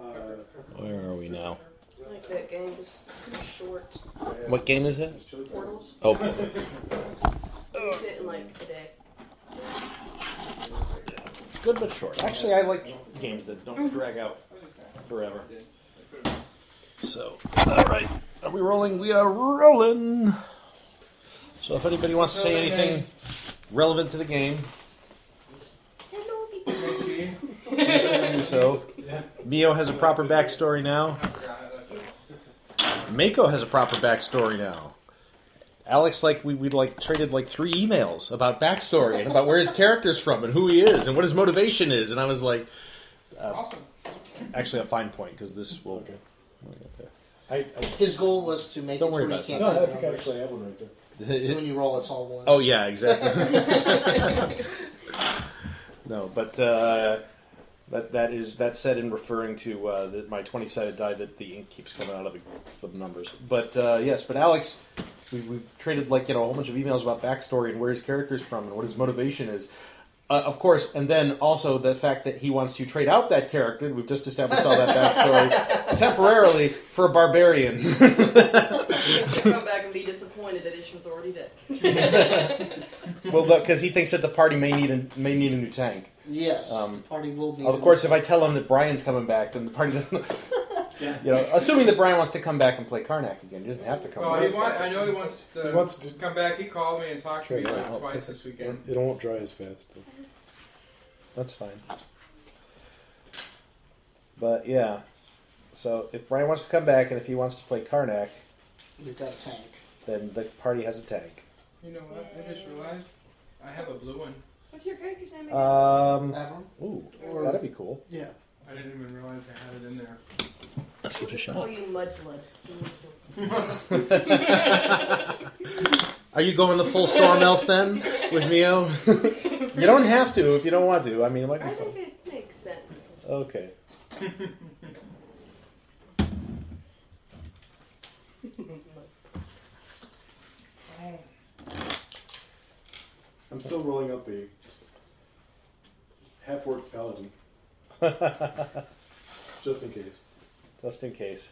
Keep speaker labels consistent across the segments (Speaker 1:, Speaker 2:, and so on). Speaker 1: Uh,
Speaker 2: that game was short.
Speaker 3: What game is it?
Speaker 2: Portals.
Speaker 3: Oh,
Speaker 2: We did it in like a day.
Speaker 4: Good but short. Actually, I like games that don't drag out forever. So, all right, are we rolling? We are rolling. So, if anybody wants to say anything relevant to the game, so Mio has a proper backstory now. Mako has a proper backstory now. Alex, like we we like traded like three emails about backstory and about where his character's from and who he is and what his motivation is, and I was like, uh,
Speaker 5: Awesome.
Speaker 4: actually a fine point because this will. we'll get there.
Speaker 1: I, I,
Speaker 6: His goal was to make
Speaker 4: Don't
Speaker 6: it
Speaker 4: worry
Speaker 6: to where
Speaker 4: about
Speaker 6: you
Speaker 4: it.
Speaker 6: can't
Speaker 1: no, I
Speaker 6: see
Speaker 1: think
Speaker 6: the
Speaker 1: I
Speaker 6: numbers.
Speaker 1: actually have one right there.
Speaker 6: So when you roll, it's all one.
Speaker 4: Oh yeah, exactly. no, but uh, that that is that said in referring to uh, the, my twenty sided die that the ink keeps coming out of the, the numbers. But uh, yes, but Alex, we we traded like you know a whole bunch of emails about backstory and where his character's from and what his motivation is. Uh, of course, and then also the fact that he wants to trade out that character, we've just established all that backstory, temporarily for a barbarian.
Speaker 2: Just to come back and be disappointed that Ish was already dead.
Speaker 4: well, because he thinks that the party may need a, may need a new tank.
Speaker 6: Yes,
Speaker 4: Um,
Speaker 6: the party will be.
Speaker 4: Of course, if I tell him that Brian's coming back, then the party doesn't. You know, assuming that Brian wants to come back and play Karnak again, he doesn't have to come
Speaker 5: Well,
Speaker 4: back.
Speaker 5: he want, I know he wants to,
Speaker 1: He wants to-
Speaker 5: come back. He called me and talked to me
Speaker 1: Sure,
Speaker 5: like
Speaker 1: yeah.
Speaker 5: twice this weekend.
Speaker 1: It won't dry as fast. But.
Speaker 4: That's fine. But yeah, so if Brian wants to come back and if he wants to play Karnak,
Speaker 6: you've got a tank.
Speaker 4: then the party has a tank.
Speaker 5: You know what? I just realized I have a blue one.
Speaker 2: What's your character's name? again?
Speaker 4: Um,
Speaker 6: Avram?
Speaker 4: ooh,
Speaker 6: Or-
Speaker 4: that'd be cool.
Speaker 6: Yeah.
Speaker 5: I didn't even realize I had it in there.
Speaker 4: Let's give it a
Speaker 2: Call you Mudblood.
Speaker 4: Are you going the full storm elf then with Mio? you don't have to if you don't want to. I mean, it might be
Speaker 2: I
Speaker 4: fun.
Speaker 2: think it makes sense.
Speaker 4: Okay.
Speaker 1: I'm still rolling up a half worked paladin, just in case.
Speaker 4: Just in case.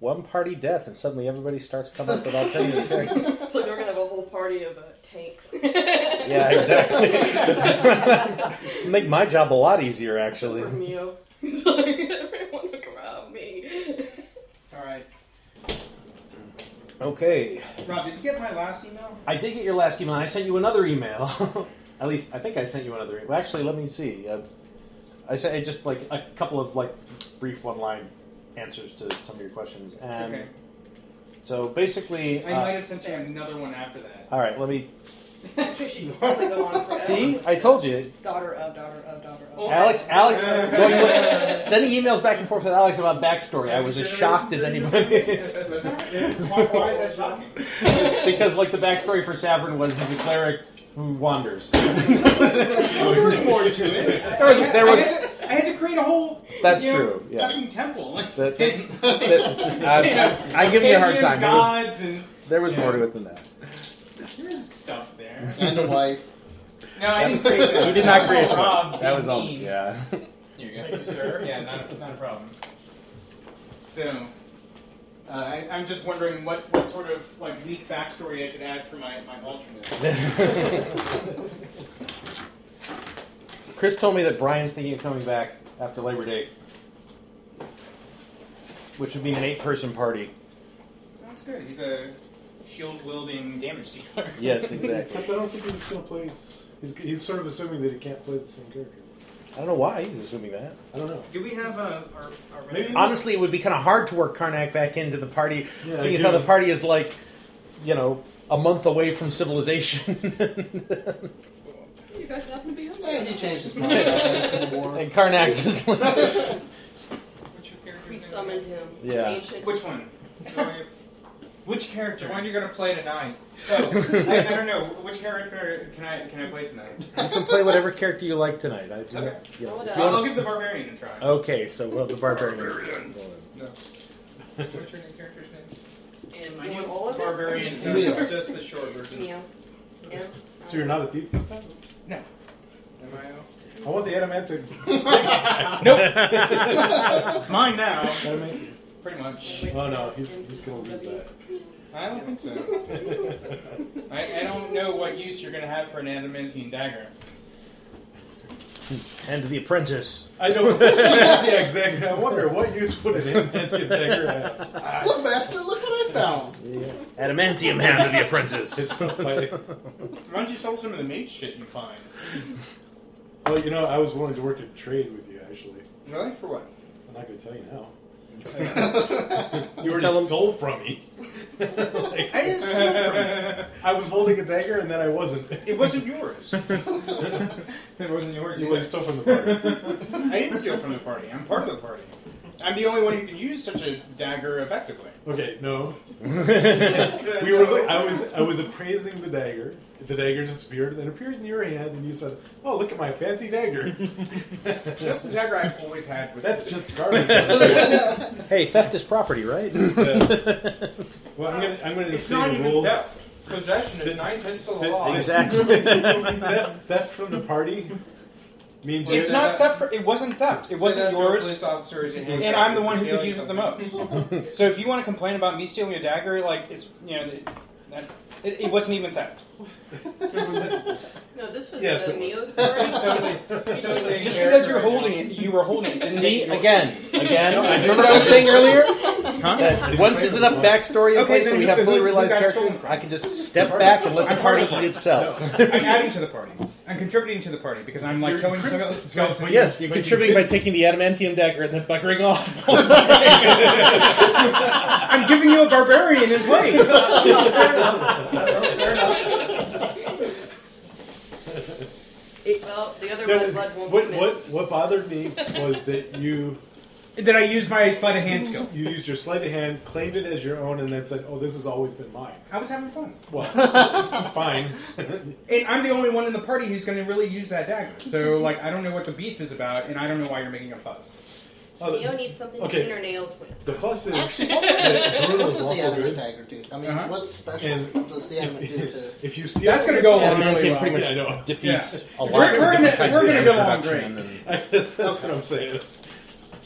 Speaker 4: One party death, and suddenly everybody starts coming up with alternative characters.
Speaker 2: It's like we're gonna have a whole party of uh, tanks.
Speaker 4: Yeah, exactly. Make my job a lot easier, actually.
Speaker 2: For Mio. It's like everyone look around me.
Speaker 5: All right,
Speaker 4: Okay.
Speaker 5: Rob, did you get my last email?
Speaker 4: I did get your last email. and I sent you another email. At least I think I sent you another email. Well, actually, let me see. Uh, I sent I just like a couple of like brief one-line answers to some of your questions. And
Speaker 5: okay,
Speaker 4: so basically,
Speaker 5: I
Speaker 4: uh,
Speaker 5: might have sent you another one after that.
Speaker 4: all right. Let me
Speaker 2: I'm sure she could probably go on forever.
Speaker 4: see. I told you
Speaker 2: Daughter of, daughter of, daughter of.
Speaker 5: Oh.
Speaker 4: Alex, Alex, going with, sending emails back and forth with Alex about backstory. I was as shocked as anybody
Speaker 5: why, why is that shocking?
Speaker 4: because, like, the backstory for Savern was he's a cleric who wanders.
Speaker 5: Well, there was more to it.
Speaker 4: There was- there was-
Speaker 5: I had to, I had to create a whole.
Speaker 4: That's
Speaker 5: you know,
Speaker 4: true, yeah.
Speaker 5: Fucking temple. Like,
Speaker 4: That- that- I, I give you a hard time. There was,
Speaker 5: Gods and
Speaker 4: there was more to it than that.
Speaker 5: there's stuff there.
Speaker 6: And a wife.
Speaker 5: No, I didn't create that.
Speaker 4: You did not
Speaker 5: That was
Speaker 4: create
Speaker 5: all Rob
Speaker 4: one. That
Speaker 5: being
Speaker 4: was all.
Speaker 5: mean.
Speaker 4: Yeah.
Speaker 5: Here you go. Thank you, sir. Yeah, not a, not a problem. So, uh, I, I'm just wondering what, what sort of like weak backstory I should add for my, my alternate.
Speaker 4: Chris told me that Brian's thinking of coming back after Labor Day, which would mean an eight-person party.
Speaker 5: Sounds good. He's a shield wielding damage dealer.
Speaker 4: Yes,
Speaker 1: Except I don't think he still plays. He's, he's sort of assuming that he can't play the same character.
Speaker 4: I don't know why he's assuming that.
Speaker 1: I don't know.
Speaker 5: Do we have uh our, our
Speaker 1: Maybe-
Speaker 5: resume?
Speaker 4: Honestly, it would be kind of hard to work Karnak back into the party,
Speaker 1: Yeah,
Speaker 4: seeing
Speaker 1: I
Speaker 4: as how
Speaker 1: do.
Speaker 4: the party is like, you know, a month away from civilization,
Speaker 2: You guys happen to be on
Speaker 6: And
Speaker 2: there.
Speaker 6: he changed his mind about that to the war.
Speaker 4: and Karnak just like,
Speaker 5: What's your character's
Speaker 2: We
Speaker 5: name?
Speaker 2: summoned him.
Speaker 4: Yeah.
Speaker 2: Ancient.
Speaker 5: Which one? which character? The one you're gonna play tonight. I, I don't know. Which character can I can I play tonight?
Speaker 4: you can play whatever character you like tonight. I do
Speaker 5: Okay.
Speaker 4: you know,
Speaker 2: Roll it out.
Speaker 4: if you Oh.
Speaker 5: I'll, I'll
Speaker 4: wanna-
Speaker 5: give the barbarian a try.
Speaker 4: okay, so we'll have the barbarian.
Speaker 5: No. What's your name- character's name? And
Speaker 2: my You want new all of it?
Speaker 5: barbarian
Speaker 6: is Leo.
Speaker 5: just the short version.
Speaker 2: Mio. Yeah.
Speaker 1: So you're not a thief this time?
Speaker 5: MIO.
Speaker 1: I want the adamantine.
Speaker 5: It's mine now.
Speaker 1: adamantine.
Speaker 5: Pretty much.
Speaker 1: Oh no, he's, he's gonna lose that.
Speaker 5: I don't think so. I, I don't know what use you're gonna have for an adamantine dagger.
Speaker 4: And the apprentice.
Speaker 1: I don't. yeah, exactly. I wonder what use would an adamantium dagger have.
Speaker 6: Look, master, look what I found.
Speaker 4: Adamantium hand of the apprentice.
Speaker 1: It's not my.
Speaker 5: Why don't you sell some of the mage shit you find?
Speaker 1: Well, you know, I was willing to work a trade with you actually.
Speaker 5: Really? For what?
Speaker 1: I'm not gonna tell you now.
Speaker 4: You
Speaker 1: You
Speaker 4: were
Speaker 1: were
Speaker 4: just
Speaker 1: just stole from me.
Speaker 5: I didn't steal it from you.
Speaker 1: I was holding a dagger and then I wasn't.
Speaker 5: It wasn't yours. it wasn't yours.
Speaker 1: You stole from the bar.
Speaker 5: I didn't steal from the party. I'm part of the party. I'm the only one who can use such a dagger effectively.
Speaker 1: Okay, no. We were. li- I was. I was appraising the dagger. The dagger disappeared and then appeared in your hand, and you said, "Oh, look at my fancy dagger."
Speaker 5: That's the dagger I've always had. With
Speaker 1: That's just garbage.
Speaker 4: hey, theft is property, right?
Speaker 1: well, I'm gonna. I'm gonna
Speaker 5: It's
Speaker 1: state
Speaker 5: not
Speaker 1: a
Speaker 5: even
Speaker 1: rule.
Speaker 5: theft. Possession is nine tenths of the law.
Speaker 4: exactly.
Speaker 1: theft, theft from the party means
Speaker 5: It's
Speaker 1: you-
Speaker 5: not theft. For, it wasn't theft. It wasn't yours.
Speaker 3: officer is
Speaker 5: And I'm the one who could use it the most. so if you want to complain about me stealing a dagger, like it's you know, that, it, it wasn't even theft.
Speaker 2: No, this was
Speaker 1: Yes,
Speaker 2: the
Speaker 1: it
Speaker 2: Neo's
Speaker 5: Just because you're holding it, you were holding it. Didn't
Speaker 4: See
Speaker 5: make it yours.
Speaker 4: again, again. Remember what I was saying earlier? That once is enough backstory in
Speaker 5: Okay,
Speaker 4: place,
Speaker 5: then
Speaker 4: and we
Speaker 5: who-
Speaker 4: have fully
Speaker 5: who- who
Speaker 4: realized
Speaker 5: got
Speaker 4: characters.
Speaker 5: stolen from?
Speaker 4: I can just step back and let the
Speaker 5: I'm
Speaker 4: party
Speaker 5: part of
Speaker 4: eat
Speaker 5: it.
Speaker 4: itself.
Speaker 5: I'm adding to the party. I'm contributing to the party because I'm like killing skele- skeletons.
Speaker 4: Yes, you're contributing by taking the adamantium dagger and then buckering off.
Speaker 5: I'm giving you a barbarian in place.
Speaker 2: Well, the other
Speaker 1: No,
Speaker 2: one is led won't
Speaker 1: what,
Speaker 2: be
Speaker 1: what,
Speaker 2: missed.
Speaker 1: what bothered me was that you
Speaker 5: Did I use my sleight of hand skill?
Speaker 1: you used your sleight of hand, claimed it as your own, and then said, "Oh, this has always been mine."
Speaker 5: I was having fun.
Speaker 1: Well, fine.
Speaker 5: And I'm the only one in the party who's going to really use that dagger. So, like, I don't know what the beef is about, and I don't know why you're making a fuss.
Speaker 1: Oh,
Speaker 2: Neo
Speaker 1: the,
Speaker 2: needs something
Speaker 1: Okay.
Speaker 2: to pin her nails with.
Speaker 1: the fuss is
Speaker 6: Actually,
Speaker 1: that Zeruna
Speaker 6: What
Speaker 1: is
Speaker 6: does the
Speaker 1: lawful
Speaker 6: adamant
Speaker 1: good.
Speaker 6: dagger do? I mean,
Speaker 5: Uh-huh.
Speaker 6: what special
Speaker 1: And
Speaker 6: does the adamant do to?
Speaker 1: If you steal,
Speaker 5: That's going to go along really
Speaker 4: Adamantium
Speaker 5: well.
Speaker 4: pretty much
Speaker 1: Yeah, I know.
Speaker 4: defeats a lot
Speaker 5: We're-
Speaker 4: of
Speaker 5: we're
Speaker 4: different
Speaker 5: gonna-
Speaker 4: kinds
Speaker 5: we're
Speaker 4: of
Speaker 5: gonna
Speaker 4: damage
Speaker 5: go along
Speaker 4: reduction,
Speaker 5: great.
Speaker 4: and,
Speaker 1: that's, that's what I'm saying.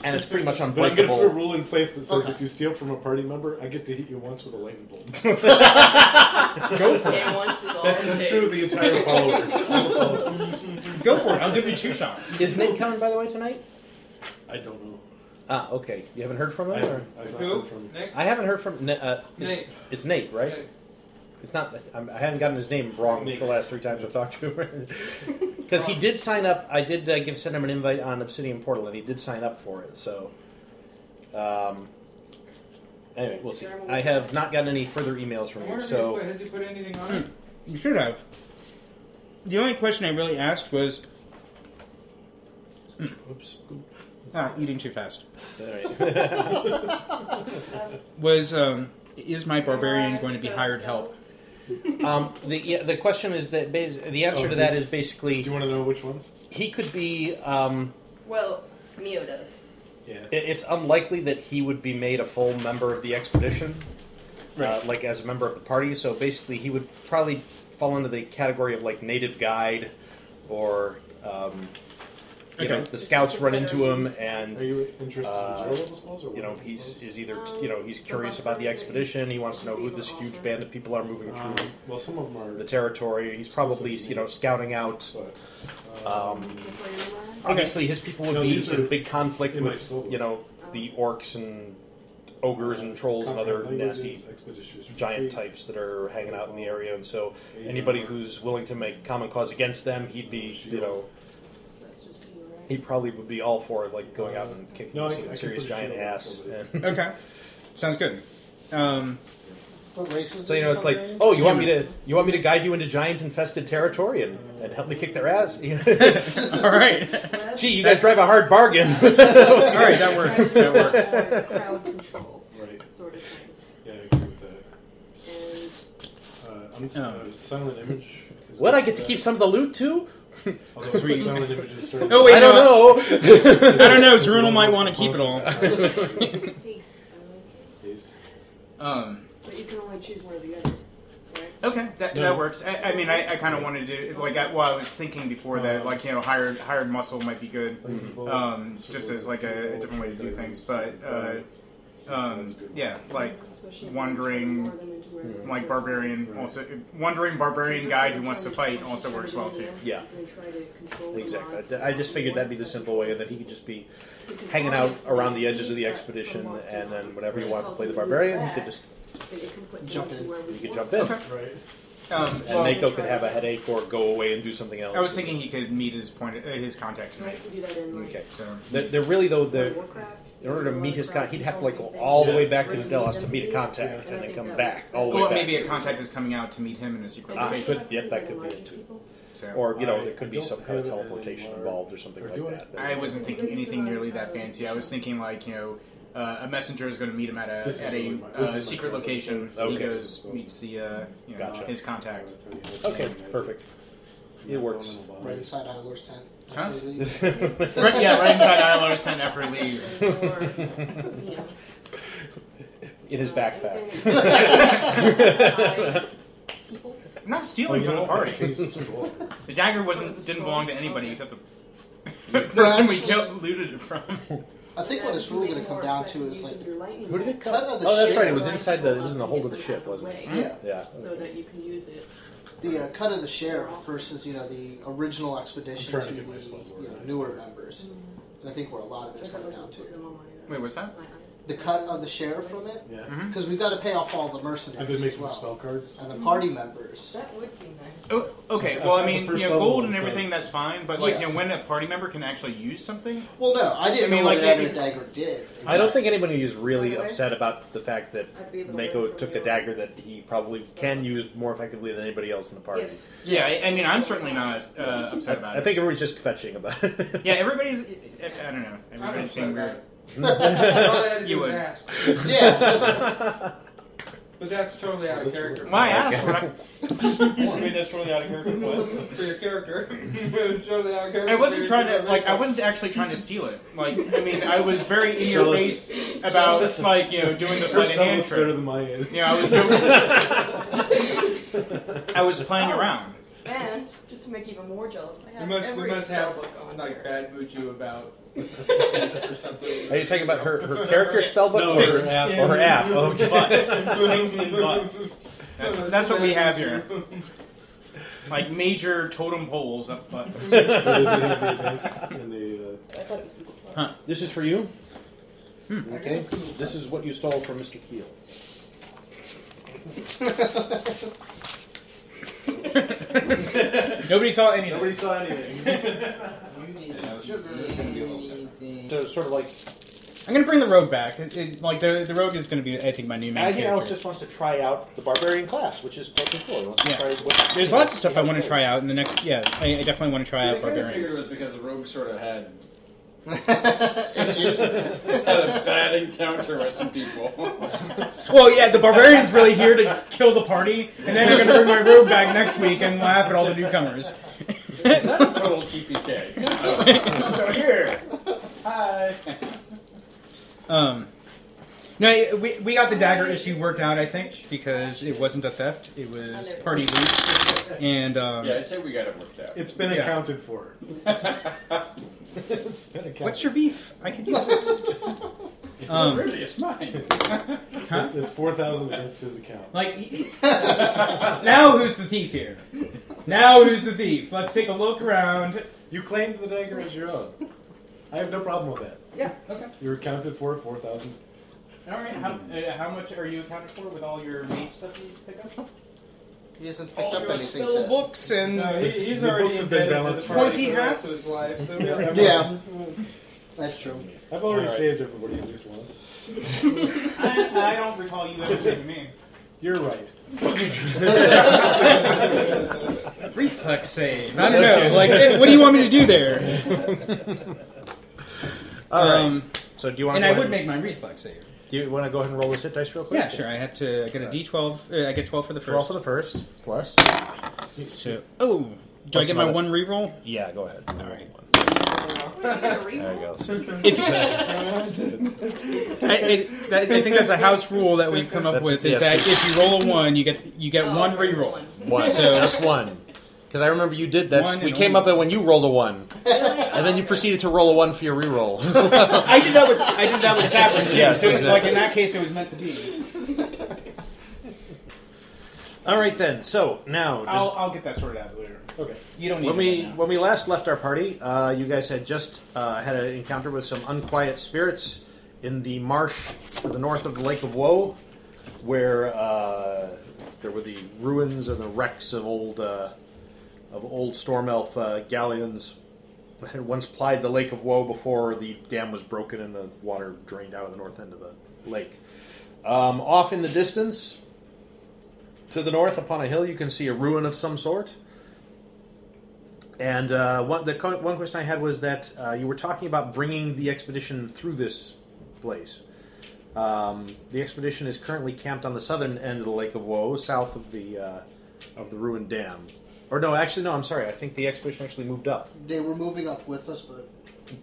Speaker 4: and it's pretty much
Speaker 1: But I'm going to put a
Speaker 4: unbreakable.
Speaker 1: rule in place that says
Speaker 6: Okay.
Speaker 1: if you steal from a party member, I get to hit you once with a lightning bolt.
Speaker 5: Go for
Speaker 2: And
Speaker 5: it.
Speaker 2: once is all
Speaker 1: That's,
Speaker 2: it
Speaker 1: that's
Speaker 2: takes.
Speaker 1: true of the entire followers.
Speaker 5: Go for it. I'll give you two shots.
Speaker 4: Is Nate coming, by the way, tonight?
Speaker 1: I don't know.
Speaker 4: Ah, okay. You haven't heard from
Speaker 1: I,
Speaker 4: him? or?
Speaker 1: I've not heard from
Speaker 3: Nick?
Speaker 4: I haven't heard from Na- uh, it's,
Speaker 3: Nate.
Speaker 4: It's Nate, right? It's not. I'm, I haven't gotten his name wrong
Speaker 1: Nate.
Speaker 4: the last three times I've talked to him. Because he did sign up. I did uh, give send him an invite on Obsidian Portal, and he did sign up for it. So, um, anyway, we'll see. I have not gotten any further emails from him. So,
Speaker 3: has he put anything on it?
Speaker 5: You should have. The only question I really asked was
Speaker 4: oops.
Speaker 5: ah, eating too fast.
Speaker 4: All right.
Speaker 5: Was, um, is my barbarian going to be hired help?
Speaker 4: um, the yeah, the question is that bas- the answer
Speaker 1: Oh,
Speaker 4: to that
Speaker 1: you-
Speaker 4: is
Speaker 1: Do
Speaker 4: basically
Speaker 1: you want to know which ones?
Speaker 4: he could be. Um,
Speaker 2: Well, Neo does.
Speaker 1: Yeah.
Speaker 4: It- It's unlikely that he would be made a full member of the expedition, uh,
Speaker 5: Right.
Speaker 4: like as a member of the party. So basically, he would probably fall into the category of like native guide, or um, you
Speaker 5: Okay.
Speaker 4: know, the scouts run into him, and
Speaker 1: Are you interested
Speaker 4: Uh,
Speaker 1: in zero level spells or
Speaker 4: you know
Speaker 1: one
Speaker 4: he's
Speaker 1: level
Speaker 4: is either you know he's curious about the expedition. He wants to know who this huge band of people are moving
Speaker 1: spells?
Speaker 5: Ah.
Speaker 1: Um,
Speaker 4: through
Speaker 1: well, some of them are.
Speaker 4: the territory. He's probably you know scouting out.
Speaker 1: but, um,
Speaker 4: Um, obviously, his people would
Speaker 1: No,
Speaker 4: be
Speaker 1: these are
Speaker 4: in big conflict
Speaker 1: in my
Speaker 4: with
Speaker 1: spellbook.
Speaker 4: you know the orcs and ogres and trolls and other
Speaker 1: Conquering
Speaker 4: nasty
Speaker 1: languages, expeditious
Speaker 4: giant
Speaker 1: retreat.
Speaker 4: types that are hanging out in the area, and so anybody who's willing to make common cause against them, he'd be, you know, he probably would be all for like going out and kicking
Speaker 1: No, I- I
Speaker 4: some
Speaker 1: can
Speaker 4: serious
Speaker 1: put a
Speaker 4: giant
Speaker 1: shield on
Speaker 4: ass.
Speaker 1: somebody.
Speaker 4: And
Speaker 5: Okay. Sounds good. Um,
Speaker 6: What races?
Speaker 4: so you know, it's like, oh, you want me to, you want me to guide you into giant-infested territory and, and help me kick their ass? You know?
Speaker 5: all right.
Speaker 4: Gee, you guys drive a hard bargain.
Speaker 5: All right. That works. That works.
Speaker 7: Crowd control,
Speaker 1: Right.
Speaker 7: sort of thing.
Speaker 1: Yeah, I agree with that.
Speaker 7: And
Speaker 1: Uh, I'm just, uh, silent image. is
Speaker 4: what I
Speaker 1: good
Speaker 4: get
Speaker 1: for
Speaker 4: to
Speaker 1: that.
Speaker 4: keep some of the loot too?
Speaker 1: Although
Speaker 5: Sweet.
Speaker 1: Silent image is sort of-
Speaker 5: Oh, wait,
Speaker 4: I
Speaker 5: no,
Speaker 4: don't know.
Speaker 5: I don't know. Zerunal might want to keep it all.
Speaker 7: paste, uh,
Speaker 1: Taste.
Speaker 5: Um,
Speaker 7: but you can only choose one or the other, right?
Speaker 5: Okay, that,
Speaker 1: No.
Speaker 5: that works. I, I mean, I, I kind of wanted to like I, well, I was thinking before that like you know hired Um, hired muscle might be good, um, just as like a, a different way to do things. But uh, Um, yeah, like
Speaker 7: Especially if
Speaker 5: wandering,
Speaker 7: you throw them into where-
Speaker 5: like barbarian also wandering barbarian guide who wants to fight also works well too.
Speaker 4: Yeah.
Speaker 7: He's gonna try to control the
Speaker 4: Exactly.
Speaker 7: odds.
Speaker 4: I- I just figured that'd be the simple way, and that he could just be
Speaker 7: Because
Speaker 4: hanging out
Speaker 7: obviously
Speaker 4: around the
Speaker 7: he's
Speaker 4: edges of the
Speaker 7: got some
Speaker 4: expedition,
Speaker 7: monsters
Speaker 4: and
Speaker 7: on
Speaker 4: then
Speaker 7: him.
Speaker 4: whenever you
Speaker 7: If
Speaker 4: want
Speaker 7: he
Speaker 4: to play the
Speaker 7: tells him
Speaker 4: barbarian, he
Speaker 7: back,
Speaker 4: could just
Speaker 7: then it can put them
Speaker 6: Jump
Speaker 7: to
Speaker 6: in.
Speaker 7: where we
Speaker 4: you could
Speaker 7: want
Speaker 4: jump
Speaker 7: them.
Speaker 4: in,
Speaker 5: Okay.
Speaker 1: Right.
Speaker 5: Um,
Speaker 4: and
Speaker 5: well,
Speaker 4: Mako could have a headache or go away and do something else.
Speaker 5: I was thinking he could meet his point uh, his contact
Speaker 7: He wants
Speaker 5: tonight.
Speaker 7: to do that in like
Speaker 4: Okay.
Speaker 5: So
Speaker 4: They're, they're really though
Speaker 7: World of
Speaker 4: the
Speaker 7: Warcraft.
Speaker 4: in order to meet his con,
Speaker 7: Warcraft,
Speaker 4: he'd have to like go
Speaker 7: consulting things.
Speaker 4: all the way
Speaker 1: Yeah.
Speaker 4: back to
Speaker 7: Bring
Speaker 4: Nidelas
Speaker 7: them
Speaker 4: to meet a contact,
Speaker 7: Yeah.
Speaker 4: and then
Speaker 7: I
Speaker 4: come
Speaker 7: don't
Speaker 4: back
Speaker 7: think that
Speaker 4: all the
Speaker 7: would-
Speaker 5: well,
Speaker 4: way
Speaker 5: maybe
Speaker 4: back.
Speaker 5: a contact is coming out to meet him in a secret
Speaker 7: But
Speaker 4: Ah,
Speaker 7: they
Speaker 5: location.
Speaker 4: could-
Speaker 7: must
Speaker 4: yep,
Speaker 7: be
Speaker 4: that
Speaker 7: the
Speaker 4: could be
Speaker 7: larger
Speaker 4: it, too.
Speaker 7: people.
Speaker 5: So
Speaker 4: Or you know,
Speaker 1: I
Speaker 4: there could be
Speaker 1: don't
Speaker 4: some kind
Speaker 1: have
Speaker 4: of
Speaker 1: it
Speaker 4: teleportation
Speaker 1: anymore.
Speaker 4: involved or something
Speaker 1: Or
Speaker 4: like
Speaker 1: do I?
Speaker 4: that.
Speaker 5: I wasn't thinking anything nearly that fancy. I was thinking like you know. Uh, a messenger is going to meet him at a
Speaker 1: This is
Speaker 5: at
Speaker 1: really
Speaker 5: a
Speaker 1: my- this
Speaker 5: uh,
Speaker 1: is my
Speaker 5: secret
Speaker 1: contact.
Speaker 5: location. So He
Speaker 4: Okay.
Speaker 5: goes meets the uh, you know,
Speaker 4: Gotcha.
Speaker 5: his contact.
Speaker 4: Okay, perfect. It works.
Speaker 6: Right inside Eiler's tent.
Speaker 5: Huh?
Speaker 6: After they leave.
Speaker 5: right, yeah, right inside Islar's tent after he leaves.
Speaker 7: Or, you know,
Speaker 4: In his
Speaker 7: uh,
Speaker 4: backpack.
Speaker 7: anything. People.
Speaker 5: I'm not stealing from the party. The dagger
Speaker 7: Oh,
Speaker 5: wasn't
Speaker 7: it's a
Speaker 5: didn't
Speaker 7: scroll.
Speaker 5: belong to anybody
Speaker 7: Okay.
Speaker 5: except the person we
Speaker 6: actually-
Speaker 5: killed, looted it from.
Speaker 6: I think what it's really going to come down to is like,
Speaker 7: Who
Speaker 4: Who did it
Speaker 6: cut
Speaker 4: cut?
Speaker 6: out the
Speaker 4: Oh, that's
Speaker 6: ship.
Speaker 4: right. It was inside the. It was in the hold of the ship, wasn't it?
Speaker 6: yeah,
Speaker 4: Yeah.
Speaker 7: So that you can use it.
Speaker 6: the uh, cut of the sheriff versus you know the original expedition
Speaker 1: I'm
Speaker 6: to,
Speaker 1: trying to
Speaker 6: the
Speaker 1: get myself
Speaker 6: you know,
Speaker 1: organized.
Speaker 6: newer members. I think where a lot of it's coming down to
Speaker 5: Wait, what's that?
Speaker 6: the cut of the sheriff from it,
Speaker 1: Yeah.
Speaker 5: Mhm.
Speaker 6: because we've got to pay off all the
Speaker 1: I've been
Speaker 6: mercenaries as
Speaker 1: making spell
Speaker 6: well,
Speaker 1: cards.
Speaker 6: and the party members.
Speaker 7: That would be nice.
Speaker 5: Oh, okay. Well, I
Speaker 1: Uh,
Speaker 5: mean,
Speaker 1: the first
Speaker 5: you know,
Speaker 1: level
Speaker 5: gold and
Speaker 1: was done.
Speaker 5: everything that's fine, but like,
Speaker 6: Yeah.
Speaker 5: you know, when a party member can actually use something,
Speaker 6: Well, no, I didn't
Speaker 5: I mean,
Speaker 6: know
Speaker 5: like,
Speaker 6: what Dagger
Speaker 5: if-
Speaker 6: Dagger did.
Speaker 4: I don't think anybody is really
Speaker 7: By the way,
Speaker 4: upset about the fact that
Speaker 7: I'd be able to
Speaker 4: Mako
Speaker 7: learn from
Speaker 4: took the
Speaker 7: you.
Speaker 4: dagger that he probably can use more effectively than anybody else in the party.
Speaker 7: If-
Speaker 5: yeah. I, I mean, I'm certainly not uh, upset about
Speaker 4: I
Speaker 5: it.
Speaker 4: think everybody's just fetching about it.
Speaker 5: Yeah, everybody's. I, I don't know. Everybody's being weird.
Speaker 3: All I had to do
Speaker 5: You
Speaker 3: was
Speaker 5: would.
Speaker 3: ask.
Speaker 6: Yeah,
Speaker 3: But that's totally out of character.
Speaker 5: Why ask? When I, I mean, that's really out of character. What?
Speaker 3: For your character. totally out of character.
Speaker 5: I wasn't
Speaker 3: for your
Speaker 5: trying to like. I wasn't actually trying to steal it. Like, I mean, I was very in your face about like you know doing the
Speaker 1: Your
Speaker 5: sleight of
Speaker 1: spell
Speaker 5: hand
Speaker 1: looks better
Speaker 5: trick.
Speaker 1: than mine is.
Speaker 5: You know, I was doing, I was playing around.
Speaker 7: And just to make you even more jealous, I
Speaker 3: We
Speaker 7: have
Speaker 3: must,
Speaker 7: every
Speaker 3: we must
Speaker 7: spell
Speaker 3: have
Speaker 7: book on here.
Speaker 3: like bad buju about this or something.
Speaker 4: Are you talking about her, her character spellbook
Speaker 1: No,
Speaker 4: or,
Speaker 1: her
Speaker 4: her app?
Speaker 1: app.
Speaker 4: or her app? Okay.
Speaker 5: Butts. Sticks and butts. That's, that's what we have here. Like major totem poles up butts.
Speaker 1: But is it in the advanced- in the, uh,
Speaker 7: I thought it was people.
Speaker 5: Huh.
Speaker 4: This is for you.
Speaker 3: Hmm.
Speaker 4: Okay. This is what you stole from Mr. Keel.
Speaker 5: Nobody saw any of it.
Speaker 4: Nobody saw anything.
Speaker 3: You need
Speaker 5: Yeah,
Speaker 3: sugar.
Speaker 4: so sort of like
Speaker 5: I'm gonna bring the rogue back. It, it, like the the rogue is gonna be, I think, my new main
Speaker 4: I think Alex
Speaker 5: character.
Speaker 4: just wants to try out the barbarian class, which is totally cool. He wants to
Speaker 5: Yeah.
Speaker 4: try what-
Speaker 5: There's lots of stuff I want to try out in the next. Yeah, I, I definitely want to try out
Speaker 8: figured it
Speaker 5: barbarians.
Speaker 8: was because the rogue sort of had,
Speaker 6: Issues.
Speaker 8: had a bad encounter with some people.
Speaker 5: Well, yeah, the barbarian's really here to kill the party, and then they're gonna bring my rogue back next week and laugh at all the newcomers.
Speaker 8: It's not a total TPK. I'm still here. Hi.
Speaker 5: Um, no, I- we, we got the dagger issue worked out, I think, because it wasn't a theft. It was party loot. And, um,
Speaker 8: Yeah, I'd say we got it worked out.
Speaker 1: It's been
Speaker 5: Yeah.
Speaker 1: accounted for. it's been accounted.
Speaker 5: what's your beef? I could use it. Um,
Speaker 8: really, it's mine.
Speaker 5: huh?
Speaker 1: It's four thousand against his account.
Speaker 5: Like, now who's the thief here? Now who's the thief? Let's take a look around.
Speaker 1: You claimed the dagger as your own. I have no problem with that.
Speaker 5: Yeah, okay.
Speaker 1: You were accounted for four thousand.
Speaker 5: All right, how, uh, how much are you accounted for with all your mage stuff that you pick up?
Speaker 6: he hasn't picked
Speaker 8: All
Speaker 6: up
Speaker 8: your
Speaker 6: anything.
Speaker 5: Oh, Spell
Speaker 6: Yet.
Speaker 5: books and...
Speaker 3: No, he, he's
Speaker 1: The
Speaker 3: already
Speaker 1: books have been
Speaker 3: embedded to
Speaker 1: balanced
Speaker 3: the party
Speaker 5: Pointy
Speaker 3: for the rest
Speaker 5: hats?
Speaker 3: of his life, so yeah.
Speaker 6: Yeah, that's true.
Speaker 1: I've already
Speaker 4: All right.
Speaker 1: saved everybody at least once.
Speaker 5: I, I don't recall you ever saying me.
Speaker 1: You're right.
Speaker 5: Reflex save. I don't know. Like, eh, what do you want me to do there?
Speaker 4: All right.
Speaker 5: Um,
Speaker 4: so do you want?
Speaker 5: and I would make my reflex save.
Speaker 4: Do you want to go ahead and roll this hit dice real quick?
Speaker 5: Yeah, sure. I have to. I get a D12. Uh, I get 12 for the
Speaker 4: Roll
Speaker 5: first.
Speaker 4: for the first plus.
Speaker 5: So, oh, do I
Speaker 4: Plus
Speaker 5: get my
Speaker 4: another-
Speaker 5: one reroll?
Speaker 4: Yeah, go ahead. All
Speaker 5: right.
Speaker 4: There you go.
Speaker 5: If I, it, that, I think that's a house rule that we've come up
Speaker 4: That's-
Speaker 5: with
Speaker 4: yes,
Speaker 5: is that if you roll a one, you get you get
Speaker 7: Oh,
Speaker 5: one
Speaker 7: okay,
Speaker 5: reroll.
Speaker 7: one.
Speaker 4: One.
Speaker 5: So-
Speaker 4: just one. Because I remember you did that.
Speaker 8: One
Speaker 4: We
Speaker 8: and
Speaker 4: came
Speaker 8: only
Speaker 4: up at when you rolled a one, and then you proceeded to roll a one for your reroll. so,
Speaker 5: I did that with I did that with Sapper too.
Speaker 4: Yes,
Speaker 5: so like
Speaker 4: exactly.
Speaker 5: in that case, it was meant to be.
Speaker 4: all right then. So now, does-
Speaker 5: I'll, I'll get that sorted out later. Okay, you don't need
Speaker 4: when
Speaker 5: it
Speaker 4: we
Speaker 5: right now.
Speaker 4: when we last left our party, uh, you guys had just uh, had an encounter with some unquiet spirits in the marsh to the north of the Lake of Woe, where uh, there were the ruins and the wrecks of old uh, of old storm elf uh, galleons that had once plied the Lake of Woe before the dam was broken and the water drained out of the north end of the lake. Um, off in the distance, to the north upon a hill, you can see a ruin of some sort. And uh, one, the co- one question I had was that uh, you were talking about bringing the expedition through this place. Um, the expedition is currently camped on the southern end of the Lake of Woe, south of the uh, of the ruined dam. Or no, actually, no. I'm sorry. I think the expedition actually moved up.
Speaker 6: They were moving up with us, but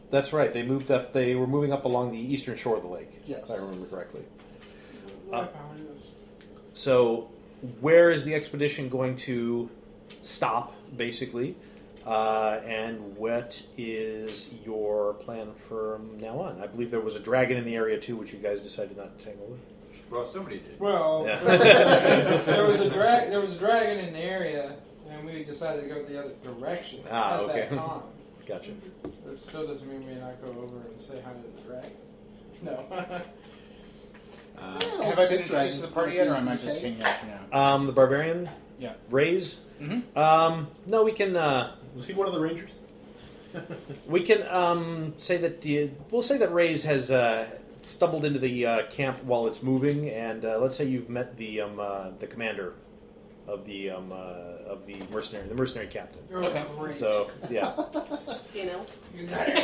Speaker 4: That's right. They moved up. They were moving up along the eastern shore of the lake.
Speaker 6: Yes.
Speaker 4: if I remember correctly.
Speaker 1: Uh,
Speaker 4: So, where is the expedition going to stop, basically? Uh, and what is your plan from now on? I believe there was a dragon in the area too, which you guys decided not to tangle with.
Speaker 3: Well, somebody did.
Speaker 5: Well,
Speaker 4: Yeah.
Speaker 3: there was a drag. There was a dragon in the area, and we decided to go the other direction
Speaker 4: Ah,
Speaker 3: at
Speaker 4: okay.
Speaker 3: that time.
Speaker 4: Gotcha.
Speaker 3: That still doesn't mean we not go over and say hi to the dragon. No.
Speaker 8: Uh,
Speaker 5: have I been introduced to the party yet, or am I just hanging out for now?
Speaker 4: Um, the barbarian.
Speaker 5: Yeah.
Speaker 4: Raise.
Speaker 5: Mhm.
Speaker 4: Um, no, we can. Uh,
Speaker 1: was he one of the Rangers?
Speaker 4: We can um, say that the, we'll say that Ray's has uh, stumbled into the uh, camp while it's moving, and uh, let's say you've met the um, uh, the commander of the um, uh, of the mercenary, the mercenary captain.
Speaker 3: okay.
Speaker 4: So yeah,
Speaker 7: See an elf?
Speaker 3: You got it.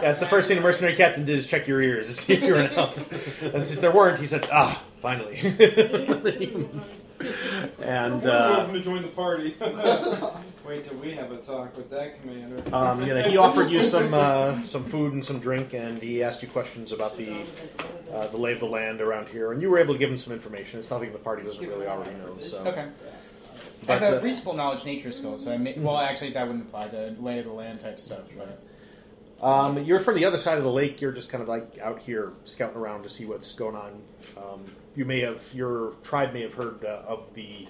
Speaker 4: that's the first thing the mercenary captain did is check your ears to see if you were an elf. And since there weren't, he said, "Ah, finally." and
Speaker 3: We're
Speaker 4: uh,
Speaker 3: welcome to join the party. Wait till we have a talk with that commander.
Speaker 4: um, you know, he offered you some uh, some food and some drink, and he asked you questions about the uh, the lay of the land around here, and you were able to give him some information. It's nothing the party doesn't really already know. So,
Speaker 5: Okay.
Speaker 4: but
Speaker 5: I have a
Speaker 4: uh,
Speaker 5: reasonable knowledge nature skill, so I may, well actually that wouldn't apply to lay of the land type stuff, but
Speaker 4: um, you're from the other side of the lake. You're just kind of like out here scouting around to see what's going on. Um, you may have your tribe may have heard uh, of the,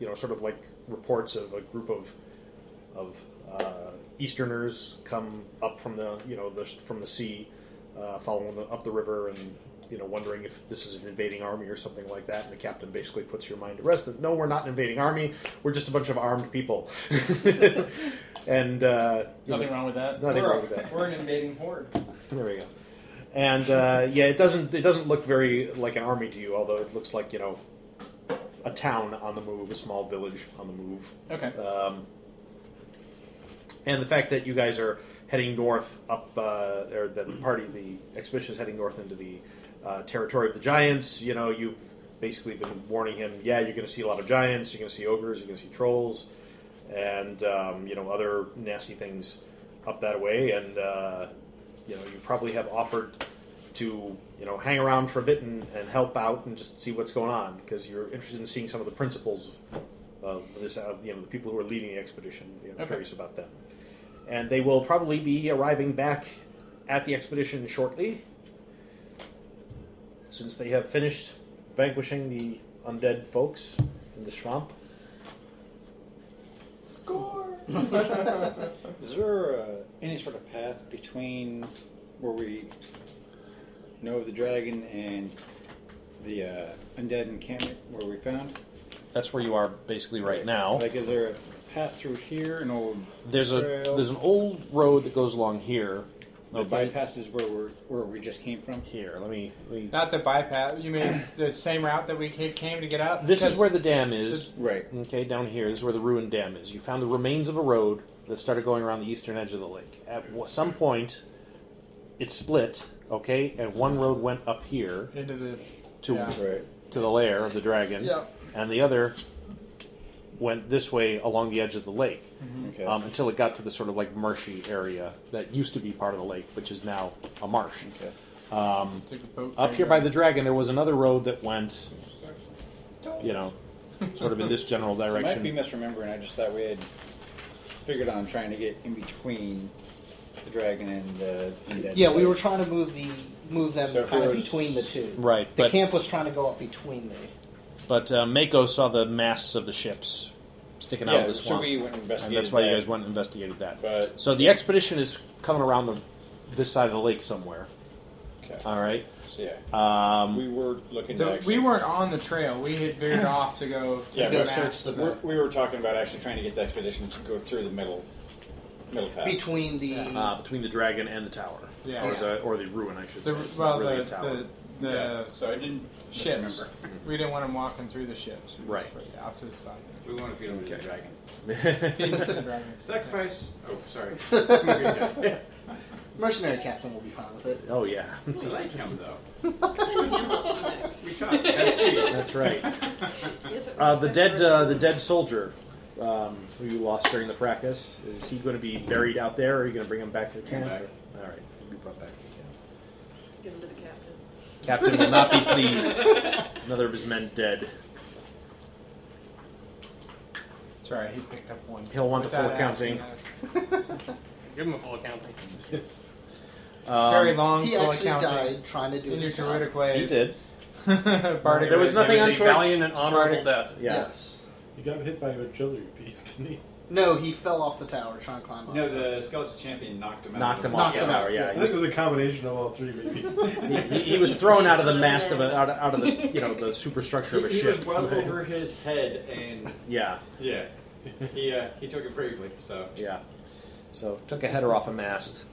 Speaker 4: you know, sort of like reports of a group of of uh, Easterners come up from the you know the, from the sea, uh, following the, up the river and you know wondering if this is an invading army or something like that. And the captain basically puts your mind at rest that no, we're not an invading army. We're just a bunch of armed people. and uh, you
Speaker 5: nothing
Speaker 4: know,
Speaker 5: wrong with that.
Speaker 4: nothing
Speaker 3: we're,
Speaker 4: wrong with that.
Speaker 3: we're an invading horde.
Speaker 4: There we go. And uh, yeah, it doesn't it doesn't look very like an army to you, although it looks like you know a town on the move, a small village on the move.
Speaker 5: Okay.
Speaker 4: Um, and the fact that you guys are heading north up, uh, or that the party, the expedition is heading north into the uh, territory of the giants, you know, you've basically been warning him, yeah, you're going to see a lot of giants, you're going to see ogres, you're going to see trolls, and, um, you know, other nasty things up that way. And, uh, you know, you probably have offered to, you know, hang around for a bit and, and help out and just see what's going on because you're interested in seeing some of the principles of this of you know the people who are leading the expedition. You know,
Speaker 5: Okay.
Speaker 4: curious about them, and they will probably be arriving back at the expedition shortly, since they have finished vanquishing the undead folks in the swamp.
Speaker 7: Score!
Speaker 4: Uh,
Speaker 8: Is there uh, any sort of path between where we know of the dragon and the uh, undead encampment where we found?
Speaker 4: That's where you are basically right now.
Speaker 8: Like, is there a path through here? An old
Speaker 4: There's a
Speaker 8: trail
Speaker 4: there's an old road that goes along here.
Speaker 8: that bypasses where we are where we just came from.
Speaker 4: Here, let me. Let me
Speaker 5: Not the bypass. You mean the same route that we ca- came to get up?
Speaker 4: this is
Speaker 5: Because-
Speaker 4: where the dam is.
Speaker 8: Right.
Speaker 4: Okay, down here this is where the ruined dam is. You found the remains of a road that started going around the eastern edge of the lake. At w- some point, it split. Okay, and one road went up here
Speaker 5: into the
Speaker 4: to
Speaker 5: Yeah.
Speaker 8: Right.
Speaker 4: to the lair of the dragon, and the other went this way along the edge of the lake
Speaker 8: Okay.
Speaker 4: um, until it got to the sort of like marshy area that used to be part of the lake, which is now a marsh.
Speaker 8: okay.
Speaker 5: took the boat
Speaker 4: Up here by the dragon, there was another road that went, you know, sort of in this general
Speaker 9: I might be
Speaker 4: direction.
Speaker 9: misremembering. I just thought we had figured on trying to get in between the dragon and the undead.
Speaker 6: Yeah, we
Speaker 9: side.
Speaker 6: were trying to move the move them
Speaker 9: So if
Speaker 6: kind
Speaker 9: we
Speaker 6: of
Speaker 9: were-
Speaker 6: between the two.
Speaker 4: Right,
Speaker 6: The
Speaker 4: but-
Speaker 6: camp was trying to go up between the.
Speaker 4: But uh, Mako saw the masts of the ships sticking out
Speaker 9: Yeah,
Speaker 4: of the
Speaker 9: so
Speaker 4: swamp,
Speaker 9: we went and
Speaker 4: and
Speaker 9: investigated.
Speaker 4: that's why you
Speaker 9: that,
Speaker 4: guys went and investigated that.
Speaker 9: But
Speaker 4: So the expedition is coming around the this side of the lake somewhere.
Speaker 9: okay.
Speaker 4: All right.
Speaker 9: so yeah,
Speaker 4: Um,
Speaker 9: we were looking.
Speaker 5: So
Speaker 9: to actually,
Speaker 5: we weren't on the trail. We had veered off to go
Speaker 9: Yeah,
Speaker 6: to go
Speaker 9: but-
Speaker 6: search the
Speaker 9: We're,
Speaker 6: map.
Speaker 9: we were talking about actually trying to get the expedition to go through the middle, middle path.
Speaker 6: Between the.
Speaker 4: uh, between the dragon and the tower,
Speaker 5: Yeah.
Speaker 4: or the or the ruin, I should
Speaker 5: the,
Speaker 4: say. It's not
Speaker 5: well,
Speaker 4: really
Speaker 5: the,
Speaker 4: a tower.
Speaker 5: the, the
Speaker 9: yeah, so I didn't
Speaker 5: ships.
Speaker 9: remember.
Speaker 5: We didn't want them walking through the ships. We
Speaker 4: Right.
Speaker 5: just went Off to the side.
Speaker 3: We want to feed him to the
Speaker 4: Okay.
Speaker 3: dragon.
Speaker 5: Feed us to the dragon.
Speaker 3: Sacrifice. Oh, sorry.
Speaker 6: Mercenary captain will be fine with it.
Speaker 4: oh yeah,
Speaker 3: I like him though.
Speaker 10: Next.
Speaker 3: We talked. Had tea.
Speaker 4: that's right. Uh, the dead uh, the dead soldier um, who you lost during the fracas is he going to be buried out there, or are you going to bring him back to the camp?
Speaker 3: Back.
Speaker 4: All right, he'll be brought back to
Speaker 10: Give him to the captain.
Speaker 4: the camp. Captain will not be pleased. Another of his men dead.
Speaker 5: Sorry, he picked up one.
Speaker 4: He'll want the full
Speaker 5: Without
Speaker 4: accounting.
Speaker 5: asking us.
Speaker 11: Give him a full accounting.
Speaker 4: Um,
Speaker 5: Very long
Speaker 6: he
Speaker 5: full
Speaker 6: actually
Speaker 5: accounting.
Speaker 6: died trying to do
Speaker 5: In your
Speaker 6: his job.
Speaker 5: druidic ways.
Speaker 4: He did.
Speaker 5: Bardic
Speaker 4: There was
Speaker 5: ways.
Speaker 11: It
Speaker 4: nothing
Speaker 11: a
Speaker 4: untoward-
Speaker 11: Valiant and honorable death.
Speaker 4: Yeah.
Speaker 6: Yes.
Speaker 1: He got hit by a artillery piece, didn't he?
Speaker 6: No, he fell off the tower trying to climb up.
Speaker 3: No, the skeleton champion knocked him out.
Speaker 4: Knocked him off
Speaker 6: Knocked
Speaker 4: the
Speaker 6: him
Speaker 4: tower.
Speaker 6: out,
Speaker 4: Yeah,
Speaker 1: I
Speaker 4: he
Speaker 1: think it was a combination of all three. Maybe.
Speaker 4: was, he, he was thrown out of the mast of a, out, of- out of the you know the superstructure
Speaker 3: He,
Speaker 4: of a
Speaker 3: he
Speaker 4: ship.
Speaker 3: was well over his head, and
Speaker 4: yeah,
Speaker 3: yeah, he uh, he took it bravely. So
Speaker 4: yeah. So took a header off a mast.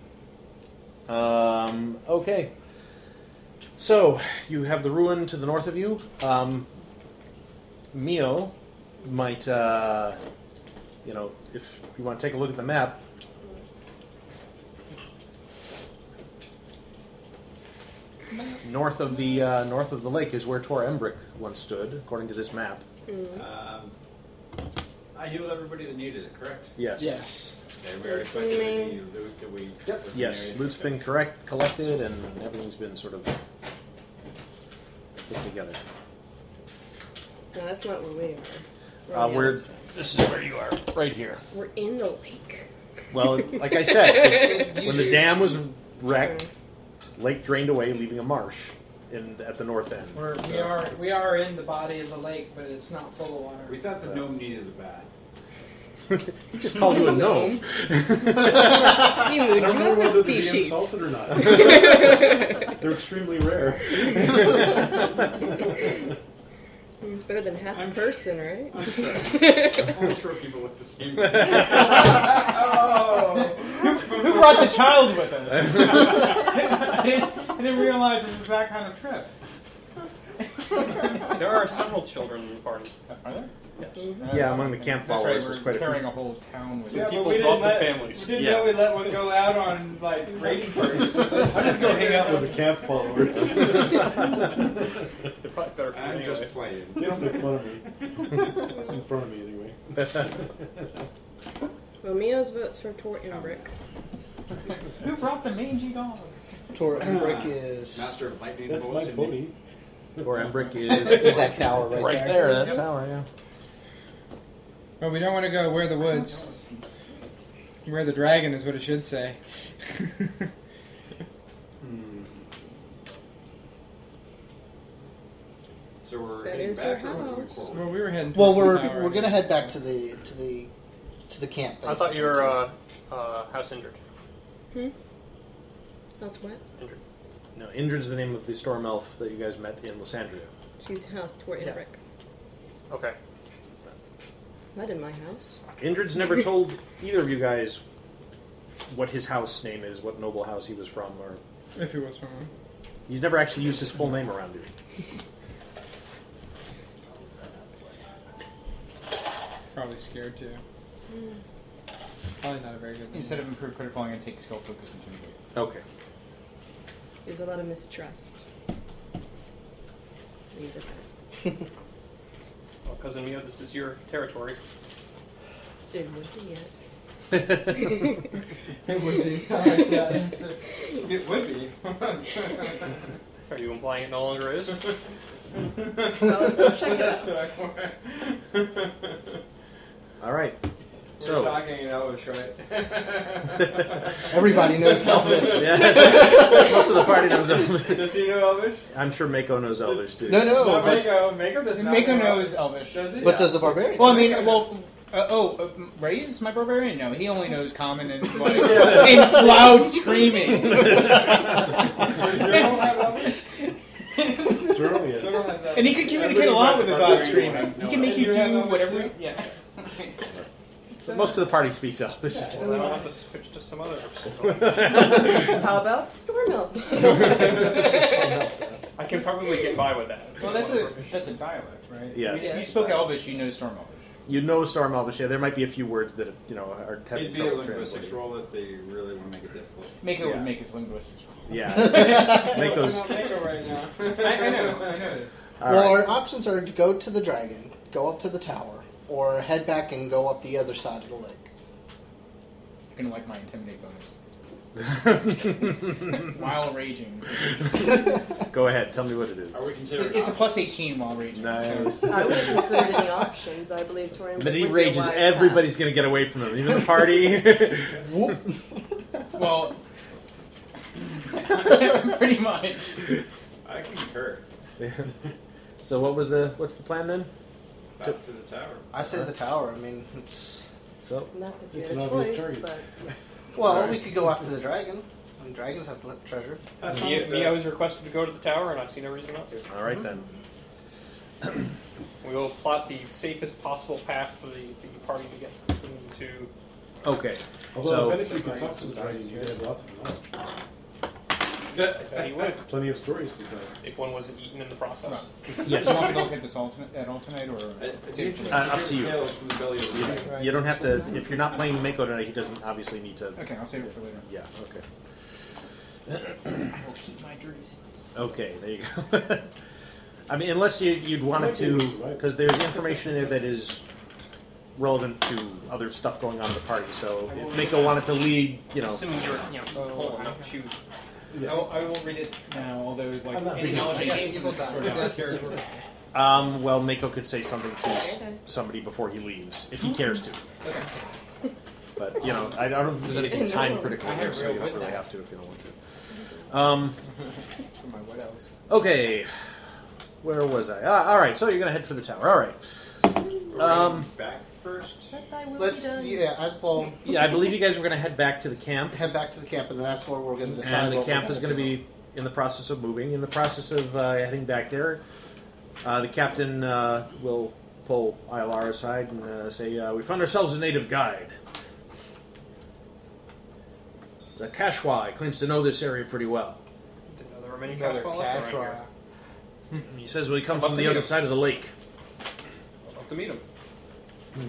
Speaker 4: Um, okay. So you have the ruin to the north of you. Um, Mio might, uh, you know, if you want to take a look at the map. North of the uh, north of the lake is where Tor Embrick once stood, according to this map.
Speaker 3: um, I healed everybody that needed it. Correct.
Speaker 4: Yes.
Speaker 6: Yes.
Speaker 3: Okay, we already
Speaker 12: Yes,
Speaker 3: put
Speaker 12: we
Speaker 3: the-
Speaker 12: may-
Speaker 3: the loot that we.
Speaker 6: Yep.
Speaker 3: was in
Speaker 4: Yes,
Speaker 3: there.
Speaker 4: loot's
Speaker 3: Okay.
Speaker 4: been correct, collected, and everything's been sort of put together.
Speaker 12: No, that's not where we are. We're
Speaker 4: Uh,
Speaker 12: on the
Speaker 4: we're-
Speaker 12: other side.
Speaker 4: This is where you are, right here.
Speaker 12: We're in the lake.
Speaker 4: Well, like I said, when-
Speaker 6: You
Speaker 4: when the
Speaker 6: should-
Speaker 4: dam was wrecked, lake drained away, leaving a marsh in at the north end.
Speaker 5: We're, we
Speaker 4: So-
Speaker 5: are we are in the body of the lake, but it's not full of water.
Speaker 3: We thought the gnome needed a bath.
Speaker 4: he just called you a gnome.
Speaker 12: Hey,
Speaker 1: I
Speaker 12: Mood,
Speaker 1: don't
Speaker 12: you know
Speaker 1: remember
Speaker 12: that
Speaker 1: whether to be
Speaker 12: species.
Speaker 1: insulted or not. They're extremely rare.
Speaker 12: It's better than half
Speaker 3: I'm-
Speaker 12: a person, right?
Speaker 3: I'm sorry. I'm sure people look the same.
Speaker 13: Who brought the child with us? I, didn't, I didn't realize this was that kind of trip.
Speaker 11: There are several children in the party.
Speaker 13: Are there?
Speaker 4: Yeah, among the camp
Speaker 13: That's
Speaker 4: followers,
Speaker 13: right,
Speaker 4: there's
Speaker 13: we're
Speaker 4: quite a few.
Speaker 13: carrying a whole town with us.
Speaker 5: Yeah, but
Speaker 11: People
Speaker 5: we didn't
Speaker 11: love the
Speaker 5: let-
Speaker 11: families.
Speaker 5: Didn't
Speaker 4: Yeah.
Speaker 5: know we let one go out on like raiding parties.
Speaker 1: I'm gonna go hang out with the camp followers.
Speaker 11: They're probably better for
Speaker 3: I'm
Speaker 11: me
Speaker 3: just
Speaker 11: anyway.
Speaker 3: playing.
Speaker 1: They don't make fun of me. In front of me, anyway.
Speaker 12: Well, Mio's votes for Tor Embrick.
Speaker 13: Who brought the mangy dog?
Speaker 6: Tor Embrick is.
Speaker 3: Master of lightning
Speaker 1: That's my
Speaker 3: bolts. and
Speaker 1: pony.
Speaker 4: Or Embrick is
Speaker 6: Is that tower right,
Speaker 4: right
Speaker 6: there?
Speaker 4: there, that tower, yeah.
Speaker 5: Well, we don't want to go where the woods. Where the dragon is what it should say.
Speaker 3: So we're
Speaker 12: That
Speaker 3: heading
Speaker 12: is
Speaker 3: back
Speaker 12: your
Speaker 3: or we're going
Speaker 12: house.
Speaker 3: forward?
Speaker 5: well, we were heading.
Speaker 6: Well,
Speaker 5: towards the
Speaker 6: we're
Speaker 5: tower
Speaker 6: we're gonna
Speaker 5: anyway,
Speaker 6: head back
Speaker 5: so-
Speaker 6: to the to the to the camp.
Speaker 11: I thought you were
Speaker 6: basically.
Speaker 11: uh, uh, house injured.
Speaker 12: House what?
Speaker 11: Injured.
Speaker 4: No, Indrid's the name of the storm elf that you guys met in Lysandria.
Speaker 12: She's house Tor Embrick.
Speaker 11: Okay.
Speaker 12: It's not in my house.
Speaker 4: Indrid's never told either of you guys what his house name is, what noble house he was from, or
Speaker 5: If he was from him.
Speaker 4: he's never actually used his full name around you.
Speaker 5: Probably scared too. Probably not a very good.
Speaker 13: Instead of improved critical, I'm going to take skill, focus, intimidate.
Speaker 4: Okay.
Speaker 12: There's a lot of mistrust. Leave it there.
Speaker 9: Oh,
Speaker 11: Well, cousin Mio, this is your territory.
Speaker 12: It would be yes.
Speaker 5: it would be. I like that answer. It would be.
Speaker 14: Are you implying it no longer is?
Speaker 15: Let's go check it out.
Speaker 4: All right.
Speaker 3: So.
Speaker 4: So.
Speaker 3: talking in Elvish, right?
Speaker 11: uh,
Speaker 6: Everybody knows Elvish.
Speaker 4: Yeah, most of the party knows Elvish.
Speaker 3: Does he know Elvish?
Speaker 4: I'm sure Mako knows Elvish too.
Speaker 6: No, no.
Speaker 3: Not
Speaker 6: Oh, but,
Speaker 3: Mako. Mako does not
Speaker 5: Mako
Speaker 3: know
Speaker 5: knows Elvish.
Speaker 3: Does he?
Speaker 6: but does the barbarian?
Speaker 5: Well, I mean, well, uh, oh, uh, Ray is my barbarian. No, he only knows common and like and loud screaming.
Speaker 3: Does Zero have Elvish?
Speaker 1: Surely it-
Speaker 3: Zero has Elvish.
Speaker 5: And he can communicate a lot with his loud screaming. He can make you do whatever. Yeah.
Speaker 4: So most of the party speaks Elvish.
Speaker 14: Well, then I'll have to switch to some other person.
Speaker 12: How about Stormelt?
Speaker 14: I can probably get by with that.
Speaker 5: Well, that's a that's a dialect, right?
Speaker 4: Yeah,
Speaker 5: If
Speaker 4: it's-
Speaker 5: you spoke Elvish, you know Storm Elvish.
Speaker 4: You know Storm Elvish. Yeah, there might be a few words that you know are having
Speaker 9: It'd be a
Speaker 4: trouble
Speaker 9: linguistics
Speaker 4: translating.
Speaker 9: roll if they really want to make it difficult.
Speaker 5: Mako
Speaker 4: Yeah.
Speaker 5: would make his linguistics.
Speaker 4: Yeah, Mako's.
Speaker 3: I'm not Mako right now.
Speaker 5: I, I know, I know this.
Speaker 4: all
Speaker 6: well,
Speaker 4: right.
Speaker 6: our options are to go to the dragon, go up to the tower, or head back and go up the other side of the lake.
Speaker 5: You're gonna like my intimidate bonus. While raging,
Speaker 4: Go ahead. Tell me what it is.
Speaker 1: Are we considering?
Speaker 5: it's a plus eighteen while raging.
Speaker 4: Nice.
Speaker 12: I would consider any options. I believe Torian.
Speaker 4: But he
Speaker 12: would be a
Speaker 4: rages.
Speaker 12: wise
Speaker 4: Everybody's gonna get away from him. Even the party.
Speaker 6: Whoop.
Speaker 5: So- well, pretty much.
Speaker 1: I concur.
Speaker 4: so what was the what's the plan then?
Speaker 1: Back to the tower.
Speaker 6: I say the tower. I mean, it's
Speaker 4: So
Speaker 12: path. Not that you
Speaker 1: It's
Speaker 12: had a
Speaker 1: an obvious
Speaker 12: choice,
Speaker 1: target.
Speaker 12: but yes.
Speaker 6: well, we could go after the dragon. And dragons have le- treasure.
Speaker 14: Me, me, I was requested to go to the tower, and I see no reason not to.
Speaker 4: all right then.
Speaker 14: We will Mm-hmm. plot the safest possible path for the, the party to get between the two.
Speaker 4: Okay.
Speaker 1: Although I bet
Speaker 4: so
Speaker 1: if you could talk to the dragon, you'd have lots of knowledge.
Speaker 14: That he would,
Speaker 1: Plenty of stories to tell.
Speaker 14: if one wasn't eaten in the process.
Speaker 5: Do you
Speaker 4: yes,
Speaker 5: want me to look at this alternate, at alternate or save it for
Speaker 4: Uh,
Speaker 5: later?
Speaker 4: up to you.
Speaker 1: Tales from the belly of the dragon.
Speaker 4: you don't have to. If you're not playing Mako tonight, he doesn't obviously need to.
Speaker 5: Okay, I'll save it for later.
Speaker 4: Yeah. Okay.
Speaker 5: I will keep my dirty secrets.
Speaker 4: Okay, there you go. I mean, unless you, you'd wanted to, because there's information in there that is relevant to other stuff going on in the party. So if Mako wanted to lead, you know,
Speaker 14: Assuming you're, you know,
Speaker 5: Oh,
Speaker 14: holding up to
Speaker 5: I, will, Oh, I will read it now, although like any knowledge I gained from this is sort of out of character.
Speaker 4: um, well, Mako could say something to s-
Speaker 12: Okay.
Speaker 4: somebody before he leaves, if he cares to. But you know, I I don't think there's anything
Speaker 12: No,
Speaker 4: time critical
Speaker 5: I
Speaker 4: here,
Speaker 5: have
Speaker 4: so
Speaker 5: real
Speaker 4: you don't really
Speaker 5: witness.
Speaker 4: have to if you don't want to. Um,
Speaker 5: For my what else?
Speaker 4: okay, where was I? Ah, all right, so you're gonna head for the tower. All right. Um,
Speaker 1: Back first.
Speaker 12: Let thy will be
Speaker 6: Let's
Speaker 12: done.
Speaker 6: yeah. I, well,
Speaker 4: yeah, I believe you guys were gonna head back to the camp.
Speaker 6: head back to the camp, and that's where we're going to decide.
Speaker 4: and the
Speaker 6: what we're
Speaker 4: camp is
Speaker 6: gonna
Speaker 4: going to
Speaker 6: do.
Speaker 4: be in the process of moving, in the process of uh, heading back there. Uh, the captain uh, will pull ILR aside and uh, say, uh, "We found ourselves a native guide. The Kashwa claims to know this area pretty well.
Speaker 14: Didn't know there were many
Speaker 5: Another
Speaker 14: Casbah left
Speaker 5: cash
Speaker 14: around here.
Speaker 5: rock.
Speaker 4: He says we come
Speaker 14: I'd love
Speaker 4: from
Speaker 14: to
Speaker 4: the
Speaker 14: meet
Speaker 4: other
Speaker 14: him.
Speaker 4: side of the lake."
Speaker 14: I'd love to meet him.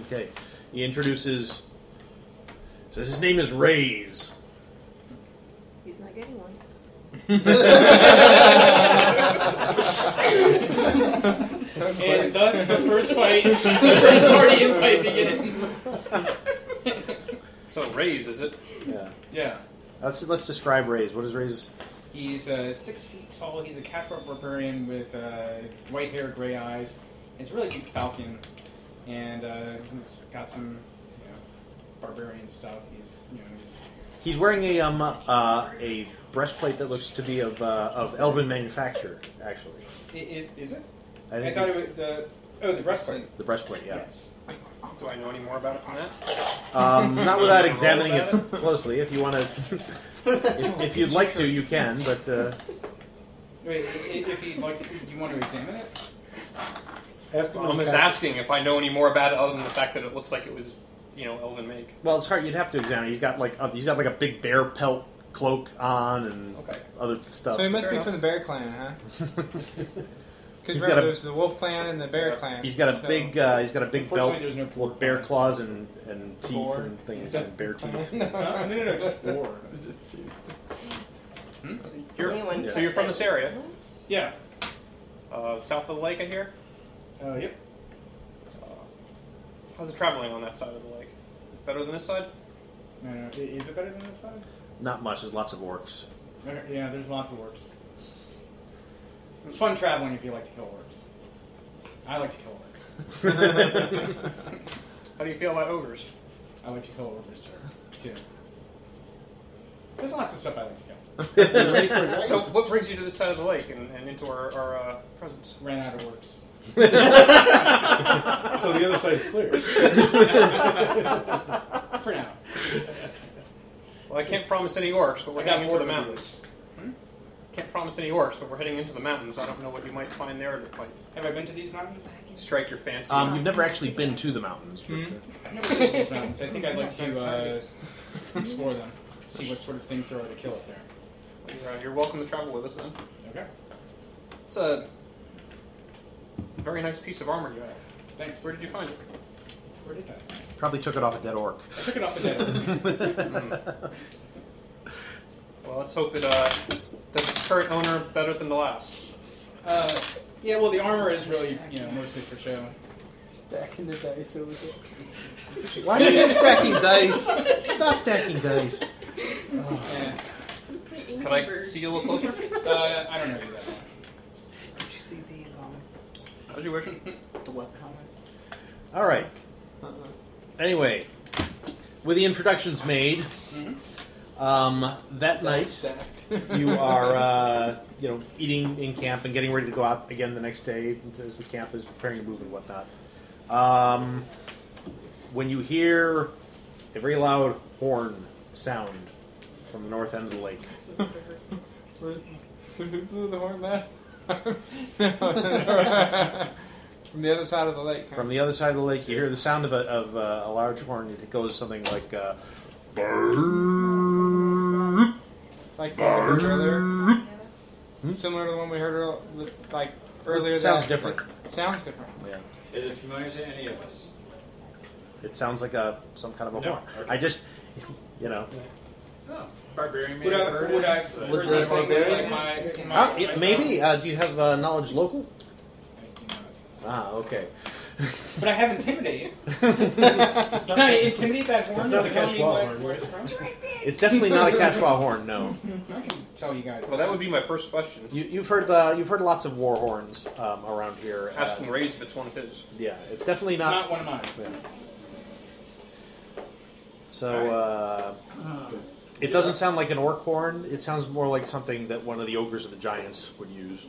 Speaker 4: Okay, he introduces. Says his name is Rays.
Speaker 12: He's not getting one.
Speaker 5: And thus the first fight, the first party invite beginning.
Speaker 14: So, raise, is it?
Speaker 4: Yeah.
Speaker 5: Yeah.
Speaker 4: Let's let's describe Rays. What is Rays?
Speaker 5: He's uh, six feet tall. He's a Cathro barbarian with uh, white hair, gray eyes. He's a really cute falcon, and uh, he's got some you know, barbarian stuff. He's you know he's
Speaker 4: He's wearing a um uh, a breastplate that looks to be of uh, of elven manufacture, actually.
Speaker 5: i- is is it?
Speaker 4: I think
Speaker 5: thought it was the oh the breastplate.
Speaker 4: the breastplate, yeah.
Speaker 5: Yes.
Speaker 14: Do I know any more about it than that?
Speaker 4: Um, not without examining
Speaker 14: Roll
Speaker 4: it closely. If you want to, if, if you'd like to, you can. But uh,
Speaker 5: Wait, i- i- if you'd like, to, do you want to examine it?
Speaker 1: Ask him
Speaker 14: I'm
Speaker 1: to
Speaker 14: just asking if I know any more about it other than the fact that it looks like it was, you know, elven make.
Speaker 4: well, it's hard. You'd have to examine. He's got like a, he's got like a big bear pelt cloak on and
Speaker 14: Okay.
Speaker 4: other stuff.
Speaker 3: So he must
Speaker 14: Fair
Speaker 3: be
Speaker 14: enough.
Speaker 3: from the bear clan, huh? Because
Speaker 4: He's
Speaker 3: remember,
Speaker 4: got a-
Speaker 3: there's the wolf clan and the bear clan.
Speaker 4: he's got a
Speaker 3: so-
Speaker 4: big uh, he's got a big belt
Speaker 5: Unfortunately, there's no
Speaker 4: full of bear claws and and teeth and things and bear teeth.
Speaker 5: No, no, no, no just four.
Speaker 14: You're,
Speaker 12: Anyone
Speaker 14: So you're from this area,
Speaker 5: Yeah.
Speaker 14: uh, south of the lake, I hear. Uh,
Speaker 5: Uh, yep.
Speaker 14: How's it traveling on that side of the lake? Better than this side?
Speaker 5: No, no, i- Is it better than this side?
Speaker 4: Not much. There's lots of orcs.
Speaker 5: Okay, Yeah, there's lots of works. It's fun traveling if you like to kill orcs. I like to kill orcs.
Speaker 14: How do you feel about ogres?
Speaker 5: I like to kill orcs, sir. Too. There's lots of stuff I like to kill.
Speaker 14: so, what brings you to this side of the lake and, and into our, our uh, presence?
Speaker 5: Ran out of orcs.
Speaker 1: So the other side's clear.
Speaker 5: For now.
Speaker 14: Well, I can't promise any orcs, but we're
Speaker 5: I got
Speaker 14: heading into
Speaker 5: more
Speaker 14: the
Speaker 5: than
Speaker 14: mountains.
Speaker 5: Hmm?
Speaker 14: Can't promise any orcs, but we're heading into the mountains. I don't know what you might find there that might
Speaker 5: Have I been to these mountains?
Speaker 14: strike your fancy.
Speaker 4: Um, you've never actually been to the mountains. but, uh,
Speaker 5: I've never been to these mountains. I think I'd like to uh, explore them, see what sort of things there are to kill up there.
Speaker 14: You're, uh, you're welcome to travel with us then.
Speaker 5: Okay.
Speaker 14: It's a very nice piece of armor you have.
Speaker 5: Thanks.
Speaker 14: Where did you find it?
Speaker 5: Where did I?
Speaker 4: Probably took it off a dead orc.
Speaker 5: I took it off the desk.
Speaker 14: Well, let's hope it uh, does its current owner better than the last.
Speaker 5: Uh, yeah, well, the armor is really, you know, mostly for show.
Speaker 6: Stacking the dice over there.
Speaker 4: Why do you guys stack these dice? Stop stacking dice.
Speaker 5: Yeah.
Speaker 14: Can I see you a little closer?
Speaker 5: Uh, I don't know you that well.
Speaker 6: Did you see the comic?
Speaker 14: How's you wishing?
Speaker 6: The web comic?
Speaker 4: All right. Anyway, with the introductions made, um, that night you are uh, you know eating in camp and getting ready to go out again the next day as the camp is preparing to move and whatnot. Um, when you hear a very loud horn sound from the north end of the lake,
Speaker 3: When who blew the horn last time? No, no. From the other side of the lake. huh?
Speaker 4: from the other side of the lake, you hear the sound of a, of uh, a large horn. It goes something like. Uh,
Speaker 3: Like the one we heard earlier. Similar to the one we heard earl- with, like earlier.
Speaker 4: It sounds
Speaker 3: that-
Speaker 4: different.
Speaker 3: Sounds different.
Speaker 4: Yeah.
Speaker 9: Is it familiar to any of us?
Speaker 4: It sounds like a some kind of a
Speaker 9: No,
Speaker 4: horn.
Speaker 9: okay.
Speaker 4: I just, you know,
Speaker 9: No. Barbarian
Speaker 5: Would I, would I,
Speaker 9: So-
Speaker 5: would
Speaker 16: they
Speaker 5: I say this
Speaker 16: barbarian?
Speaker 5: like my, my,
Speaker 4: Ah,
Speaker 5: my
Speaker 4: it- maybe. Uh, do you have uh, knowledge local?
Speaker 5: phone?
Speaker 4: Ah, okay.
Speaker 5: But I have intimidate.
Speaker 4: it's
Speaker 5: Can I intimidate that
Speaker 1: It's
Speaker 5: horn?
Speaker 1: not a
Speaker 5: to tell me
Speaker 1: casual
Speaker 5: what-
Speaker 1: horn,
Speaker 5: where
Speaker 1: right?
Speaker 5: it's from?
Speaker 4: definitely not a Kashwa horn. No,
Speaker 5: I can tell you guys.
Speaker 14: Well, that would be my first question.
Speaker 4: you, you've heard uh, you've heard lots of war horns um, around here. Uh,
Speaker 14: Ask and raise if it's one of his.
Speaker 4: yeah, it's definitely
Speaker 5: It's
Speaker 4: not.
Speaker 5: not one of mine.
Speaker 4: So uh, it doesn't sound like an orc horn. It sounds more like something that one of the ogres or the giants would use.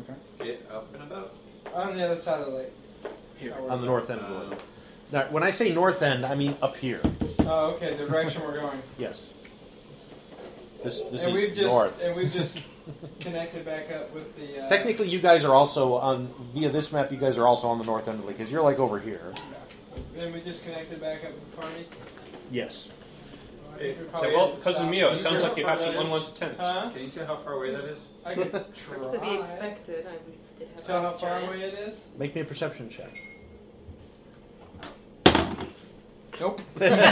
Speaker 5: Okay.
Speaker 9: Get up and about.
Speaker 3: On the other side of the lake.
Speaker 9: Here.
Speaker 4: on the north end of the lake. Now, when I say north end, I mean up here.
Speaker 3: Oh, okay. The direction we're going.
Speaker 4: Yes. This this
Speaker 3: and
Speaker 4: is
Speaker 3: we've just
Speaker 4: north.
Speaker 3: and we've just connected back up with the. Uh,
Speaker 4: Technically, you guys are also on via this map. You guys are also on the north end of the lake because you're like over here.
Speaker 3: And we just connected back up with Carney.
Speaker 4: Yes.
Speaker 3: I think we probably
Speaker 14: Say, well,
Speaker 3: have to
Speaker 14: cousin
Speaker 3: stop.
Speaker 14: Mio, it
Speaker 9: You
Speaker 14: sounds
Speaker 9: sure?
Speaker 14: like you have some
Speaker 9: That is-
Speaker 14: unwanted tenants.
Speaker 3: Huh?
Speaker 9: Can you tell how far away that is?
Speaker 3: I could
Speaker 12: It's to be
Speaker 3: try.
Speaker 12: expected. I would, it had
Speaker 3: Tell how
Speaker 12: ice
Speaker 3: far away
Speaker 12: giants.
Speaker 3: it is.
Speaker 4: Make me a perception check.
Speaker 3: Nope.
Speaker 4: Just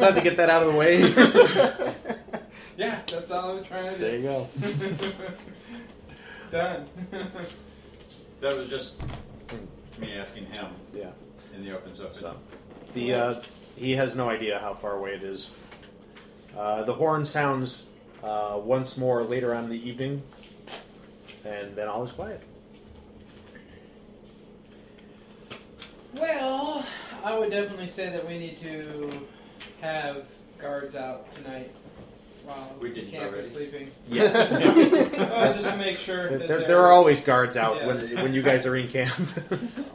Speaker 4: glad to get that out of the way.
Speaker 3: Yeah, that's all I'm trying to do.
Speaker 4: there you go.
Speaker 3: Done.
Speaker 9: That was just me asking him
Speaker 4: Yeah.
Speaker 9: in the open so.
Speaker 4: So the uh, he has no idea how far away it is. Uh, the horn sounds uh, once more later on in the evening, and then all is quiet.
Speaker 3: well, I would definitely say that we need to have guards out tonight while
Speaker 9: We didn't
Speaker 3: camp is
Speaker 9: already.
Speaker 3: sleeping.
Speaker 4: Yeah.
Speaker 3: Uh, just to make sure that
Speaker 4: there, there
Speaker 3: there's-
Speaker 4: are always guards out when,
Speaker 3: Yeah.
Speaker 4: when you guys are in camp.
Speaker 14: That's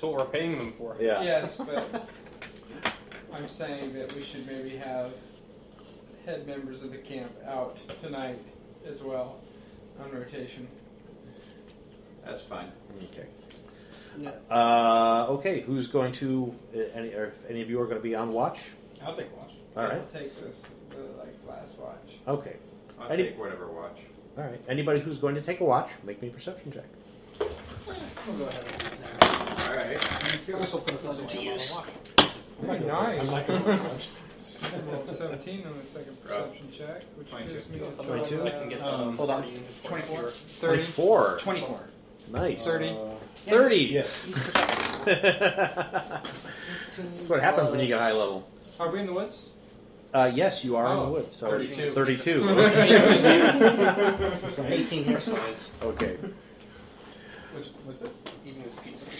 Speaker 14: what we're paying them for.
Speaker 4: yeah.
Speaker 3: Yes, but I'm saying that we should maybe have head members of the camp out tonight as well on rotation.
Speaker 9: That's fine.
Speaker 4: Okay.
Speaker 3: Yeah.
Speaker 4: Uh, okay. Who's going to? uh, Any? Or if any of you are going to be on watch?
Speaker 5: I'll take a watch.
Speaker 4: All right.
Speaker 3: I'll take this the like last watch.
Speaker 4: Okay.
Speaker 9: I'll
Speaker 4: I did-
Speaker 9: take whatever watch.
Speaker 4: All right. Anybody who's going to take a watch, make me a perception check.
Speaker 16: We'll go ahead and leave that.
Speaker 9: All right.
Speaker 16: This will put a feather to use.
Speaker 3: nice.
Speaker 1: I'm not going to watch.
Speaker 3: Roll 17 on the second perception check, which
Speaker 9: 22.
Speaker 3: gives me a Uh, total
Speaker 4: 22?
Speaker 14: I can get
Speaker 3: of,
Speaker 14: um,
Speaker 16: Hold on.
Speaker 14: 24.
Speaker 3: 30.
Speaker 4: Four.
Speaker 5: 24.
Speaker 4: Nice.
Speaker 3: Thirty.
Speaker 4: Thirty.
Speaker 1: Uh, Yeah.
Speaker 4: That's what happens when you get high level.
Speaker 3: Are we in the woods?
Speaker 4: Uh, yes, you are in the
Speaker 3: Oh,
Speaker 4: woods. So
Speaker 3: 32.
Speaker 4: it's 32.
Speaker 3: It's an 18 here.
Speaker 17: Science.
Speaker 4: Okay.
Speaker 5: Was, was this
Speaker 17: eating this pizza for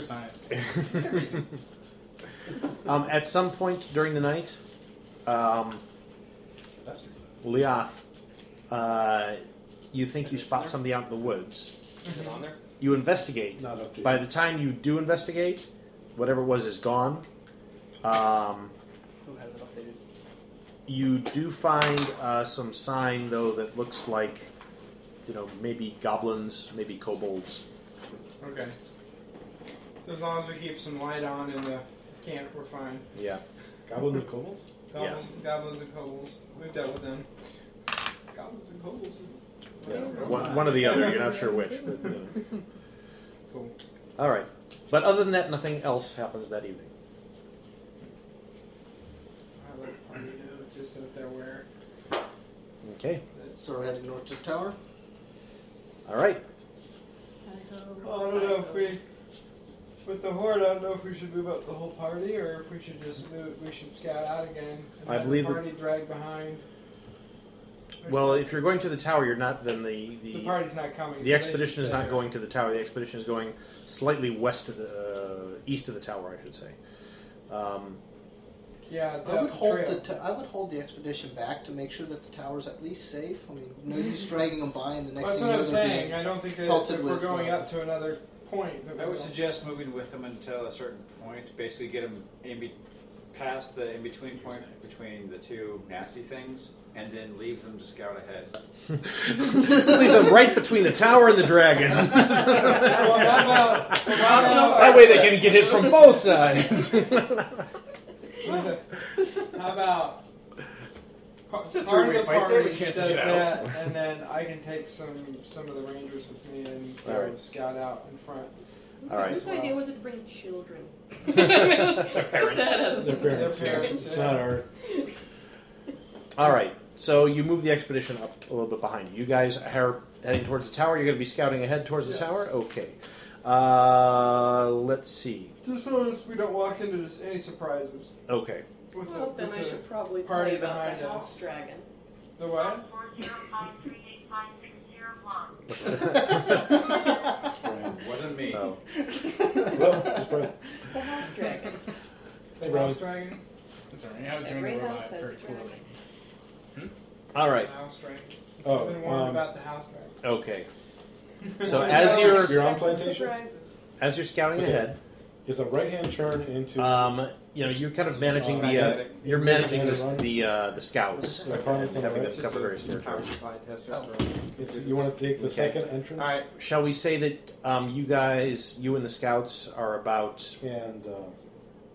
Speaker 17: science?
Speaker 5: for science?
Speaker 4: um, at some point during the night, um, Leoth, uh, you think you spot something out in the woods.
Speaker 17: Is it on there?
Speaker 4: You investigate.
Speaker 1: Not up to
Speaker 4: By
Speaker 1: you.
Speaker 4: the time you do investigate, whatever it was is gone. Um,
Speaker 17: Who has it updated?
Speaker 4: you do find uh, some sign though that looks like, you know, maybe goblins, maybe kobolds.
Speaker 3: Okay. As long as we keep some light on in the camp, we're fine.
Speaker 4: Yeah.
Speaker 1: Goblins and kobolds?
Speaker 3: Goblins, goblins and kobolds. We've dealt with them. Goblins and kobolds.
Speaker 4: Yeah. One, one or the other. You're not sure which, but. Uh,
Speaker 3: Cool.
Speaker 4: All right. But other than that, nothing else happens that evening.
Speaker 3: I let the party know just that they're aware.
Speaker 4: Okay.
Speaker 6: So we're heading north to the tower.
Speaker 4: All right.
Speaker 3: Well, Oh, I don't know if we, with the horde, I don't know if we should move up the whole party or if we should just move. We should scout out again. And
Speaker 4: I
Speaker 3: let
Speaker 4: believe
Speaker 3: the
Speaker 4: that-
Speaker 3: party drag behind.
Speaker 4: Well, if you're going to the tower, you're not. Then the the,
Speaker 3: The party's not coming, so
Speaker 4: The
Speaker 3: they
Speaker 4: expedition
Speaker 3: should
Speaker 4: is
Speaker 3: stay
Speaker 4: not
Speaker 3: here.
Speaker 4: going to the tower. The expedition is going slightly west of the uh, east of the tower, I should say. Um,
Speaker 3: Yeah,
Speaker 6: I
Speaker 3: that
Speaker 6: would hold
Speaker 3: trail.
Speaker 6: the t- I would hold the expedition back to make sure that the tower's at least safe. I mean, no use dragging them by, and the next
Speaker 3: That's
Speaker 6: thing
Speaker 3: what
Speaker 6: you know,
Speaker 3: I'm
Speaker 6: they're
Speaker 3: saying.
Speaker 6: being
Speaker 3: I don't think that
Speaker 6: pelted
Speaker 3: if we're
Speaker 6: with,
Speaker 3: going
Speaker 6: uh,
Speaker 3: up to another point. That
Speaker 9: I
Speaker 3: we
Speaker 9: would
Speaker 3: don't-
Speaker 9: suggest moving with them until a certain point. Basically, get them in be- past the in between point between the two nasty things, and then leave them to scout ahead.
Speaker 4: leave them right between the tower and the dragon. that way they can get it from both sides.
Speaker 3: How about part,
Speaker 17: Is that
Speaker 3: part
Speaker 17: three-way
Speaker 3: of the
Speaker 17: fight? They
Speaker 3: party
Speaker 17: have a chance
Speaker 3: does
Speaker 17: to get
Speaker 3: that,
Speaker 17: out.
Speaker 3: and then I can take some some of the rangers with me and go
Speaker 4: All right.
Speaker 3: scout out in front.
Speaker 4: All right.
Speaker 3: as
Speaker 4: Whose
Speaker 2: Whose
Speaker 3: well.
Speaker 2: idea was it to bring children?
Speaker 1: Their parents.
Speaker 3: Their parents,
Speaker 1: It's
Speaker 3: yeah.
Speaker 1: not our.
Speaker 4: All right. So you move the expedition up a little bit behind you. You guys are heading towards the tower. You're going to be scouting ahead towards the tower. Okay. Uh, let's see.
Speaker 3: Just so as we don't walk into this, any surprises.
Speaker 4: Okay.
Speaker 3: With the-
Speaker 7: Well, then
Speaker 3: with
Speaker 7: I
Speaker 3: the
Speaker 7: should probably
Speaker 3: party
Speaker 7: play about
Speaker 3: behind
Speaker 7: the
Speaker 3: us.
Speaker 7: house dragon.
Speaker 3: The what?
Speaker 9: Wasn't me.
Speaker 4: Oh.
Speaker 7: The house dragon.
Speaker 3: The
Speaker 1: Brian.
Speaker 3: house dragon.
Speaker 5: That's all right. I was doing
Speaker 7: Every
Speaker 5: the
Speaker 7: house
Speaker 5: robot
Speaker 7: has a
Speaker 5: very
Speaker 7: dragon.
Speaker 5: poorly.
Speaker 4: All right.
Speaker 3: The house dragon.
Speaker 1: Oh,
Speaker 3: I've been warned
Speaker 1: um,
Speaker 3: about the house dragon.
Speaker 4: Okay. So as you're
Speaker 1: You're on plantation?
Speaker 7: Surprises.
Speaker 4: as you're scouting
Speaker 1: Okay.
Speaker 4: ahead,
Speaker 1: It's a right hand turn into.
Speaker 4: um, you know you're kind of managing the uh, you're managing this, the uh, the scouts
Speaker 1: Like
Speaker 4: and
Speaker 1: Brian's on the
Speaker 4: having
Speaker 1: right.
Speaker 4: them cover various
Speaker 5: Power
Speaker 4: territories.
Speaker 5: supply test after all.
Speaker 1: it's, you want to take the
Speaker 4: Okay.
Speaker 1: second entrance?
Speaker 5: All right.
Speaker 4: Shall we say that um, you guys, you and the scouts, are about
Speaker 1: And uh,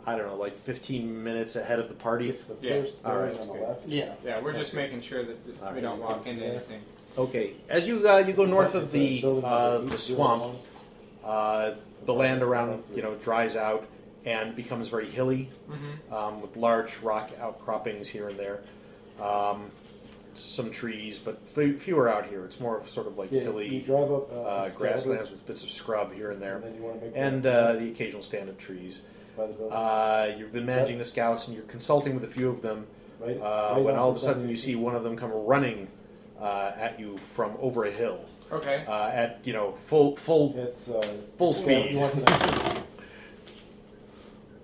Speaker 4: I don't know, like 15 minutes ahead of the party?
Speaker 1: it's the
Speaker 5: Yeah.
Speaker 1: first
Speaker 4: All right,
Speaker 1: door
Speaker 4: that's
Speaker 1: on the
Speaker 4: good.
Speaker 1: left.
Speaker 6: Yeah.
Speaker 5: Yeah, we're
Speaker 4: Sounds
Speaker 5: just
Speaker 4: good.
Speaker 5: making sure that th-
Speaker 4: All
Speaker 5: we
Speaker 4: right.
Speaker 5: don't walk into
Speaker 1: Yeah.
Speaker 5: anything.
Speaker 4: Okay. As you uh, you go north of
Speaker 1: It's a
Speaker 4: the
Speaker 1: building
Speaker 4: uh,
Speaker 1: number
Speaker 4: the
Speaker 1: eight,
Speaker 4: swamp,
Speaker 1: zero
Speaker 4: uh, the land around you know dries out and becomes very hilly, um, with large rock outcroppings here and there, um, some trees, but fe- fewer out here. It's more sort of like
Speaker 1: one. Yeah, you
Speaker 4: hilly
Speaker 1: drive up uh,
Speaker 4: uh,
Speaker 1: Excalibur,
Speaker 4: grasslands with bits of scrub here and there,
Speaker 1: And then you want to make
Speaker 4: and
Speaker 1: that
Speaker 4: uh, the occasional stand of trees.
Speaker 1: by the building.
Speaker 4: Uh, you've been managing the scouts and you're consulting with a few of them.
Speaker 1: right,
Speaker 4: Uh,
Speaker 1: right
Speaker 4: when
Speaker 1: off
Speaker 4: all of a
Speaker 1: the
Speaker 4: sudden you
Speaker 1: plantation.
Speaker 4: see one of them come running uh, at you from over a hill
Speaker 5: Okay.
Speaker 4: uh, at you know full full
Speaker 1: It's uh,
Speaker 4: full
Speaker 1: it's got-
Speaker 4: speed.
Speaker 1: you want to-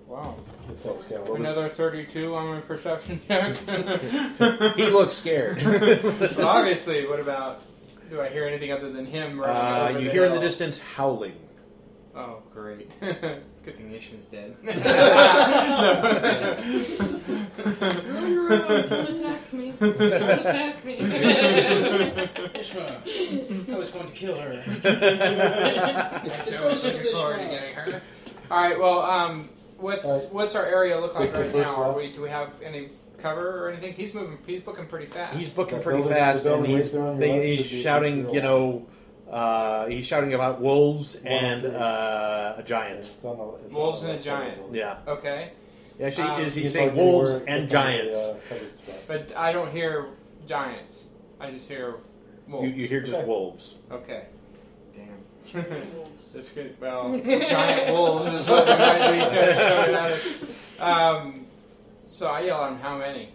Speaker 5: Wow.
Speaker 1: It's like Excalibur.
Speaker 5: Another 32 on my perception check.
Speaker 4: he looks scared.
Speaker 5: So obviously, what about? Do I hear anything other than him running?
Speaker 4: uh,
Speaker 5: over
Speaker 4: you hear in the
Speaker 5: hill?
Speaker 4: distance howling.
Speaker 5: Oh, great. Good thing Ishmael's dead.
Speaker 7: Run, run, don't attack me. Don't attack me.
Speaker 5: I was going to kill her.
Speaker 6: It's the
Speaker 5: so
Speaker 6: ghost of
Speaker 5: looking forward to
Speaker 6: Ishmael.
Speaker 5: getting her. All right. Well, um, what's
Speaker 1: Alright.
Speaker 5: what's our area look like
Speaker 1: Take the
Speaker 5: right
Speaker 1: first
Speaker 5: now? Are
Speaker 1: left.
Speaker 5: we do we have any cover or anything? He's moving. He's booking pretty fast.
Speaker 4: He's booking
Speaker 1: That
Speaker 4: pretty
Speaker 1: building-
Speaker 4: fast,
Speaker 1: the
Speaker 4: and
Speaker 1: building right
Speaker 4: he's
Speaker 1: there on your
Speaker 4: they-
Speaker 1: left
Speaker 4: he's
Speaker 1: should be a
Speaker 4: shouting.
Speaker 1: picture
Speaker 4: You
Speaker 1: of-
Speaker 4: know, uh, he's shouting about wolves
Speaker 1: One,
Speaker 4: and
Speaker 1: three.
Speaker 4: uh, a giant.
Speaker 1: It's on the, it's on
Speaker 5: Wolves
Speaker 1: the
Speaker 5: and a
Speaker 1: left side of the
Speaker 5: giant.
Speaker 1: building.
Speaker 4: Yeah,
Speaker 5: okay.
Speaker 4: actually,
Speaker 5: Um,
Speaker 4: is he
Speaker 1: He's
Speaker 4: saying
Speaker 1: like anywhere
Speaker 4: wolves
Speaker 1: except on
Speaker 4: and
Speaker 1: the,
Speaker 4: giants?
Speaker 1: uh, covered spot.
Speaker 5: But I don't hear giants. I just hear wolves.
Speaker 4: You, you hear just
Speaker 1: Okay.
Speaker 4: wolves.
Speaker 5: Okay. Damn. That's good. Well, giant wolves is what they might be. coming out of. Um, so I yell at him, how many?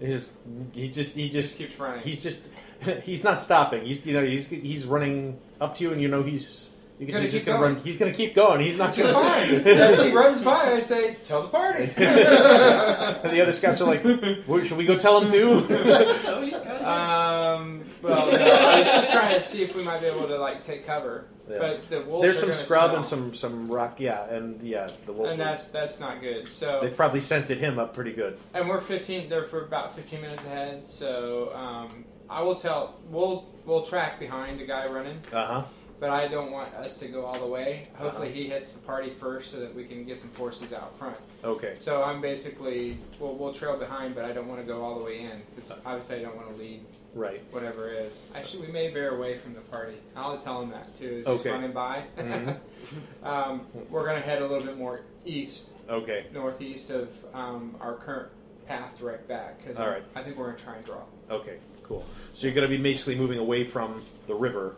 Speaker 4: He just he just he just
Speaker 3: keeps running.
Speaker 4: He's just he's not stopping. He's you know he's he's running up to you, and you know he's you can,
Speaker 3: Gotta
Speaker 4: he's just
Speaker 3: keep
Speaker 4: gonna
Speaker 3: going.
Speaker 4: run. He's gonna keep going. He's not
Speaker 3: It's
Speaker 4: gonna.
Speaker 3: fine. That's what runs by. I say, tell the party.
Speaker 4: and the other scouts are like, "Well, should we go tell him too?
Speaker 7: Oh,
Speaker 3: um, well, no, I was just trying to see if we might be able to like take cover,
Speaker 4: Yeah.
Speaker 3: but the wolves.
Speaker 4: There's
Speaker 3: are
Speaker 4: some
Speaker 3: gonna
Speaker 4: scrub
Speaker 3: smell,
Speaker 4: and some some rock. Yeah, and yeah, the wolves.
Speaker 3: and
Speaker 4: were-
Speaker 3: that's that's not good. So
Speaker 4: they probably scented him up pretty good.
Speaker 3: and we're 15 they're for about 15 minutes ahead so um, i will tell we'll we'll track behind the guy running
Speaker 4: Uh huh.
Speaker 3: but i don't want us to go all the way hopefully
Speaker 4: Uh-huh.
Speaker 3: he hits the party first so that we can get some forces out front
Speaker 4: Okay.
Speaker 3: so i'm basically we'll, we'll trail behind but i don't want to go all the way in because obviously i don't want to lead
Speaker 4: Right.
Speaker 3: whatever it is actually we may veer away from the party i'll tell him that too as
Speaker 4: Okay.
Speaker 3: he's running by
Speaker 4: Mhm.
Speaker 3: um, we're going to head a little bit more east
Speaker 4: Okay.
Speaker 3: northeast of um, our current path direct back because
Speaker 4: All right.
Speaker 3: I think we're going to try and draw.
Speaker 4: Okay. Cool. So you're gonna be basically moving away from the river.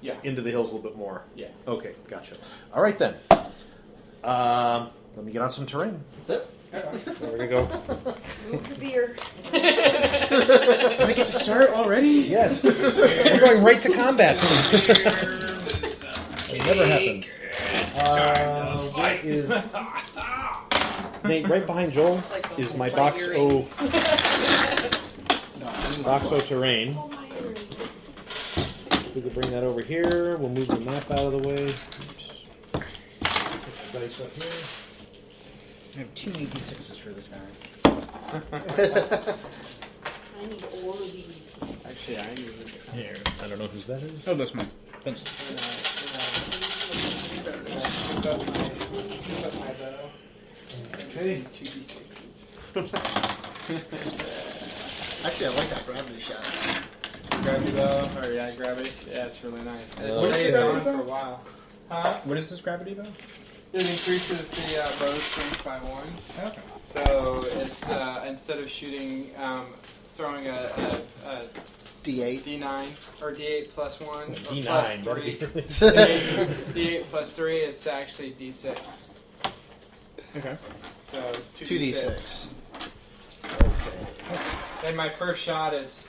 Speaker 3: Yeah.
Speaker 4: Into the hills a little bit more.
Speaker 3: Yeah.
Speaker 4: Okay. Gotcha. All right then. Um, let me get on some terrain. There we go.
Speaker 12: Move the beer.
Speaker 4: Can I get to start already? Yes. We're going right to combat. it never happens. Uh, what is Nate right behind Joel? Is my box O box O terrain? We could bring that over here. We'll move the map out of the way. Oops. Put the dice up here.
Speaker 8: I have two
Speaker 5: E
Speaker 8: sixes for this guy.
Speaker 12: I need all of these.
Speaker 8: Actually, I need
Speaker 4: Here. I don't know whose that is.
Speaker 8: Oh, that's mine. Thanks.
Speaker 6: Okay. Two d sixes. Actually, I like that gravity shot.
Speaker 3: Gravity bow, or yeah, gravity. Yeah, it's really nice. And it
Speaker 8: What is
Speaker 3: stays
Speaker 8: the
Speaker 3: on
Speaker 8: gravity
Speaker 3: for a
Speaker 8: bow?
Speaker 3: while. Huh?
Speaker 8: What is this gravity bow?
Speaker 3: It increases the uh, bow strength by one. Okay. So it's uh, instead of shooting, um, throwing a, a, a
Speaker 6: D8.
Speaker 3: D9 or D8 plus one or
Speaker 4: D9,
Speaker 3: plus
Speaker 4: what
Speaker 3: three.
Speaker 4: do you-
Speaker 3: D8, plus three. It's actually D6.
Speaker 8: Okay.
Speaker 3: So two,
Speaker 6: 2d6.
Speaker 3: And my first shot is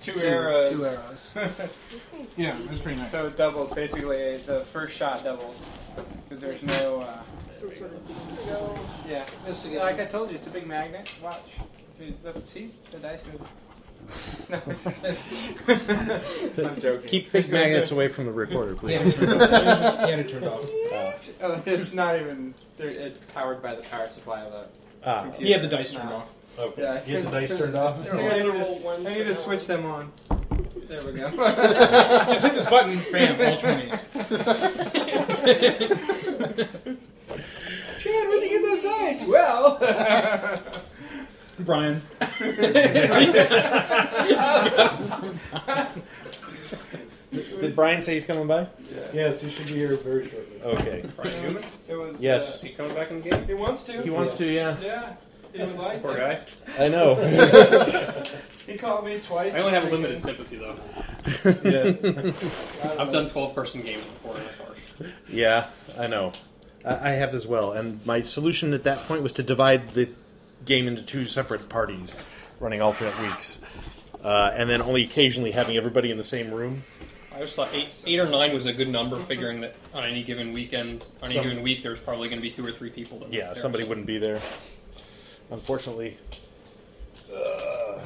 Speaker 3: two,
Speaker 6: Two-
Speaker 3: arrows.
Speaker 6: two arrows.
Speaker 3: yeah, that's pretty nice. So it doubles basically. The first shot doubles because there's no. Uh, yeah, it's, like I told you, it's a big magnet. Watch. If you look- See the dice move. No, it's I'm joking.
Speaker 4: Keep big magnets away from the recorder, please.
Speaker 3: Yeah.
Speaker 4: Yeah, it turned off. Oh.
Speaker 3: Oh, it's not even. they're- It's powered by the power supply of a.
Speaker 4: Ah.
Speaker 3: computer.
Speaker 4: He had the dice
Speaker 3: It's not-
Speaker 4: turned off.
Speaker 3: Okay.
Speaker 4: Yeah, He had the dice turned off.
Speaker 3: I think I need to, I need to switch them on. There we go.
Speaker 18: Just hit this button, bam, all 20s.
Speaker 3: Chad, where'd you get those dice? Well.
Speaker 8: Brian.
Speaker 4: Did Brian say he's coming by?
Speaker 1: Yes, you should be here very shortly.
Speaker 4: Okay.
Speaker 1: Brian Newman?
Speaker 3: It was. uh,
Speaker 4: Yes.
Speaker 17: He coming back in the game?
Speaker 3: He wants to.
Speaker 4: He wants to, yeah.
Speaker 3: Yeah. He would like
Speaker 17: Poor
Speaker 3: to.
Speaker 17: guy.
Speaker 4: I know.
Speaker 3: he called me twice.
Speaker 17: I only have
Speaker 3: this
Speaker 17: limited
Speaker 3: weekend.
Speaker 17: sympathy though.
Speaker 4: Yeah.
Speaker 17: I've done 12 person games before, and it's harsh.
Speaker 4: Yeah, I know. I, I have as well. And my solution at that point was to divide the game into two separate parties, running alternate weeks, uh, and then only occasionally having everybody in the same room.
Speaker 17: I always thought eight, eight or nine was a good number, figuring that on any given weekend, on any
Speaker 4: Some-
Speaker 17: given week, there's probably going to be two or three people. That
Speaker 4: Yeah, somebody wouldn't be there. Unfortunately. Ugh, Uh,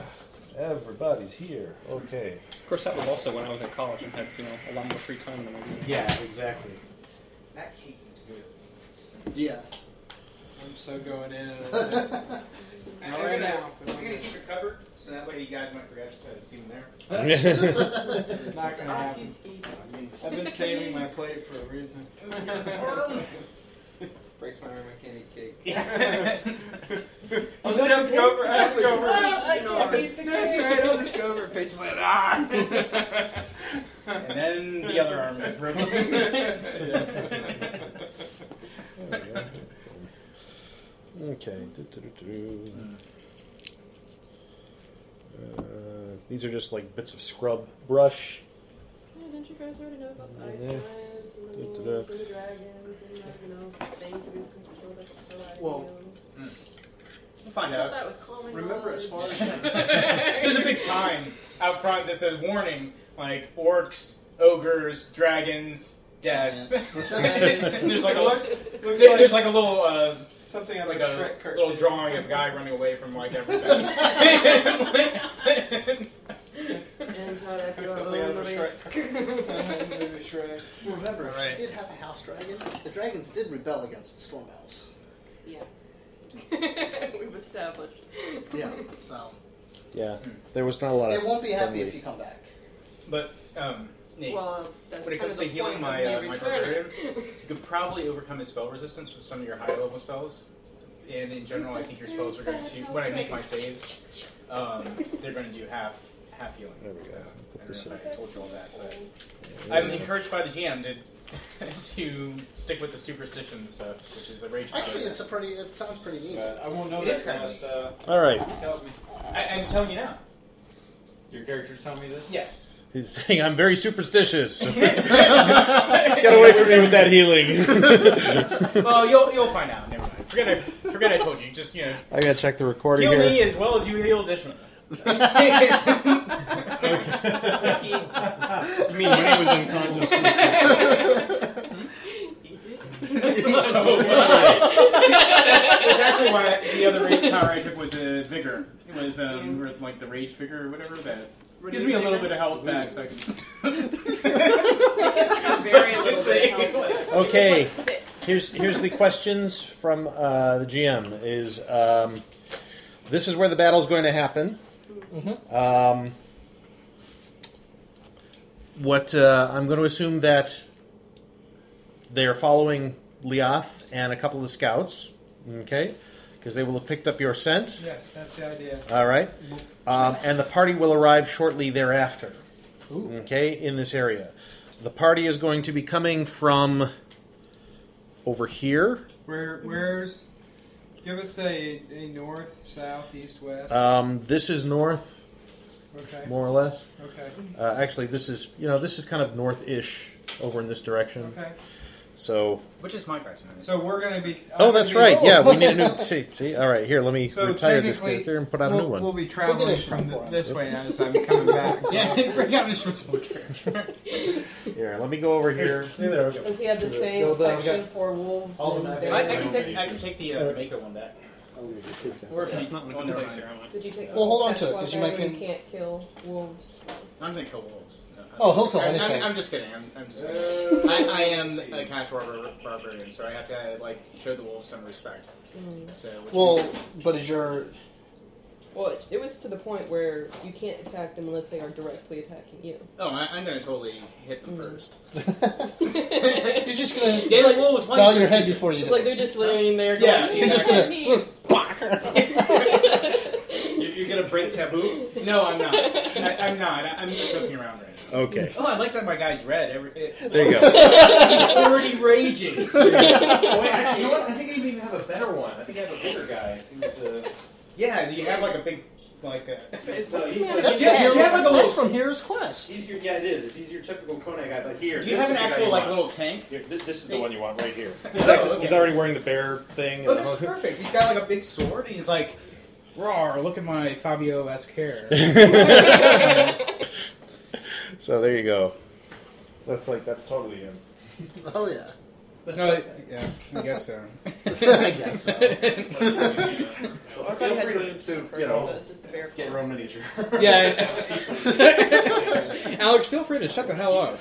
Speaker 4: everybody's here. Okay.
Speaker 17: Of course, that was also when I was in college and had you know a lot more free time than I do. now.
Speaker 4: exactly.
Speaker 5: That cake is good.
Speaker 6: Yeah.
Speaker 3: I'm so going in. and out.
Speaker 5: I'm
Speaker 3: Not
Speaker 5: gonna,
Speaker 3: right now.
Speaker 5: I'm gonna keep it covered so that way you guys might forget that it's even there.
Speaker 3: Not gonna happen. I've been saving my plate for a reason. Breaks my arm. I can't eat cake. I'll just have to go over. I have to go over. No, it's all right. I'll just go over and face my ah.
Speaker 18: And then the other arm is broken.
Speaker 4: Okay. Du-du-du-du. Uh, these are just like bits of scrub brush.
Speaker 7: Yeah, didn't you guys already know about the ice
Speaker 4: Yeah.
Speaker 7: giants and the
Speaker 4: Da-da-da.
Speaker 7: wolves and the
Speaker 2: uh,
Speaker 7: dragons and like, you know things that we can control that
Speaker 6: Well,
Speaker 7: I
Speaker 5: find
Speaker 2: I thought
Speaker 5: out.
Speaker 2: that was common
Speaker 5: Remember, as
Speaker 2: knowledge.
Speaker 5: far as there's a big sign out front that says warning, like orcs, ogres, dragons, death.
Speaker 2: uh,
Speaker 5: there's like a
Speaker 18: Looks- looks
Speaker 5: there-
Speaker 18: like-
Speaker 5: there's like a little uh,
Speaker 18: Something out of
Speaker 5: like
Speaker 18: a
Speaker 5: a
Speaker 18: Shrek cartoon.
Speaker 5: little drawing of a guy running away from like everything.
Speaker 2: And Todd, I feel I'm
Speaker 5: Something out of a
Speaker 2: the risk.
Speaker 6: Remember,
Speaker 5: All right.
Speaker 6: she did have a house dragon. The dragons did rebel against the storm elves.
Speaker 2: Yeah. We've established.
Speaker 6: Yeah, so
Speaker 4: Yeah, there was not a lot of.
Speaker 6: they won't be happy
Speaker 4: friendly-
Speaker 6: if you come back.
Speaker 5: But um, Nate,
Speaker 2: Well, that's
Speaker 5: when it
Speaker 2: kind
Speaker 5: comes
Speaker 2: of
Speaker 5: to
Speaker 2: the
Speaker 5: healing
Speaker 2: point
Speaker 5: my uh,
Speaker 2: of me
Speaker 5: my
Speaker 2: returning.
Speaker 5: barbarian, you could probably overcome his spell resistance with some of your high level spells. And in general, I think your spells are going to when I make my saves, um, they're going to do half half healing. There we go. So, I don't know if I told you all that, but I'm encouraged by the GM to to stick with the superstition stuff, which is a rage.
Speaker 6: Actually, it's a pretty. It sounds pretty neat.
Speaker 5: I won't know
Speaker 6: that
Speaker 5: kind
Speaker 6: unless,
Speaker 5: uh,
Speaker 4: All right.
Speaker 5: he tells me. I, I'm telling you now.
Speaker 9: Your character's telling me this?
Speaker 5: Yes.
Speaker 4: He's saying I'm very superstitious. Get away from me with that healing.
Speaker 5: well, you'll you'll find out. Never mind. Forget I forget I told you. Just you know,
Speaker 4: I gotta check the recording
Speaker 5: heal
Speaker 4: here.
Speaker 5: me as well as you heal Dishman.
Speaker 2: You mean when he was unconscious?
Speaker 5: That's actually why the other rage power I took was uh, vigor. It was um, or, like the rage vigor or whatever. That gives me a little bit of health back, so I can.
Speaker 2: Very little bit of help.
Speaker 4: Okay.
Speaker 2: It's like six.
Speaker 4: Here's here's the questions from uh, the GM. Is um, this is where the battle's going to happen? Um, what uh, I'm going to assume that they are following Leoth and a couple of the scouts. Okay, because they will have picked up your scent.
Speaker 3: Yes, that's the idea.
Speaker 4: All right. Um, and the party will arrive shortly thereafter. Okay, in this area. The party is going to be coming from over here.
Speaker 3: Where, where's? Give us a, a north, south, east, west.
Speaker 4: Um, this is north,
Speaker 3: okay.
Speaker 4: more or less.
Speaker 3: Okay.
Speaker 4: Uh, actually, this is you know this is kind of north-ish over in this direction.
Speaker 3: Okay.
Speaker 4: So.
Speaker 5: Which is my card tonight.
Speaker 3: So we're gonna be. I'm
Speaker 4: Oh,
Speaker 3: gonna
Speaker 4: that's
Speaker 3: be-
Speaker 4: right. Yeah, we need a new. See, see. All right, here. Let me
Speaker 3: So
Speaker 4: retire this
Speaker 3: technically,
Speaker 4: character and put out
Speaker 3: we'll,
Speaker 4: a new one.
Speaker 3: We'll be traveling
Speaker 5: an extra
Speaker 3: from the,
Speaker 5: four.
Speaker 3: this way as I'm coming back.
Speaker 5: yeah, bring out this responsible character.
Speaker 4: Here, let me go over here.
Speaker 1: Stay there.
Speaker 2: Does he have the same
Speaker 4: Go down.
Speaker 2: affection for wolves?
Speaker 4: all
Speaker 2: and
Speaker 4: the-
Speaker 2: bears?
Speaker 5: I, I can take I can take the uh, Mako one back. Or if
Speaker 2: Yeah.
Speaker 5: you not want to take
Speaker 2: Did you take?
Speaker 6: Well, hold on to it,
Speaker 2: that's
Speaker 6: 'cause
Speaker 2: why
Speaker 6: you might be
Speaker 2: Byron Can't kill wolves.
Speaker 5: I'm gonna kill wolves. Uh, No, I'm-
Speaker 6: Oh, he'll kill
Speaker 5: I'm,
Speaker 6: anything.
Speaker 5: I'm, I'm just kidding. I'm, I'm just kidding. I, I am a cash barbar- barbarian, so I have to uh, like show the wolves some respect. So which
Speaker 6: Well, but is your
Speaker 2: Well, it- it was to the point where you can't attack them unless they are directly attacking you.
Speaker 5: Oh, I, I'm gonna totally hit them first.
Speaker 6: you're just gonna
Speaker 5: Daylight Wolves.
Speaker 6: bow your head before you
Speaker 2: It's
Speaker 6: do.
Speaker 2: like they're just laying there. Going,
Speaker 5: Yeah,
Speaker 6: you're just
Speaker 2: "Look
Speaker 6: gonna
Speaker 2: at me."
Speaker 5: You're, you're gonna break taboo? No, I'm not. I, I'm not. I, I'm just joking around right now.
Speaker 4: Okay.
Speaker 5: Oh, I like that my guy's red. Every, it,
Speaker 4: There you go.
Speaker 5: He's already raging.
Speaker 1: Oh, wait, actually, you know what? I think I even have a better one. I think I have a bigger guy. Who's, uh,
Speaker 5: Yeah, you have like a big, like a.
Speaker 2: It's
Speaker 5: No,
Speaker 2: supposed to
Speaker 5: you,
Speaker 2: be on a
Speaker 5: you
Speaker 6: That's,
Speaker 5: have, you have like a
Speaker 6: that's
Speaker 5: little.
Speaker 6: from Hero's Quest.
Speaker 9: It's easier, yeah, it is. It's easier typical Kona guy, but here.
Speaker 5: Do you have an
Speaker 9: this is the guy
Speaker 5: actual
Speaker 9: you
Speaker 5: like
Speaker 9: want.
Speaker 5: little tank?
Speaker 4: Here, th- this is the one you want right here.
Speaker 5: He's actually-
Speaker 4: He's already wearing the bear thing.
Speaker 5: Oh, this is perfect. He's got like a big sword, and he's like, "Rawr! Look at my Fabio-esque hair."
Speaker 4: so there you go. That's like that's totally um, him.
Speaker 6: Oh yeah.
Speaker 5: no, yeah, I guess so.
Speaker 6: I guess so.
Speaker 2: Or if I
Speaker 9: Feel
Speaker 2: had
Speaker 9: free to-
Speaker 2: boobs
Speaker 9: to,
Speaker 2: first,
Speaker 9: you know,
Speaker 2: so it's just a bear claw.
Speaker 9: Get your own miniature.
Speaker 5: Yeah. Alex, feel free to shut the hell up.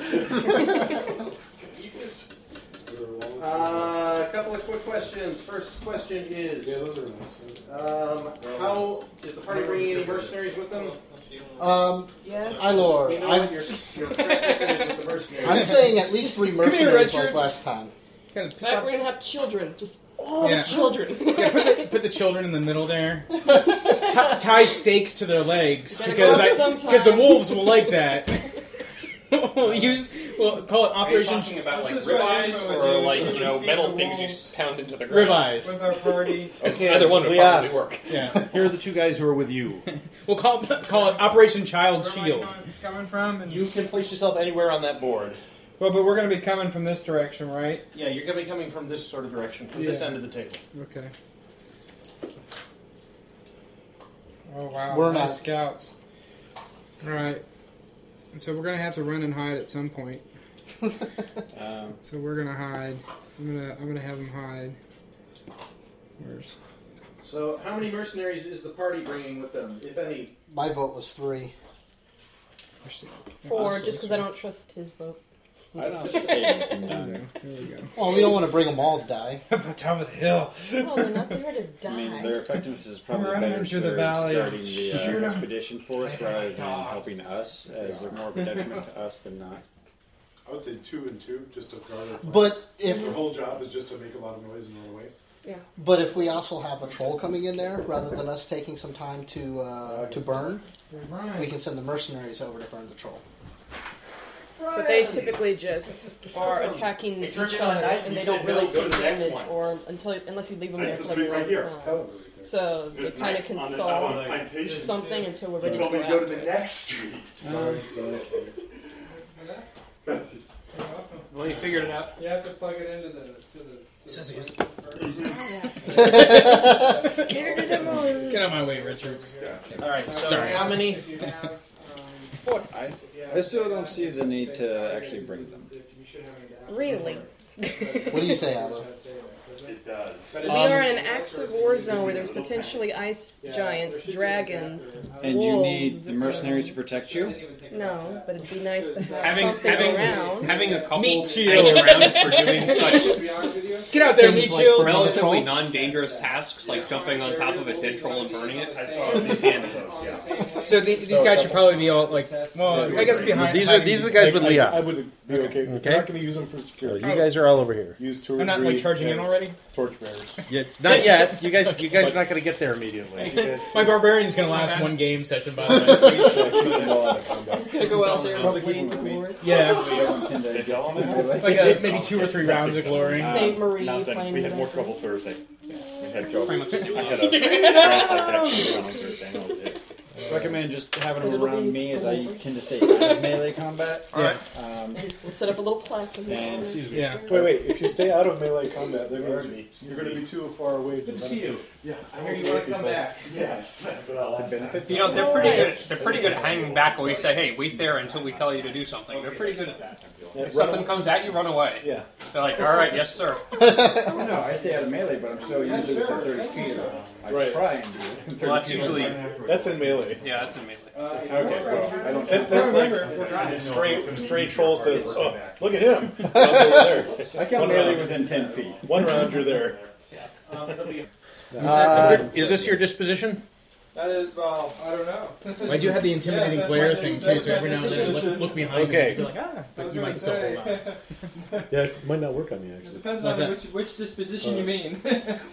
Speaker 9: Uh, a couple of quick questions. First question is um, How is the party bringing any mercenaries with them?
Speaker 6: Um,
Speaker 2: Yes.
Speaker 6: Ilor,
Speaker 9: We know
Speaker 6: I'm-
Speaker 9: what your, your track record is with the mercenaries.
Speaker 6: I'm saying at least three
Speaker 5: here,
Speaker 6: mercenaries
Speaker 5: Red
Speaker 6: like
Speaker 5: Shirts.
Speaker 6: last time.
Speaker 5: Kind of piss
Speaker 2: Like,
Speaker 5: off.
Speaker 2: we're gonna have children, just all
Speaker 5: Yeah.
Speaker 2: the children.
Speaker 5: Yeah, put the, put the children in the middle there. T- tie stakes to their legs
Speaker 2: Gotta
Speaker 5: because
Speaker 2: go
Speaker 5: I,
Speaker 2: sometime.
Speaker 5: because the wolves will like that. we'll use we'll call it
Speaker 17: Are you
Speaker 5: Operation
Speaker 17: talking about
Speaker 3: This
Speaker 17: like
Speaker 3: is what
Speaker 17: ribeyes
Speaker 3: Ishmael would
Speaker 17: or
Speaker 3: do.
Speaker 17: like
Speaker 3: He
Speaker 17: you know
Speaker 3: feed
Speaker 17: metal
Speaker 3: the
Speaker 17: things you
Speaker 3: wolves.
Speaker 17: pound into the ground?
Speaker 5: Ribeyes.
Speaker 3: With our party.
Speaker 17: Either one would
Speaker 4: we
Speaker 17: probably
Speaker 4: are.
Speaker 17: work.
Speaker 5: Yeah,
Speaker 4: Here are the two guys who are with you.
Speaker 5: we'll call call it Operation Child
Speaker 3: Where am I
Speaker 5: Shield.
Speaker 3: coming- Coming from and
Speaker 4: You can place yourself anywhere on that board.
Speaker 3: well, but we're gonna be coming from this direction, right?
Speaker 4: Yeah, you're gonna be coming from this sort of direction, from this
Speaker 3: Yeah.
Speaker 4: end of the table.
Speaker 3: Okay.
Speaker 19: Oh wow,
Speaker 6: We're
Speaker 19: we're
Speaker 6: not.
Speaker 19: not scouts. All right, so we're gonna have to run and hide at some point.
Speaker 9: Um,
Speaker 19: so we're gonna hide. I'm gonna I'm gonna have them hide. Where's
Speaker 5: So, how many mercenaries is the party bringing with them, if any?
Speaker 6: My vote was three.
Speaker 12: Four, just because I don't trust his vote.
Speaker 6: I don't
Speaker 19: There we go.
Speaker 6: Well, we don't want to bring them all to die.
Speaker 19: top of the hill.
Speaker 20: Oh, they're not there to
Speaker 9: I mean,
Speaker 20: die.
Speaker 9: their effectiveness is probably
Speaker 19: Run
Speaker 9: better
Speaker 19: them through
Speaker 9: served
Speaker 19: the valley.
Speaker 9: guarding the
Speaker 19: Shoot
Speaker 9: uh,
Speaker 19: 'em.
Speaker 9: expedition force rather than
Speaker 19: dogs.
Speaker 9: helping us, as they're more of a detriment to us than not.
Speaker 1: I would say two and two, just to guard our flanks.
Speaker 6: But if-
Speaker 1: their whole job is just to make a lot of noise and run away,
Speaker 12: Yeah.
Speaker 6: But if we also have a troll coming in there, rather than us taking some time to uh, to burn,
Speaker 19: Right.
Speaker 6: we can send the mercenaries over to burn the troll.
Speaker 12: But they typically just are attacking each
Speaker 14: turns into a
Speaker 12: other,
Speaker 14: knife,
Speaker 12: and
Speaker 14: you
Speaker 12: they don't
Speaker 14: say,
Speaker 12: really
Speaker 14: "No, go to
Speaker 12: take
Speaker 14: the next
Speaker 12: damage,
Speaker 14: one."
Speaker 12: or until unless you leave them
Speaker 14: I
Speaker 12: there
Speaker 14: just
Speaker 12: for the
Speaker 14: leave right
Speaker 12: long
Speaker 14: here.
Speaker 12: time. So they
Speaker 14: There's
Speaker 12: kind
Speaker 14: knife
Speaker 12: of can
Speaker 14: on the- on the
Speaker 12: stall
Speaker 14: plantation.
Speaker 12: something until we're
Speaker 14: He
Speaker 12: ready to
Speaker 14: told
Speaker 12: go
Speaker 14: me to go to
Speaker 12: after
Speaker 14: the
Speaker 12: it.
Speaker 14: next street.
Speaker 1: Um,
Speaker 14: Well, you figured it out.
Speaker 3: You have to plug it into the to the. To Scissors.
Speaker 19: Get out of my way, Richards.
Speaker 9: All right, so
Speaker 19: Sorry.
Speaker 9: how many-
Speaker 3: If you have, um,
Speaker 9: I, I still don't see the need to actually bring them.
Speaker 12: Really?
Speaker 6: What do you say, Abba?
Speaker 14: It does.
Speaker 12: we
Speaker 19: Um,
Speaker 12: are in an active war zone where there's potentially ice giants, dragons,
Speaker 9: And you need
Speaker 12: wolves.
Speaker 9: the mercenaries to protect you.
Speaker 12: No, but it'd be nice to have
Speaker 14: Having-
Speaker 12: something
Speaker 14: having-
Speaker 12: around.
Speaker 14: having a couple
Speaker 12: Meat
Speaker 14: hanging
Speaker 12: shields.
Speaker 14: around for doing such-
Speaker 12: Get out there,
Speaker 6: meat shields.
Speaker 14: Relatively non-dangerous tasks like jumping on top of a dead troll and burning it. I
Speaker 19: So the, these guys should probably be all like. Well, I guess behind.
Speaker 4: These are these are the guys with
Speaker 1: I-
Speaker 4: Leah.
Speaker 1: I would be okay. If
Speaker 4: Okay.
Speaker 1: You're not going to use them for security.
Speaker 4: you guys are all over here.
Speaker 1: Use two or
Speaker 19: I'm not, like,
Speaker 1: three
Speaker 19: charging in
Speaker 1: as
Speaker 19: already?
Speaker 1: Torchbearers.
Speaker 4: Yeah, not yet. You guys, you guys are not going to get there immediately.
Speaker 19: My barbarian's gonna last one game session. By the way.
Speaker 12: Just gonna go out there and blaze of glory.
Speaker 19: Yeah. like uh maybe two or three rounds of glory.
Speaker 12: Saint Marie, flame
Speaker 21: We had more
Speaker 12: reduction.
Speaker 21: trouble Thursday. We had trouble. I had a
Speaker 9: Pretty much.
Speaker 21: crash like that on Thursday. and that was it.
Speaker 9: Recommend just having them around me as I tend to stay out of melee combat.
Speaker 4: Yeah.
Speaker 9: Um,
Speaker 12: We'll set up a little plaque. in the
Speaker 9: And-
Speaker 12: corner.
Speaker 9: excuse me.
Speaker 1: Wait, wait. If you stay out of melee combat, they're going to be you're going to be too far away.
Speaker 5: Good to see you.
Speaker 1: Yeah,
Speaker 5: I hear you want to come back.
Speaker 1: Yes, but I'll
Speaker 5: The benefits
Speaker 14: You know, they're pretty good. They're pretty good at hanging back when we say, "Hey, wait there until we tell you to do something." They're pretty good at that.
Speaker 9: Yeah,
Speaker 14: If something
Speaker 9: run-
Speaker 14: comes at you, run away.
Speaker 9: Yeah.
Speaker 14: They're like, "All right, yes, sir."
Speaker 9: no, I stay out of melee, but I'm still
Speaker 14: Yeah,
Speaker 9: usually within
Speaker 14: sure.
Speaker 9: 30 feet. I try and do it. within 30
Speaker 14: Well, that's
Speaker 9: feet.
Speaker 14: usually
Speaker 1: That's in melee.
Speaker 14: Yeah, that's in melee.
Speaker 3: Uh,
Speaker 1: Okay,
Speaker 14: I don't-
Speaker 1: that's, that's like
Speaker 14: We're
Speaker 1: a
Speaker 14: driving.
Speaker 1: stray, stray troll says, oh, look at him.
Speaker 9: I count melee within 10 feet.
Speaker 1: One round, you're there.
Speaker 14: Um,
Speaker 4: Uh, is this your disposition?
Speaker 3: That is well, I don't know.
Speaker 19: I do have the intimidating
Speaker 3: Yes, that's
Speaker 19: glare
Speaker 3: what
Speaker 19: thing
Speaker 3: this-
Speaker 19: too,
Speaker 3: that's
Speaker 19: so
Speaker 3: what
Speaker 19: every now and then
Speaker 3: this
Speaker 19: look,
Speaker 3: is.
Speaker 19: look behind
Speaker 4: Okay.
Speaker 19: you and be like, ah,
Speaker 3: I was
Speaker 19: but you
Speaker 3: gonna
Speaker 19: might still
Speaker 3: say.
Speaker 19: hold on.
Speaker 1: Yeah, it might not work on you actually.
Speaker 3: Depends
Speaker 19: What's
Speaker 3: on
Speaker 19: that?
Speaker 3: which which disposition you mean.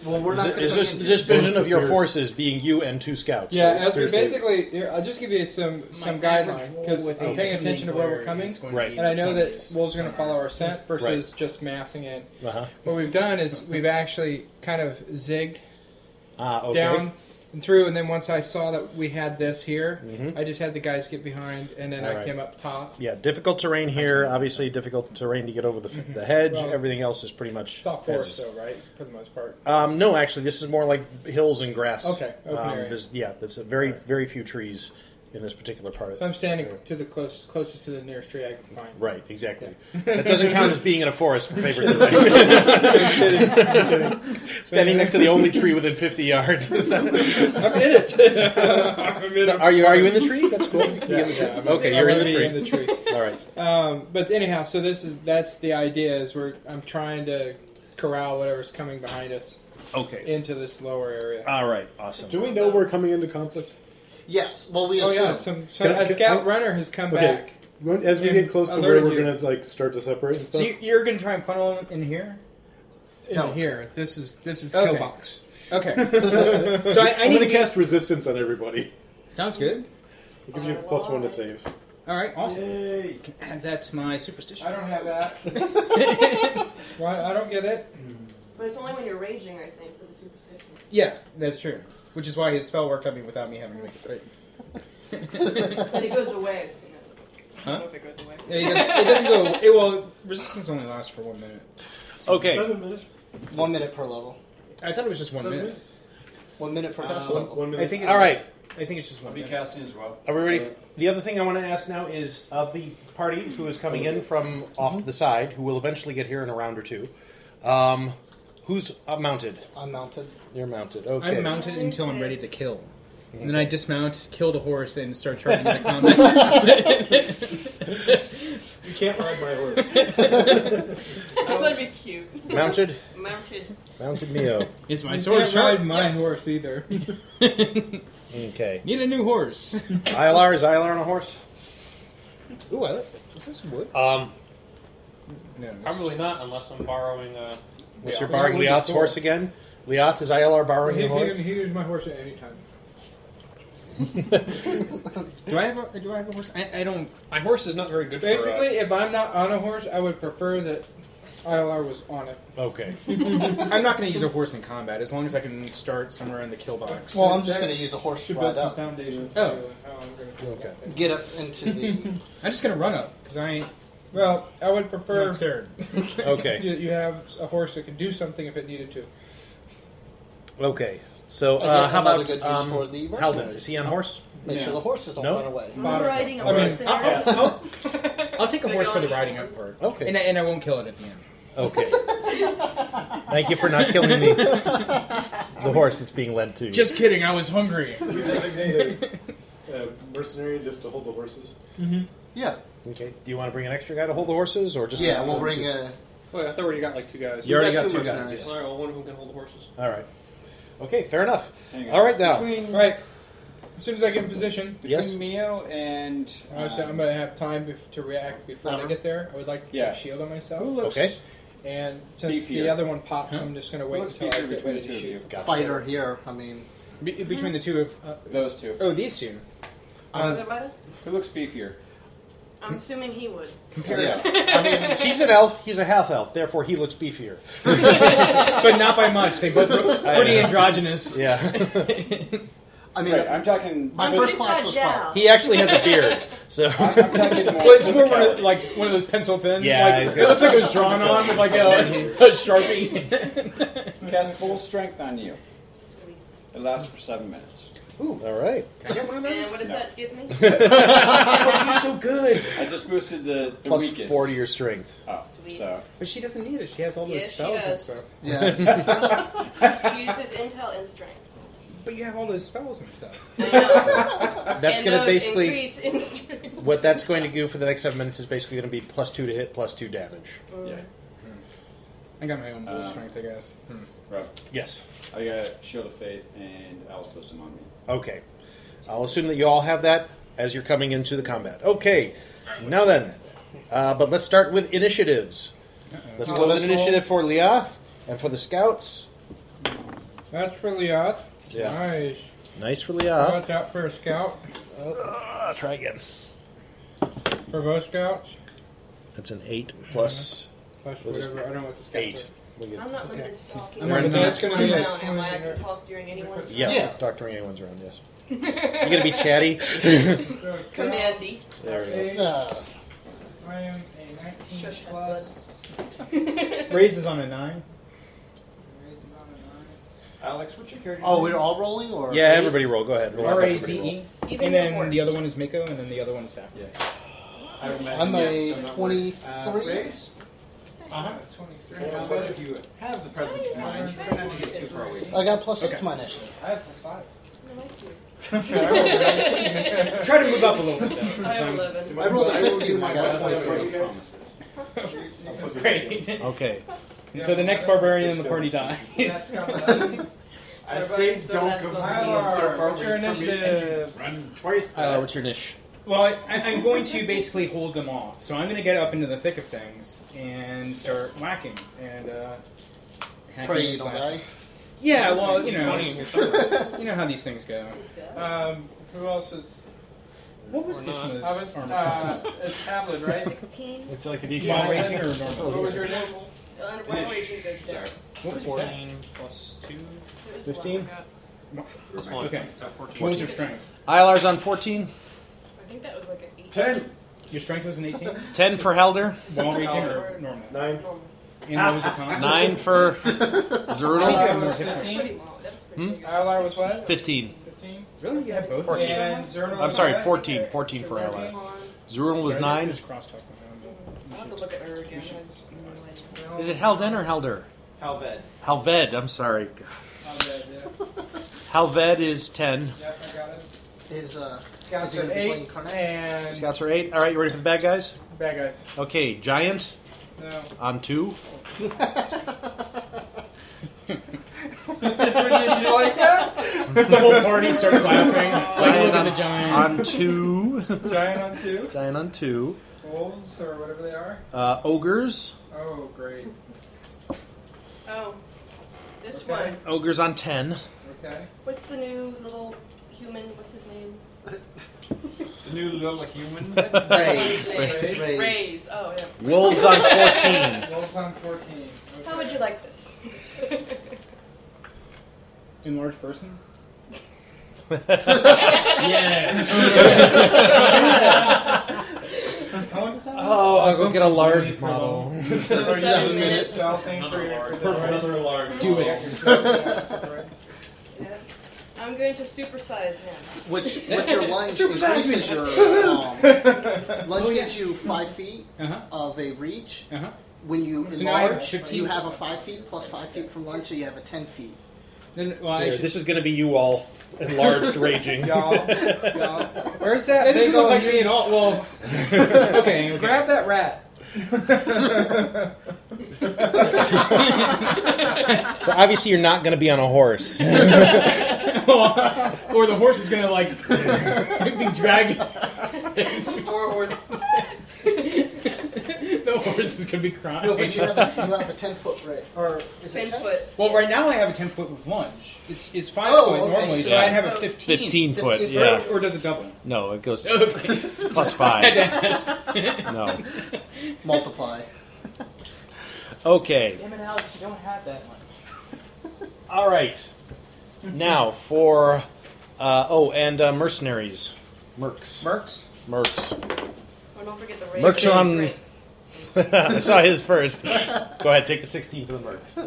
Speaker 6: well,
Speaker 4: Is, it, is this the disposition of your forces being you and two scouts?
Speaker 3: Yeah, as we basically, here, I'll just give you some some guidelines because
Speaker 19: with
Speaker 3: I'm
Speaker 19: a
Speaker 3: paying
Speaker 19: team
Speaker 3: attention to where we're
Speaker 19: player
Speaker 3: coming,
Speaker 19: is going to Right. be
Speaker 3: and I know that
Speaker 19: 20s
Speaker 3: wolves are going to follow our scent versus just massing it.
Speaker 4: Uh-huh.
Speaker 3: What we've done is we've actually kind of zigged
Speaker 4: Ah, okay.
Speaker 3: down and through, and then once I saw that we had this here,
Speaker 4: Mhm.
Speaker 3: I just had the guys get behind, and then I
Speaker 4: Alright.
Speaker 3: came up top.
Speaker 4: Yeah, difficult terrain here. Obviously, difficult terrain to get over the, the hedge.
Speaker 3: Well,
Speaker 4: Everything else is pretty much.
Speaker 3: It's all forest,
Speaker 4: as is.
Speaker 3: though, right? For the most part.
Speaker 4: Um, no, actually, this is more like hills and grass.
Speaker 3: Okay, open
Speaker 4: um,
Speaker 3: area.
Speaker 4: There's, yeah, there's a very very few trees in this particular part. of
Speaker 3: So I'm standing to the close, closest to the nearest tree I can find.
Speaker 4: Right, exactly.
Speaker 3: Yeah.
Speaker 4: That doesn't count as being in a forest for favorite terrain. Standing next to the only tree within 50 yards. I'm in
Speaker 3: it. I'm in
Speaker 4: are you? Are you in the tree? That's cool. You in the tree?
Speaker 3: Yeah, I'm
Speaker 4: okay,
Speaker 3: already
Speaker 4: you're in the tree.
Speaker 3: in the tree.
Speaker 4: All right.
Speaker 3: Um, but anyhow, so this is that's the idea is we're I'm trying to corral whatever's coming behind us.
Speaker 4: Okay.
Speaker 3: Into this lower area.
Speaker 4: All right. Awesome.
Speaker 1: Do we know we're coming into conflict?
Speaker 6: Yes. Well, we
Speaker 3: Oh
Speaker 6: assume.
Speaker 3: yeah, some, some, a scout runner has come back.
Speaker 1: When- As we
Speaker 3: and
Speaker 1: get close to where
Speaker 3: alerted
Speaker 1: we're
Speaker 3: you.
Speaker 1: going to like start to separate and
Speaker 3: So
Speaker 1: stuff.
Speaker 3: you, you're gonna try and funnel him in here? In
Speaker 1: No.
Speaker 3: here. This is this is
Speaker 1: Okay.
Speaker 3: kill box. Okay. so I, I
Speaker 1: am going
Speaker 3: need to
Speaker 1: to
Speaker 3: get.
Speaker 1: cast resistance on everybody.
Speaker 19: Sounds good.
Speaker 1: It gives you plus one to saves.
Speaker 19: All right, awesome. Can add that to my superstition.
Speaker 3: I don't have that. Why I don't get it.
Speaker 12: But it's only when you're raging, I think, for the superstition.
Speaker 3: Yeah, that's true. Which is why his spell worked on me without me having to make a save.
Speaker 12: and it goes away as soon as.
Speaker 3: Huh?
Speaker 12: I hope it goes away.
Speaker 3: Yeah, you got- it doesn't go. It will. Resistance only lasts for one minute.
Speaker 4: Okay.
Speaker 1: Seven minutes.
Speaker 6: One minute per level.
Speaker 3: I thought it was just one
Speaker 6: Seven
Speaker 3: minute.
Speaker 6: One minute per
Speaker 3: Uh,
Speaker 6: dodge
Speaker 3: one-
Speaker 6: level.
Speaker 3: one minute. I think it's-
Speaker 4: All right.
Speaker 22: I think it's just one.
Speaker 23: I'll be
Speaker 22: thing.
Speaker 23: casting as well.
Speaker 4: Are we ready? For, the other thing I want to ask now is of the party who is coming in from off to the side, who will eventually get here in a round or two. Um, who's uh, mounted?
Speaker 6: I'm mounted.
Speaker 4: You're mounted. Okay.
Speaker 5: I'm mounted until I'm ready to kill. And then I dismount, kill the horse, and start charging into combat.
Speaker 1: You can't ride my horse.
Speaker 24: That'd be cute.
Speaker 4: Mounted?
Speaker 24: Mounted.
Speaker 4: Mounted Neo.
Speaker 5: Is my
Speaker 3: You
Speaker 5: sword
Speaker 3: can't
Speaker 5: sharp?
Speaker 3: ride my
Speaker 5: Yes.
Speaker 3: horse either.
Speaker 4: Okay.
Speaker 5: Need a new horse.
Speaker 4: Ilar is Ilar on a horse.
Speaker 5: Ooh, I like, is this wood?
Speaker 9: Um,
Speaker 5: No,
Speaker 9: probably not unless I'm borrowing. Uh,
Speaker 4: Unless
Speaker 9: yeah.
Speaker 4: you're borrowing Leoth's horse again. Leoth, is Ilar borrowing
Speaker 3: He,
Speaker 4: your
Speaker 3: he,
Speaker 4: horse?
Speaker 3: can use my horse at any time.
Speaker 5: Do I have a Do I have a horse? I, I don't.
Speaker 9: My horse is not very good.
Speaker 3: Basically,
Speaker 9: for, uh,
Speaker 3: if I'm not on a horse, I would prefer that ILR was on it.
Speaker 4: Okay.
Speaker 5: I'm not going to use a horse in combat as long as I can start somewhere in the kill box.
Speaker 6: Well, I'm just going to use a horse to
Speaker 3: Should build
Speaker 6: ride
Speaker 3: some
Speaker 6: up.
Speaker 3: foundations.
Speaker 5: Oh.
Speaker 3: for how I'm gonna do
Speaker 4: Okay.
Speaker 3: that.
Speaker 6: Get up into the.
Speaker 5: I'm just going to run up because I ain't
Speaker 3: Well, I would prefer.
Speaker 5: not scared.
Speaker 4: Okay.
Speaker 3: You, you have a horse that can do something if it needed to.
Speaker 4: Okay. So,
Speaker 6: Again,
Speaker 4: uh, how
Speaker 6: another
Speaker 4: about
Speaker 6: good use
Speaker 4: um,
Speaker 6: for the mercenaries.
Speaker 4: Halden? Is he on horse?
Speaker 6: Make sure the horses don't
Speaker 4: No?
Speaker 6: run away.
Speaker 12: I'm riding a
Speaker 5: I mean,
Speaker 12: horse. there.
Speaker 5: I'll, I'll, I'll take a horse for the
Speaker 12: oh,
Speaker 5: riding up part.
Speaker 4: Okay.
Speaker 5: And I, and I won't kill it at the end.
Speaker 4: Okay. Thank you for not killing me. The horse that's being led to you.
Speaker 5: Just kidding. I was hungry.
Speaker 1: We designated a mercenary just to hold the horses.
Speaker 6: Yeah.
Speaker 4: Okay. Do you want to bring an extra guy to hold the horses, or just
Speaker 6: Yeah, we'll bring a.
Speaker 9: Wait, I thought we already got like two guys.
Speaker 4: You already got two guys, yes.
Speaker 9: All right, well, one of them can hold the horses.
Speaker 4: All right. Okay. Fair enough.
Speaker 9: Hang on.
Speaker 4: All right now.
Speaker 3: Between, right. As soon as I get in position,
Speaker 4: Yes.
Speaker 3: Mio and um, I would say I'm gonna have time bef- to react before they
Speaker 9: Hammer.
Speaker 3: get there. I would like to
Speaker 9: Yeah.
Speaker 3: put a shield on myself.
Speaker 4: looks Okay.
Speaker 3: And since
Speaker 9: beefier?
Speaker 3: the other one pops, I'm just gonna wait
Speaker 9: looks
Speaker 3: until
Speaker 9: beefier
Speaker 3: I get
Speaker 9: between
Speaker 3: ready to
Speaker 9: the two of you?
Speaker 3: shoot.
Speaker 9: Gotcha.
Speaker 6: Fighter here. I mean,
Speaker 5: Be- between the two of uh,
Speaker 9: Those two.
Speaker 5: oh these two.
Speaker 6: uh,
Speaker 9: Who looks beefier?
Speaker 12: I'm assuming he would.
Speaker 4: Yeah. I mean, she's an elf. He's a half elf. Therefore, he looks beefier.
Speaker 5: but not by much. They both look pretty androgynous.
Speaker 4: Yeah.
Speaker 6: I mean,
Speaker 9: Right, I'm talking.
Speaker 6: my first class was fun.
Speaker 4: he actually has a beard. So.
Speaker 9: I'm talking more.
Speaker 5: Well, it's more one of, like one of those pencil pens.
Speaker 4: Yeah,
Speaker 5: like,
Speaker 4: he's
Speaker 5: it
Speaker 4: got-
Speaker 5: looks like it was drawn on with like a, a sharpie.
Speaker 9: Cast full strength on you. It lasts for seven minutes.
Speaker 4: All right.
Speaker 9: Can I get one of
Speaker 12: And
Speaker 9: those?
Speaker 12: what does
Speaker 9: No.
Speaker 12: that give me?
Speaker 3: Oh,
Speaker 4: so good.
Speaker 9: I just boosted the, the
Speaker 4: Plus
Speaker 9: weakest.
Speaker 4: four to your strength.
Speaker 9: Oh, so
Speaker 5: but she doesn't need it. She has all those
Speaker 12: Yes, she
Speaker 5: spells and
Speaker 12: does.
Speaker 5: stuff.
Speaker 12: He uses intel and strength.
Speaker 5: But you have all those spells and stuff.
Speaker 4: That's
Speaker 12: And
Speaker 4: going to
Speaker 12: those
Speaker 4: basically.
Speaker 12: increase in strength.
Speaker 4: What that's going to do for the next seven minutes is basically going to be plus two to hit, plus two damage.
Speaker 12: Mm.
Speaker 5: I got my own bull
Speaker 23: Uh,
Speaker 5: strength, I guess. Hmm.
Speaker 23: Rob,
Speaker 4: Yes.
Speaker 23: I got Shield of Faith and Owl's Wisdom on me.
Speaker 4: Okay. I'll assume that you all have that as you're coming into the combat. Okay. Now then, uh, but let's start with initiatives. Let's go
Speaker 6: Well,
Speaker 4: with
Speaker 6: let's
Speaker 4: initiative for Leoth and for the scouts.
Speaker 3: That's for Leoth.
Speaker 4: Yeah.
Speaker 3: Nice.
Speaker 4: Nice for
Speaker 3: How
Speaker 4: Leoth.
Speaker 3: about that for a scout?
Speaker 4: Uh, try again.
Speaker 3: For both scouts?
Speaker 4: That's an eight plus.
Speaker 3: Plus
Speaker 4: We'll just-
Speaker 3: whatever. I don't know what the scouts
Speaker 4: eight. We'll get-
Speaker 12: I'm not limited to talking.
Speaker 4: I'm They're limited. not-
Speaker 12: That's
Speaker 3: gonna
Speaker 12: one
Speaker 3: be a
Speaker 12: round. Am I I
Speaker 3: 20
Speaker 12: can talk during anyone's
Speaker 4: Yes,
Speaker 6: Yeah.
Speaker 4: Doctor anyone's round. Yes, you're gonna be chatty.
Speaker 3: are. For scout,
Speaker 12: Commandy.
Speaker 4: there we go.
Speaker 6: Uh,
Speaker 3: I am a 19
Speaker 12: Shush, have
Speaker 3: plus.
Speaker 5: Raises on a nine.
Speaker 3: Raise it on a
Speaker 23: Alex, what's your character?
Speaker 6: oh, we're all rolling, or
Speaker 4: Yeah, everybody roll. Go ahead. Roll.
Speaker 5: R A Z E.
Speaker 12: Even
Speaker 5: And then
Speaker 12: worse.
Speaker 5: the other one is Mako, and then the other one is Saffron.
Speaker 23: Yeah. I would imagine
Speaker 6: I'm a
Speaker 23: that's not worth- Uh,
Speaker 6: 23.
Speaker 23: raise?
Speaker 3: nine.
Speaker 23: Raise. How about if Uh-huh. you have the presence of mind? Try not to get too far away.
Speaker 6: I got plus six to my initiative.
Speaker 3: I have plus five.
Speaker 5: Try to move up a little bit though.
Speaker 12: I have 11.
Speaker 6: I rolled a
Speaker 23: will do
Speaker 6: 15 and I
Speaker 23: my
Speaker 6: got a
Speaker 23: best
Speaker 6: 23.
Speaker 23: to make promises.
Speaker 5: Great.
Speaker 4: Okay.
Speaker 5: so the next barbarian in the party dies.
Speaker 23: I say
Speaker 12: Everybody's done
Speaker 23: don't
Speaker 12: last
Speaker 23: go
Speaker 12: one.
Speaker 23: so far
Speaker 5: What's your
Speaker 23: away from me
Speaker 5: initiative?
Speaker 23: and you run twice
Speaker 4: Uh,
Speaker 23: that.
Speaker 4: what's your niche?
Speaker 5: well, I, I'm going to basically hold them off. So I'm going to get up into the thick of things and start whacking and. Uh, hacking
Speaker 6: Pray
Speaker 5: and
Speaker 6: you don't
Speaker 5: slashing.
Speaker 6: die.
Speaker 5: Yeah, well, you know,
Speaker 9: Twenty.
Speaker 5: you know how these things go.
Speaker 3: Um, who else is.
Speaker 5: What was
Speaker 9: Or
Speaker 5: this
Speaker 9: not.
Speaker 5: most
Speaker 3: I would,
Speaker 5: armor
Speaker 3: uh,
Speaker 5: class?
Speaker 3: it's Hamlet, right?
Speaker 12: 16.
Speaker 4: It's like a
Speaker 5: Long range or
Speaker 3: What
Speaker 23: Oh,
Speaker 5: normal?
Speaker 3: was your name?
Speaker 12: Uh, One way he goes down.
Speaker 23: Sorry.
Speaker 5: What was your dex?
Speaker 9: 14 plus 2.
Speaker 12: It was a lot.
Speaker 5: 15?
Speaker 9: Plus
Speaker 23: Right.
Speaker 9: 1.
Speaker 5: Okay.
Speaker 9: So 14.
Speaker 5: What was your strength?
Speaker 4: Ilar's on 14.
Speaker 12: I think that was like an 8.
Speaker 1: Ten.
Speaker 5: Your strength was an 18?
Speaker 4: 10 for Helder.
Speaker 5: Long range or normal?
Speaker 1: Nine.
Speaker 5: And what was your con?
Speaker 4: 9 for
Speaker 5: I think you
Speaker 4: Zerudel.
Speaker 5: have more hit points.
Speaker 12: Pretty long. That was pretty
Speaker 4: Hmm?
Speaker 12: big.
Speaker 3: Ally was what?
Speaker 4: 15.
Speaker 3: 15? Really? You had both?
Speaker 4: 14.
Speaker 3: And Zernal
Speaker 4: I'm sorry,
Speaker 3: got it?
Speaker 4: 14. 14 for ally. Zurun was
Speaker 5: Sorry,
Speaker 4: 9.
Speaker 5: just crosstalk.
Speaker 12: I'll have to look at her again.
Speaker 4: Is it Halden or Helder?
Speaker 25: Halved.
Speaker 4: Halved, I'm sorry.
Speaker 3: Halved, yeah.
Speaker 4: Halved is 10.
Speaker 3: Yep, I got it.
Speaker 6: Is, uh, is
Speaker 3: Scouts
Speaker 6: he
Speaker 3: at
Speaker 6: gonna be playing
Speaker 3: eight,
Speaker 6: Karnak?
Speaker 3: and
Speaker 4: Scouts are 8. Alright, you ready for the bad guys?
Speaker 3: bad guys.
Speaker 4: Okay, Giant
Speaker 3: No.
Speaker 4: on 2.
Speaker 3: Did you like that?
Speaker 5: The whole party starts laughing. Like, look at the giant.
Speaker 4: on 2.
Speaker 3: Giant on two.
Speaker 4: Giant on 2.
Speaker 3: Wolves or whatever they are.
Speaker 4: Uh, ogres.
Speaker 3: Oh, great.
Speaker 12: Oh, this
Speaker 3: Okay.
Speaker 12: one.
Speaker 4: Ogres on 10.
Speaker 3: Okay.
Speaker 12: What's the new little human? What's his name?
Speaker 25: The new little human.
Speaker 12: Ray's name. Ray's. Oh, yeah.
Speaker 4: Wolves on 14.
Speaker 3: Wolves on 14.
Speaker 12: How would you like this?
Speaker 5: Enlarged person?
Speaker 4: yes.
Speaker 5: How long is that?
Speaker 4: Oh, I'll go get a large model.
Speaker 6: Seven Seven minutes.
Speaker 9: Another large.
Speaker 4: Do it.
Speaker 12: yeah. I'm going to supersize him.
Speaker 6: Which, with your lunge,
Speaker 12: Supersize me.
Speaker 6: increases your
Speaker 12: Oh,
Speaker 6: um, lunge gives you five feet
Speaker 5: Uh-huh.
Speaker 6: of a reach.
Speaker 5: Uh-huh.
Speaker 6: When you
Speaker 5: So now I have
Speaker 6: enlarge,
Speaker 5: 15.
Speaker 6: you have a five feet plus five feet from lunge, so you have a ten feet.
Speaker 5: Then, well, I
Speaker 4: There,
Speaker 5: should-
Speaker 4: this is going to be you all enlarged raging.
Speaker 3: Where's that?
Speaker 5: It doesn't
Speaker 3: big
Speaker 5: look
Speaker 3: old
Speaker 5: like me
Speaker 3: huge-
Speaker 5: at all. Well, okay. okay.
Speaker 3: Grab that rat.
Speaker 4: So obviously you're not going to be on a horse.
Speaker 5: or the horse is gonna like be dragging.
Speaker 12: Four horse.
Speaker 5: the horse is gonna be crying.
Speaker 6: No, but you have a, you have a ten foot rate, or is
Speaker 12: Ten
Speaker 6: it 10?
Speaker 12: foot.
Speaker 5: well, right now I have a ten foot with lunge. It's it's five
Speaker 6: Oh,
Speaker 5: foot
Speaker 6: okay,
Speaker 5: normally, so,
Speaker 6: so-
Speaker 5: I'd have a
Speaker 12: so-
Speaker 5: fifteen.
Speaker 4: 15 foot,
Speaker 5: Or-
Speaker 4: yeah.
Speaker 5: Or, does it double?
Speaker 4: No, it goes
Speaker 5: Okay.
Speaker 4: plus
Speaker 5: I had to
Speaker 4: five.
Speaker 5: ask.
Speaker 4: No.
Speaker 6: multiply.
Speaker 4: Okay.
Speaker 5: Damn it, Alex! You don't have that one.
Speaker 4: All right. Now for uh, oh, and uh, mercenaries, mercs,
Speaker 3: Mercs.
Speaker 4: mercs.
Speaker 12: Oh, don't forget the rays.
Speaker 4: Mercs are on-
Speaker 12: Rays.
Speaker 4: I saw his first. Go ahead, take the sixteen for the mercs.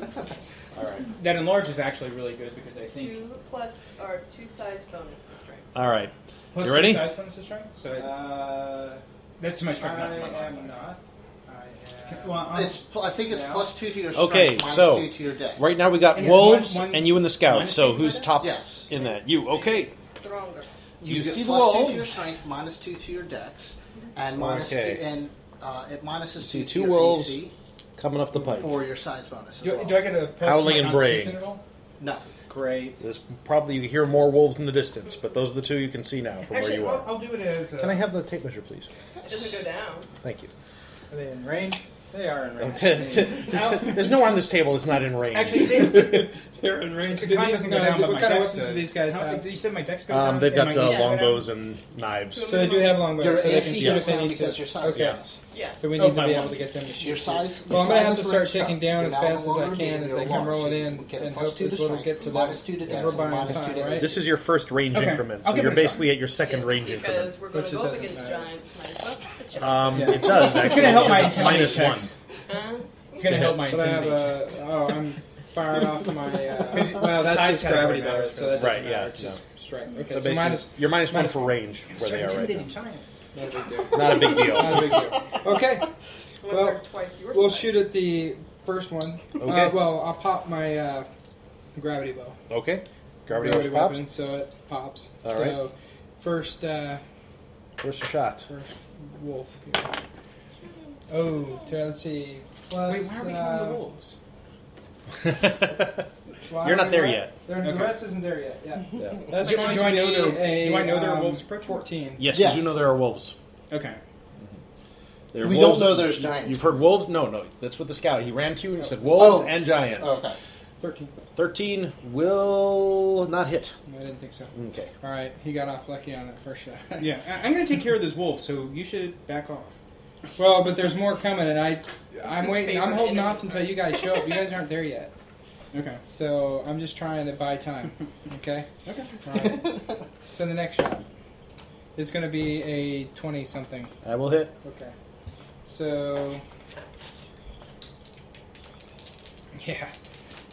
Speaker 5: All right. That enlarge is actually really good because I think
Speaker 12: Two plus or two size bonus to strength.
Speaker 4: All right.
Speaker 5: plus
Speaker 4: You
Speaker 5: two
Speaker 4: ready?
Speaker 5: size bonus is strength. So I-
Speaker 3: Uh,
Speaker 5: that's to my strength, not
Speaker 3: I
Speaker 5: to my mind.
Speaker 3: am not. I am.
Speaker 5: Well, I'm-
Speaker 6: It's pl- I think it's
Speaker 3: Yeah.
Speaker 6: plus two to your strength,
Speaker 4: Okay,
Speaker 6: minus
Speaker 4: so,
Speaker 6: two to your dex.
Speaker 4: Right now we got
Speaker 5: And it's
Speaker 4: wolves
Speaker 5: one- one-
Speaker 4: and you and the scouts.
Speaker 5: minus
Speaker 4: So
Speaker 5: two
Speaker 4: who's
Speaker 5: minus?
Speaker 4: top
Speaker 6: Yes.
Speaker 4: in that? You okay?
Speaker 12: Stronger.
Speaker 6: you,
Speaker 4: You
Speaker 6: get
Speaker 4: see the
Speaker 6: plus two to your
Speaker 4: wolves.
Speaker 6: strength, minus two to your dex, and minus
Speaker 4: Okay.
Speaker 6: two, and uh, it minuses
Speaker 4: see
Speaker 6: two,
Speaker 4: two
Speaker 6: to your
Speaker 4: wolves
Speaker 6: AC
Speaker 4: Coming up the pipe.
Speaker 6: for your size bonus as
Speaker 5: Do,
Speaker 6: well.
Speaker 5: do I get a plus to
Speaker 4: Howling
Speaker 5: my
Speaker 4: and
Speaker 5: constitution
Speaker 4: braying.
Speaker 5: at all?
Speaker 6: no,
Speaker 3: Great.
Speaker 4: There's probably you hear more wolves in the distance, but those are the two you can see now from where
Speaker 5: Actually, uh,
Speaker 4: you
Speaker 5: I'll,
Speaker 4: are.
Speaker 5: I'll do it as. A,
Speaker 4: Can I have the tape measure, please?
Speaker 12: It doesn't go down.
Speaker 4: Thank you.
Speaker 3: Are they in range? They are in range.
Speaker 4: There's there's no one on this table that's not in range.
Speaker 5: Actually, see,
Speaker 26: They're in range.
Speaker 5: the con doesn't go down, but
Speaker 3: What
Speaker 5: my
Speaker 3: kind of
Speaker 5: dex
Speaker 3: weapons do
Speaker 5: does.
Speaker 3: these guys
Speaker 5: How-
Speaker 3: have?
Speaker 5: You said my dex goes down.
Speaker 4: Um, they've got
Speaker 5: and my
Speaker 4: uh,
Speaker 5: AC go
Speaker 4: longbows and knives.
Speaker 5: down? So they do have longbows.
Speaker 6: your
Speaker 5: so they can
Speaker 6: AC
Speaker 5: shoot
Speaker 6: goes
Speaker 5: if they
Speaker 6: down
Speaker 5: need
Speaker 6: because
Speaker 5: to.
Speaker 6: your size
Speaker 5: Okay.
Speaker 6: bonus.
Speaker 12: Yeah.
Speaker 5: So we
Speaker 3: Oh,
Speaker 5: need to
Speaker 3: by
Speaker 5: be
Speaker 3: one.
Speaker 5: able to get them to shoot.
Speaker 6: Your size.
Speaker 5: Well,
Speaker 6: your
Speaker 5: I'm gonna
Speaker 6: size
Speaker 5: have to
Speaker 6: is
Speaker 5: start
Speaker 6: raised up.
Speaker 5: taking down
Speaker 6: You're
Speaker 5: as
Speaker 6: now
Speaker 5: fast
Speaker 6: no
Speaker 5: as I
Speaker 6: longer
Speaker 5: can
Speaker 6: needing
Speaker 5: as
Speaker 6: your
Speaker 5: they come
Speaker 6: launch.
Speaker 5: rolling
Speaker 6: You
Speaker 5: in,
Speaker 6: get
Speaker 5: and
Speaker 6: plus
Speaker 5: hope
Speaker 6: two to
Speaker 5: this little
Speaker 6: strength,
Speaker 5: get to
Speaker 6: minus
Speaker 5: that.
Speaker 6: two to
Speaker 5: As
Speaker 6: dex,
Speaker 5: we're
Speaker 6: and
Speaker 5: buying
Speaker 6: minus
Speaker 5: time,
Speaker 6: two to
Speaker 5: right?
Speaker 6: AC.
Speaker 4: This is your first range
Speaker 5: Okay,
Speaker 4: increment,
Speaker 5: I'll
Speaker 4: so
Speaker 5: give
Speaker 4: you're
Speaker 5: it a shot.
Speaker 4: basically at your second range increment.
Speaker 12: Because we're going
Speaker 3: Which
Speaker 12: to
Speaker 3: it
Speaker 12: go up
Speaker 3: doesn't
Speaker 12: against
Speaker 3: matter. Uh,
Speaker 12: giants. Might as well put you
Speaker 4: Um,
Speaker 5: Yeah.
Speaker 4: It does.
Speaker 5: It's
Speaker 4: actually,
Speaker 5: gonna help my
Speaker 4: because it's minus
Speaker 5: intimidation
Speaker 4: one.
Speaker 5: checks.
Speaker 12: Huh?
Speaker 5: It's gonna help my
Speaker 3: But I have
Speaker 5: intimidation.
Speaker 3: a. Oh, I'm firing off my. Uh,
Speaker 5: 'Cause
Speaker 3: well, that's
Speaker 5: size
Speaker 3: just
Speaker 5: category
Speaker 3: gravity bars,
Speaker 5: matters,
Speaker 3: so that doesn't
Speaker 4: Right,
Speaker 3: matter.
Speaker 4: yeah,
Speaker 3: It's just strength. Okay,
Speaker 4: So
Speaker 3: so,
Speaker 4: basically,
Speaker 3: minus.
Speaker 4: you're minus one
Speaker 3: minus-
Speaker 4: for range where they are right now.
Speaker 5: giants.
Speaker 3: Not a big deal.
Speaker 4: Not a big
Speaker 3: Not a
Speaker 5: Uh,
Speaker 4: deal.
Speaker 3: big deal. Okay,
Speaker 12: Unless
Speaker 3: Well,
Speaker 12: they're twice your
Speaker 3: we'll
Speaker 12: size.
Speaker 3: shoot at the first one.
Speaker 4: Okay.
Speaker 3: Uh, well, I'll pop my uh, gravity bow.
Speaker 4: Okay. Gravity always pops.
Speaker 3: weapon, so it pops.
Speaker 4: All right.
Speaker 3: so first uh,
Speaker 4: First shot.
Speaker 3: first wolf here. Oh, t- let's see. Plus,
Speaker 5: Wait, why are we
Speaker 3: uh,
Speaker 5: calling the wolves?
Speaker 3: why
Speaker 4: You're
Speaker 3: are
Speaker 4: not
Speaker 3: we
Speaker 4: there
Speaker 3: right?
Speaker 4: yet.
Speaker 3: They're-
Speaker 5: Okay.
Speaker 3: The rest isn't there yet. Yeah.
Speaker 4: Yeah.
Speaker 3: That's
Speaker 5: Do-
Speaker 3: going
Speaker 5: do
Speaker 3: to
Speaker 5: I know
Speaker 3: be
Speaker 5: there-
Speaker 3: a,
Speaker 5: do I know there are
Speaker 3: um,
Speaker 5: wolves approaching?
Speaker 3: Fourteen.
Speaker 4: Yes, you
Speaker 6: Yes.
Speaker 4: do know there are wolves.
Speaker 5: Okay.
Speaker 4: There are
Speaker 6: We
Speaker 4: wolves.
Speaker 6: don't know there's giants.
Speaker 4: You've heard wolves? No, no. That's what the scout. He ran to you and said wolves
Speaker 6: Oh.
Speaker 4: and giants.
Speaker 6: Okay.
Speaker 3: Thirteen.
Speaker 4: Thirteen will not hit.
Speaker 3: I didn't think so.
Speaker 4: Okay.
Speaker 3: All right, he got off lucky on that first shot.
Speaker 5: Yeah, I- I'm gonna take care of those wolves, so you should back off.
Speaker 3: Well, but there's more coming, and I, I'm
Speaker 12: his
Speaker 3: waiting. I'm
Speaker 12: favorite
Speaker 3: holding
Speaker 12: enemy.
Speaker 3: off until you guys show up. You guys aren't there yet,
Speaker 5: Okay.
Speaker 3: so I'm just trying to buy time. Okay.
Speaker 5: Okay.
Speaker 3: All right. So the next shot is going to be a twenty-something.
Speaker 4: I will hit.
Speaker 3: Okay. So. Yeah.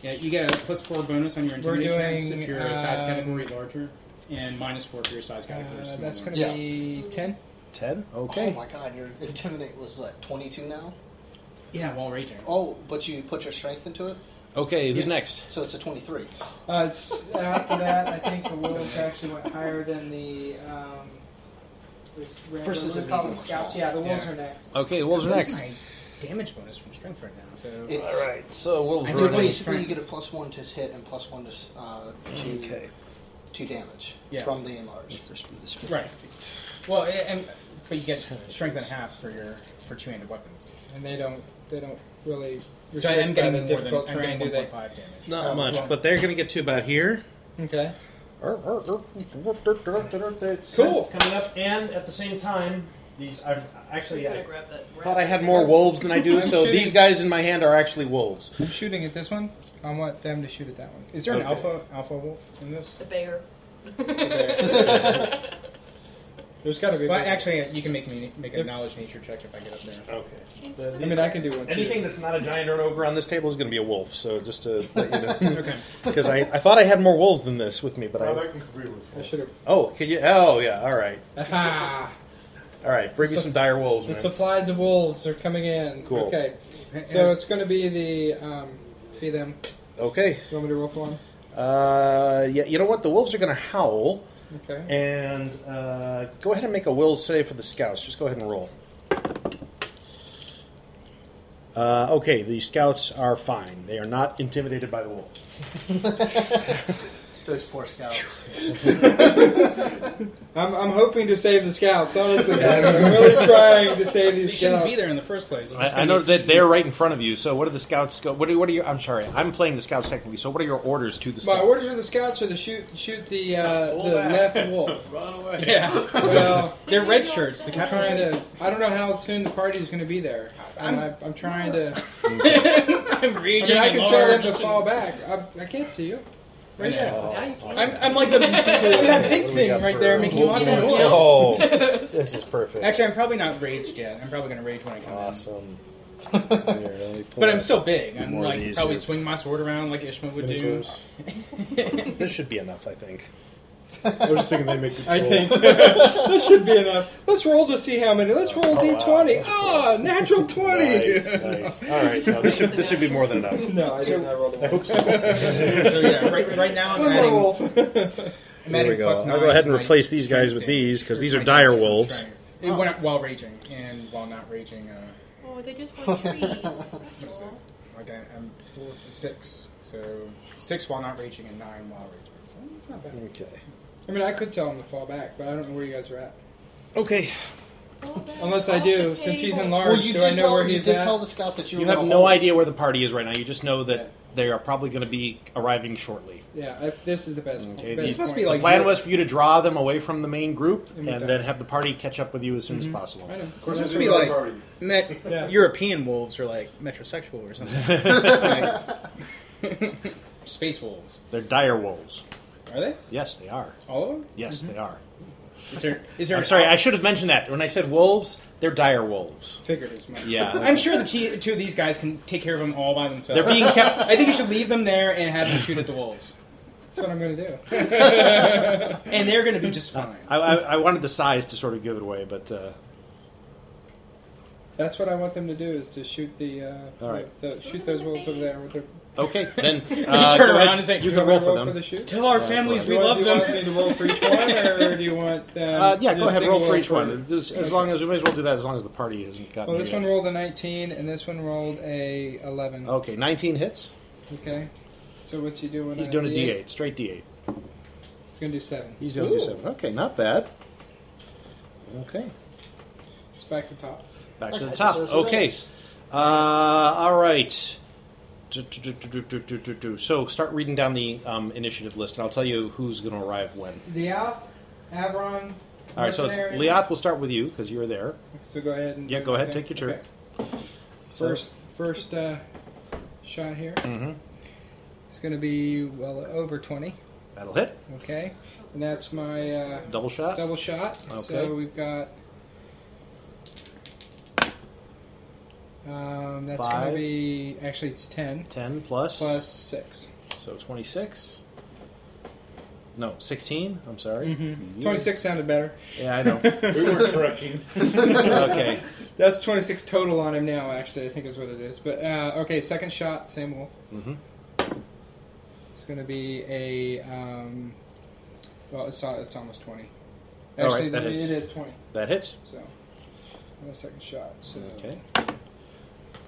Speaker 5: Yeah, you get a plus four bonus on your
Speaker 3: We're
Speaker 5: intimidate checks
Speaker 3: doing,
Speaker 5: if you're a size
Speaker 3: um,
Speaker 5: category larger. and minus four for your size category.
Speaker 6: Uh,
Speaker 5: so
Speaker 6: that's
Speaker 5: gonna
Speaker 6: Yeah.
Speaker 5: be ten.
Speaker 4: Ten.
Speaker 6: Oh my god, your intimidate was like 22 now?
Speaker 5: Yeah, while raging.
Speaker 6: Oh, but you put your strength into it?
Speaker 4: Okay, who's
Speaker 6: Yeah.
Speaker 4: next?
Speaker 6: So it's a 23.
Speaker 3: Uh, it's, after that, I think the wolves actually went higher than the. Um, this random-
Speaker 5: Versus a
Speaker 3: what do they call them?
Speaker 5: medium
Speaker 3: scouts.
Speaker 5: small.
Speaker 3: Yeah, the wolves
Speaker 5: Yeah.
Speaker 3: are next.
Speaker 4: Okay, the wolves are
Speaker 5: Where's
Speaker 4: next.
Speaker 5: my damage bonus from strength right now. So
Speaker 6: It's- All right,
Speaker 4: so wolves
Speaker 6: And you basically you get a plus one to hit and plus one to s- uh, to,
Speaker 5: Okay.
Speaker 6: to damage
Speaker 5: Yeah.
Speaker 6: from the enlarge.
Speaker 5: Right. Well, a- and but you get strength and a half for your for two-handed weapons.
Speaker 3: And they don't. They don't really.
Speaker 5: So I am
Speaker 3: restrict
Speaker 5: getting
Speaker 3: by the
Speaker 5: more than I'm
Speaker 3: difficult terrain,
Speaker 5: getting
Speaker 3: do
Speaker 5: one
Speaker 3: they?
Speaker 5: point five damage.
Speaker 4: Not
Speaker 3: Oh,
Speaker 4: much,
Speaker 3: well.
Speaker 4: but they're going to get to about here.
Speaker 5: Okay.
Speaker 9: Cool. Coming up, and at the same time, these. I'm actually.
Speaker 12: Who's
Speaker 9: I
Speaker 12: gonna grab that
Speaker 4: Thought I had more wolves than I do,
Speaker 3: I'm
Speaker 4: so
Speaker 3: shooting.
Speaker 4: these guys in my hand are actually wolves.
Speaker 3: I'm shooting at this one. I want them to shoot at that one. Is there an
Speaker 4: Okay.
Speaker 3: alpha alpha wolf in this?
Speaker 12: The bear.
Speaker 3: There's got to be. a
Speaker 5: Well,
Speaker 3: big-
Speaker 5: actually, you can make me make a
Speaker 3: Yep.
Speaker 5: knowledge nature check if I get up there.
Speaker 9: Okay.
Speaker 3: I mean, I can do one.
Speaker 4: Anything
Speaker 3: too.
Speaker 4: that's not a giant or an ogre on this table is going to be a wolf. So just to let you know,
Speaker 3: Okay.
Speaker 4: because I, I thought I had more wolves than this with me, but I
Speaker 1: can agree with
Speaker 3: I should have.
Speaker 4: oh could you oh yeah all right
Speaker 3: Aha!
Speaker 4: all right bring me
Speaker 3: So-
Speaker 4: some dire
Speaker 3: The
Speaker 4: wolves. man.
Speaker 3: supplies of wolves are coming in.
Speaker 4: Cool.
Speaker 3: Okay.
Speaker 5: Yes.
Speaker 3: So it's going to be the um, be them.
Speaker 4: Okay.
Speaker 3: You want me to roll for them?
Speaker 4: Uh, yeah, you know what? The wolves are going to howl,
Speaker 3: Okay.
Speaker 4: and uh, go ahead and make a will save for the scouts. Just go ahead and roll. Uh, okay, the scouts are fine. They are not intimidated by the wolves.
Speaker 6: Those poor scouts.
Speaker 3: I'm, I'm hoping to save the scouts. Honestly, guys. I'm really trying to save
Speaker 5: You
Speaker 3: these
Speaker 5: shouldn't
Speaker 3: scouts.
Speaker 5: be there in the first place. I'm just
Speaker 4: I, I
Speaker 5: gonna
Speaker 4: know
Speaker 5: be-
Speaker 4: that they're right in front of you. So, what do the scouts go? What are, what are your? I'm sorry, I'm playing the scouts technically. So, what are your orders to the
Speaker 3: My
Speaker 4: scouts?
Speaker 3: orders for the scouts are to shoot shoot the uh,
Speaker 5: Pull
Speaker 3: the
Speaker 5: back.
Speaker 3: left wolf.
Speaker 5: Run away.
Speaker 3: Yeah. Well,
Speaker 5: they're red shirts. The
Speaker 3: I'm
Speaker 5: captain's
Speaker 3: trying
Speaker 5: red
Speaker 3: to. I don't know how soon the party is going to be there. I'm, I'm, I'm trying to.
Speaker 5: I'm
Speaker 3: I mean, I can tell them to fall back. I, I can't see you. Right
Speaker 5: Yeah.
Speaker 3: now.
Speaker 12: Now you can't.
Speaker 5: I'm, I'm like the I'm that big
Speaker 4: What do we
Speaker 5: thing
Speaker 4: got
Speaker 5: right
Speaker 4: for-
Speaker 5: there making lots of noise.
Speaker 4: Oh, this is perfect.
Speaker 5: Actually, I'm probably not raged yet. I'm probably gonna rage when I come.
Speaker 4: awesome. Here, let me pull
Speaker 5: But I'm
Speaker 4: out
Speaker 5: still big. I'm
Speaker 4: more of
Speaker 5: like
Speaker 4: these
Speaker 5: probably
Speaker 4: here.
Speaker 5: swing my sword around like Ishmael would do.
Speaker 4: miniatures. this should be enough, I think.
Speaker 1: I was just thinking they make good
Speaker 3: I
Speaker 1: rolls.
Speaker 3: think that should be enough. Let's roll to see how many. Let's roll
Speaker 4: Oh, wow.
Speaker 3: d20. Ah, natural 20.
Speaker 4: Nice, nice. All right, no, this should this should be more than enough.
Speaker 3: No, I didn't. I rolled a one.
Speaker 5: so yeah, right, right now I'm
Speaker 3: One more
Speaker 5: adding.
Speaker 3: wolf.
Speaker 5: I'm adding plus nine
Speaker 4: I'll go ahead
Speaker 5: to
Speaker 4: and
Speaker 5: my
Speaker 4: replace these guys with
Speaker 5: strength
Speaker 4: these because
Speaker 5: damage.
Speaker 4: these are
Speaker 5: My damage
Speaker 4: dire
Speaker 5: from
Speaker 4: wolves.
Speaker 5: strength. It went up while raging and while not raging. Uh,
Speaker 12: Oh, they just want treats.
Speaker 5: what is it? Like I, I'm four, six, so six while not raging and nine while raging. Well, That's not bad.
Speaker 4: Okay.
Speaker 3: I mean, I could tell him to fall back, but I don't know where you guys are at.
Speaker 4: Okay.
Speaker 3: Unless I do, since he's enlarged,
Speaker 6: well, you
Speaker 3: do
Speaker 6: did,
Speaker 3: I know
Speaker 6: tell,
Speaker 3: where
Speaker 6: you
Speaker 3: he's
Speaker 6: did
Speaker 3: at?
Speaker 6: tell the scout that you,
Speaker 4: You
Speaker 6: were
Speaker 4: have
Speaker 6: gonna
Speaker 4: no
Speaker 6: hold-
Speaker 4: idea where the party is right now. You just know that they are probably going to be arriving shortly.
Speaker 3: yeah, if this is the best. point-
Speaker 4: Okay.
Speaker 3: best
Speaker 4: These
Speaker 5: must
Speaker 3: point.
Speaker 5: be like
Speaker 4: the plan
Speaker 5: your-
Speaker 4: was for you to draw them away from the main group
Speaker 3: And
Speaker 4: and,
Speaker 3: we
Speaker 4: then
Speaker 3: die.
Speaker 4: have the party catch up with you as soon as possible.
Speaker 3: I know.
Speaker 1: Of course,
Speaker 5: It must
Speaker 1: it's
Speaker 5: be
Speaker 1: a
Speaker 5: like-
Speaker 1: party.
Speaker 5: Me-
Speaker 3: Yeah.
Speaker 5: European wolves are like metrosexual or something. Like- space wolves
Speaker 4: They're dire wolves.
Speaker 5: are they?
Speaker 4: Yes, they are.
Speaker 5: All of them?
Speaker 4: Yes, they are.
Speaker 5: Is there? Is there?
Speaker 4: I'm
Speaker 5: an
Speaker 4: sorry,
Speaker 5: al-
Speaker 4: I should have mentioned that. When I said wolves, they're dire wolves.
Speaker 3: figured as much.
Speaker 4: Yeah.
Speaker 5: I'm sure the t- two of these guys can take care of them all by themselves.
Speaker 4: They're being kept.
Speaker 5: I think you should leave them there and have them shoot at the wolves,
Speaker 3: That's what I'm gonna do.
Speaker 5: and they're going to be just fine.
Speaker 4: I, I, I wanted the size to sort of give it away, but uh,
Speaker 3: That's what I want them to do is to shoot the, uh,
Speaker 4: All right.
Speaker 3: the shoot those wolves over there with their.
Speaker 4: okay. Then uh,
Speaker 5: turn
Speaker 4: go
Speaker 5: around
Speaker 4: ahead.
Speaker 5: and say,
Speaker 4: you
Speaker 5: "Do
Speaker 4: can
Speaker 5: you
Speaker 4: roll for
Speaker 3: Do I roll for
Speaker 4: them.
Speaker 3: the shoot.
Speaker 5: Tell our
Speaker 4: Right,
Speaker 5: families
Speaker 4: right.
Speaker 5: we
Speaker 3: Do I-
Speaker 5: love
Speaker 3: do you want me
Speaker 5: them.
Speaker 3: to roll for each one, or do you want? them
Speaker 4: Uh, yeah,
Speaker 3: to
Speaker 4: go ahead.
Speaker 3: single
Speaker 4: Roll for each one. As, as
Speaker 3: Okay.
Speaker 4: long as we may as well do that. As long as the party hasn't gotten.
Speaker 3: Well, this
Speaker 4: here
Speaker 3: one
Speaker 4: yet.
Speaker 3: rolled a 19, and this one rolled a 11.
Speaker 4: Okay, 19 hits.
Speaker 3: Okay. So what's he doing?
Speaker 4: He's
Speaker 3: on
Speaker 4: doing a
Speaker 3: D8?
Speaker 4: D8, straight D8.
Speaker 3: He's gonna do seven.
Speaker 4: He's doing a D7. Okay, not bad. Okay,
Speaker 3: It's back to top.
Speaker 4: back
Speaker 6: That
Speaker 4: to the
Speaker 6: guy
Speaker 4: top.
Speaker 6: deserves a
Speaker 4: Okay,
Speaker 6: raise.
Speaker 4: uh, all right. Do, do, do, do, do, do, do, do. So start reading down the um, initiative list, and I'll tell you who's going to arrive when.
Speaker 3: Leoth, Avron.
Speaker 4: All right, so it's
Speaker 3: mercenaries.
Speaker 4: Leoth. We'll start with you because you were there.
Speaker 3: So go ahead and
Speaker 4: Yeah,
Speaker 3: do
Speaker 4: go ahead,
Speaker 3: the
Speaker 4: take your turn.
Speaker 3: Okay.
Speaker 4: So-
Speaker 3: First, first uh, shot here.
Speaker 4: Mm-hmm.
Speaker 3: It's going to be well over 20.
Speaker 4: That'll hit.
Speaker 3: Okay, and that's my uh,
Speaker 4: Double shot.
Speaker 3: double shot.
Speaker 4: Okay.
Speaker 3: So we've got. Um, that's going
Speaker 4: Five.
Speaker 3: to be actually it's 10
Speaker 4: Ten plus.
Speaker 3: plus six.
Speaker 4: So 26. No, 16? I'm
Speaker 3: Mm.
Speaker 4: sorry.
Speaker 27: Mhm. 26 sounded better.
Speaker 4: Yeah, I know.
Speaker 27: We were correcting.
Speaker 4: okay.
Speaker 3: That's 26 total on him now, actually, I think is what it is. But, uh, okay, second shot, same wolf.
Speaker 4: Mm-hmm.
Speaker 3: It's going to be a. Um, well, it's, al- it's almost
Speaker 4: All
Speaker 3: 20.
Speaker 4: right,
Speaker 3: Actually,
Speaker 4: that
Speaker 3: it-
Speaker 4: hits.
Speaker 3: it is 20.
Speaker 4: That hits.
Speaker 3: So, on the second shot. So,
Speaker 4: Okay.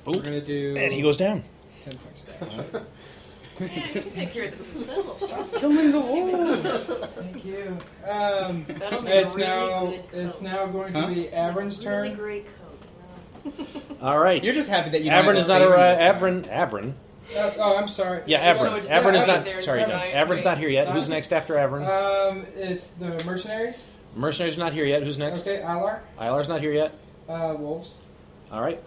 Speaker 3: We're going to do.
Speaker 4: And he goes down.
Speaker 3: 10 points.
Speaker 12: Man, you can take care of this yourself.
Speaker 3: Stop killing the wolves. Thank you. Um,
Speaker 12: That'll make a
Speaker 3: it's
Speaker 12: really
Speaker 3: now
Speaker 12: good
Speaker 3: it's now going
Speaker 4: Huh?
Speaker 3: to be Avrin's turn.
Speaker 12: Really great coat.
Speaker 4: All right.
Speaker 3: You're just happy that you don't have
Speaker 4: Avrin
Speaker 3: to
Speaker 4: is not
Speaker 3: save him
Speaker 4: around.
Speaker 3: this time.
Speaker 4: Avrin. Avrin.
Speaker 3: Uh, oh, I'm sorry.
Speaker 4: Yeah,
Speaker 3: No,
Speaker 4: Avrin.
Speaker 3: it's
Speaker 4: Avrin is not.
Speaker 3: Avrin.
Speaker 4: Sorry, no. Avrin's not here yet. Who's next after Avrin?
Speaker 3: Um, it's the mercenaries.
Speaker 4: Mercenaries not here yet. Who's next?
Speaker 3: Okay, Alar,
Speaker 4: Ilar's not here yet.
Speaker 3: uh, wolves.
Speaker 4: All right.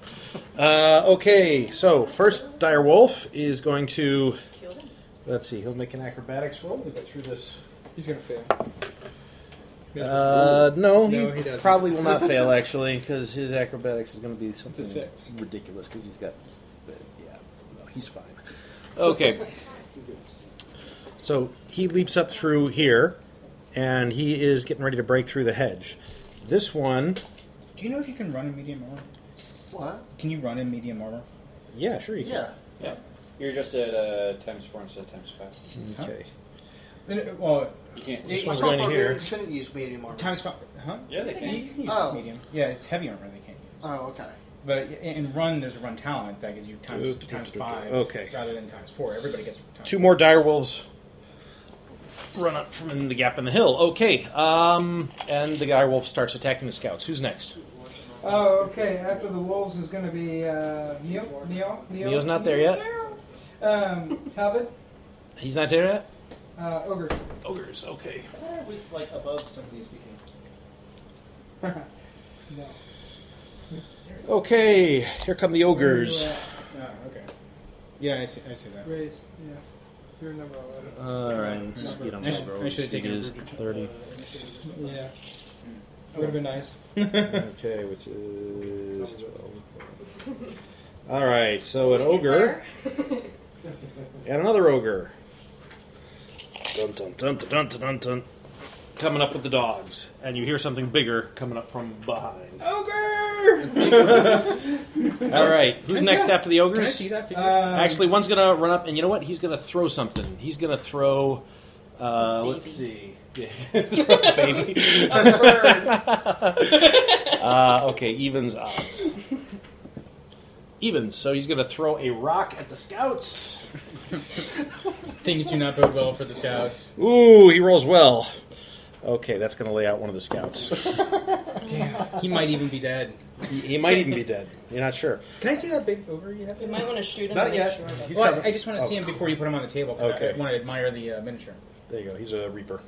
Speaker 4: Uh, okay, so first dire wolf is going to. Let's see. He'll make an acrobatics roll to get through this.
Speaker 3: He's gonna fail.
Speaker 4: Uh, no, he,
Speaker 3: No, he doesn't.
Speaker 4: probably will not fail actually, because his acrobatics is going to be something
Speaker 3: six.
Speaker 4: ridiculous. Because he's got, but yeah, no, he's fine. Okay, so he leaps up through here, and he is getting ready to break through the hedge. This one,
Speaker 3: Do you know if you can run in medium armor?
Speaker 6: What?
Speaker 3: Can you run in medium armor?
Speaker 4: yeah, sure you can.
Speaker 9: Yeah. You're just at uh, times four instead of times five.
Speaker 4: Okay.
Speaker 3: Uh, well,
Speaker 9: You can't.
Speaker 3: This
Speaker 6: This
Speaker 3: one's
Speaker 6: one's
Speaker 3: going here.
Speaker 6: couldn't use medium armor.
Speaker 3: times five, huh?
Speaker 9: Yeah, they can.
Speaker 3: You can use
Speaker 6: Oh.
Speaker 3: medium. Yeah, it's heavy armor they can't use.
Speaker 6: Oh, okay.
Speaker 3: But in run, there's a run talent that gives you times times five
Speaker 4: Okay.
Speaker 3: rather than times four. Everybody gets times
Speaker 4: Two more dire wolves run up from in the gap in the hill. Okay, um, and the dire wolf starts attacking the scouts. Who's next?
Speaker 3: Oh, okay. After the wolves is going to be uh, Neo. Neo. Neo.
Speaker 4: Neo's not there yet.
Speaker 3: Um, Talbot.
Speaker 4: He's not here yet.
Speaker 3: Uh, ogre.
Speaker 4: Ogres. Okay.
Speaker 3: I thought it was like above some of these people. no.
Speaker 4: Okay, here come the ogres.
Speaker 3: Oh, okay.
Speaker 4: Yeah, I see. I see that.
Speaker 3: Raise. uh, Yeah. You're number eleven.
Speaker 4: All right, let's just beat on
Speaker 3: I
Speaker 4: this
Speaker 3: should-
Speaker 4: roll.
Speaker 3: I should have
Speaker 4: Speed
Speaker 3: taken
Speaker 4: is
Speaker 3: a
Speaker 4: thirty.
Speaker 3: ruby. Yeah.
Speaker 4: uh,
Speaker 3: Would have been nice.
Speaker 4: okay, which is twelve. All right, so an ogre and another ogre. Dun dun dun dun dun dun dun. Coming up with the dogs, and you hear something bigger coming up from behind. All right, who's
Speaker 3: Can I see
Speaker 4: next
Speaker 3: that-
Speaker 4: after the ogres?
Speaker 3: Can I see that Um, figure?
Speaker 4: Actually, one's gonna run up, and you know what? He's gonna throw something. He's gonna throw. Uh, let's see. Yeah. Throw a baby. uh, okay, evens odds. Evens. So he's gonna throw a rock at the scouts.
Speaker 3: Things do not bode well for the scouts.
Speaker 4: Ooh, he rolls well. Okay, that's gonna lay out one of the scouts.
Speaker 3: Damn. He might even be dead.
Speaker 4: he, he might even be dead. You're not sure.
Speaker 3: Can I see that big ogre you have?
Speaker 5: You might want to shoot him.
Speaker 3: Not
Speaker 5: and
Speaker 3: yet.
Speaker 5: Make sure
Speaker 4: He's
Speaker 3: well,
Speaker 4: covered.
Speaker 3: I just want to
Speaker 4: Oh.
Speaker 3: see him before you put him on the table. 'cause
Speaker 4: Okay.
Speaker 3: I want to admire the uh, miniature.
Speaker 4: There you go. He's a reaper.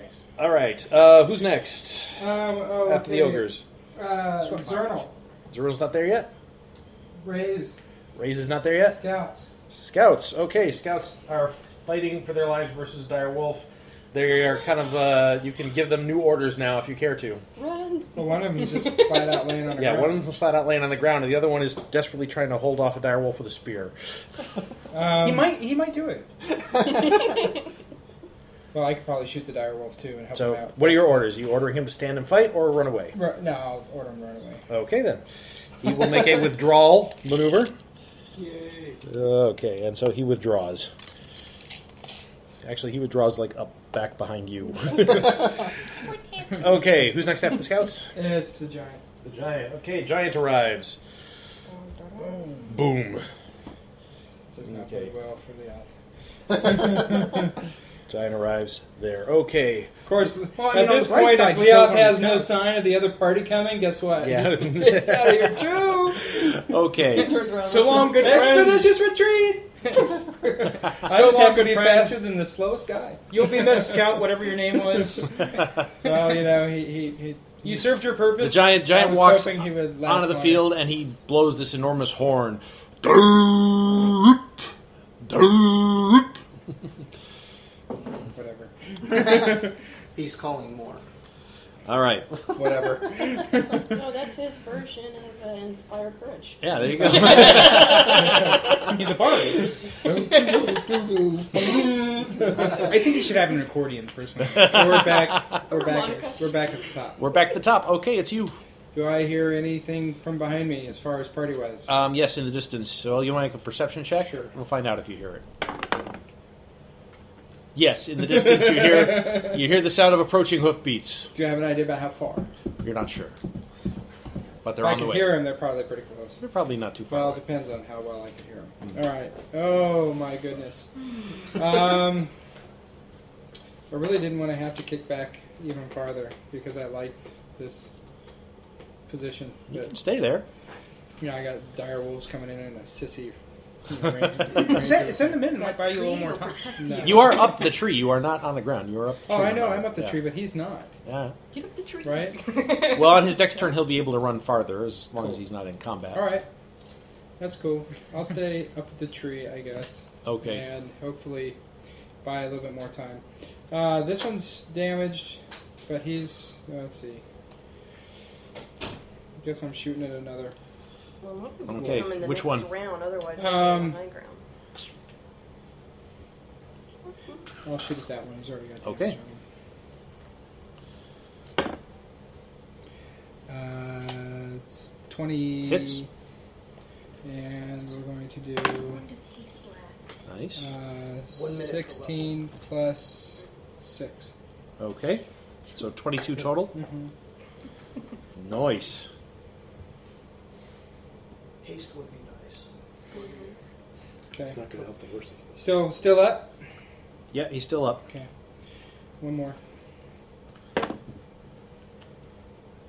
Speaker 3: Nice.
Speaker 4: All right. Uh, who's next?
Speaker 3: Um, oh,
Speaker 4: After the
Speaker 3: okay.
Speaker 4: ogres.
Speaker 3: Uh,
Speaker 4: Swamp
Speaker 3: Zernal.
Speaker 4: Zero's not there yet.
Speaker 3: Raise.
Speaker 4: Raise is not there yet.
Speaker 3: Scouts.
Speaker 4: Scouts. Okay, scouts are fighting for their lives versus dire wolf. They are kind of. Uh, you can give them new orders now if you care to.
Speaker 5: Run.
Speaker 3: Well, one of them is just flat out laying on the
Speaker 4: Yeah,
Speaker 3: ground.
Speaker 4: one of them's flat out laying on the ground, and the other one is desperately trying to hold off a dire wolf with a spear.
Speaker 3: Um, he might. He might do it. well, I could probably shoot the dire wolf too and help
Speaker 4: So,
Speaker 3: him out.
Speaker 4: what are your orders? You ordering him to stand and fight or run away?
Speaker 3: Ru- No, I'll order him right away.
Speaker 4: Okay, then. He will make a withdrawal maneuver.
Speaker 3: Yay!
Speaker 4: Okay, and so he withdraws. Actually, he withdraws like up back behind you. okay, who's next after the scouts?
Speaker 3: It's a giant.
Speaker 4: The giant. Okay, giant arrives. Boom.
Speaker 3: Does not
Speaker 4: Okay.
Speaker 3: bode well for the elf.
Speaker 4: Giant arrives there. Okay.
Speaker 3: Of course,
Speaker 28: Well, I
Speaker 3: at
Speaker 28: mean, on
Speaker 3: this
Speaker 28: the bright
Speaker 3: point,
Speaker 28: side,
Speaker 3: if
Speaker 28: you killed
Speaker 3: Leoth
Speaker 28: one of
Speaker 3: has
Speaker 28: the
Speaker 3: no
Speaker 28: scouts.
Speaker 3: sign of the other party coming, guess what?
Speaker 4: Yeah.
Speaker 3: it's out of here too.
Speaker 4: Okay.
Speaker 5: turns around.
Speaker 28: So long, good friend.
Speaker 3: Expeditious retreat.
Speaker 28: So
Speaker 3: so
Speaker 28: long,
Speaker 3: long, to
Speaker 28: good
Speaker 3: be
Speaker 28: friend.
Speaker 3: faster than the slowest guy.
Speaker 28: You'll be Miss Scout, whatever your name was.
Speaker 3: Well, you know, he he, he
Speaker 28: You served your
Speaker 4: The
Speaker 28: purpose.
Speaker 4: giant
Speaker 3: I
Speaker 4: giant
Speaker 3: was
Speaker 4: walks
Speaker 3: hoping he would last
Speaker 4: onto the
Speaker 3: longer.
Speaker 4: field and he blows this enormous horn. Derp, derp.
Speaker 3: whatever.
Speaker 6: He's calling more.
Speaker 4: All right.
Speaker 3: Whatever.
Speaker 12: No, Oh, that's his version of uh, inspire courage.
Speaker 4: Yeah, there you go.
Speaker 3: He's a bard. I think you should have an accordion personally. we're back. We're back. At, we're back at the top.
Speaker 4: We're back at the top. Okay, it's you.
Speaker 3: Do I hear anything from behind me as far as party wise?
Speaker 4: Um, yes, in the distance. So you want to make a perception check? Sure. We'll find out if you hear it. Yes, in the distance you hear you hear the sound of approaching hoofbeats.
Speaker 3: Do you have an idea about how far?
Speaker 4: You're not sure, but
Speaker 3: If
Speaker 4: they're
Speaker 3: I
Speaker 4: on the
Speaker 3: can
Speaker 4: way.
Speaker 3: hear them. They're probably pretty close.
Speaker 4: They're probably not too far.
Speaker 3: Well, it depends on how well I can hear them. All right. Oh my goodness. Um, I really didn't want to have to kick back even farther because I liked this position.
Speaker 4: You
Speaker 3: but-
Speaker 4: can stay there.
Speaker 3: You know, I got dire wolves coming in and a sissy.
Speaker 4: Send-
Speaker 3: send them in. Might buy you a little more time.
Speaker 4: You are up the tree. You are not on the ground. You are up. The
Speaker 3: Oh,
Speaker 4: tree
Speaker 3: I know.
Speaker 4: now.
Speaker 3: I'm up the
Speaker 4: Yeah.
Speaker 3: tree, but he's not.
Speaker 4: Yeah.
Speaker 3: Get up the tree. Right.
Speaker 4: Well, on his next turn, he'll be able to run farther as long as he's not in combat.
Speaker 3: All right. That's cool. I'll stay up at the tree, I guess.
Speaker 4: Okay.
Speaker 3: And hopefully buy a little bit more time. Uh, this one's damaged, but he's. uh, Let's see. I guess I'm shooting at another.
Speaker 12: Well,
Speaker 4: Okay,
Speaker 12: Come in the
Speaker 4: which
Speaker 12: next
Speaker 4: one?
Speaker 12: Round, otherwise
Speaker 3: Um,
Speaker 12: I'm high ground.
Speaker 3: I'll shoot at that one. He's already got damage
Speaker 4: Okay.
Speaker 3: on him. Uh, it's 20.
Speaker 4: Hits.
Speaker 3: And we're going to do.
Speaker 4: Nice.
Speaker 3: Uh,
Speaker 29: minute per
Speaker 3: 16 plus 6. Uh,
Speaker 4: Okay. So 22 total.
Speaker 3: Mm-hmm.
Speaker 4: Nice.
Speaker 29: Haste would be nice.
Speaker 1: It's not going to help the horses. though.
Speaker 3: Still, still up.
Speaker 4: Yeah, he's still up.
Speaker 3: Okay. One more.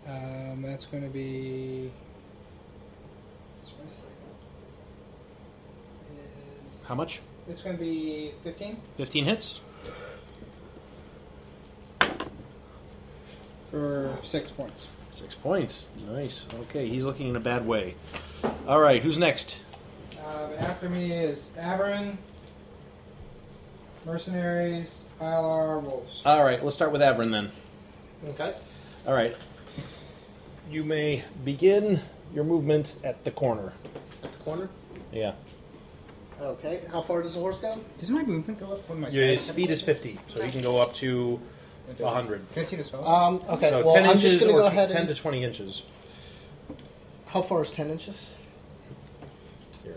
Speaker 3: Um, that's going to be.
Speaker 4: How much?
Speaker 3: It's going to be 15
Speaker 4: 15 hits.
Speaker 3: for 6 points.
Speaker 4: Six points. Nice. Okay, he's looking in a bad way. All right, who's next?
Speaker 3: Um, after me is Averin, Mercenaries, ILR, Wolves.
Speaker 4: All right, let's start with Averin then.
Speaker 6: Okay.
Speaker 4: All right. You may begin your movement at the corner.
Speaker 6: At the corner.
Speaker 4: Yeah.
Speaker 6: Okay. How far does the horse go?
Speaker 3: Does my movement go up when my
Speaker 4: Your
Speaker 3: size-
Speaker 4: speed is 50, so you can go up to 100.
Speaker 3: Can I see the spell?
Speaker 6: Um, okay.
Speaker 4: So
Speaker 6: well,
Speaker 4: 10
Speaker 6: I'm
Speaker 4: inches
Speaker 6: just going to
Speaker 4: or
Speaker 6: go
Speaker 4: t-
Speaker 6: ahead
Speaker 4: 10
Speaker 6: and.
Speaker 4: to 20 inches.
Speaker 6: How far is 10 inches?
Speaker 4: Here.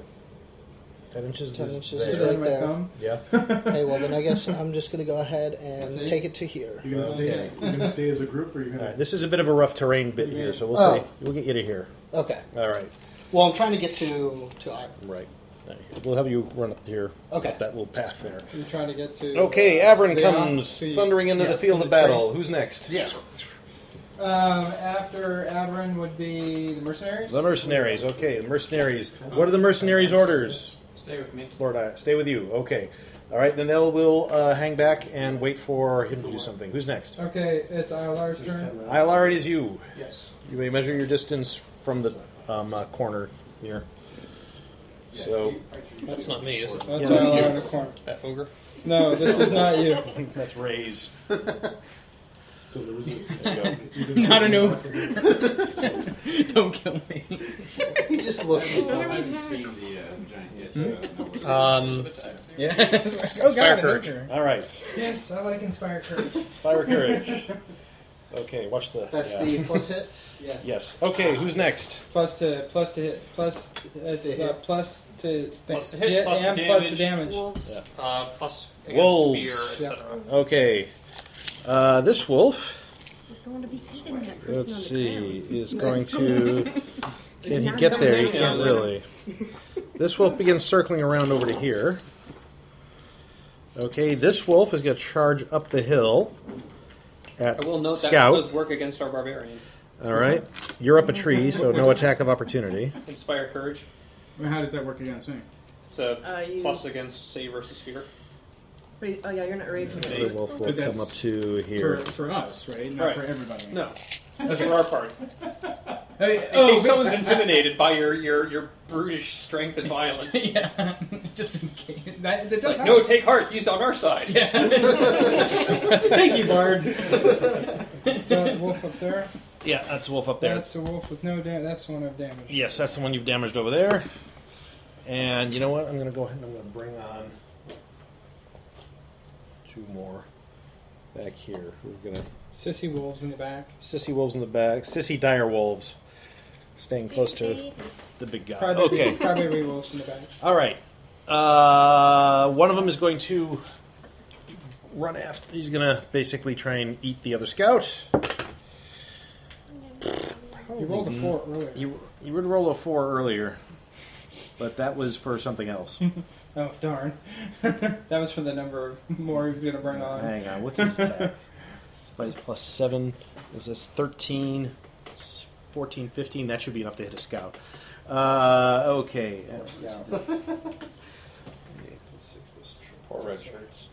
Speaker 4: 10 inches
Speaker 6: 10
Speaker 4: is
Speaker 6: inches
Speaker 4: there.
Speaker 6: is right there.
Speaker 4: Yeah.
Speaker 6: okay, well, then I guess I'm just going to go ahead and
Speaker 1: That's it?
Speaker 6: take it to here.
Speaker 1: You're going
Speaker 4: Okay.
Speaker 1: to stay as a group, or you're
Speaker 4: All
Speaker 1: going
Speaker 4: right, this is a bit of a rough terrain bit here, so we'll
Speaker 6: Oh.
Speaker 4: say we'll get you to here.
Speaker 6: Okay.
Speaker 4: All right.
Speaker 6: Well, I'm trying to get to to I.
Speaker 4: Right. All right. We'll have you run up here.
Speaker 6: Okay.
Speaker 4: Up that little path there.
Speaker 3: I'm trying to get to.
Speaker 4: Okay,
Speaker 3: uh,
Speaker 4: Averin
Speaker 3: the-
Speaker 4: comes
Speaker 3: the-
Speaker 4: thundering into
Speaker 3: yeah,
Speaker 4: the field
Speaker 3: the
Speaker 4: of battle.
Speaker 3: train.
Speaker 4: Who's next?
Speaker 6: Yeah.
Speaker 3: Um, after Averin would be the mercenaries.
Speaker 4: The mercenaries. Okay, the mercenaries. What are the mercenaries' orders?
Speaker 14: Stay with me.
Speaker 4: Lord, I stay with you. Okay. All right, then they'll will uh, hang back and wait for him to do something. Who's next?
Speaker 3: Okay, it's ILR's turn.
Speaker 4: Ilar, it is you.
Speaker 14: Yes.
Speaker 4: You may measure your distance from the um, uh, corner here. So
Speaker 14: That's not me, is it?
Speaker 3: That's
Speaker 4: Yeah,
Speaker 3: ILR in
Speaker 4: you.
Speaker 3: the corner.
Speaker 14: That ogre.
Speaker 3: No, this is not you.
Speaker 4: that's Ray's.
Speaker 1: So the resistance.
Speaker 3: Not a new. Don't kill me.
Speaker 6: He just looks.
Speaker 5: I haven't seen the uh, giant yet,
Speaker 3: Hmm?
Speaker 5: so
Speaker 14: Um,
Speaker 5: yeah.
Speaker 3: Oh, God,
Speaker 5: Fire
Speaker 3: an
Speaker 5: courage.
Speaker 3: ogre.
Speaker 4: All right,
Speaker 3: Yes, I like Inspire Courage.
Speaker 4: Spire Courage. Okay, watch the.
Speaker 6: That's
Speaker 4: yeah.
Speaker 6: the plus hits.
Speaker 3: Yes.
Speaker 4: Yes. Okay, who's next?
Speaker 3: Plus to plus to hit plus it's
Speaker 6: To
Speaker 3: uh,
Speaker 6: hit.
Speaker 3: plus to thing.
Speaker 14: Plus to hit,
Speaker 3: Yeah,
Speaker 14: plus to
Speaker 3: and plus to
Speaker 14: damage.
Speaker 3: damage.
Speaker 4: Yeah.
Speaker 14: Uh, plus against
Speaker 4: Wolves.
Speaker 14: fear, etc.
Speaker 4: Okay. Uh, this wolf.
Speaker 12: He's going to be eating that person
Speaker 4: Let's
Speaker 12: on the
Speaker 4: see.
Speaker 12: ground.
Speaker 4: Is going to.
Speaker 12: It's
Speaker 4: Can he
Speaker 12: not
Speaker 4: get
Speaker 12: coming
Speaker 4: there? He
Speaker 12: out.
Speaker 4: can't really. This wolf begins circling around over to here. Okay, this wolf is going to charge up the hill at
Speaker 14: I will note
Speaker 4: Scout.
Speaker 14: that does work against our barbarian.
Speaker 4: All right, you're up a tree, so no attack of opportunity.
Speaker 14: Inspire courage.
Speaker 3: Well, how does that work against me?
Speaker 14: It's a
Speaker 12: Uh, you-
Speaker 14: plus against save versus fear.
Speaker 12: Wait, oh yeah, you're not raging.
Speaker 4: The wolf will
Speaker 3: But that's
Speaker 4: come up to
Speaker 3: For,
Speaker 4: here.
Speaker 3: for us, right? Not
Speaker 14: Right.
Speaker 3: for everybody.
Speaker 14: No, that's for our party.
Speaker 3: Hey,
Speaker 14: In
Speaker 3: oh,
Speaker 14: case someone's
Speaker 3: but-
Speaker 14: intimidated by your, your your brutish strength and violence.
Speaker 3: yeah, just in case. That, that
Speaker 14: It's
Speaker 3: does
Speaker 14: like,
Speaker 3: happen.
Speaker 14: no, take heart. He's on our side.
Speaker 3: Yeah. Thank you, Bard. that wolf up there.
Speaker 4: Yeah, that's the wolf up there.
Speaker 3: That's a wolf with no damage. That's one of damage.
Speaker 4: Yes, that's the one you've damaged over there. And you know what? I'm going to go ahead and I'm going to bring on. two more back here. We're gonna
Speaker 3: Sissy wolves in the back.
Speaker 4: sissy wolves in the back. Sissy dire wolves, staying close to the big guy.
Speaker 3: Crybaby,
Speaker 4: okay.
Speaker 3: Crybaby wolves in the back.
Speaker 4: All right. Uh, one of them is going to run after. He's going to basically try and eat the other scout.
Speaker 3: You rolled a four earlier.
Speaker 4: You you would roll a four earlier, but that was for something else.
Speaker 3: Oh darn! that was for the number of more he was gonna bring on.
Speaker 4: Hang on, what's his attack? His body's plus seven. It says 13, it's 14, 15. That should be enough to hit a scout. Uh, okay.
Speaker 9: Poor red shirts.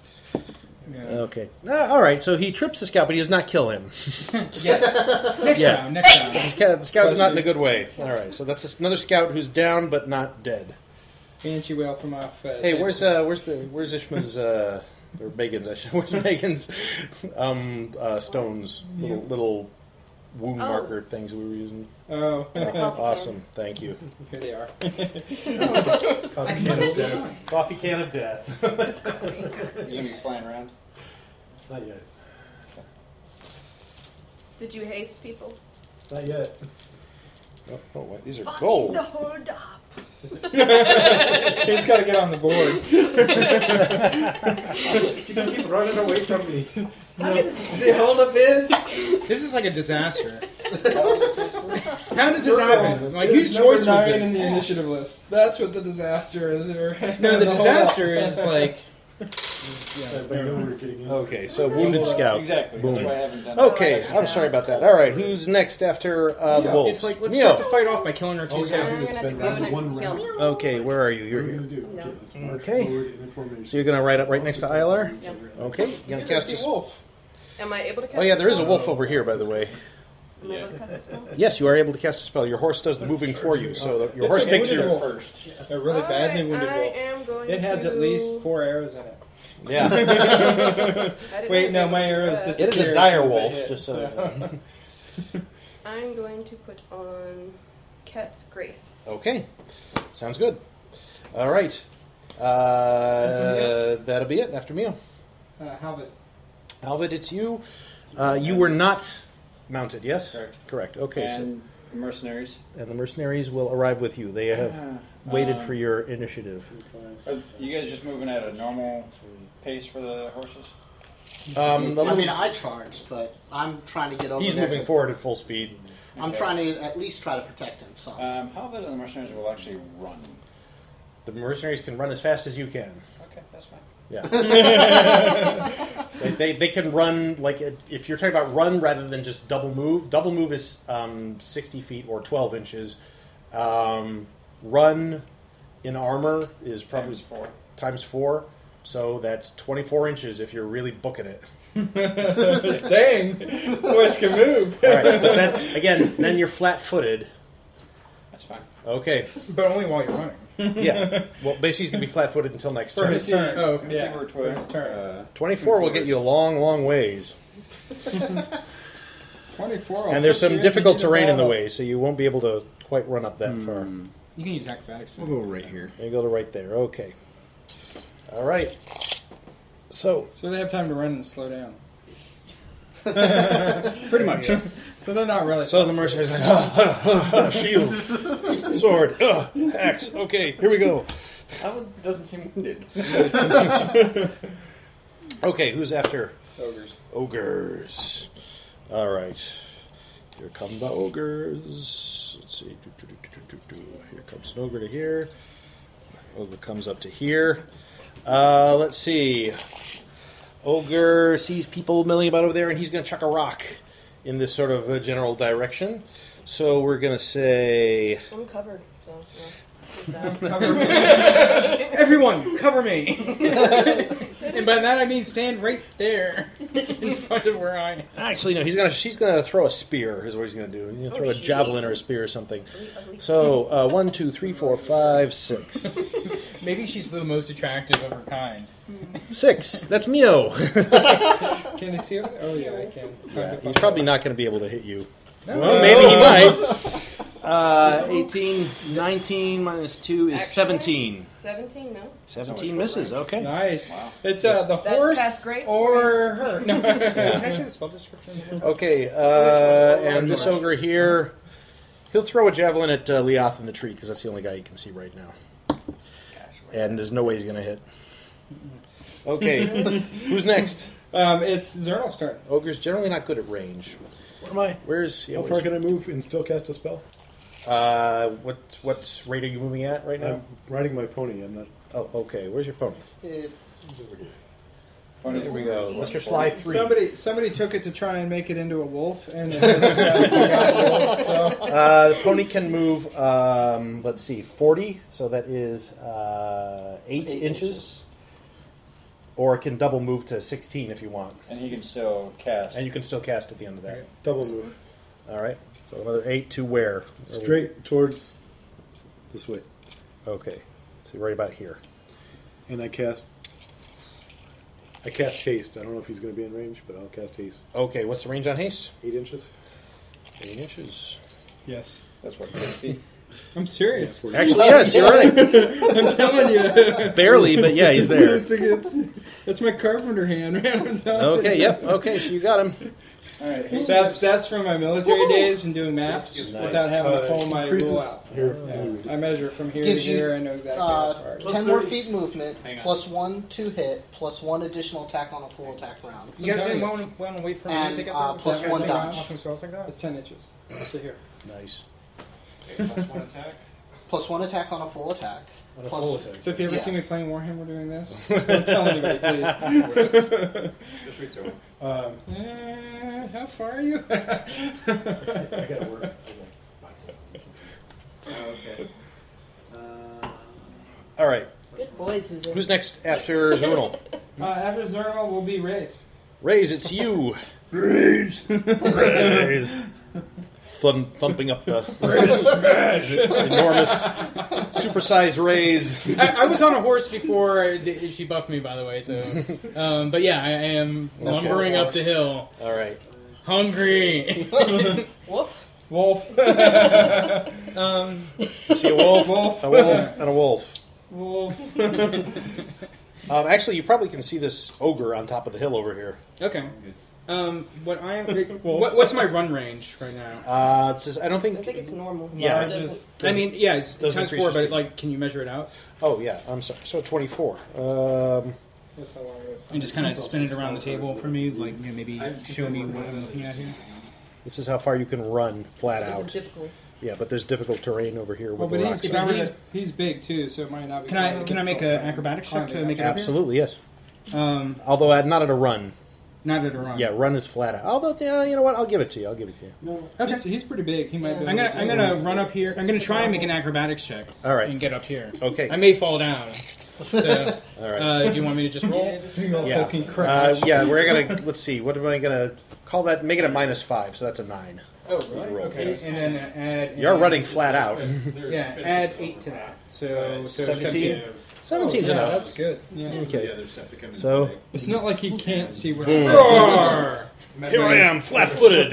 Speaker 4: Okay. Ah, all right. So he trips the scout, but he does not kill him.
Speaker 3: Yes. Next round, next round.
Speaker 4: The scout- the scout's not in a good way. All right. So that's another scout who's down but not dead.
Speaker 3: Banshee whale from off. Uh,
Speaker 4: Hey, where's uh, where's the where's Ishma's uh, or Megan's? I should where's Megan's um, uh, stones little little wound
Speaker 3: Oh.
Speaker 4: marker things we were using.
Speaker 3: Oh.
Speaker 4: Yeah, awesome! Thank you.
Speaker 3: Here they are.
Speaker 1: Coffee can of death. Coffee can of death.
Speaker 8: You gonna be flying around?
Speaker 1: Not yet.
Speaker 12: Did you haste people?
Speaker 1: Not yet.
Speaker 4: Oh, oh, wait, these are
Speaker 12: What is
Speaker 4: gold.
Speaker 12: the hold up?
Speaker 3: He's got to get on the board.
Speaker 1: You can keep running away from me.
Speaker 3: See, hold up is. This is like a disaster. How did this happen? Like whose choice was
Speaker 18: nine
Speaker 3: this?
Speaker 18: in the
Speaker 3: initiative list. That's what the disaster is. No,
Speaker 18: The
Speaker 3: the
Speaker 18: whole-
Speaker 3: disaster is like.
Speaker 4: Okay, so wounded scout.
Speaker 18: Exactly, that's
Speaker 4: Boom.
Speaker 18: why I haven't done that.
Speaker 4: okay, I'm sorry about that. All right, who's next after uh, the
Speaker 3: Yeah.
Speaker 4: wolves?
Speaker 3: It's like let's
Speaker 4: Neo.
Speaker 3: start Oh, the fight off by killing our two scouts.
Speaker 4: Okay, where are you? You're here. Okay. So you're gonna ride up right next to Eiler.
Speaker 12: Yep.
Speaker 4: Okay, you're gonna cast a spell.
Speaker 12: Am I able to cast
Speaker 4: Oh yeah, there is a
Speaker 12: spell?
Speaker 4: wolf over here, by the way.
Speaker 12: Am I able to cast a spell?
Speaker 4: Yes, you are able to cast a spell. Your horse does the moving for you, so the- your
Speaker 3: It's
Speaker 4: horse
Speaker 3: a
Speaker 4: takes
Speaker 3: wounded
Speaker 4: your
Speaker 3: wolf. A really badly wounded wolf. it has at least four arrows in it.
Speaker 4: Yeah.
Speaker 12: didn't
Speaker 3: Wait,
Speaker 12: know
Speaker 3: no, my arrows
Speaker 12: that.
Speaker 3: disappear.
Speaker 4: It is a
Speaker 3: as
Speaker 4: dire
Speaker 3: soon as I
Speaker 4: wolf,
Speaker 3: hit,
Speaker 4: just so you know.
Speaker 12: I'm going to put on Cat's Grace.
Speaker 4: Okay, sounds good. All right, uh, that'll be it after meal.
Speaker 3: Uh, Halbert.
Speaker 4: Alvid, it's you. Uh, you were not mounted, yes? Correct. Okay.
Speaker 8: And mercenaries.
Speaker 4: so, and the mercenaries will arrive with you. They have
Speaker 8: Ah,
Speaker 4: waited
Speaker 8: um,
Speaker 4: for your initiative.
Speaker 8: Are you guys just moving at a normal pace for the horses?
Speaker 4: Um, the
Speaker 6: I mean,
Speaker 4: little-
Speaker 6: I charged, but I'm trying to get over
Speaker 4: He's
Speaker 6: there
Speaker 4: moving
Speaker 6: to-
Speaker 4: forward at full speed.
Speaker 6: I'm trying to at least try to protect him. So
Speaker 8: Um, how about the mercenaries will actually run?
Speaker 4: The mercenaries can run as fast as you can.
Speaker 8: Okay, that's fine.
Speaker 4: Yeah. they, they, they can run, like, if you're talking about run rather than just double move, double move is um, 60 feet or 12 inches. Um, run in armor is probably times
Speaker 8: four.
Speaker 4: so that's 24 inches if you're really booking it.
Speaker 3: Dang, boys can move.
Speaker 4: All right, but then, again, then you're flat footed.
Speaker 8: That's fine.
Speaker 4: Okay.
Speaker 3: But only while you're running.
Speaker 4: Yeah. Well, basically, he's going to be flat footed until next turn.
Speaker 3: Oh, okay.
Speaker 8: Yeah.
Speaker 3: Yeah.
Speaker 8: For his
Speaker 3: turn.
Speaker 4: 24 will get you a long, long ways.
Speaker 3: 24.
Speaker 4: And there's some difficult terrain Oh, in the way, so you won't be able to quite run up that far.
Speaker 3: You can use acrobatics.
Speaker 4: We'll go right here. You go to right there. Okay. All right. So
Speaker 3: So they have time to run and slow down.
Speaker 4: Uh.
Speaker 3: Pretty much. So they're not really.
Speaker 4: So the mercenaries like, "Ah, shield, sword, uh, axe. Okay, here we go.
Speaker 17: That one doesn't seem wounded.
Speaker 4: Okay, who's after?
Speaker 17: Ogres.
Speaker 4: Ogres. All right. Here come the ogres. Let's see. Do, do, do, do, do, do, do. Here comes an ogre to here. Ogre comes up to here. Uh, let's see. Ogre sees people milling about over there, and he's going to chuck a rock in this sort of a general direction. So we're going to say.
Speaker 12: I'm covered, so
Speaker 3: Cover me. Everyone, cover me. and by that I mean stand right there in front of where I am.
Speaker 4: Actually, no. He's gonna. She's gonna throw a spear. Is what he's gonna do. He's gonna
Speaker 3: Oh,
Speaker 4: throw a
Speaker 3: shoot.
Speaker 4: javelin or a spear or something. So uh, one, two, three, four, five, six,
Speaker 3: Maybe she's the most attractive of her kind.
Speaker 4: six. That's Mio.
Speaker 3: Can you see her? Oh yeah, I can.
Speaker 4: yeah, he's probably not gonna be able to hit you.
Speaker 3: No.
Speaker 4: Well, maybe he might. Uh, 18, 19 minus 2 is 17.
Speaker 12: 17, no?
Speaker 4: 17 misses, okay.
Speaker 3: Nice. It's uh, the
Speaker 12: That's past
Speaker 3: horse
Speaker 12: grades
Speaker 3: or her. No.
Speaker 4: Can I see
Speaker 3: the spell description?
Speaker 4: Okay, uh, and this ogre here, he'll throw a javelin at uh, Leoth in the tree because that's the only guy he can see right now. And there's no way he's going to hit. Okay, who's next?
Speaker 3: Um, it's Zernal's turn.
Speaker 4: Ogre's generally not good at range.
Speaker 1: What am I?
Speaker 4: Where's he?
Speaker 1: How far can I move and still cast a spell?
Speaker 4: Uh, what what rate are you moving at right now?
Speaker 1: I'm riding my pony. I'm not.
Speaker 4: Oh, okay. Where's your pony?
Speaker 6: It,
Speaker 4: Here we go.
Speaker 3: Mr.
Speaker 4: Sly three.
Speaker 3: Somebody, somebody took it to try and make it into a wolf, and it just got, so
Speaker 4: Uh, the pony can move. Um, let's see, forty. So that is uh, eight,
Speaker 9: Eight
Speaker 4: inches. Or it can double move to sixteen if you want,
Speaker 9: And he can still cast.
Speaker 4: and you can still cast at the end of that.
Speaker 1: Double move.
Speaker 4: All right. So another eight to where?
Speaker 1: Straight towards this way.
Speaker 4: Okay. So right about here.
Speaker 1: And I cast. I cast haste. I don't know if he's going to be in range, but I'll cast haste.
Speaker 4: Okay. What's the range on haste?
Speaker 1: Eight inches.
Speaker 4: Eight inches.
Speaker 3: yes,
Speaker 9: That's what it be.
Speaker 3: I'm serious.
Speaker 1: Yeah,
Speaker 4: Actually, yes, you're right.
Speaker 3: I'm telling you,
Speaker 4: Barely, but yeah, he's there.
Speaker 3: it's, it's, it's my carpenter hand, man. I'm telling
Speaker 4: Okay.
Speaker 3: you.
Speaker 4: Yep. Okay. So you got him.
Speaker 9: All right. Hey,
Speaker 3: That, that's from my military days and doing maps without having
Speaker 1: Uh,
Speaker 3: to pull my
Speaker 1: increases
Speaker 3: rule out.
Speaker 1: Here.
Speaker 3: Yeah. I measure from here
Speaker 6: Gives
Speaker 3: to
Speaker 6: you,
Speaker 3: here. I know exactly.
Speaker 6: uh,
Speaker 3: how far.
Speaker 6: 10 more feet movement,
Speaker 3: Hang on.
Speaker 6: plus 1 to hit, plus 1 additional attack on a full attack round.
Speaker 3: You guys didn't want, want to wait for me
Speaker 6: And,
Speaker 3: to take
Speaker 6: uh,
Speaker 3: out
Speaker 6: plus one dodge.
Speaker 3: Awesome spells like that. It's ten inches to here.
Speaker 4: Nice.
Speaker 30: Plus one attack.
Speaker 6: Plus 1 attack on a full attack.
Speaker 4: On a
Speaker 6: plus-
Speaker 4: full attack.
Speaker 3: So if you ever
Speaker 6: yeah.
Speaker 3: see me playing Warhammer doing this, don't tell anybody, please.
Speaker 30: Just read through it.
Speaker 1: Um,
Speaker 3: Eh, how far are you?
Speaker 1: I got to work.
Speaker 30: okay.
Speaker 4: All right.
Speaker 12: Good boys, Susan.
Speaker 4: Who's next after Zonal?
Speaker 3: Uh, after Zerno will be raised.
Speaker 4: Raise, it's you.
Speaker 3: Raise.
Speaker 4: Raise. Thumb, thumping up the enormous, supersized raise.
Speaker 5: I, I was on a horse before th- she buffed me, by the way. So, um, but yeah, I, I am
Speaker 4: Okay.
Speaker 5: lumbering up the hill,
Speaker 4: All right.
Speaker 5: hungry.
Speaker 12: Woof.
Speaker 3: Wolf. um,
Speaker 4: I See a wolf,
Speaker 3: Wolf.
Speaker 4: a wolf, and a wolf.
Speaker 3: wolf.
Speaker 4: Um, actually, you probably can see this ogre on top of the hill over here.
Speaker 5: okay. Um, what I am, what, what's my run range right now?
Speaker 4: Uh, it's just, I don't think.
Speaker 12: I think it's normal.
Speaker 4: Yeah,
Speaker 12: It doesn't-
Speaker 5: I mean, yeah, it's
Speaker 4: Doesn't
Speaker 5: times
Speaker 4: increase
Speaker 5: four,
Speaker 4: your
Speaker 5: but
Speaker 4: speed.
Speaker 5: like, can you measure it out
Speaker 4: Oh yeah, I'm sorry. So 24. Um,
Speaker 3: That's how long it is.
Speaker 5: and just kind of spin it around the table for me, like you know, maybe show me what I'm looking at here?
Speaker 4: this is how far you can run flat
Speaker 12: This is
Speaker 4: out.
Speaker 12: difficult.
Speaker 4: Yeah, but there's difficult terrain over here
Speaker 3: Well,
Speaker 4: with
Speaker 3: but
Speaker 4: the
Speaker 3: he's,
Speaker 4: rocks.
Speaker 3: if I were to- he's big too, so it might not be.
Speaker 5: Can I can I make an acrobatics check to make it up here?
Speaker 4: Absolutely yes.
Speaker 5: Um,
Speaker 4: Although uh, not at a run.
Speaker 5: not at a run.
Speaker 4: Yeah, run is flat out. Although yeah, you know what? I'll give it to you. I'll give it to you.
Speaker 3: No, he's, he's pretty big. He might be.
Speaker 5: I'm gonna
Speaker 3: able to
Speaker 5: I'm
Speaker 3: just-
Speaker 5: gonna run up here. I'm gonna try and make an acrobatics check
Speaker 4: All right.
Speaker 5: and get up here.
Speaker 4: Okay.
Speaker 5: I may fall down. So,
Speaker 4: All right.
Speaker 5: uh, do you want me to just roll?
Speaker 4: yeah. Uh, yeah, we're gonna let's see. What am I gonna call that? Make it a minus five, so that's a nine.
Speaker 5: Oh,
Speaker 4: really?
Speaker 5: Okay. And then uh, add.
Speaker 4: You're
Speaker 5: an-
Speaker 4: running flat out.
Speaker 5: Yeah. Add eight to that. So, Oh, so
Speaker 4: 17? Seventeen's
Speaker 3: yeah,
Speaker 4: enough.
Speaker 3: That's good. Yeah.
Speaker 4: okay.
Speaker 30: There's stuff to come in
Speaker 4: So
Speaker 3: It's not like he can't see what.
Speaker 5: Roar!
Speaker 4: here I am, flat-footed.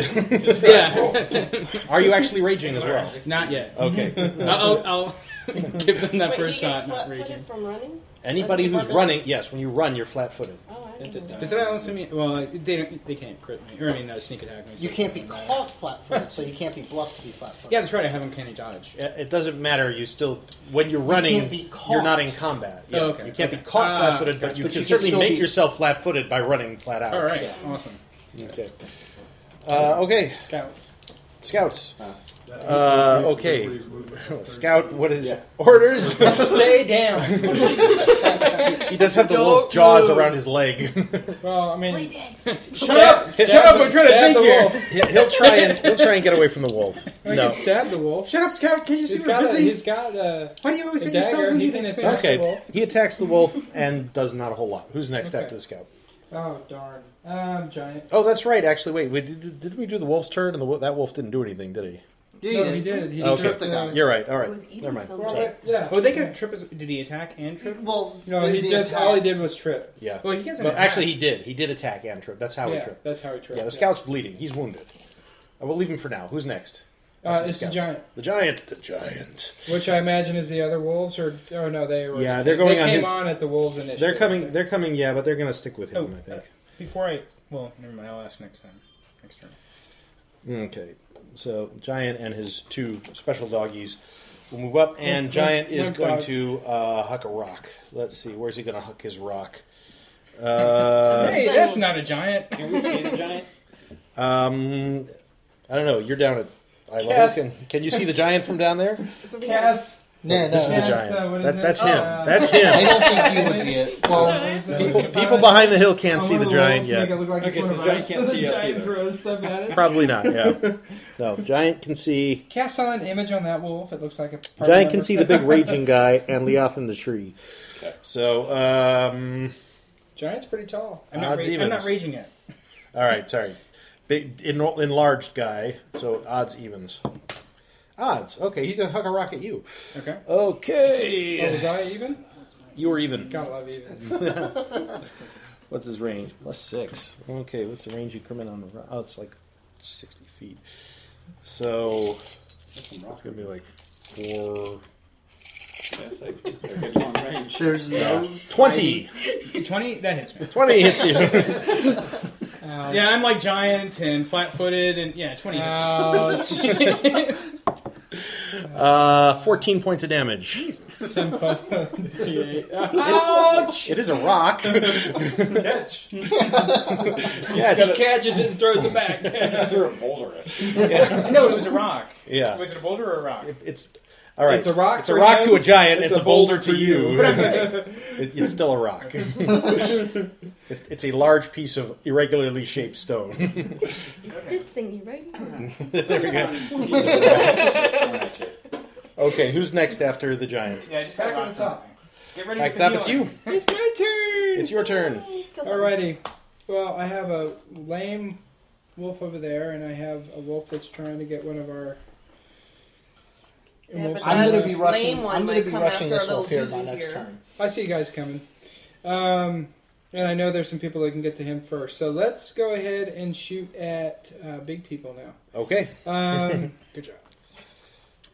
Speaker 5: yeah.
Speaker 4: Are you actually raging as well?
Speaker 5: Not yet.
Speaker 4: Okay. Uh,
Speaker 5: I'll, I'll, I'll give them that
Speaker 12: Wait,
Speaker 5: first
Speaker 12: he gets
Speaker 5: shot. Not
Speaker 12: flat-footed
Speaker 5: raging.
Speaker 12: from running?
Speaker 4: Anybody who's running, yes, when you run, you're flat-footed.
Speaker 12: Oh, I don't know.
Speaker 5: Is that also me? Well, I- they don't, they can't crit me, or I mean, uh, sneak attack me. so
Speaker 6: You
Speaker 5: it
Speaker 6: can't be
Speaker 5: doesn't matter.
Speaker 6: caught flat footed, so you can't be bluffed to be flat footed.
Speaker 5: Yeah, that's right. I have uncanny dodge.
Speaker 4: Uh, It it doesn't matter. You still, when you're running,
Speaker 6: can't be
Speaker 4: are not in
Speaker 6: caught.
Speaker 4: combat.
Speaker 5: Oh, okay.
Speaker 4: You can't be
Speaker 5: Okay.
Speaker 4: caught
Speaker 5: Ah,
Speaker 4: flat-footed, but
Speaker 5: gotcha.
Speaker 4: you
Speaker 6: But
Speaker 4: can
Speaker 6: you can
Speaker 4: certainly
Speaker 6: still
Speaker 4: make
Speaker 6: be-
Speaker 4: yourself flat-footed by running flat out.
Speaker 5: All right,
Speaker 6: Yeah.
Speaker 5: awesome.
Speaker 4: Okay. Uh, okay,
Speaker 5: Scout.
Speaker 4: scouts. Uh, okay, scout. What is orders?
Speaker 3: Stay down.
Speaker 4: He does have the wolf's jaws around his leg.
Speaker 3: Well, I mean,
Speaker 12: We did.
Speaker 3: shut up! Shut up! I'm trying to think here.
Speaker 4: Yeah, he'll try and he'll try and get away from the wolf.
Speaker 3: I
Speaker 4: No.
Speaker 3: can stab the wolf.
Speaker 5: Shut up, Scout. Can't you
Speaker 3: He's
Speaker 5: see we're
Speaker 3: got. A,
Speaker 5: busy?
Speaker 3: he's got a.
Speaker 5: Why do you always
Speaker 3: a
Speaker 5: hit yourselves
Speaker 3: dagger.
Speaker 5: into
Speaker 3: He
Speaker 5: the
Speaker 3: can
Speaker 5: face?
Speaker 3: attack. the
Speaker 4: Okay.
Speaker 3: wolf.
Speaker 4: He attacks the wolf and does not a whole lot. Who's next after the scout?
Speaker 3: Oh darn! Um, giant.
Speaker 4: Oh, that's right. Actually, wait. wait did, did- didn't we do the wolf's turn? And the, wo- that wolf didn't do anything, did he? Oh,
Speaker 6: Yeah,
Speaker 3: No, he did. He
Speaker 4: Okay.
Speaker 3: tripped the guy.
Speaker 4: You're right. All
Speaker 12: He
Speaker 4: right.
Speaker 12: was eating
Speaker 4: Never mind.
Speaker 12: something.
Speaker 4: Sorry.
Speaker 3: Yeah.
Speaker 5: Oh, they could trip. As, did he attack and trip?
Speaker 6: Well,
Speaker 3: No,
Speaker 6: the-
Speaker 3: he
Speaker 6: the
Speaker 3: just
Speaker 6: attack-
Speaker 3: all he did was trip.
Speaker 4: Yeah.
Speaker 5: Well, he gets an
Speaker 4: But
Speaker 5: attack.
Speaker 4: actually, he did. He did attack and trip. That's how he
Speaker 3: yeah,
Speaker 4: tripped.
Speaker 3: that's how he tripped.
Speaker 4: Uh, Yeah, the scout's bleeding. He's wounded. I will leave him for now. Who's next? Not
Speaker 3: Uh,
Speaker 4: to the
Speaker 3: it's the
Speaker 4: scouts.
Speaker 3: giant.
Speaker 4: The giant. The giant.
Speaker 3: Which I imagine is the other wolves, or oh no, they were.
Speaker 4: Yeah, they're going
Speaker 3: they
Speaker 4: on
Speaker 3: came
Speaker 4: his-
Speaker 3: on at the wolves initiative.
Speaker 4: They're coming. They're coming. Yeah, but they're going to stick with
Speaker 3: Oh,
Speaker 4: him. I think.
Speaker 5: Before I, well, never mind. I'll ask next time, next turn.
Speaker 4: Okay. So giant and his two special doggies will move up, and
Speaker 31: Limp-
Speaker 4: giant
Speaker 31: limp-
Speaker 4: is
Speaker 31: limp
Speaker 4: going
Speaker 31: dogs.
Speaker 4: to uh, huck a rock. Let's see. Where's he going to huck his rock? Uh,
Speaker 5: hey, that's not a giant. Can
Speaker 32: we see the giant?
Speaker 4: Um, I don't know. You're down at eye level.
Speaker 33: Cass.
Speaker 4: Can, can you see the giant from down there?
Speaker 33: Cass.
Speaker 4: Yeah, this
Speaker 33: no.
Speaker 4: is
Speaker 33: Cass,
Speaker 4: the giant.
Speaker 33: uh, what is
Speaker 4: That-
Speaker 33: it?
Speaker 4: that's
Speaker 33: Oh,
Speaker 4: him.
Speaker 33: uh,
Speaker 4: that's him.
Speaker 33: I don't think you would be it. Well,
Speaker 4: people,
Speaker 33: Giant.
Speaker 4: people behind the hill can't
Speaker 33: I'm
Speaker 4: see
Speaker 33: one
Speaker 4: the
Speaker 33: of the
Speaker 4: giant
Speaker 33: wolves to
Speaker 4: yet.
Speaker 33: make it look like it's Okay, one so of giant us. can't see us Giant either. throws stuff at it.
Speaker 4: Probably not. Yeah. No, giant can see.
Speaker 3: Cast on an image on that wolf. It looks like a part
Speaker 4: Giant
Speaker 3: number.
Speaker 4: can see the big raging guy and Leoth in the tree. So, um,
Speaker 3: Giant's pretty tall.
Speaker 5: I'm not,
Speaker 4: Odds,
Speaker 5: ra- I'm not
Speaker 4: evens.
Speaker 5: raging yet.
Speaker 4: all right, sorry. Big en- enlarged guy. So odds evens. Odds. Okay, he's gonna huck a rock at you.
Speaker 5: Okay.
Speaker 4: Okay.
Speaker 3: Oh, was I even?
Speaker 4: You were even.
Speaker 3: Gotta love even.
Speaker 4: What's his range? Plus six. Okay, what's the range you come in on the rock? Oh, it's like sixty feet. So it's gonna be like four.
Speaker 5: There's no
Speaker 4: twenty.
Speaker 5: 20? That hits me.
Speaker 4: 20 hits you.
Speaker 5: yeah, I'm like giant and flat footed and yeah, 20 hits.
Speaker 3: Ouch.
Speaker 4: Uh, fourteen points of damage.
Speaker 3: Ten plus D8.
Speaker 4: Ouch! It is a rock.
Speaker 3: Catch.
Speaker 4: Catch.
Speaker 3: catches it and throws it back.
Speaker 32: just threw a boulder at you.
Speaker 5: Yeah. No, it was a rock.
Speaker 4: Yeah.
Speaker 5: Was it a boulder or a rock?
Speaker 4: It's all right.
Speaker 5: It's a rock
Speaker 4: It's a
Speaker 5: for
Speaker 4: rock
Speaker 5: him.
Speaker 4: to a giant.
Speaker 5: It's
Speaker 4: It's,
Speaker 5: a
Speaker 4: a boulder,
Speaker 5: boulder
Speaker 4: to
Speaker 5: for
Speaker 4: you.
Speaker 5: you.
Speaker 4: It- it's still a rock. it's, it's a large piece of irregularly shaped stone.
Speaker 12: It's this thingy right here.
Speaker 4: there we go.
Speaker 12: go.
Speaker 4: okay, who's next after the giant?
Speaker 5: Yeah, I just
Speaker 3: Back
Speaker 5: got
Speaker 3: on
Speaker 5: rocked
Speaker 3: the top.
Speaker 5: Get ready
Speaker 4: Back
Speaker 5: with the
Speaker 4: up, it's
Speaker 5: healing.
Speaker 4: you.
Speaker 3: It's my turn.
Speaker 4: It's your turn.
Speaker 3: Alrighty. Well, I have a lame wolf over there, and I have a wolf that's trying to get one of our.
Speaker 12: Yeah, but
Speaker 6: I'm
Speaker 12: that
Speaker 6: gonna be rushing.
Speaker 12: lame one
Speaker 6: I'm gonna
Speaker 12: might
Speaker 6: be
Speaker 12: come
Speaker 6: rushing
Speaker 12: after
Speaker 6: this
Speaker 12: a little
Speaker 6: wolf here by
Speaker 12: Zuzu
Speaker 6: next
Speaker 12: here.
Speaker 6: turn.
Speaker 3: I see you guys coming. Um, and I know there's some people that can get to him first. So let's go ahead and shoot at uh, big people now.
Speaker 4: Okay.
Speaker 3: Um, good job.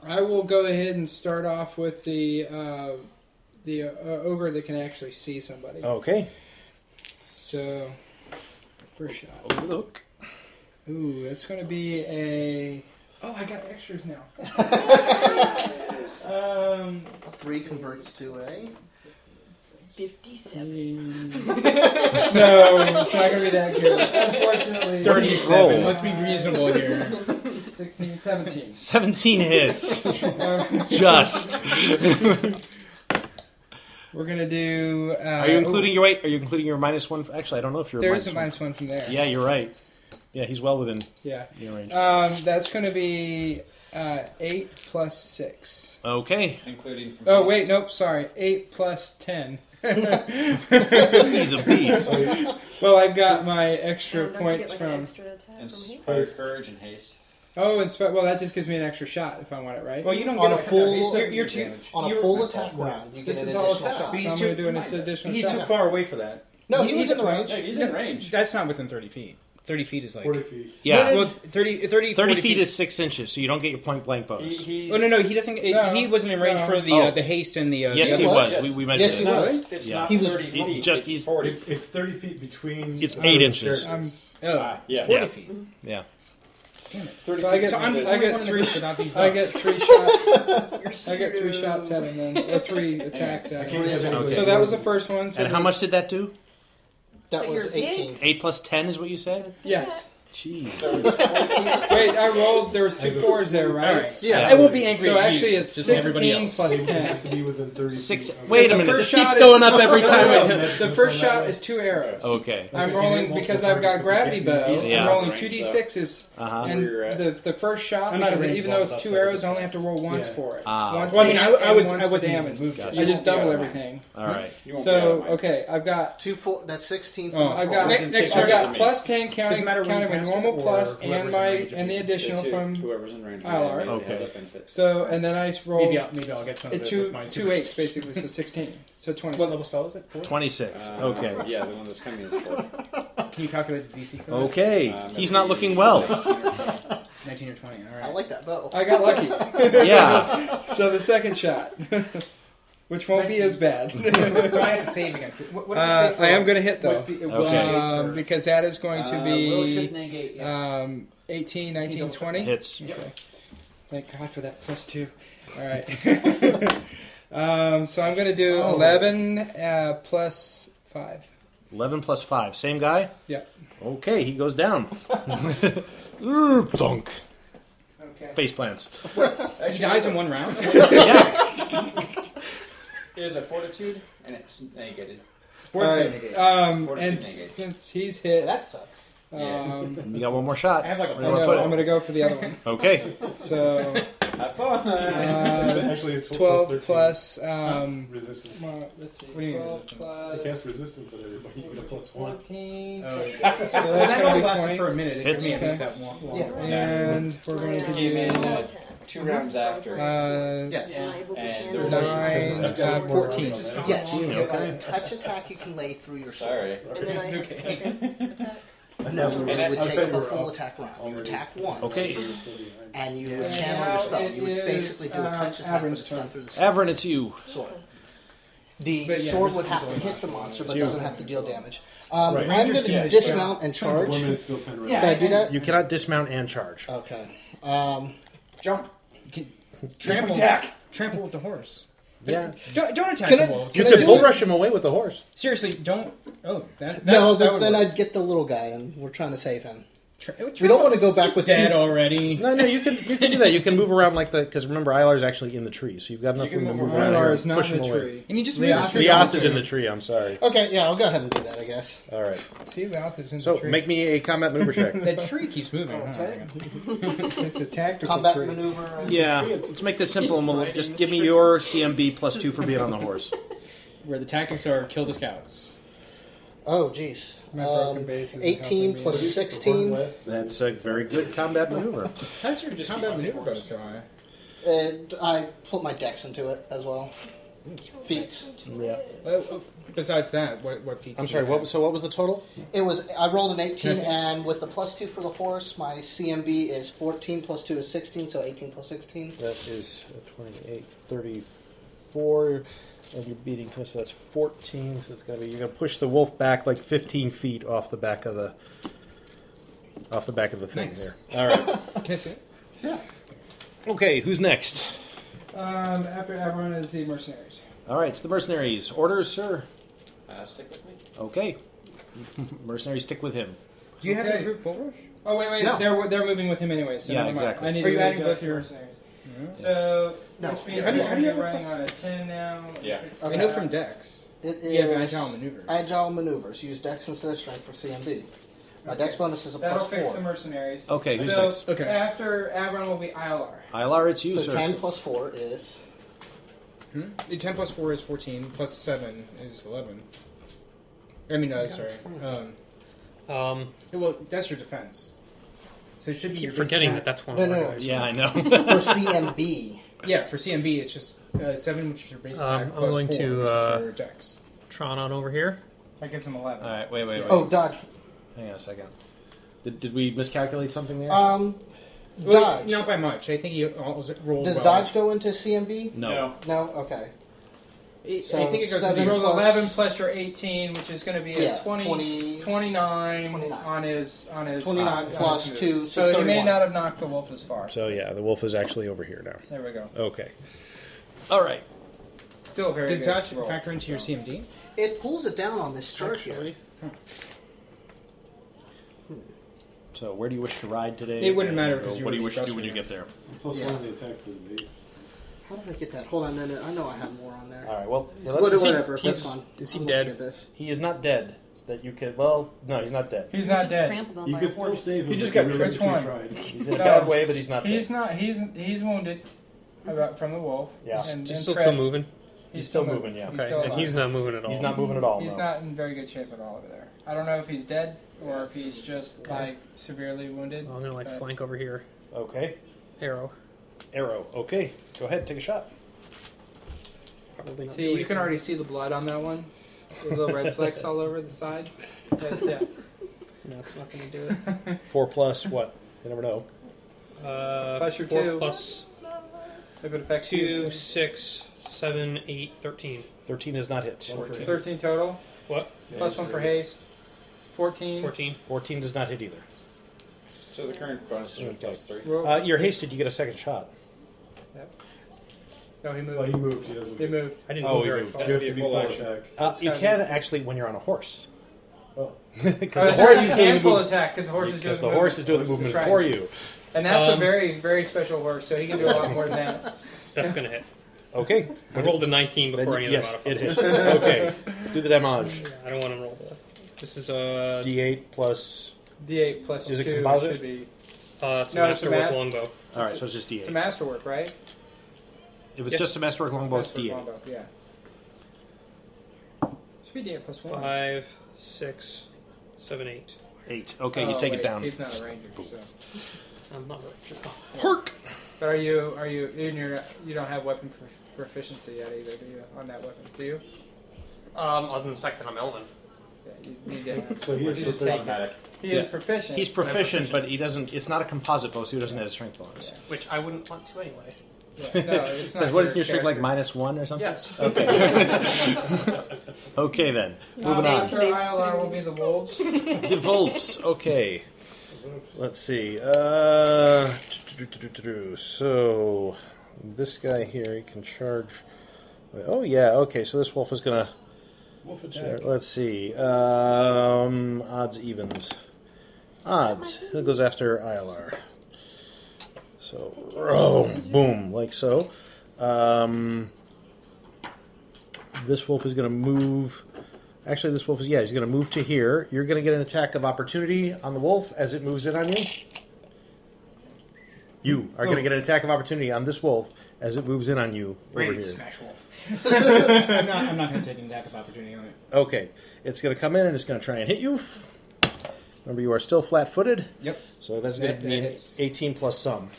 Speaker 3: I will go ahead and start off with the uh, the uh, ogre that can actually see somebody.
Speaker 4: Okay.
Speaker 3: So, first shot. Over the hook. Ooh, that's going to be a. Oh, I got extras now. um,
Speaker 6: a three converts to a.
Speaker 12: Fifty-seven.
Speaker 3: no, it's not going to be that good. Unfortunately.
Speaker 5: 37. Let's be reasonable here.
Speaker 3: 16, 17.
Speaker 4: 17 hits.
Speaker 3: Um,
Speaker 4: Just.
Speaker 3: We're gonna do. Uh,
Speaker 4: Are you including your weight? Are you including your minus one? Actually, I don't know if you're.
Speaker 3: There is a minus one from there.
Speaker 4: Yeah, you're right. Yeah, he's well within.
Speaker 3: Yeah.
Speaker 4: Your range.
Speaker 3: Um, that's going to be uh, 8 plus 6.
Speaker 4: Okay.
Speaker 5: Including.
Speaker 3: Oh, wait, nope, sorry. 8 plus 10.
Speaker 4: He's a beast.
Speaker 3: Well, I've got my extra
Speaker 12: Oh, Don't you
Speaker 3: points
Speaker 12: get, like, an
Speaker 3: from.
Speaker 12: extra attack
Speaker 9: And
Speaker 12: from here?
Speaker 9: spare courage and haste.
Speaker 3: Oh, and spe- well, that just gives me an extra shot if I want it, right?
Speaker 5: Well, you don't
Speaker 6: On
Speaker 5: get
Speaker 6: a full-
Speaker 5: You're, you're too,
Speaker 6: on a
Speaker 5: you're-
Speaker 6: full attack round, you get
Speaker 5: this
Speaker 6: an
Speaker 5: is all
Speaker 6: additional
Speaker 5: attack.
Speaker 6: shot.
Speaker 5: But
Speaker 3: So
Speaker 5: He's
Speaker 3: I'm
Speaker 5: too,
Speaker 3: gonna do an additional
Speaker 5: he's too
Speaker 3: shot.
Speaker 5: far away for that.
Speaker 6: No, he was
Speaker 5: he's
Speaker 6: in the range.
Speaker 5: He's in range. That's not within 30 feet. 30 feet is like
Speaker 1: 40 feet.
Speaker 4: Yeah.
Speaker 5: Well, 30,
Speaker 4: 30
Speaker 5: 30, 40
Speaker 4: feet is six inches, so you don't get your point blank bonus.
Speaker 5: Oh no no he doesn't it,
Speaker 3: No.
Speaker 5: he wasn't in range
Speaker 3: No.
Speaker 5: for the
Speaker 4: Oh.
Speaker 5: uh, the haste and the uh,
Speaker 4: yes,
Speaker 5: the
Speaker 4: he
Speaker 5: other-
Speaker 4: was. We, we measured
Speaker 1: Yes,
Speaker 4: it.
Speaker 1: he was. No, it's not He was- 30
Speaker 4: He-
Speaker 1: feet,
Speaker 4: Just
Speaker 1: it's
Speaker 4: he's
Speaker 1: It- it's 30 feet between.
Speaker 4: It's
Speaker 1: uh,
Speaker 4: eight inches.
Speaker 1: characters.
Speaker 3: Oh,
Speaker 1: Ah,
Speaker 3: yeah.
Speaker 4: yeah.
Speaker 3: it's 40
Speaker 5: feet.
Speaker 4: Yeah.
Speaker 5: Damn it.
Speaker 3: So I get,
Speaker 5: So I'm the
Speaker 3: I
Speaker 5: only
Speaker 3: get
Speaker 5: one in the
Speaker 3: three.
Speaker 5: group without these
Speaker 3: I get
Speaker 5: dice.
Speaker 3: three shots. I get three shots at him, then or three attacks at him.
Speaker 4: Three attacks.
Speaker 3: So that was the first one. So
Speaker 4: And how
Speaker 3: we-
Speaker 4: much did that do?
Speaker 6: That was 18.
Speaker 4: Eight plus ten is what you said.
Speaker 3: Yes.
Speaker 4: Jeez.
Speaker 3: Wait, I rolled. There was two fours there, right?
Speaker 4: Alright. Yeah.
Speaker 5: I will be angry
Speaker 3: So
Speaker 5: at you,
Speaker 3: actually, it's
Speaker 5: just everybody
Speaker 3: sixteen
Speaker 5: else.
Speaker 3: plus
Speaker 1: You
Speaker 3: ten.
Speaker 1: have to be within 30
Speaker 4: Six.
Speaker 1: feet. of-
Speaker 4: Wait a
Speaker 3: The
Speaker 4: minute. This
Speaker 3: first
Speaker 4: keeps
Speaker 3: shot
Speaker 4: going
Speaker 3: is-
Speaker 4: up every time.
Speaker 3: No,
Speaker 4: I
Speaker 3: no,
Speaker 4: hit.
Speaker 3: The first shot is two arrows.
Speaker 4: Okay.
Speaker 1: Okay,
Speaker 3: I'm
Speaker 1: you
Speaker 3: rolling
Speaker 1: hit
Speaker 3: because
Speaker 1: multiple
Speaker 3: I've got
Speaker 1: targets,
Speaker 3: gravity
Speaker 1: you hit
Speaker 3: bows.
Speaker 4: Yeah.
Speaker 3: I'm rolling two
Speaker 1: range,
Speaker 3: d
Speaker 1: so-
Speaker 3: sixes,
Speaker 4: Uh-huh.
Speaker 3: and
Speaker 1: Where you're at.
Speaker 3: the the first shot
Speaker 5: I'm not
Speaker 3: because
Speaker 5: ranged
Speaker 3: even though
Speaker 5: well
Speaker 3: it's
Speaker 5: enough,
Speaker 3: two
Speaker 5: so I
Speaker 3: arrows,
Speaker 5: just-
Speaker 3: I only have to roll once
Speaker 1: Yeah.
Speaker 3: for it.
Speaker 4: Ah.
Speaker 3: Once
Speaker 5: Well, I mean,
Speaker 3: to
Speaker 5: I-
Speaker 3: hit
Speaker 5: I
Speaker 3: and
Speaker 5: was-
Speaker 3: once
Speaker 5: I
Speaker 3: for
Speaker 5: wasn't even
Speaker 3: damage.
Speaker 5: moved yet.
Speaker 3: I just
Speaker 5: You won't
Speaker 3: double
Speaker 5: be out of
Speaker 3: everything.
Speaker 4: All right.
Speaker 9: You won't be out of
Speaker 3: So
Speaker 9: mind.
Speaker 3: okay, I've got
Speaker 6: Two full. That's 16. From
Speaker 3: Oh,
Speaker 6: the
Speaker 3: I've
Speaker 6: roll.
Speaker 3: got
Speaker 5: Next- next
Speaker 3: I've
Speaker 5: turn
Speaker 3: got
Speaker 5: for me.
Speaker 3: plus ten counting
Speaker 5: Doesn't matter when
Speaker 3: counting
Speaker 5: you
Speaker 3: my my
Speaker 9: Master
Speaker 3: normal
Speaker 9: or
Speaker 3: plus
Speaker 9: whoever's
Speaker 3: and
Speaker 9: in
Speaker 3: my
Speaker 9: range of
Speaker 3: and the
Speaker 9: you.
Speaker 3: additional
Speaker 9: The two-
Speaker 3: from
Speaker 9: whoever's in range of you
Speaker 3: Ilar.
Speaker 9: maybe has Okay. that benefit.
Speaker 3: So and then I roll
Speaker 5: Maybe I'll- maybe I'll get some of
Speaker 3: uh,
Speaker 5: it
Speaker 3: two
Speaker 5: with my
Speaker 3: two
Speaker 5: super-
Speaker 3: eights basically, so sixteen. So twenty.
Speaker 5: What level spell is it? Four?
Speaker 4: 26. okay.
Speaker 9: Um, Yeah, the one that's coming is Um, four.
Speaker 5: Can you calculate the DC for that?
Speaker 4: Okay.
Speaker 9: Uh,
Speaker 4: He's not looking well.
Speaker 5: 19 or 20, alright.
Speaker 6: I like that bow.
Speaker 3: I got lucky.
Speaker 4: Yeah.
Speaker 3: so the second shot, which won't be as bad.
Speaker 12: so I have to save against it. What, what does
Speaker 3: Uh,
Speaker 12: it say for-
Speaker 3: I am going to hit though,
Speaker 12: what's the- it will
Speaker 3: okay. Um,
Speaker 12: negate or-
Speaker 3: because that is going to
Speaker 12: Uh, will should negate,
Speaker 3: be
Speaker 12: yeah.
Speaker 3: um, 18, 19, 20.
Speaker 4: Hits.
Speaker 3: Okay. Thank God for that plus two. All right. um, so I'm going to do
Speaker 4: Oh.
Speaker 3: 11 uh, plus 5.
Speaker 4: 11 plus 5. Same guy?
Speaker 3: Yeah.
Speaker 4: Okay, he goes down. Err, Dunk.
Speaker 12: Okay.
Speaker 4: Face plants.
Speaker 12: He dies in one round?
Speaker 4: yeah.
Speaker 34: There's a fortitude, and it's negated.
Speaker 3: All right, Um,
Speaker 34: Fortitude
Speaker 3: and
Speaker 34: negated.
Speaker 3: since he's hit, that sucks. Um,
Speaker 4: you got one more shot.
Speaker 3: I have like a
Speaker 4: Where do you wanna
Speaker 3: I know,
Speaker 4: put it?
Speaker 3: I'm gonna go for the other one.
Speaker 4: Okay.
Speaker 3: So
Speaker 4: Have fun.
Speaker 3: uh,
Speaker 1: It's actually a tw- plus
Speaker 3: twelve
Speaker 1: 13.
Speaker 3: plus, um,
Speaker 1: Resistance.
Speaker 3: well, let's see.
Speaker 1: What do you mean
Speaker 3: 12
Speaker 1: resistance?
Speaker 3: plus-
Speaker 1: They cast resistance at everybody. You get a plus one.
Speaker 3: 14.
Speaker 1: Oh,
Speaker 3: so
Speaker 1: yeah.
Speaker 3: that's
Speaker 1: Well, that
Speaker 3: gonna
Speaker 1: only
Speaker 3: be
Speaker 1: lasted
Speaker 3: 20.
Speaker 1: for a minute. It
Speaker 3: It's
Speaker 1: took me at
Speaker 3: okay.
Speaker 1: least that long- long
Speaker 3: yeah.
Speaker 1: round.
Speaker 3: And we're going to
Speaker 9: Came in,
Speaker 3: do
Speaker 9: uh, two rounds after.
Speaker 3: Uh,
Speaker 9: Yes. And there was-
Speaker 3: nine,
Speaker 9: Yes.
Speaker 3: uh, fourteen.
Speaker 6: Yes, you have a touch attack you can lay through your sword.
Speaker 9: Sorry.
Speaker 6: And then I
Speaker 9: It's okay.
Speaker 6: second attack. No,
Speaker 9: And I-
Speaker 6: it would
Speaker 9: I
Speaker 6: take
Speaker 9: thought you
Speaker 6: a
Speaker 9: were
Speaker 6: full
Speaker 9: up
Speaker 6: attack round. You
Speaker 9: already.
Speaker 6: attack once,
Speaker 4: Okay.
Speaker 6: and you would
Speaker 3: Yeah.
Speaker 6: channel
Speaker 3: Now
Speaker 6: your spell.
Speaker 3: it
Speaker 6: You would
Speaker 3: is,
Speaker 6: basically do a
Speaker 3: uh,
Speaker 6: touch attack
Speaker 3: Avern's
Speaker 6: with a stun
Speaker 3: turn.
Speaker 6: through the sword.
Speaker 4: Avern, it's you.
Speaker 6: Sword. The
Speaker 3: But yeah,
Speaker 6: sword would
Speaker 3: resistance
Speaker 6: have to
Speaker 3: only.
Speaker 6: hit the monster, but
Speaker 4: You.
Speaker 6: doesn't have to deal damage. Um,
Speaker 4: Right.
Speaker 6: I'm
Speaker 4: Rangers
Speaker 6: going
Speaker 4: do
Speaker 6: to
Speaker 4: it.
Speaker 6: dismount and
Speaker 4: Yeah.
Speaker 6: charge.
Speaker 4: Women still tend to
Speaker 6: Can I do that?
Speaker 4: You cannot dismount and charge.
Speaker 6: Okay. Um,
Speaker 5: Jump.
Speaker 4: Trample.
Speaker 5: Trample with the horse.
Speaker 4: Yeah.
Speaker 5: Don't, don't attack
Speaker 6: Can
Speaker 5: the
Speaker 6: I-
Speaker 5: wolves.
Speaker 6: can You I said do bull it? rush
Speaker 4: him away with the horse.
Speaker 5: Seriously, don't. Oh, that, that
Speaker 6: no,
Speaker 5: that
Speaker 6: but
Speaker 5: would
Speaker 6: then
Speaker 5: work.
Speaker 6: I'd get the little guy, and we're trying to save him.
Speaker 5: Tra-
Speaker 6: we don't want to go back
Speaker 5: He's
Speaker 6: with
Speaker 5: dead
Speaker 6: two.
Speaker 5: already.
Speaker 4: No, no, you can you can do that. You can move around like that because remember, Ilar's actually in the tree, so you've got enough room to move around.
Speaker 3: Ilar
Speaker 4: here.
Speaker 3: is not
Speaker 4: Push
Speaker 3: in
Speaker 4: him
Speaker 3: the
Speaker 4: away.
Speaker 3: tree.
Speaker 5: And you just
Speaker 4: Leos,
Speaker 3: move
Speaker 4: Leos
Speaker 3: Leos
Speaker 4: is
Speaker 3: in
Speaker 4: in the tree. I'm sorry.
Speaker 6: Okay, yeah, I'll go ahead and do that, I guess.
Speaker 4: All right.
Speaker 3: See, Mouth is in the
Speaker 4: So
Speaker 3: tree.
Speaker 4: make me a combat mover check.
Speaker 5: That tree keeps moving.
Speaker 6: Okay.
Speaker 3: it's a tactical
Speaker 6: Combat
Speaker 3: tree.
Speaker 6: maneuver.
Speaker 4: Yeah, let's make this simple. and we'll Just give me your CMB plus two for being on the horse.
Speaker 5: Where the tactics are kill the scouts.
Speaker 6: Oh, jeez.
Speaker 3: My broken
Speaker 6: Um,
Speaker 3: base isn't
Speaker 6: 18
Speaker 3: helping me.
Speaker 6: plus
Speaker 3: Reduce the
Speaker 6: 16.
Speaker 3: horn
Speaker 6: Uh,
Speaker 3: less.
Speaker 4: That's a very good combat maneuver.
Speaker 5: How's your just combat maneuver bonus so high?
Speaker 6: I put my dex into it as well. Feats.
Speaker 4: Yeah.
Speaker 5: Besides that, what what feats?
Speaker 4: I'm
Speaker 5: do
Speaker 4: sorry.
Speaker 5: you
Speaker 4: What
Speaker 5: have?
Speaker 4: was so? What was the total?
Speaker 6: It was. I rolled an 18,
Speaker 4: Yes.
Speaker 6: and with the plus two for the horse, my CMB is 14 plus two is 16, so 18 plus 16.
Speaker 4: That is 28, 34, and you're beating 20, so that's 14. So it's gonna be you're gonna push the wolf back like 15 feet off the back of the off the back of the thing
Speaker 3: Nice.
Speaker 4: there. All right.
Speaker 5: Can I see it?
Speaker 4: okay, who's next?
Speaker 3: Um, after everyone is the mercenaries.
Speaker 4: All right, it's the mercenaries. Orders, sir.
Speaker 35: Uh, stick with me.
Speaker 4: Okay. mercenaries stick with him.
Speaker 3: Do you have a
Speaker 5: group bull rush?
Speaker 3: Oh wait, wait,
Speaker 4: No.
Speaker 3: they're they're moving with him anyway. So
Speaker 4: Yeah,
Speaker 3: never mind.
Speaker 4: exactly.
Speaker 3: I need
Speaker 4: Are
Speaker 3: to
Speaker 4: you
Speaker 3: really
Speaker 4: adding
Speaker 3: go
Speaker 4: both
Speaker 3: through
Speaker 4: your-
Speaker 3: mercenaries. So
Speaker 6: No.
Speaker 3: which means
Speaker 6: How do you-
Speaker 3: we're
Speaker 6: how do you
Speaker 3: only
Speaker 6: have a
Speaker 3: running
Speaker 6: plus?
Speaker 3: on a ten now.
Speaker 35: Yeah.
Speaker 3: It's,
Speaker 6: Okay.
Speaker 5: I know from Dex.
Speaker 6: It is
Speaker 5: Yeah, but agile maneuvers.
Speaker 6: Agile maneuvers. Use dex instead of strength for CMB. My dex bonus is a
Speaker 3: That'll
Speaker 6: plus
Speaker 3: fix the
Speaker 6: four.
Speaker 3: mercenaries.
Speaker 4: Okay, who's
Speaker 3: so
Speaker 4: next?
Speaker 5: Okay.
Speaker 3: after Avron will be Ilar.
Speaker 4: Ilar, it's you,
Speaker 6: so
Speaker 4: sir.
Speaker 6: 10 plus four is
Speaker 5: Hmm? The 10 plus 4 is 14, plus 7 is 11. I mean, no, sorry. Um,
Speaker 14: Um,
Speaker 5: yeah, well, that's your defense. So it should be
Speaker 14: keep
Speaker 5: your base
Speaker 14: forgetting
Speaker 5: attack.
Speaker 14: that that's one
Speaker 6: No,
Speaker 14: of
Speaker 6: no,
Speaker 14: our
Speaker 6: no.
Speaker 14: guys.
Speaker 4: yeah, I know.
Speaker 6: for CMB.
Speaker 5: Yeah, for CMB, it's just uh, 7, which is your base attack,
Speaker 14: Um, I'm
Speaker 5: plus
Speaker 14: going
Speaker 5: 4,
Speaker 14: to,
Speaker 5: which
Speaker 14: uh,
Speaker 5: is your dex.
Speaker 14: Tron on over here.
Speaker 12: That gives him 11.
Speaker 4: All right, wait, wait, wait.
Speaker 6: Oh, dodge.
Speaker 4: Hang on a second. Did, did we miscalculate something there?
Speaker 6: Um,
Speaker 5: Well,
Speaker 6: dodge.
Speaker 5: not by much. I think he also rolled
Speaker 6: Does
Speaker 5: well.
Speaker 6: dodge go into CMB?
Speaker 4: no.
Speaker 6: No. Okay.
Speaker 12: It-
Speaker 6: So
Speaker 12: I think it goes
Speaker 6: seven
Speaker 12: you roll
Speaker 6: plus-
Speaker 12: 11 plus your 18, which is going to be
Speaker 6: Yeah,
Speaker 12: a 20,
Speaker 6: 20
Speaker 12: 29,
Speaker 6: 29.
Speaker 12: on his on his
Speaker 3: uh,
Speaker 6: 29
Speaker 12: on
Speaker 6: plus
Speaker 12: his move.
Speaker 6: two, so
Speaker 12: So, he may
Speaker 6: 31.
Speaker 12: not have knocked the wolf as far.
Speaker 4: So yeah, the wolf is actually over here now.
Speaker 12: There we go.
Speaker 4: Okay. All right.
Speaker 12: Still very.
Speaker 5: Does
Speaker 12: good
Speaker 5: dodge
Speaker 12: roll.
Speaker 5: factor into your CMD?
Speaker 6: It pulls it down on this chart here.
Speaker 4: So where do you wish to ride today?
Speaker 5: It wouldn't matter
Speaker 4: And, uh,
Speaker 5: 'cause you
Speaker 4: What do you
Speaker 5: already
Speaker 4: wish to do
Speaker 5: trusted
Speaker 4: when you
Speaker 5: him.
Speaker 4: get there?
Speaker 1: Plus
Speaker 6: Yeah.
Speaker 1: one on the attack for the beast.
Speaker 6: How did I get that? Hold on, no, no, I know I have more on there.
Speaker 4: All right. Well,
Speaker 6: Well,
Speaker 4: let's-
Speaker 6: that's-
Speaker 4: he-
Speaker 6: whatever.
Speaker 4: he's-
Speaker 6: That's fine.
Speaker 14: is he
Speaker 6: I'm looking
Speaker 14: dead?
Speaker 6: at this.
Speaker 4: He is not dead. That you could. Well, no, he's not dead.
Speaker 12: He's not dead.
Speaker 6: Oh
Speaker 1: You could still save him.
Speaker 12: He just
Speaker 1: if you
Speaker 12: got
Speaker 1: really
Speaker 12: tricked
Speaker 1: truly
Speaker 12: one.
Speaker 1: tried.
Speaker 4: He's in a
Speaker 12: No.
Speaker 4: bad way, but he's not
Speaker 12: He's
Speaker 4: dead.
Speaker 12: not. He's he's wounded about from the wolf.
Speaker 4: Yeah.
Speaker 12: And,
Speaker 14: Just
Speaker 12: and
Speaker 14: still,
Speaker 12: Fred-
Speaker 14: still moving.
Speaker 4: He's still moving, yeah. Okay, and he's not moving at all. He's not moving at all,
Speaker 3: He's
Speaker 4: no.
Speaker 3: not in very good shape at all over there. I don't know if he's dead or if he's just
Speaker 14: Okay.
Speaker 3: like severely wounded.
Speaker 14: Well, I'm gonna like
Speaker 3: but-
Speaker 14: flank over here.
Speaker 4: Okay.
Speaker 14: Arrow.
Speaker 4: Arrow. Okay. Go ahead. Take a shot.
Speaker 14: Probably not
Speaker 3: See,
Speaker 14: doing
Speaker 3: you can
Speaker 14: it.
Speaker 3: already see the blood on that one. There's little red flecks all over the side. That's- yeah.
Speaker 14: No, it's not gonna do it.
Speaker 4: Four plus what? You never know.
Speaker 14: Uh,
Speaker 3: Plus your
Speaker 14: four
Speaker 3: two.
Speaker 14: plus
Speaker 3: If it affects you,
Speaker 14: two,
Speaker 3: too.
Speaker 14: six, seven, eight, thirteen.
Speaker 4: Thirteen is not hit.
Speaker 14: One for hit.
Speaker 3: 13 total.
Speaker 14: What?
Speaker 3: Plus one for haste. 14.
Speaker 14: 14.
Speaker 4: Fourteen does not hit either.
Speaker 9: So the current bonus is plus three.
Speaker 3: Oh.
Speaker 4: Uh, you're hasted. You get a second shot.
Speaker 3: No, he moved.
Speaker 1: Well, he moved. He doesn't.
Speaker 3: He moved.
Speaker 14: I
Speaker 4: didn't Oh, move he very moved. far.
Speaker 1: You have to be
Speaker 4: Full
Speaker 1: full
Speaker 4: action.
Speaker 1: attack.
Speaker 4: Uh, you can actually when you're on a horse.
Speaker 1: Oh.
Speaker 4: Because
Speaker 3: Oh,
Speaker 4: the horse is
Speaker 3: that's a
Speaker 4: doing the
Speaker 3: handful
Speaker 4: movement.
Speaker 3: attack, 'cause the horse is doing
Speaker 4: Because
Speaker 3: the
Speaker 4: the
Speaker 3: movement.
Speaker 4: horse is doing the movement
Speaker 3: That's right.
Speaker 4: for you.
Speaker 3: And that's a
Speaker 14: Um,
Speaker 3: very, very special horse, so he can do a lot more than that.
Speaker 14: That's gonna hit.
Speaker 4: Okay.
Speaker 14: I rolled a 19 before any other
Speaker 4: yes, it
Speaker 14: modifiers.
Speaker 4: hits. okay. Do the damage.
Speaker 14: Yeah, I don't want to roll the. This is uh, a
Speaker 4: D8 plus.
Speaker 3: D8 plus
Speaker 4: Is it
Speaker 3: 2
Speaker 4: composite?
Speaker 3: should be.
Speaker 14: Uh, it's a
Speaker 3: no, it's a
Speaker 14: masterwork
Speaker 3: ma-
Speaker 14: longbow.
Speaker 4: All right, so it's just
Speaker 3: It's
Speaker 4: D8.
Speaker 3: a masterwork, right?
Speaker 4: If it's
Speaker 14: Yeah.
Speaker 4: just a masterwork longbow, it's
Speaker 3: Masterwork
Speaker 4: D8.
Speaker 3: longbow, Yeah. Should be D8 plus 1.
Speaker 14: Five, six, seven, eight.
Speaker 4: Eight. Okay,
Speaker 3: Oh,
Speaker 4: you take
Speaker 3: wait,
Speaker 4: it down.
Speaker 3: He's not a ranger, so.
Speaker 14: I'm not really sure.
Speaker 4: Perk.
Speaker 3: But are you are you and you're you don't have weapon prof- proficiency yet either, do you? On that weapon, do you?
Speaker 14: Um, other than the fact that I'm Elven.
Speaker 3: Yeah, you, you did.
Speaker 1: So he is
Speaker 3: You just
Speaker 1: proficient.
Speaker 3: take it. He is
Speaker 4: Yeah.
Speaker 3: proficient.
Speaker 4: He's proficient, but he doesn't. It's not a composite bow, so he doesn't have a strength bonus.
Speaker 14: Which I wouldn't want to anyway.
Speaker 3: Yeah, no, it's not
Speaker 4: Because what is
Speaker 3: your
Speaker 4: your strength like?
Speaker 3: character.
Speaker 4: Minus one or something?
Speaker 14: Yes.
Speaker 4: Okay. okay then. Moving
Speaker 3: Uh,
Speaker 4: on.
Speaker 3: After ILR will be the wolves.
Speaker 4: The Wolves. Okay. Let's see. Uh, so this guy here he can charge. Oh yeah. Okay. So this wolf is gonna.
Speaker 1: Wolf
Speaker 4: Sure,
Speaker 1: attack.
Speaker 4: Let's see. Um, odds evens. Odds. It goes after ILR. So, oh, boom, like so. Um, this wolf is going to move. Actually, this wolf is yeah. He's going to move to here. You're going to get an attack of opportunity on the wolf as it moves in on you. You are going
Speaker 18: Oh.
Speaker 4: to get an attack of opportunity on this wolf as it moves in on you over
Speaker 18: Brady
Speaker 4: here.
Speaker 18: Smash Wolf. I'm not, I'm not going to take an attack of opportunity on it.
Speaker 4: Okay, it's going to come in and it's going to try and hit you. Remember, you are still flat-footed.
Speaker 18: Yep.
Speaker 4: So that's
Speaker 18: That- that
Speaker 4: going to be an
Speaker 18: hits.
Speaker 4: 18 plus some.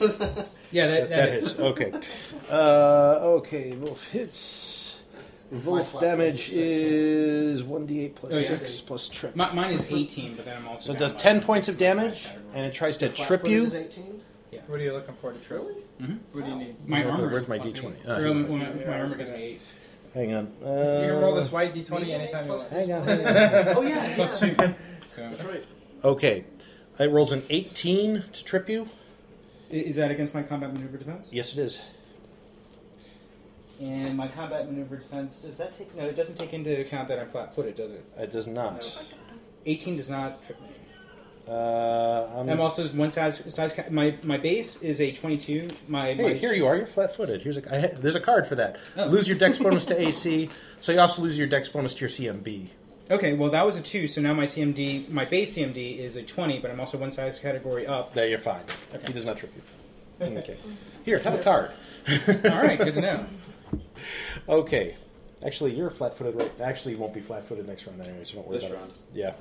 Speaker 18: Yeah, that- that hits.
Speaker 4: hits. Okay. Uh, okay, Wolf hits. Wolf
Speaker 18: flat-foot
Speaker 4: damage is 1d8 plus
Speaker 18: Oh, yeah.
Speaker 4: 6 plus trip.
Speaker 18: Mi- mine is 18, but then I'm also
Speaker 4: So
Speaker 18: down
Speaker 4: it does
Speaker 18: by
Speaker 4: 10 points of damage, and it tries to
Speaker 18: The
Speaker 4: trip
Speaker 18: flat-footed
Speaker 4: you. Mm-hmm.
Speaker 18: is
Speaker 3: What are you looking for to trip?
Speaker 18: Mhm.
Speaker 3: What do you need?
Speaker 18: My armor
Speaker 4: Where's
Speaker 18: is
Speaker 4: my
Speaker 18: plus
Speaker 4: d20?
Speaker 18: eight.
Speaker 4: Ah,
Speaker 18: Or
Speaker 4: here we
Speaker 18: my,
Speaker 4: go.
Speaker 18: my, my armor gives me eight.
Speaker 4: Hang on. Uh,
Speaker 3: you can roll this white d20 anytime you want.
Speaker 4: Hang on.
Speaker 3: oh
Speaker 36: yeah,
Speaker 18: It's plus
Speaker 3: yeah.
Speaker 18: two. So.
Speaker 36: That's right.
Speaker 4: Uh, Okay. It rolls an 18 to trip you.
Speaker 18: I- Is that against my combat maneuver defense?
Speaker 4: Yes, it is.
Speaker 18: And my combat maneuver defense does that take? No, it doesn't take into account that I'm flat-footed, does it?
Speaker 4: It does not.
Speaker 18: No. Eighteen does not trip me.
Speaker 4: Uh, I'm,
Speaker 18: I'm also one size size. ca- My my base is a twenty-two. My, my
Speaker 4: Hey, here you are. You're flat-footed. Here's a. I, ha- there's a card for that.
Speaker 18: Oh.
Speaker 4: Lose your dex bonus to AC. So you also lose your dex bonus to your CMB.
Speaker 18: Okay, well that was a two, so now my CMD, my base CMD is a twenty, but I'm also one size category up.
Speaker 4: There, you're fine. He does not trip you. Okay. Here, have a card.
Speaker 18: All right, good to know.
Speaker 4: Okay. Actually, you're flat-footed. Right? Actually, you won't be flat-footed next round anyway. So don't worry
Speaker 9: This
Speaker 4: about
Speaker 9: round.
Speaker 4: it. Yeah.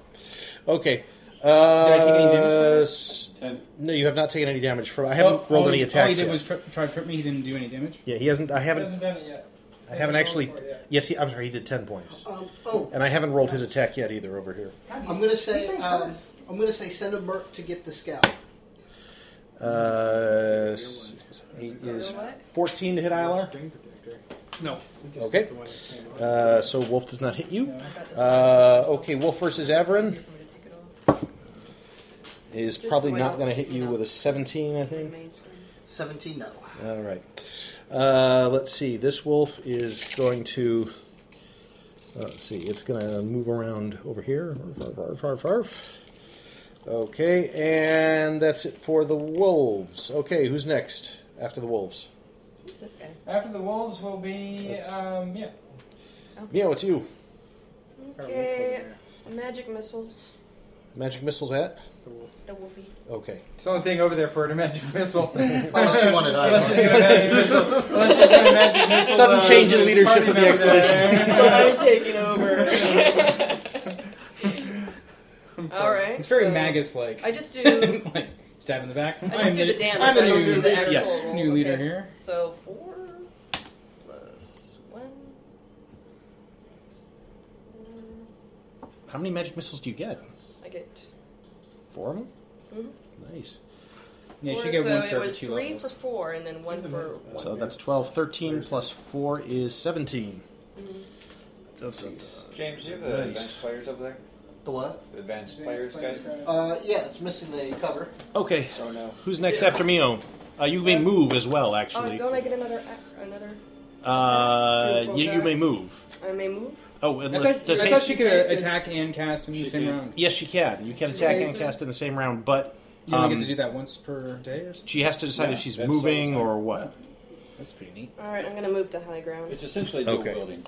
Speaker 4: Okay. Uh,
Speaker 18: Did I take any damage from that?
Speaker 4: s-
Speaker 9: Ten.
Speaker 4: No, you have not taken any damage from. I haven't rolled any
Speaker 18: All he
Speaker 4: attacks
Speaker 18: did
Speaker 4: yet.
Speaker 18: was tri- try to trip me. He didn't do any damage.
Speaker 4: Yeah, he hasn't. I haven't.
Speaker 3: Hasn't done it yet.
Speaker 4: I haven't
Speaker 3: Hasn't
Speaker 4: actually.
Speaker 3: rolled for it yet.
Speaker 4: Yes, he, I'm sorry. He did ten points,
Speaker 36: Um, oh,
Speaker 4: and I haven't rolled his attack yet either over here.
Speaker 36: I'm gonna say um, I'm gonna say send a merc to get the scout.
Speaker 4: Uh, s- eight is fourteen to hit Ilar.
Speaker 14: No.
Speaker 4: Okay. Uh, so Wolf does not hit you. Uh, okay, Wolf versus Averin is probably not going to hit you with a seventeen, I think.
Speaker 36: Seventeen, no.
Speaker 4: All right. Uh, let's see. This wolf is going to. uh, Let's see. It's going to move around over here. Arf, arf, arf, arf, arf. Okay, and that's it for the wolves. Okay, who's next after the wolves?
Speaker 12: This guy.
Speaker 3: After the wolves will be um, yeah.
Speaker 4: Yeah, it's you.
Speaker 12: Okay. Magic missiles.
Speaker 4: Magic missiles at?
Speaker 12: The wolfie.
Speaker 4: Okay.
Speaker 3: It's the only thing over there for an magic missile.
Speaker 4: Unless you want it, I
Speaker 3: Unless
Speaker 4: don't.
Speaker 3: she's gonna magic missile. Unless she's gonna magic missile.
Speaker 4: Sudden
Speaker 3: the-
Speaker 4: change in
Speaker 3: the
Speaker 4: leadership
Speaker 3: parties
Speaker 4: of the
Speaker 3: over there.
Speaker 4: expedition.
Speaker 12: I'm taking over. All right.
Speaker 18: It's very
Speaker 12: so
Speaker 18: Magus-like.
Speaker 12: I just do.
Speaker 18: like stab in the back.
Speaker 12: I just
Speaker 18: I'm
Speaker 12: do
Speaker 18: the-
Speaker 12: the damage.
Speaker 18: I'm
Speaker 12: I
Speaker 18: a
Speaker 12: don't
Speaker 18: new
Speaker 12: do the actual
Speaker 18: yes,
Speaker 12: roll.
Speaker 18: new leader
Speaker 12: Okay.
Speaker 18: here.
Speaker 12: So four plus one.
Speaker 4: How many magic missiles do you get?
Speaker 12: I get.
Speaker 4: Four of them?
Speaker 12: mhm.
Speaker 4: Nice.
Speaker 18: Yeah,
Speaker 12: four,
Speaker 18: she get
Speaker 12: so
Speaker 18: one for
Speaker 12: it
Speaker 18: every
Speaker 12: was
Speaker 18: two
Speaker 12: three
Speaker 18: levels.
Speaker 12: for four, and then one for one.
Speaker 4: So that's 12. 13 plus 4 is 17.
Speaker 12: Mhm.
Speaker 9: James, do you have the
Speaker 4: Nice.
Speaker 9: advanced players over there?
Speaker 6: The what?
Speaker 9: The advanced players, guys.
Speaker 6: Uh, yeah, it's missing the cover.
Speaker 4: Uh, Okay.
Speaker 9: Oh, no.
Speaker 4: Who's next after Mio? Uh, you may move as well,
Speaker 12: Oh,
Speaker 4: actually.
Speaker 12: don't I get another ac- another?
Speaker 4: Uh,
Speaker 12: Two
Speaker 4: you, you may
Speaker 12: attacks?
Speaker 4: move.
Speaker 12: I may move.
Speaker 4: Oh,
Speaker 18: I
Speaker 4: unless.
Speaker 18: thought,
Speaker 4: does
Speaker 18: I
Speaker 4: haste-
Speaker 18: thought she could uh, attack and cast in the same
Speaker 4: could-
Speaker 18: round.
Speaker 4: Yes, she can. You can
Speaker 18: She's
Speaker 4: attack and
Speaker 18: amazing.
Speaker 4: cast in the same round, but
Speaker 18: You only get to
Speaker 4: um,
Speaker 18: do that once per day or something.
Speaker 4: she has to decide if
Speaker 18: Yeah,
Speaker 4: she's
Speaker 18: that's all the
Speaker 4: moving
Speaker 18: time.
Speaker 4: or what.
Speaker 18: That's pretty neat.
Speaker 12: All right, I'm gonna move to high ground.
Speaker 9: It's essentially dual
Speaker 4: Okay.
Speaker 9: wielding.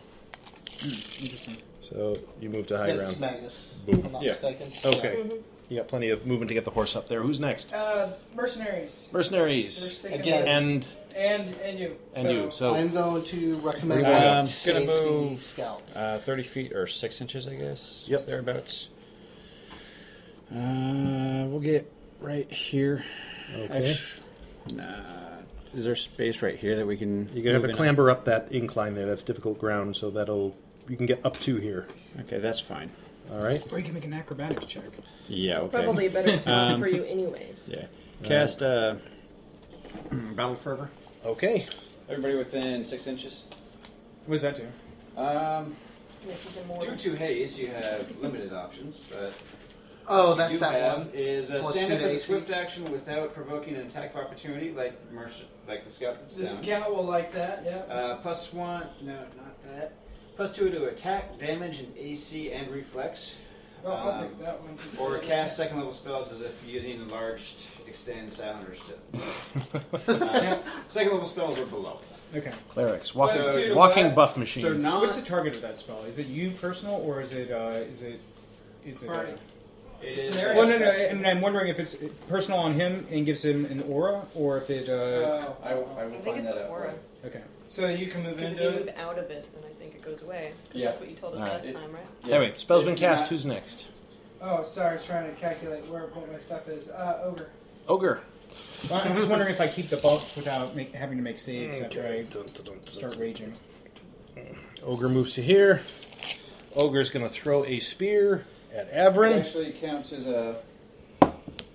Speaker 18: interesting.
Speaker 4: So you move to high
Speaker 6: That's
Speaker 4: ground.
Speaker 6: Magus, if
Speaker 4: Boom.
Speaker 6: I'm not
Speaker 4: yeah.
Speaker 6: mistaken.
Speaker 4: Okay.
Speaker 18: Mm-hmm.
Speaker 12: Mhm.
Speaker 4: You got plenty of movement to get the horse up there. Who's next?
Speaker 3: Uh, mercenaries. We're
Speaker 4: Mercenaries.
Speaker 3: sticking
Speaker 6: Again.
Speaker 3: with-
Speaker 4: And
Speaker 3: and and you.
Speaker 4: and you. So
Speaker 6: I'm going to recommend
Speaker 37: Um,
Speaker 6: um,
Speaker 37: gonna
Speaker 6: the
Speaker 37: move-
Speaker 6: scout.
Speaker 37: Uh, 30 feet or 6 inches, I guess.
Speaker 4: Yep.
Speaker 37: Thereabouts. Uh, we'll get right here.
Speaker 4: Okay.
Speaker 37: Actu- nah. Is there space right here that we can.
Speaker 4: You're gonna have
Speaker 37: move
Speaker 4: to
Speaker 37: in
Speaker 4: clamber up that incline there. That's difficult ground, so that'll you can get up to here.
Speaker 37: on? Okay, that's fine.
Speaker 4: All right.
Speaker 18: Or you can make an acrobatics check.
Speaker 37: Yeah,
Speaker 12: It's
Speaker 37: okay.
Speaker 12: probably a better spot
Speaker 37: Um,
Speaker 12: for you, anyways.
Speaker 37: Yeah. Cast uh, Battle Fervor.
Speaker 4: Okay.
Speaker 9: Everybody within six inches.
Speaker 18: What does that do?
Speaker 9: Um,
Speaker 12: Yes, he's
Speaker 9: due
Speaker 12: immortal.
Speaker 9: to haze, you have limited options, but
Speaker 6: Oh,
Speaker 9: what
Speaker 6: that's
Speaker 9: you
Speaker 6: that
Speaker 9: have
Speaker 6: one.
Speaker 9: Is uh,
Speaker 6: Plus
Speaker 9: stand
Speaker 6: two
Speaker 9: up
Speaker 6: to
Speaker 9: as a
Speaker 6: AC.
Speaker 9: swift action without provoking an attack of opportunity, like merc- like the scout that's
Speaker 3: The
Speaker 9: down.
Speaker 3: scout will like that. Yeah.
Speaker 9: Uh, plus one. No, not that. Plus two to attack, damage, and AC and reflex.
Speaker 3: Well, I'll
Speaker 9: Um,
Speaker 3: take Oh, that one. too.
Speaker 9: Or cast second level spells as if using enlarged, extend, sound, or still. uh, second level spells are below.
Speaker 18: Okay.
Speaker 4: Clerics.
Speaker 9: Plus
Speaker 4: Walking,
Speaker 9: two to
Speaker 4: walking
Speaker 9: what?
Speaker 4: buff machines.
Speaker 9: So non-
Speaker 18: What's the target of that spell? Is it you personal or is it uh, is it is it? uh,
Speaker 9: Party. It
Speaker 3: It's
Speaker 9: is. uh,
Speaker 3: an area
Speaker 18: well, no, no. I I mean, I'm wondering if it's personal on him and gives him an aura, or if it. Uh,
Speaker 3: Oh.
Speaker 9: I, will- I
Speaker 12: I
Speaker 9: will
Speaker 12: think
Speaker 9: find
Speaker 12: it's
Speaker 9: that
Speaker 12: an
Speaker 9: out. for
Speaker 12: aura.
Speaker 9: you.
Speaker 18: okay.
Speaker 3: So you can move
Speaker 12: Because if you
Speaker 3: into
Speaker 12: move
Speaker 3: it.
Speaker 12: out of it, then I think it goes away. 'Cause
Speaker 9: Yeah.
Speaker 12: That's what you told us
Speaker 4: Alright.
Speaker 12: last
Speaker 9: It-
Speaker 12: time, right?
Speaker 9: Yeah.
Speaker 4: Anyway, spell's been
Speaker 9: If you're
Speaker 4: cast.
Speaker 9: not-
Speaker 4: Who's next?
Speaker 3: Oh, sorry, I was trying to calculate where what my stuff is. Uh, ogre.
Speaker 4: Ogre.
Speaker 18: Well, I'm just wondering if I keep the buff without make, having to make saves after
Speaker 4: Okay.
Speaker 18: I start raging.
Speaker 4: Ogre moves to here. Ogre's gonna throw a spear at Averin.
Speaker 9: Actually counts as a.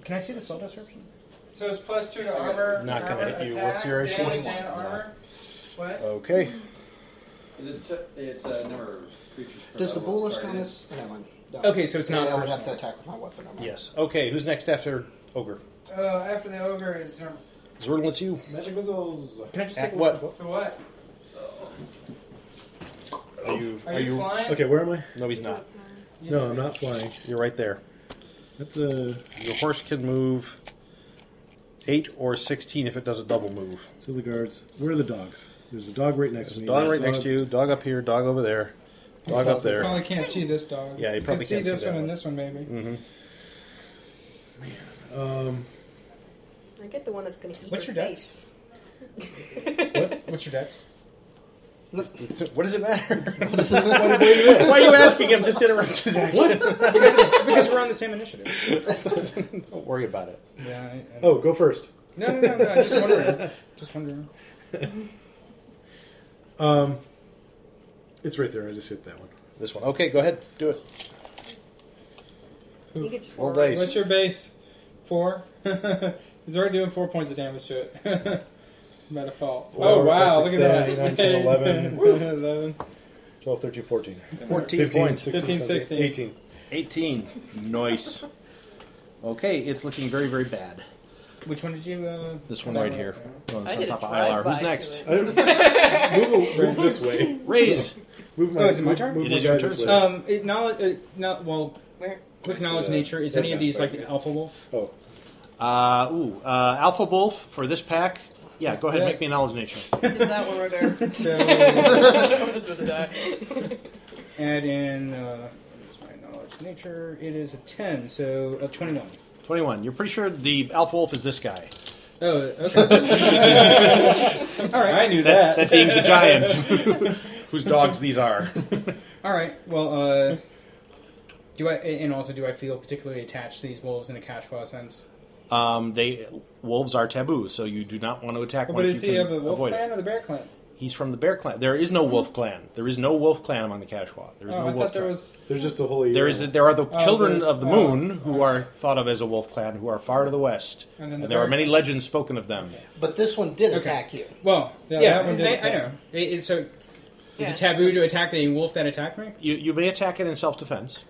Speaker 18: Can I see the spell disruption?
Speaker 3: So it's plus two to armor.
Speaker 4: Not gonna
Speaker 3: armor,
Speaker 4: hit you.
Speaker 3: Attack,
Speaker 4: What's your AC?
Speaker 3: damage,
Speaker 4: Twenty-one.
Speaker 3: and armor. What?
Speaker 4: Okay.
Speaker 9: Is it? T- it's a number of creatures. per
Speaker 6: Does the
Speaker 9: level
Speaker 6: bullish
Speaker 9: it's
Speaker 6: count
Speaker 9: targeted.
Speaker 6: as? No, one. No.
Speaker 18: Okay, so it's
Speaker 6: Yeah,
Speaker 18: not
Speaker 6: I would have to
Speaker 18: personal.
Speaker 6: attack with my weapon. I'm
Speaker 4: Yes. Okay. Who's next after Ogre?
Speaker 3: Uh, after the ogre is um,
Speaker 4: Zordon, what's you?
Speaker 1: Magic missiles.
Speaker 18: Can I just
Speaker 4: At
Speaker 18: take a
Speaker 4: what?
Speaker 18: look
Speaker 3: the what?
Speaker 4: Are you?
Speaker 3: Are you flying?
Speaker 1: Okay, where am I?
Speaker 4: No, he's not.
Speaker 1: No, I'm not flying.
Speaker 4: You're right there.
Speaker 1: That's a.
Speaker 4: Your horse can move eight or sixteen if it does a double move.
Speaker 1: So the guards. Where are the dogs? There's a dog right next to
Speaker 4: There's a
Speaker 1: me.
Speaker 4: dog
Speaker 1: There's
Speaker 4: right
Speaker 1: a
Speaker 4: next to you. Dog up here. Dog over there. Dog up
Speaker 18: You
Speaker 4: there.
Speaker 18: probably can't see this dog.
Speaker 4: Yeah, you probably
Speaker 18: can
Speaker 4: can't see
Speaker 18: see this
Speaker 4: that
Speaker 18: one
Speaker 4: one.
Speaker 18: and this one maybe.
Speaker 4: Mm-hmm.
Speaker 1: Um,
Speaker 12: I get the one that's going to eat
Speaker 18: What's
Speaker 12: your
Speaker 18: your
Speaker 12: face.
Speaker 18: What's your dex?
Speaker 4: What does it matter? Why are you asking him? Just interrupt his action.
Speaker 18: because we're on the same initiative.
Speaker 4: Don't worry about it.
Speaker 18: Yeah. I, I
Speaker 1: oh, go first.
Speaker 18: No, no, no, no. Just wondering. Just wondering.
Speaker 1: Um, it's right there. I just hit that one.
Speaker 4: This one. Okay, go ahead. Do it.
Speaker 12: He gets
Speaker 4: Roll
Speaker 12: four.
Speaker 4: dice.
Speaker 18: What's your base? Four. He's already doing four points of damage to it. By default.
Speaker 1: Four,
Speaker 18: oh wow!
Speaker 1: five,
Speaker 18: Look
Speaker 1: six,
Speaker 18: at that.
Speaker 1: seven, eight, nine, ten, 11.
Speaker 18: 11.
Speaker 1: 12, 13, 14.
Speaker 4: 14
Speaker 1: 15,
Speaker 4: points.
Speaker 18: 15, 16.
Speaker 1: 18.
Speaker 4: 18. nice. Okay, it's looking very, very bad.
Speaker 18: Which one did you? Uh,
Speaker 4: This one right here. The one that's
Speaker 12: I
Speaker 4: on
Speaker 12: did a
Speaker 4: top of
Speaker 12: drive-by
Speaker 4: Ilar. Who's
Speaker 12: to
Speaker 4: next?
Speaker 12: it.
Speaker 1: move, move this way.
Speaker 4: Raise.
Speaker 1: Move
Speaker 18: Oh, is it my
Speaker 1: move-
Speaker 18: turn?
Speaker 1: move
Speaker 4: It
Speaker 1: my
Speaker 4: is your
Speaker 1: guy
Speaker 4: turn,
Speaker 1: this
Speaker 4: sir.
Speaker 1: way.
Speaker 18: Um, it, knowledge. Uh, no, well,
Speaker 12: Where?
Speaker 18: quick
Speaker 9: Where's
Speaker 18: knowledge
Speaker 9: the-
Speaker 18: nature. Is any of these like Alpha Wolf?
Speaker 1: Oh,
Speaker 4: Uh, ooh, uh, Alpha Wolf for this pack. Yeah, go ahead and make me a knowledge nature.
Speaker 12: Is that one right there?
Speaker 18: So
Speaker 12: that's where the die.
Speaker 18: add in. Uh, what's my knowledge?
Speaker 5: knowledge, nature. It is a ten, so a twenty-one.
Speaker 4: 21. You're pretty sure the alpha wolf is this guy.
Speaker 5: Oh, okay. All right. I knew that.
Speaker 4: That being the giant, whose dogs these are.
Speaker 5: All right. Well, uh, do I and also do I feel particularly attached to these wolves in a Kashwa sense?
Speaker 4: Um, they wolves are taboo, so you do not want to attack one.
Speaker 5: But
Speaker 4: if
Speaker 5: is
Speaker 4: you
Speaker 5: he
Speaker 4: can
Speaker 5: of the wolf
Speaker 4: avoid it.
Speaker 5: clan or the bear clan?
Speaker 4: He's from the bear clan. There is no wolf clan. There is no wolf clan among the Kashwa. There is
Speaker 5: Hmm? Oh,
Speaker 4: no
Speaker 5: I
Speaker 4: wolf
Speaker 5: thought there
Speaker 4: clan.
Speaker 5: was.
Speaker 1: There's just a holy.
Speaker 4: There is there are the
Speaker 5: Oh,
Speaker 4: children
Speaker 5: the-
Speaker 4: of the
Speaker 5: oh,
Speaker 4: moon who are thought of as a wolf clan who are far to the west,
Speaker 5: And
Speaker 4: and,
Speaker 5: then the
Speaker 4: there are
Speaker 5: bear
Speaker 4: many legends spoken of them.
Speaker 6: But this one did attack you.
Speaker 5: Well, yeah,
Speaker 6: that one
Speaker 5: I,
Speaker 6: did
Speaker 5: I, I
Speaker 6: attack.
Speaker 5: know. It, it, so, is it taboo to attack the wolf that attacked me?
Speaker 4: You you may attack it in self defense.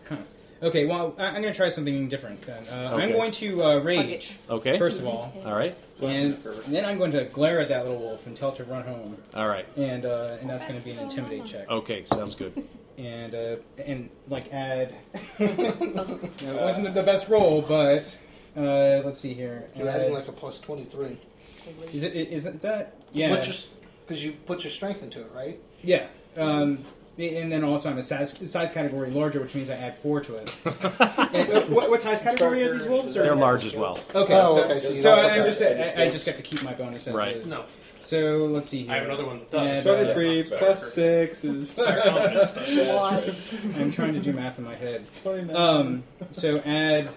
Speaker 5: Okay, well, I- I'm going to try something different then. Uh, I'm
Speaker 4: Okay.
Speaker 5: going to uh, rage.
Speaker 4: Okay.
Speaker 5: First of all.
Speaker 4: All right.
Speaker 5: And, and then I'm going to glare at that little wolf and tell it to run home.
Speaker 4: All right.
Speaker 5: And uh, and that's going to be an intimidate check.
Speaker 4: Okay, sounds good.
Speaker 5: And uh, and like add. it wasn't the best roll, but uh, let's see here.
Speaker 6: You're
Speaker 5: Add-
Speaker 6: adding like a plus twenty-three.
Speaker 5: Is it? Isn't that? Yeah.
Speaker 6: Because you put your strength into it, right?
Speaker 5: Yeah. Um, and then also I'm a size, size category larger, which means I add four to it. And what, what size category are these wolves? or-
Speaker 4: They're large as well.
Speaker 5: Okay,
Speaker 6: Oh,
Speaker 5: so,
Speaker 6: okay, so
Speaker 5: so,
Speaker 6: you don't
Speaker 5: I'm
Speaker 6: have
Speaker 5: just,
Speaker 6: that.
Speaker 5: I,
Speaker 6: I just
Speaker 5: I
Speaker 6: don't.
Speaker 5: just get to keep my bonus. as
Speaker 4: Right.
Speaker 5: it is.
Speaker 4: No.
Speaker 5: So let's see. Here.
Speaker 14: I have another one that does.
Speaker 5: Add, uh,
Speaker 3: 23 plus 6 is.
Speaker 5: I'm trying to do math in my head. Um, so add,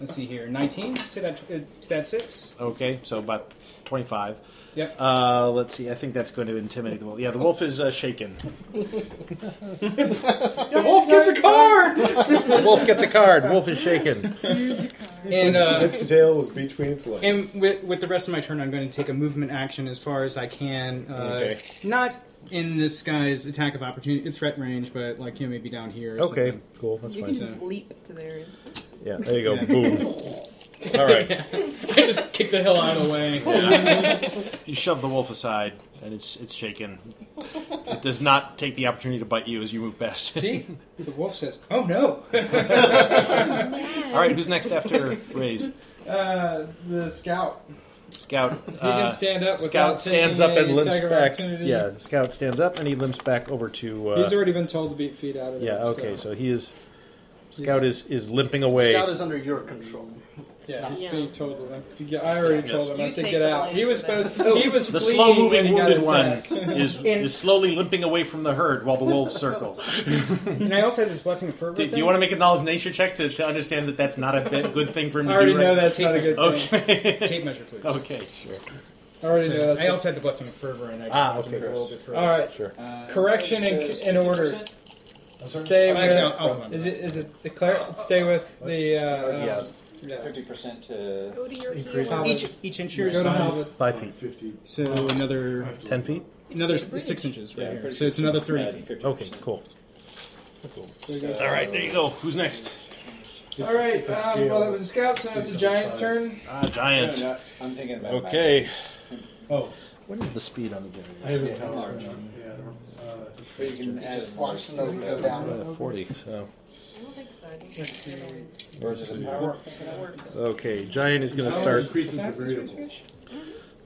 Speaker 5: let's see here, 19 to that uh, to that six.
Speaker 4: Okay, so about twenty-five.
Speaker 5: Yep.
Speaker 4: Uh, let's see. I think that's going to intimidate the wolf. Yeah, the wolf is uh, shaken.
Speaker 5: The wolf gets a
Speaker 4: the
Speaker 5: card.
Speaker 4: wolf gets a card. Wolf is shaken.
Speaker 5: And uh,
Speaker 1: its tail was between its legs.
Speaker 5: And with, with the rest of my turn, I'm going to take a movement action as far as I can. Uh,
Speaker 4: Okay.
Speaker 5: Not in this guy's attack of opportunity uh, threat range, but like you know, maybe down here. Or
Speaker 4: Okay,
Speaker 5: something.
Speaker 4: cool. That's
Speaker 5: You
Speaker 4: fine.
Speaker 5: can just-
Speaker 12: leap to there.
Speaker 4: Yeah, there you go. Boom. All right.
Speaker 5: I just kicked the hill out of the way.
Speaker 4: you shove the wolf aside, and it's it's shaken. It does not take the opportunity to bite you as you move past.
Speaker 3: See? The wolf says, oh no!
Speaker 4: All right, who's next after Raise?
Speaker 3: Uh, the scout.
Speaker 4: Scout. He
Speaker 5: Uh,
Speaker 3: can stand up
Speaker 4: Scout
Speaker 3: without
Speaker 4: stands
Speaker 3: taking
Speaker 4: up
Speaker 3: a
Speaker 4: and limps
Speaker 3: attack of
Speaker 4: back.
Speaker 3: opportunity.
Speaker 4: Yeah, Scout stands up and he limps back over to. Uh,
Speaker 3: He's already been told to beat feet out of it.
Speaker 4: yeah. Okay, so, he is. Scout is is limping away.
Speaker 6: Scout is under your control.
Speaker 3: Yeah,
Speaker 6: Not-
Speaker 3: he's being told to limp. You get- I already
Speaker 4: Yes.
Speaker 3: told him. I
Speaker 6: You
Speaker 3: said
Speaker 6: take
Speaker 3: get
Speaker 6: the
Speaker 3: out.
Speaker 6: blame
Speaker 3: He
Speaker 6: for
Speaker 3: was
Speaker 6: that.
Speaker 3: supposed. he was
Speaker 4: the
Speaker 3: fleeing
Speaker 4: slow
Speaker 3: when
Speaker 4: moving
Speaker 3: he got
Speaker 4: wounded one
Speaker 3: attacked.
Speaker 4: is, is slowly limping away from the herd while the wolves circle.
Speaker 5: and I also have this blessing of fervor.
Speaker 4: Do, do you want to make a knowledge nature check to, to understand that that's not a bit, good thing for him
Speaker 3: I
Speaker 4: to
Speaker 3: already
Speaker 4: do?
Speaker 3: know
Speaker 4: right-
Speaker 3: that's not a good
Speaker 4: okay.
Speaker 3: thing.
Speaker 5: Tape measure, please. uh,
Speaker 4: Okay, sure.
Speaker 3: I already know that's
Speaker 5: I
Speaker 3: it.
Speaker 5: also had the blessing of fervor, and I
Speaker 4: Ah,
Speaker 5: just
Speaker 4: okay.
Speaker 5: a little bit further.
Speaker 3: All right. Sure.
Speaker 9: Uh,
Speaker 3: Correction and, and orders. Stay
Speaker 5: Oh,
Speaker 3: with.
Speaker 5: actually, I'll- I'll- hold on.
Speaker 3: is it is it the cler- Stay with the. Uh,
Speaker 9: Fifty percent to
Speaker 12: go to your
Speaker 5: Each each inch your
Speaker 3: Go to
Speaker 5: size.
Speaker 3: Halberd.
Speaker 4: Five feet.
Speaker 1: Fifty.
Speaker 5: So another
Speaker 4: ten feet.
Speaker 5: Another s- six inches right
Speaker 4: Yeah,
Speaker 5: here.
Speaker 4: pretty
Speaker 5: So it's
Speaker 4: good.
Speaker 5: another thirty
Speaker 4: Yeah,
Speaker 5: feet.
Speaker 4: Okay, cool.
Speaker 3: So-
Speaker 4: All right, there you go. Who's next?
Speaker 3: all right. Um, well, it was a scout, so it's a giant's turn.
Speaker 4: Ah, giant.
Speaker 9: No, no, I'm thinking about
Speaker 4: Okay.
Speaker 1: Oh,
Speaker 4: what is the speed on the giant?
Speaker 1: I haven't
Speaker 9: Yeah,
Speaker 1: large.
Speaker 9: large.
Speaker 1: Yeah. Uh,
Speaker 9: But you can add
Speaker 6: Just
Speaker 9: it.
Speaker 6: watch the number go
Speaker 4: Uh,
Speaker 6: down.
Speaker 4: Forty. So.
Speaker 12: I don't think so. I think
Speaker 9: Versus a power.
Speaker 4: Okay, giant is gonna
Speaker 1: Power
Speaker 4: start.
Speaker 1: increases the variables.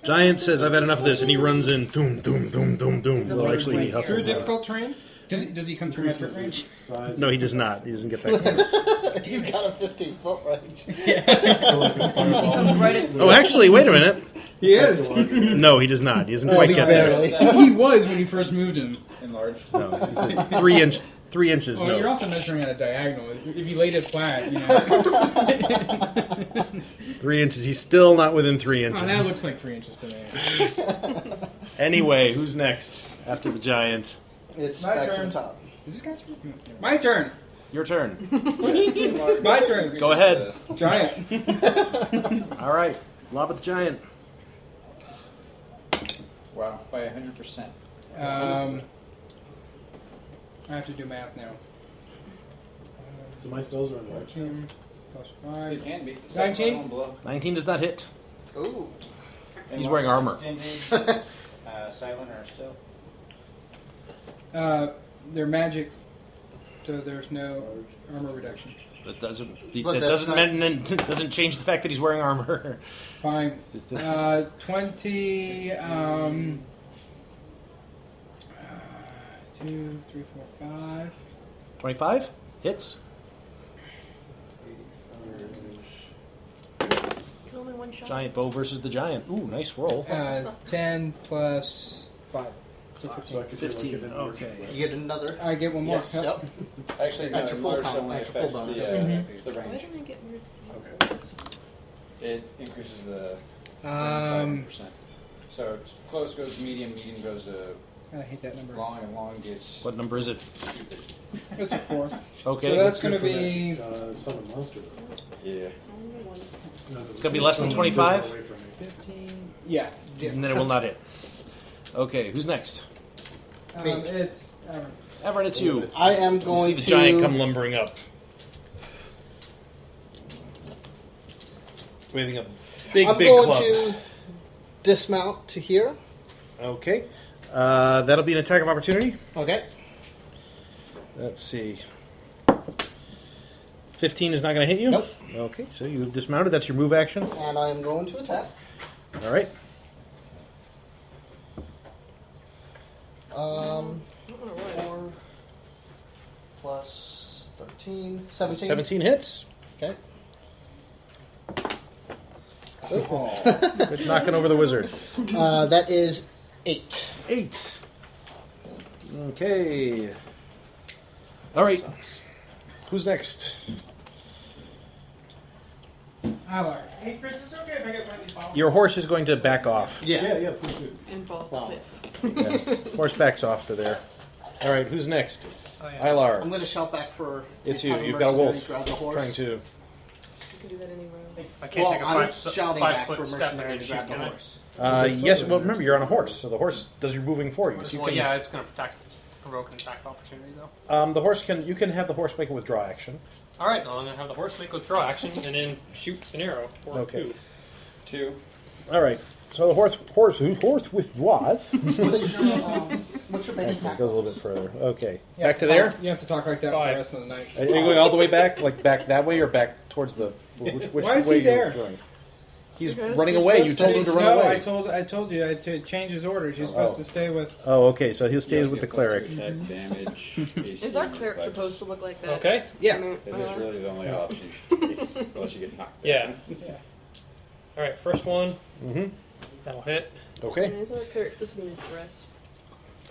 Speaker 4: Giant says, "I've had enough of this," and he runs in. Doom, doom, doom, doom, doom. Well, actually, he
Speaker 3: Through
Speaker 4: hustles. out.
Speaker 3: difficult terrain.
Speaker 5: Does he, does he come through my threat range?
Speaker 1: Size.
Speaker 4: No, he does not. He doesn't get that close.
Speaker 6: you got a 15 foot range.
Speaker 4: Oh, actually, wait a minute.
Speaker 3: He is.
Speaker 4: No, he does not. He doesn't quite get there.
Speaker 5: he was when you first moved him.
Speaker 9: Enlarged.
Speaker 4: No, it's- it's three inch, three inches.
Speaker 38: Oh,
Speaker 5: Well, you're
Speaker 4: No,
Speaker 5: also measuring at a diagonal. If you laid it flat, you know.
Speaker 4: three inches. He's still not within three
Speaker 5: oh, that looks
Speaker 4: inches.
Speaker 5: like three inches to me.
Speaker 4: Anyway, who's next after the giant?
Speaker 6: It's
Speaker 3: My
Speaker 6: back to
Speaker 3: turn.
Speaker 6: the top.
Speaker 5: Is this guy through?
Speaker 3: My turn.
Speaker 4: Your turn.
Speaker 3: My turn.
Speaker 4: Go ahead.
Speaker 3: Giant.
Speaker 4: All right, lob at the giant.
Speaker 9: Wow, by hundred percent.
Speaker 3: Um, I have to do math now. Uh,
Speaker 1: So my spells are large.
Speaker 3: Fourteen plus
Speaker 9: It
Speaker 3: five.
Speaker 9: can be.
Speaker 3: 19?
Speaker 9: One blow.
Speaker 4: Nineteen does not hit.
Speaker 6: Ooh.
Speaker 9: And
Speaker 4: He's wearing armor.
Speaker 9: extended, uh, silent or still.
Speaker 3: Uh, they're magic, so there's no armor reduction.
Speaker 4: That doesn't.
Speaker 6: But
Speaker 4: that
Speaker 6: that's
Speaker 4: doesn't
Speaker 6: not-
Speaker 4: mean, it doesn't change the fact that he's wearing armor.
Speaker 3: Fine.
Speaker 4: Is this-
Speaker 3: Uh, twenty. Um, uh, two, three, four, five.
Speaker 4: Twenty-five hits.
Speaker 12: one shot.
Speaker 4: Giant bow versus the giant. Ooh, nice roll.
Speaker 39: Uh, 10 plus 5. So 15.
Speaker 4: I could do like 15, an okay.
Speaker 6: You get another?
Speaker 39: I get one more.
Speaker 6: Yes. Yep.
Speaker 9: Actually, no,
Speaker 6: At your full
Speaker 9: yours
Speaker 6: comp,
Speaker 9: only
Speaker 6: at your full
Speaker 9: affects
Speaker 6: bonus.
Speaker 9: The, uh,
Speaker 6: Mhm.
Speaker 4: Mm-hmm.
Speaker 9: the
Speaker 12: Why
Speaker 9: range.
Speaker 12: didn't I get rid
Speaker 9: Okay. It increases the.
Speaker 39: Um,
Speaker 9: percent. So it's close goes medium, medium goes to.
Speaker 39: I hate that number.
Speaker 9: Long and long gets.
Speaker 4: What number is it?
Speaker 39: It's a 4.
Speaker 4: Okay.
Speaker 39: So that's
Speaker 4: That's
Speaker 39: going
Speaker 4: good
Speaker 39: to be.
Speaker 1: Uh, summon monster.
Speaker 9: Yeah.
Speaker 4: It's gonna be less than twenty-five,
Speaker 39: Yeah. yeah.
Speaker 4: and then it will not hit. Okay, who's next?
Speaker 39: Um,
Speaker 6: Me.
Speaker 39: it's. Um,
Speaker 4: Everett, it's you.
Speaker 6: I am going
Speaker 4: you see the
Speaker 6: to-
Speaker 4: giant come lumbering up, waving a big,
Speaker 6: I'm
Speaker 4: big
Speaker 6: going
Speaker 4: club.
Speaker 6: to dismount to here.
Speaker 4: Okay, uh, that'll be an attack of opportunity.
Speaker 6: Okay.
Speaker 4: Let's see. 15 is not going to hit you? Nope. Okay, so you dismounted. That's your move action.
Speaker 6: And I am going to attack.
Speaker 4: All right.
Speaker 6: Um, 4 plus 13. 17.
Speaker 4: 17 hits.
Speaker 6: Okay.
Speaker 4: Quit knocking over the wizard.
Speaker 6: Uh, that is 8.
Speaker 4: 8. Okay. All right. Who's next?
Speaker 39: Allard.
Speaker 18: Hey, Chris, it's okay if I get one of these bottles.
Speaker 4: Your horse is going to back off.
Speaker 6: Yeah,
Speaker 1: yeah, please do.
Speaker 7: Involved
Speaker 4: Yeah. Horse backs off to there. All right, who's next?
Speaker 6: Oh,
Speaker 7: yeah.
Speaker 4: Ilar.
Speaker 6: I'm going to shout back for.
Speaker 4: It's you.
Speaker 6: have
Speaker 4: You've got a
Speaker 6: mercenary
Speaker 4: wolf
Speaker 6: Grab the horse.
Speaker 4: trying to.
Speaker 12: You can do that anywhere.
Speaker 14: I can't
Speaker 6: well,
Speaker 14: take a
Speaker 6: I'm
Speaker 14: five-
Speaker 6: shouting
Speaker 14: five
Speaker 6: back
Speaker 14: foot
Speaker 6: for
Speaker 14: step
Speaker 6: mercenary
Speaker 14: and
Speaker 6: to
Speaker 14: shoot,
Speaker 6: grab the
Speaker 14: can I?
Speaker 6: horse.
Speaker 4: Uh,
Speaker 14: There's a
Speaker 4: yes,
Speaker 14: sword
Speaker 4: well,
Speaker 14: in there.
Speaker 4: remember you're on a horse, so the horse does your moving for you. So you
Speaker 14: well,
Speaker 4: can,
Speaker 14: yeah, it's going to protect, provoke an attack of opportunity, though.
Speaker 4: um, the horse can. You can have the horse make a withdraw action.
Speaker 14: All right, well, I'm going to have the horse make withdraw action and then shoot an arrow or
Speaker 4: Okay.
Speaker 14: two.
Speaker 9: Two.
Speaker 4: All right. So the horse, horse, horse withdraws.
Speaker 6: What is your, um, what's your base
Speaker 4: Actually,
Speaker 6: attack?
Speaker 4: it goes a little bit further. Okay.
Speaker 39: You have
Speaker 4: back to
Speaker 39: talk-
Speaker 4: there?
Speaker 39: You have to talk like that for the rest of the night.
Speaker 4: Are you going all the way back? Like back that way or back towards the. Which, which
Speaker 39: Why is
Speaker 4: way
Speaker 39: he there?
Speaker 4: You're going? He's
Speaker 39: Because
Speaker 4: running
Speaker 39: he's
Speaker 4: away. You
Speaker 39: supposed
Speaker 4: told him to run
Speaker 39: no, I
Speaker 4: away.
Speaker 39: told I told you I to change his orders. You're supposed
Speaker 4: Oh.
Speaker 39: to stay with.
Speaker 4: Oh, okay. So he stays with the
Speaker 9: plus
Speaker 4: cleric. Mm-hmm.
Speaker 9: two attack damage.
Speaker 12: Is our cleric supposed to look like that? uh,
Speaker 14: Okay.
Speaker 39: Yeah.
Speaker 9: This is
Speaker 12: Uh-huh.
Speaker 9: really the only
Speaker 14: Yeah.
Speaker 9: option you should take, unless you get knocked down.
Speaker 14: Yeah. All right, first one.
Speaker 4: Mm-hmm.
Speaker 14: That'll hit.
Speaker 4: Okay.
Speaker 12: Is our cleric's just being dressed?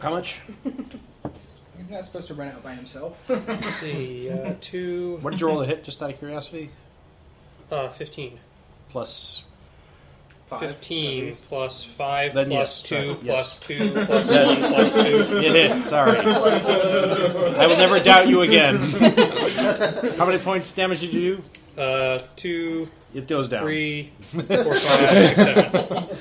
Speaker 4: How much?
Speaker 39: He's not supposed to run out by himself.
Speaker 14: Let's see. Uh, two.
Speaker 4: What did you roll to hit? Just out of curiosity.
Speaker 14: Uh, 15.
Speaker 4: Plus.
Speaker 14: 15 plus 5
Speaker 4: Then
Speaker 14: plus
Speaker 4: yes,
Speaker 14: 2
Speaker 4: sorry, yes.
Speaker 14: plus 2 plus
Speaker 4: Yes.
Speaker 14: 1 plus 2.
Speaker 4: You hit, sorry. I will never doubt you again. How many points damage did you
Speaker 14: do? Uh, 2.
Speaker 4: It goes down.
Speaker 14: 3, 4, 5, 6, 7.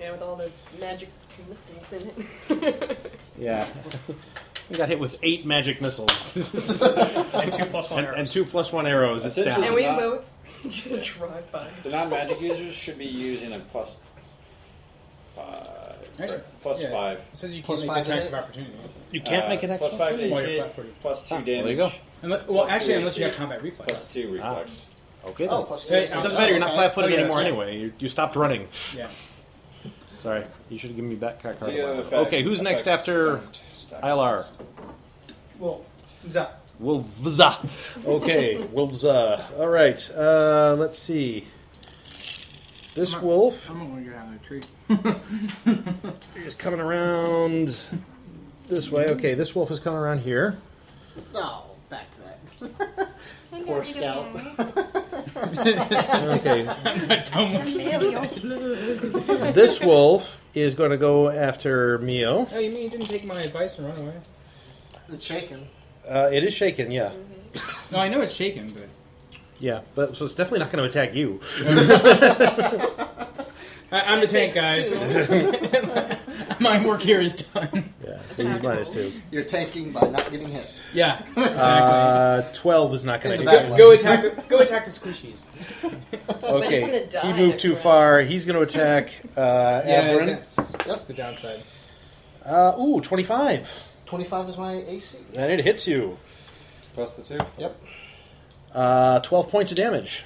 Speaker 12: Yeah, with all the magic things in it.
Speaker 4: Yeah. We got hit with eight magic missiles.
Speaker 14: And 2 plus 1
Speaker 4: and,
Speaker 14: arrows.
Speaker 4: and two plus one arrows. It's down.
Speaker 9: Essentially-
Speaker 12: and we
Speaker 9: Not-
Speaker 12: both just drive by.
Speaker 9: The non-magic users should be using a plus five.
Speaker 38: Actually,
Speaker 9: plus
Speaker 38: yeah.
Speaker 9: five.
Speaker 38: It says you
Speaker 6: Plus
Speaker 38: can't
Speaker 6: five
Speaker 38: make attacks
Speaker 6: to
Speaker 38: of
Speaker 6: hit?
Speaker 38: opportunity.
Speaker 4: You can't
Speaker 9: Uh,
Speaker 4: make an
Speaker 9: plus
Speaker 4: action?
Speaker 9: five to
Speaker 4: While
Speaker 9: hit,
Speaker 4: you're flat footed.
Speaker 9: plus two
Speaker 4: Ah,
Speaker 9: damage.
Speaker 4: there you go. Ah.
Speaker 38: Unle- well,
Speaker 9: Plus two
Speaker 38: actually, unless you
Speaker 9: AC.
Speaker 38: have combat reflex.
Speaker 9: Plus two reflex.
Speaker 4: Okay. Then.
Speaker 6: Oh, plus two.
Speaker 4: Hey, it doesn't matter. You're not
Speaker 6: Okay.
Speaker 4: flat footed
Speaker 6: Oh, yeah,
Speaker 4: anymore
Speaker 6: that's right.
Speaker 4: anyway. You, you stopped running.
Speaker 38: Yeah.
Speaker 4: Sorry. You should have given me back card.
Speaker 9: Yeah,
Speaker 4: a while
Speaker 9: the
Speaker 4: ago.
Speaker 9: fact-
Speaker 4: okay, who's
Speaker 9: the
Speaker 4: next
Speaker 9: fact
Speaker 4: after
Speaker 9: don't stack
Speaker 4: Ilar?
Speaker 38: Well, that.
Speaker 4: Wolvza. Okay, Wolvza. All right. Uh, let's see. This wolf
Speaker 38: I'm gonna get out of the tree.
Speaker 4: is coming around this way. Okay, this wolf is coming around here.
Speaker 6: No, back to that. Poor scout.
Speaker 4: Okay.
Speaker 38: Emilio.
Speaker 4: this wolf is going to go after Mio.
Speaker 38: Oh, you mean you didn't take my advice and run away?
Speaker 6: It's shaking.
Speaker 4: Uh, it is shaken, yeah.
Speaker 38: No, I know it's shaken, but
Speaker 4: Yeah, but so it's definitely not going to attack you.
Speaker 38: I, I'm the tank, guys. My work here is done.
Speaker 4: yeah, so he's minus two.
Speaker 6: You're tanking by not getting hit.
Speaker 38: Yeah, exactly.
Speaker 4: Uh, 12 is not going
Speaker 6: In
Speaker 4: to
Speaker 6: the
Speaker 4: hit.
Speaker 6: back
Speaker 4: you.
Speaker 38: go attack. The, go attack the squishies.
Speaker 4: Okay,
Speaker 12: But it's
Speaker 4: he
Speaker 12: gonna die
Speaker 4: moved too
Speaker 12: next
Speaker 4: far. He's going to attack uh,
Speaker 38: Yeah,
Speaker 4: Averin.
Speaker 38: that's
Speaker 6: Yep.
Speaker 38: the downside.
Speaker 4: Uh, ooh, 25.
Speaker 6: 25 is my AC.
Speaker 4: And it hits you.
Speaker 9: Plus the two.
Speaker 6: Yep.
Speaker 4: Uh, 12 points of damage.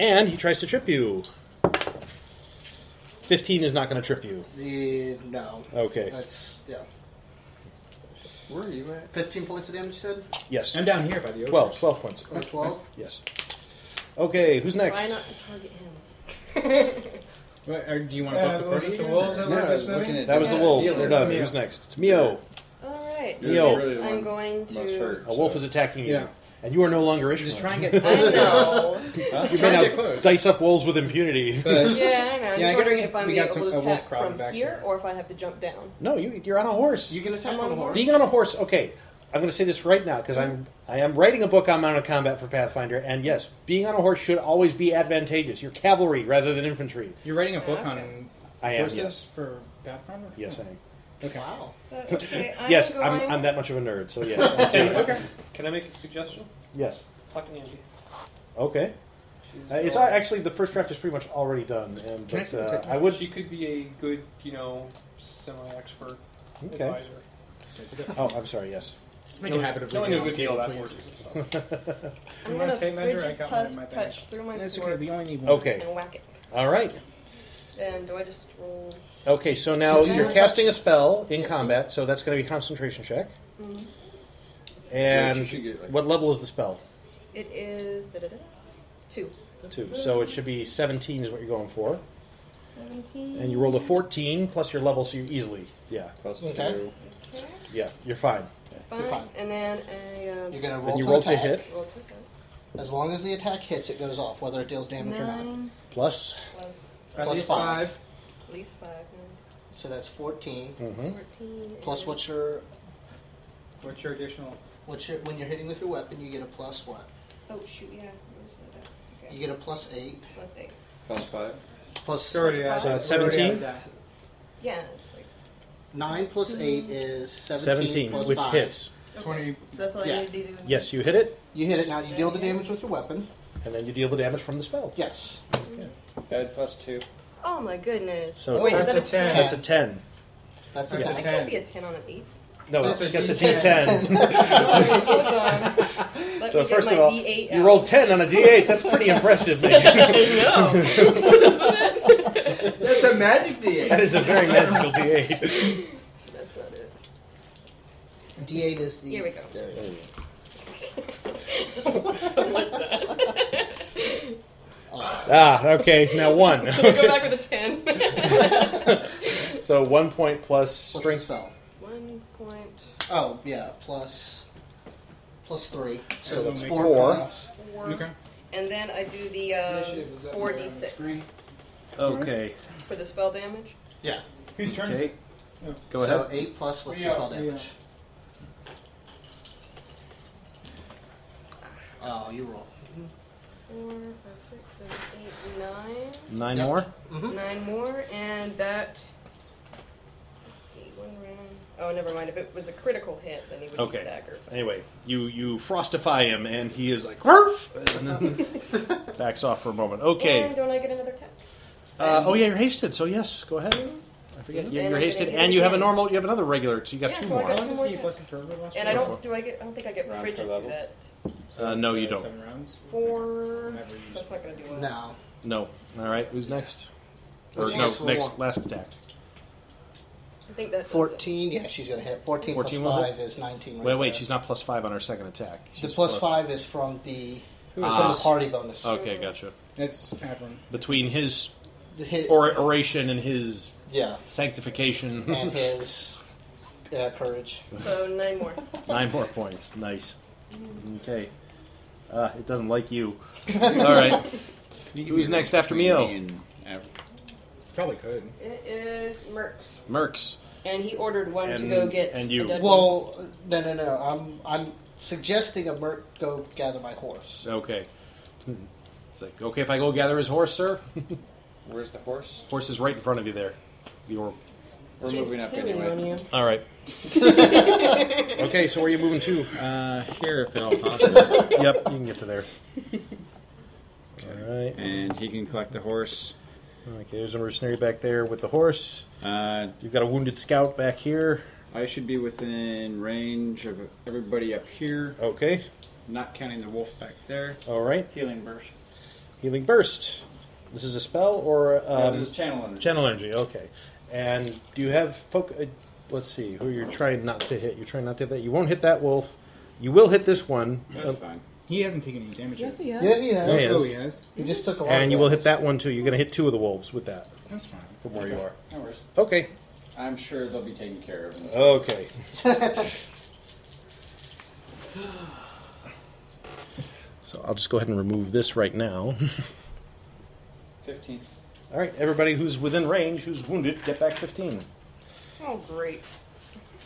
Speaker 4: And he tries to trip you. 15 is not going to trip you.
Speaker 6: Eh, no.
Speaker 4: Okay.
Speaker 6: That's, yeah.
Speaker 9: Where are you at?
Speaker 6: 15 points of damage, you said?
Speaker 4: Yes.
Speaker 38: I'm down here by the ogres.
Speaker 4: 12, 12 points.
Speaker 6: Or 12?
Speaker 4: Yes. Okay, who's
Speaker 12: Try
Speaker 4: next?
Speaker 12: not to target him.
Speaker 38: What, or do you want to
Speaker 3: Uh,
Speaker 38: bust the
Speaker 3: was
Speaker 38: party?
Speaker 3: it the wolves that
Speaker 38: No, I
Speaker 3: were just
Speaker 38: was looking
Speaker 3: moving?
Speaker 38: at
Speaker 4: That was the
Speaker 12: Yeah.
Speaker 4: wolves.
Speaker 12: Yeah,
Speaker 4: They're
Speaker 12: it's
Speaker 4: done.
Speaker 12: Mio.
Speaker 4: Who's next? It's Mio.
Speaker 12: All right.
Speaker 4: You're Yo.
Speaker 12: Yes,
Speaker 4: really the
Speaker 12: I'm
Speaker 4: one
Speaker 12: going to.
Speaker 4: most A wolf is attacking you, and you are no longer Ishmael. Just
Speaker 38: try and
Speaker 12: I know.
Speaker 4: you
Speaker 38: Try
Speaker 4: may
Speaker 38: and
Speaker 4: now
Speaker 38: get close.
Speaker 4: dice up wolves with impunity.
Speaker 38: But-
Speaker 12: Yeah, I know. I'm
Speaker 38: Yeah, I
Speaker 12: just wondering
Speaker 38: guess
Speaker 12: if I'm
Speaker 38: we
Speaker 12: being
Speaker 38: got some-
Speaker 12: able
Speaker 38: a
Speaker 12: to
Speaker 38: wolf
Speaker 12: attack
Speaker 38: problem
Speaker 12: from
Speaker 38: back
Speaker 12: here or if I have to jump down.
Speaker 4: no, you, you're on a horse. You
Speaker 6: can attack
Speaker 12: I'm on a horse.
Speaker 4: Being on a horse. Okay, I'm going to say this right now because I'm I am writing a book on mounted combat for Pathfinder, and yes, being on a horse should always be advantageous. You're cavalry rather than infantry.
Speaker 38: You're writing a book
Speaker 12: Okay.
Speaker 38: on
Speaker 4: I am,
Speaker 38: horses
Speaker 4: yes.
Speaker 38: for Pathfinder?
Speaker 4: Yes, I am.
Speaker 38: Okay.
Speaker 12: Wow. So, okay, I'm
Speaker 4: yes,
Speaker 12: going...
Speaker 4: I'm, I'm that much of a nerd. So yes. I'm doing it.
Speaker 17: Can I make a suggestion?
Speaker 4: Yes.
Speaker 17: Talk to Andy.
Speaker 4: Okay. Uh, it's all- actually the first draft is pretty much already done, and
Speaker 17: Can I
Speaker 4: but,
Speaker 17: see the
Speaker 4: uh,
Speaker 17: technique?
Speaker 4: I would.
Speaker 17: She could be a good, you know, semi-expert
Speaker 4: Okay.
Speaker 17: advisor.
Speaker 4: Oh, I'm sorry. Yes.
Speaker 17: Just make a habit of knowing a good deal about horses and stuff.
Speaker 12: I'm
Speaker 3: You
Speaker 12: going
Speaker 3: wanna
Speaker 12: to
Speaker 3: take measure? I
Speaker 12: frigid
Speaker 3: got one in
Speaker 12: touch,
Speaker 3: my bag.
Speaker 12: touch through my
Speaker 3: That's okay,
Speaker 12: sword
Speaker 3: we only need one.
Speaker 4: Okay.
Speaker 12: and whack it.
Speaker 4: All right.
Speaker 12: Then do I just roll?
Speaker 4: Okay. So now
Speaker 12: Did you
Speaker 4: you're
Speaker 12: touch-
Speaker 4: casting a spell in combat, so that's going to be concentration check.
Speaker 12: Mhm.
Speaker 4: And
Speaker 9: Yeah, she should get, like-
Speaker 4: what level is the spell?
Speaker 12: It is da-da-da, two.
Speaker 4: Two. So it should be 17 is what you're going for,
Speaker 12: Seventeen.
Speaker 4: and you rolled a 14 plus your level, so you easily yeah.
Speaker 9: Plus
Speaker 6: Okay.
Speaker 9: two.
Speaker 12: Okay.
Speaker 4: Yeah, you're fine.
Speaker 12: Fine. And then a. Um,
Speaker 6: You're gonna
Speaker 4: And
Speaker 6: roll
Speaker 4: you
Speaker 6: to
Speaker 4: roll to
Speaker 6: attack.
Speaker 4: hit.
Speaker 12: Roll to go.
Speaker 6: As long as the attack hits, it goes off, whether it deals damage or not.
Speaker 12: Nine
Speaker 4: Plus.
Speaker 12: plus
Speaker 6: At Plus least five. five.
Speaker 12: At least five. yeah.
Speaker 6: So that's 14.
Speaker 4: Mm-hmm.
Speaker 12: Fourteen.
Speaker 6: Plus,
Speaker 12: and-
Speaker 6: what's your,
Speaker 38: What's your additional?
Speaker 6: what's your, when you're hitting with your weapon, you get a plus what?
Speaker 12: Oh shoot! Yeah. Where's that at? Okay.
Speaker 6: You get a plus 8.
Speaker 12: plus eight.
Speaker 9: Plus five.
Speaker 6: Plus
Speaker 3: Already out.
Speaker 4: So that's
Speaker 3: Already
Speaker 4: 17.
Speaker 3: out of that.
Speaker 12: Yeah, it's like
Speaker 6: 9 plus
Speaker 12: Mm-hmm.
Speaker 6: 8 is 17.
Speaker 4: 17,
Speaker 6: plus
Speaker 4: which
Speaker 6: five.
Speaker 4: hits.
Speaker 12: okay.
Speaker 38: 20.
Speaker 12: So that's all
Speaker 6: Yeah.
Speaker 12: I need to do.
Speaker 4: Yes, you hit it,
Speaker 6: You hit it now, you deal the damage with your weapon.
Speaker 4: and then you deal the damage from the spell.
Speaker 6: Yes.
Speaker 9: Add plus two.
Speaker 12: Oh my goodness.
Speaker 4: So
Speaker 12: Wait, is
Speaker 3: that's
Speaker 12: that
Speaker 3: a
Speaker 4: That's a
Speaker 12: a
Speaker 3: 10.
Speaker 4: 10.
Speaker 6: That's
Speaker 4: Okay.
Speaker 6: a
Speaker 12: I
Speaker 6: 10.
Speaker 12: can't be a ten on an eight. Oh,
Speaker 4: No,
Speaker 6: That's
Speaker 4: it's,
Speaker 6: a
Speaker 4: it's a
Speaker 6: D10.
Speaker 4: D10.
Speaker 12: Let
Speaker 4: so
Speaker 12: me get
Speaker 4: first
Speaker 12: my
Speaker 4: of all,
Speaker 12: D8
Speaker 4: you
Speaker 12: out.
Speaker 4: rolled 10 on a D8. That's pretty impressive, man.
Speaker 3: That's a magic D8.
Speaker 4: that is a very magical D8.
Speaker 12: That's not it.
Speaker 6: D8 is the.
Speaker 12: Here we go.
Speaker 6: There it is.
Speaker 12: Something like that.
Speaker 4: Ah, okay. Now one.
Speaker 12: I'm gonna go back with a ten.
Speaker 4: so one point plus
Speaker 6: What's the
Speaker 4: strength.
Speaker 6: spell?
Speaker 12: One point
Speaker 6: Oh, yeah, plus. Plus 3. So,
Speaker 4: So
Speaker 6: that's
Speaker 4: that's
Speaker 6: 4
Speaker 4: four.
Speaker 6: points.
Speaker 12: four,
Speaker 38: Okay.
Speaker 12: and then I do the um,
Speaker 38: Initiative is up
Speaker 12: four
Speaker 38: there on
Speaker 12: d
Speaker 38: the
Speaker 12: six
Speaker 38: screen.
Speaker 4: Okay.
Speaker 12: for the spell damage.
Speaker 6: Yeah.
Speaker 38: Whose turn is
Speaker 4: Okay.
Speaker 38: it?
Speaker 4: Go
Speaker 6: so
Speaker 4: ahead.
Speaker 6: 8 plus what's
Speaker 38: Yeah,
Speaker 6: the spell
Speaker 38: yeah.
Speaker 6: damage? Oh, you roll.
Speaker 12: Four, five, six, seven, eight, nine.
Speaker 4: Nine
Speaker 6: Yep.
Speaker 4: more.
Speaker 6: Mm-hmm.
Speaker 12: Nine more, and that. Let's see, one round. Oh, never mind. If it was a critical hit, then he would
Speaker 4: Okay.
Speaker 12: be staggered.
Speaker 4: Anyway, you you frostify him, and he is like, "Murph!" and then backs off for a moment. Okay.
Speaker 12: And don't I get another catch?
Speaker 4: Uh, oh yeah, you're hasted. So yes, go ahead. I forget. You're,
Speaker 12: And
Speaker 4: you're
Speaker 12: I'm
Speaker 4: hasted,
Speaker 12: gonna hit
Speaker 4: and you have a
Speaker 12: again.
Speaker 4: normal. You have another regular, so you got
Speaker 12: Yeah,
Speaker 4: two
Speaker 12: so I
Speaker 4: more.
Speaker 12: got
Speaker 38: How long
Speaker 12: two
Speaker 38: does
Speaker 12: more
Speaker 38: the
Speaker 12: hit.
Speaker 38: plus turn last?
Speaker 12: And I
Speaker 4: Go
Speaker 12: don't.
Speaker 4: for
Speaker 12: Do I get? I don't think I get
Speaker 9: Round per
Speaker 12: frigid
Speaker 9: level?
Speaker 12: for that.
Speaker 4: Uh, no, you don't.
Speaker 38: Seven rounds?
Speaker 12: Four.
Speaker 38: Never used.
Speaker 12: That's not gonna do well.
Speaker 6: Now,
Speaker 4: No. All right. Who's next? Or
Speaker 6: What's
Speaker 4: no,
Speaker 6: next
Speaker 4: next,
Speaker 6: one?
Speaker 4: last attack.
Speaker 12: I think that's
Speaker 6: 14, yeah, she's going to hit. 14,
Speaker 4: 14 will
Speaker 6: plus
Speaker 4: hit?
Speaker 6: 5 is 19. Right
Speaker 4: Wait, wait.
Speaker 6: there.
Speaker 4: She's not plus five on her second attack.
Speaker 6: The
Speaker 4: She's
Speaker 6: plus, plus 5 is from the, from
Speaker 4: Ah.
Speaker 6: the party bonus.
Speaker 4: Okay, gotcha.
Speaker 38: That's Avram.
Speaker 4: Between his
Speaker 6: The hit,
Speaker 4: or- oration and his
Speaker 6: yeah,
Speaker 4: sanctification,
Speaker 6: and his uh, courage.
Speaker 12: So nine more.
Speaker 4: nine more points. Nice. Okay. Uh, it doesn't like you. All right. Who's next after Oh. Mio?
Speaker 38: Probably could.
Speaker 12: It is Mercs,
Speaker 4: Mercs.
Speaker 12: and he ordered one to
Speaker 4: And-
Speaker 12: go get.
Speaker 4: and you.
Speaker 12: A dead one.
Speaker 6: Well, no, no, no. I'm I'm suggesting a merc go gather my horse.
Speaker 4: Okay. It's like okay if I go gather his horse, sir.
Speaker 9: Where's the horse?
Speaker 4: horse is right in front of you there. Your
Speaker 9: We're
Speaker 12: He's
Speaker 9: moving up
Speaker 12: hitting on
Speaker 9: anyway.
Speaker 12: you.
Speaker 4: all right. okay, so where are you moving to?
Speaker 37: Uh, here, if at all possible.
Speaker 4: Yep, you can get to there. All right.
Speaker 8: And he can collect the horse.
Speaker 4: Okay, there's a mercenary back there with the horse.
Speaker 8: Uh,
Speaker 4: You've got a wounded scout back here.
Speaker 8: I should be within range of everybody up here,
Speaker 4: Okay.
Speaker 8: not counting the wolf back there.
Speaker 4: All right.
Speaker 8: Healing burst.
Speaker 4: Healing burst. This is a spell or um,
Speaker 8: Um, this is channel energy.
Speaker 4: channel energy. Okay. And do you have folk? Uh, let's see. Who you're trying not to hit? You're trying not to hit that. You won't hit that wolf. You will hit this one.
Speaker 8: That's
Speaker 4: um,
Speaker 8: fine.
Speaker 5: He hasn't taken any damage.
Speaker 40: Yes,
Speaker 5: yet.
Speaker 40: he has.
Speaker 6: Yeah, he has.
Speaker 4: Yeah, he
Speaker 5: Oh,
Speaker 4: has.
Speaker 5: he has.
Speaker 6: He just took a lot.
Speaker 4: And
Speaker 6: of
Speaker 4: you will hit
Speaker 6: damage.
Speaker 4: that one too. You're going to hit two of the wolves with that.
Speaker 5: That's fine.
Speaker 4: From where you are.
Speaker 41: No worries.
Speaker 4: Okay.
Speaker 41: I'm sure they'll be taken care of. in the-
Speaker 4: Okay. so I'll just go ahead and remove this right now.
Speaker 41: 15.
Speaker 4: All right, everybody who's within range, who's wounded, get back 15.
Speaker 12: Oh, great.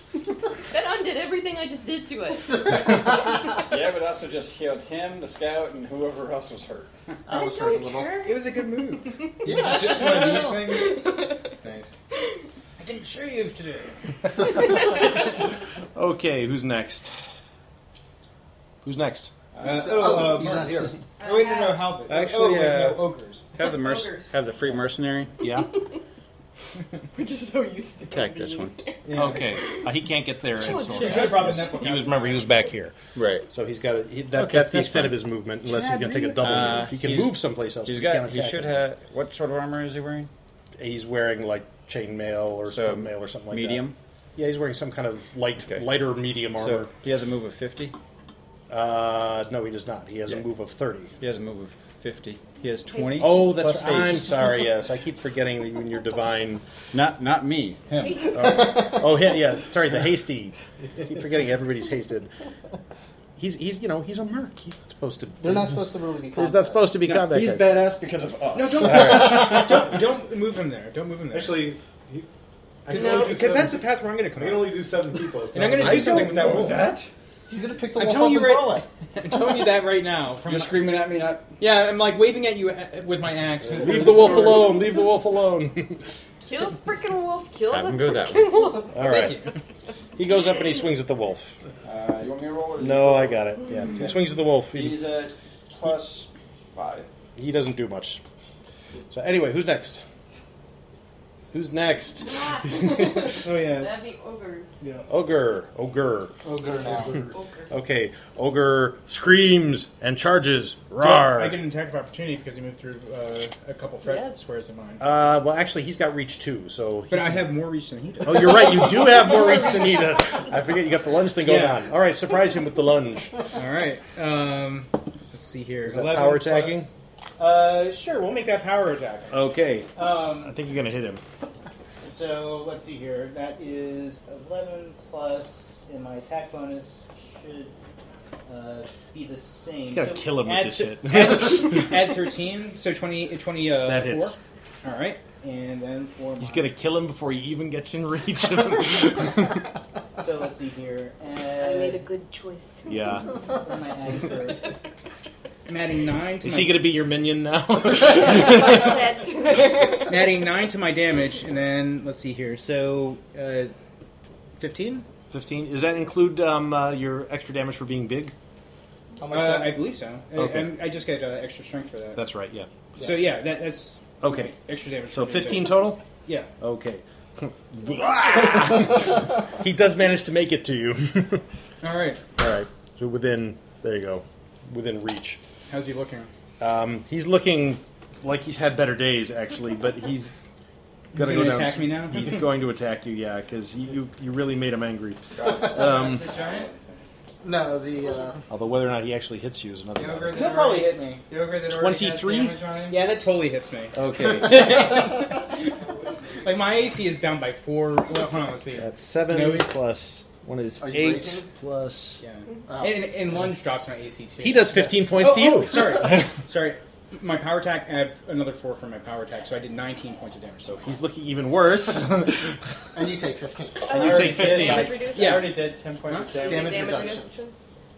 Speaker 12: that undid everything I just did to it.
Speaker 41: yeah, but also just healed him, the scout, and whoever else was hurt.
Speaker 6: I was hurt a little.
Speaker 5: It was a good move.
Speaker 41: Yeah,
Speaker 5: Just
Speaker 41: sure.
Speaker 5: one of these things.
Speaker 41: Nice.
Speaker 5: I didn't shave today.
Speaker 4: Okay, who's next? Who's next?
Speaker 5: Uh, oh, uh,
Speaker 6: he's not
Speaker 5: Marks.
Speaker 6: here.
Speaker 5: Oh, wait, no, no, Halvin. oh,
Speaker 9: Actually,
Speaker 5: wait,
Speaker 9: uh,
Speaker 5: no, ogres.
Speaker 9: have the merc-
Speaker 5: Ogres.
Speaker 9: have the free mercenary.
Speaker 4: Yeah.
Speaker 12: We're just so used to
Speaker 9: Attack this one.
Speaker 4: Okay, uh, he can't get there.
Speaker 12: Should-
Speaker 4: Excellent.
Speaker 12: should have brought the netbook
Speaker 4: He was remember he was back here, right? So he's got a, he, that,
Speaker 9: Okay,
Speaker 4: that's the
Speaker 9: that's
Speaker 4: extent
Speaker 9: fine.
Speaker 4: of his movement, unless he's
Speaker 9: Chad,
Speaker 4: going to take a
Speaker 9: read it.
Speaker 4: double.
Speaker 9: Uh,
Speaker 4: move. He can
Speaker 9: he's-
Speaker 4: move someplace else.
Speaker 9: he's
Speaker 4: but
Speaker 9: got-
Speaker 4: He, can't
Speaker 9: he
Speaker 4: attack
Speaker 9: should
Speaker 4: him.
Speaker 9: have. What sort of armor is he wearing?
Speaker 4: He's wearing like chainmail or
Speaker 9: So,
Speaker 4: so, mail or something like that.
Speaker 9: medium?
Speaker 4: Yeah, he's wearing some kind of light, lighter medium armor.
Speaker 9: So he has a move of fifty.
Speaker 4: Uh, no, he does not. He has a
Speaker 9: Yeah.
Speaker 4: move of thirty.
Speaker 9: He has a move of fifty. He has twenty.
Speaker 4: Oh, that's
Speaker 9: plus
Speaker 4: right.
Speaker 9: eight.
Speaker 4: I'm sorry. Yes, I keep forgetting that when you're divine.
Speaker 9: Not not me.
Speaker 4: Him. Oh, oh, him, yeah. Sorry, the hasty. I keep forgetting everybody's hasted. He's he's you know he's a merc. He's not supposed to.
Speaker 6: They're not supposed to really be.
Speaker 4: He's not supposed to be
Speaker 9: No,
Speaker 4: combat.
Speaker 9: he's
Speaker 4: guys.
Speaker 9: badass because of us.
Speaker 5: No, don't-
Speaker 4: Alright.
Speaker 5: don't, don't move him there. Don't move him there.
Speaker 1: Actually, he- I
Speaker 5: because
Speaker 1: can only do seven-
Speaker 5: that's the path where I'm going to
Speaker 1: I
Speaker 5: come
Speaker 1: can
Speaker 5: out.
Speaker 1: only do seven people. it's
Speaker 5: And
Speaker 1: not
Speaker 5: I'm going to
Speaker 1: enough.
Speaker 5: do something with that. wolf.
Speaker 6: He's gonna pick the
Speaker 5: I'm
Speaker 6: wolf
Speaker 5: telling
Speaker 6: up
Speaker 5: you
Speaker 6: and throw
Speaker 5: right.
Speaker 6: it.
Speaker 5: I'm telling you that right now. From
Speaker 9: You're screaming at me, not
Speaker 5: yeah, I'm like waving at you uh, with my axe.
Speaker 4: Leave the wolf alone. Leave the wolf alone.
Speaker 12: Kill the freaking wolf. Kill
Speaker 4: Have
Speaker 12: the
Speaker 4: him go that
Speaker 12: freaking wolf.
Speaker 4: All right. He goes up and he swings at the wolf.
Speaker 41: Uh, you want me to roll? Or
Speaker 4: No, I got it. Yeah, he
Speaker 41: Okay.
Speaker 4: swings at the wolf. He,
Speaker 41: He's at plus five.
Speaker 4: he doesn't do much. So anyway, who's next? Who's next?
Speaker 5: Oh yeah.
Speaker 42: That'd be ogres.
Speaker 5: Yeah.
Speaker 4: Ogre. Ogre.
Speaker 6: Ogre now.
Speaker 4: Okay, ogre screams and charges. Rar.
Speaker 5: I get an attack of opportunity because he moved through uh, a couple threat squares of mine.
Speaker 4: Uh, well, actually, he's got reach too, so. He
Speaker 5: But I have more reach than he does.
Speaker 4: Oh, you're right. You do have more reach than he does. I forget you got the lunge thing going
Speaker 5: Yeah.
Speaker 4: on. All right, surprise him with the lunge.
Speaker 5: All right. Um, let's see here.
Speaker 4: Is that
Speaker 5: 11
Speaker 4: power
Speaker 5: plus-
Speaker 4: attacking?
Speaker 5: Uh, sure. We'll make that power attack.
Speaker 4: Okay.
Speaker 5: Um,
Speaker 4: I think you're gonna hit him.
Speaker 5: so let's see here. That is eleven plus, and my attack bonus should uh, be the same.
Speaker 4: Just gotta kill him with
Speaker 5: add
Speaker 4: this
Speaker 5: th-
Speaker 4: shit.
Speaker 5: add, add thirteen, so 20, 20 uh,
Speaker 4: That
Speaker 5: four.
Speaker 4: hits.
Speaker 5: All right, and then four.
Speaker 4: He's
Speaker 5: my-
Speaker 4: gonna kill him before he even gets in reach.
Speaker 5: So let's see here.
Speaker 42: I made a
Speaker 5: And
Speaker 42: good choice.
Speaker 4: yeah.
Speaker 5: what am I adding for? I'm adding nine. To
Speaker 4: Is
Speaker 5: my,
Speaker 4: he gonna be your minion now?
Speaker 5: I'm adding nine to my damage, and then let's see here. So, uh, fifteen.
Speaker 4: Fifteen. Does that include um, uh, your extra damage for being big?
Speaker 6: How much
Speaker 5: Uh,
Speaker 6: damage?
Speaker 5: I believe so. I-
Speaker 4: Okay.
Speaker 5: I'm- I, just get uh, extra strength for that.
Speaker 4: That's right. Yeah.
Speaker 5: So yeah, that, that's
Speaker 4: Okay.
Speaker 5: Extra damage.
Speaker 4: So
Speaker 5: for me,
Speaker 4: fifteen total.
Speaker 5: Yeah.
Speaker 4: Okay. he does manage to make it to you.
Speaker 5: All right.
Speaker 4: All right. So within, there you go, within reach.
Speaker 5: How's he looking?
Speaker 4: Um, he's looking like he's had better days, actually, but he's
Speaker 5: He's
Speaker 4: gonna
Speaker 5: gonna
Speaker 4: go down.
Speaker 5: attack me now?
Speaker 4: he's going to attack you, yeah, because you you really made him angry. Um,
Speaker 6: No, the uh,
Speaker 4: although whether or not he actually hits you is another
Speaker 3: The ogre
Speaker 4: matter.
Speaker 3: that
Speaker 5: He'll probably
Speaker 3: already-
Speaker 5: hit me.
Speaker 3: The ogre that already has
Speaker 4: 23?
Speaker 3: damage on him.
Speaker 5: Yeah, that totally hits me.
Speaker 4: Okay,
Speaker 5: Like my AC is down by four. Well, hold on, let's see.
Speaker 4: that's seven
Speaker 5: No, it's-
Speaker 4: plus one is
Speaker 6: Are you
Speaker 4: eight
Speaker 6: breaking?
Speaker 4: plus.
Speaker 5: Yeah.
Speaker 6: Wow.
Speaker 5: And, and lunge drops my AC too.
Speaker 4: He does fifteen points
Speaker 5: Oh,
Speaker 4: to you.
Speaker 5: oh, sorry, sorry. My power attack. I had another four from my power attack, so I did 19 points of damage. So
Speaker 4: He's looking even worse.
Speaker 6: and you take fifteen
Speaker 4: And you take 15.
Speaker 12: Damage reduced?
Speaker 5: Yeah.
Speaker 3: I already did 10 points of damage.
Speaker 6: damage
Speaker 12: Damage
Speaker 6: reduction.
Speaker 12: reduction?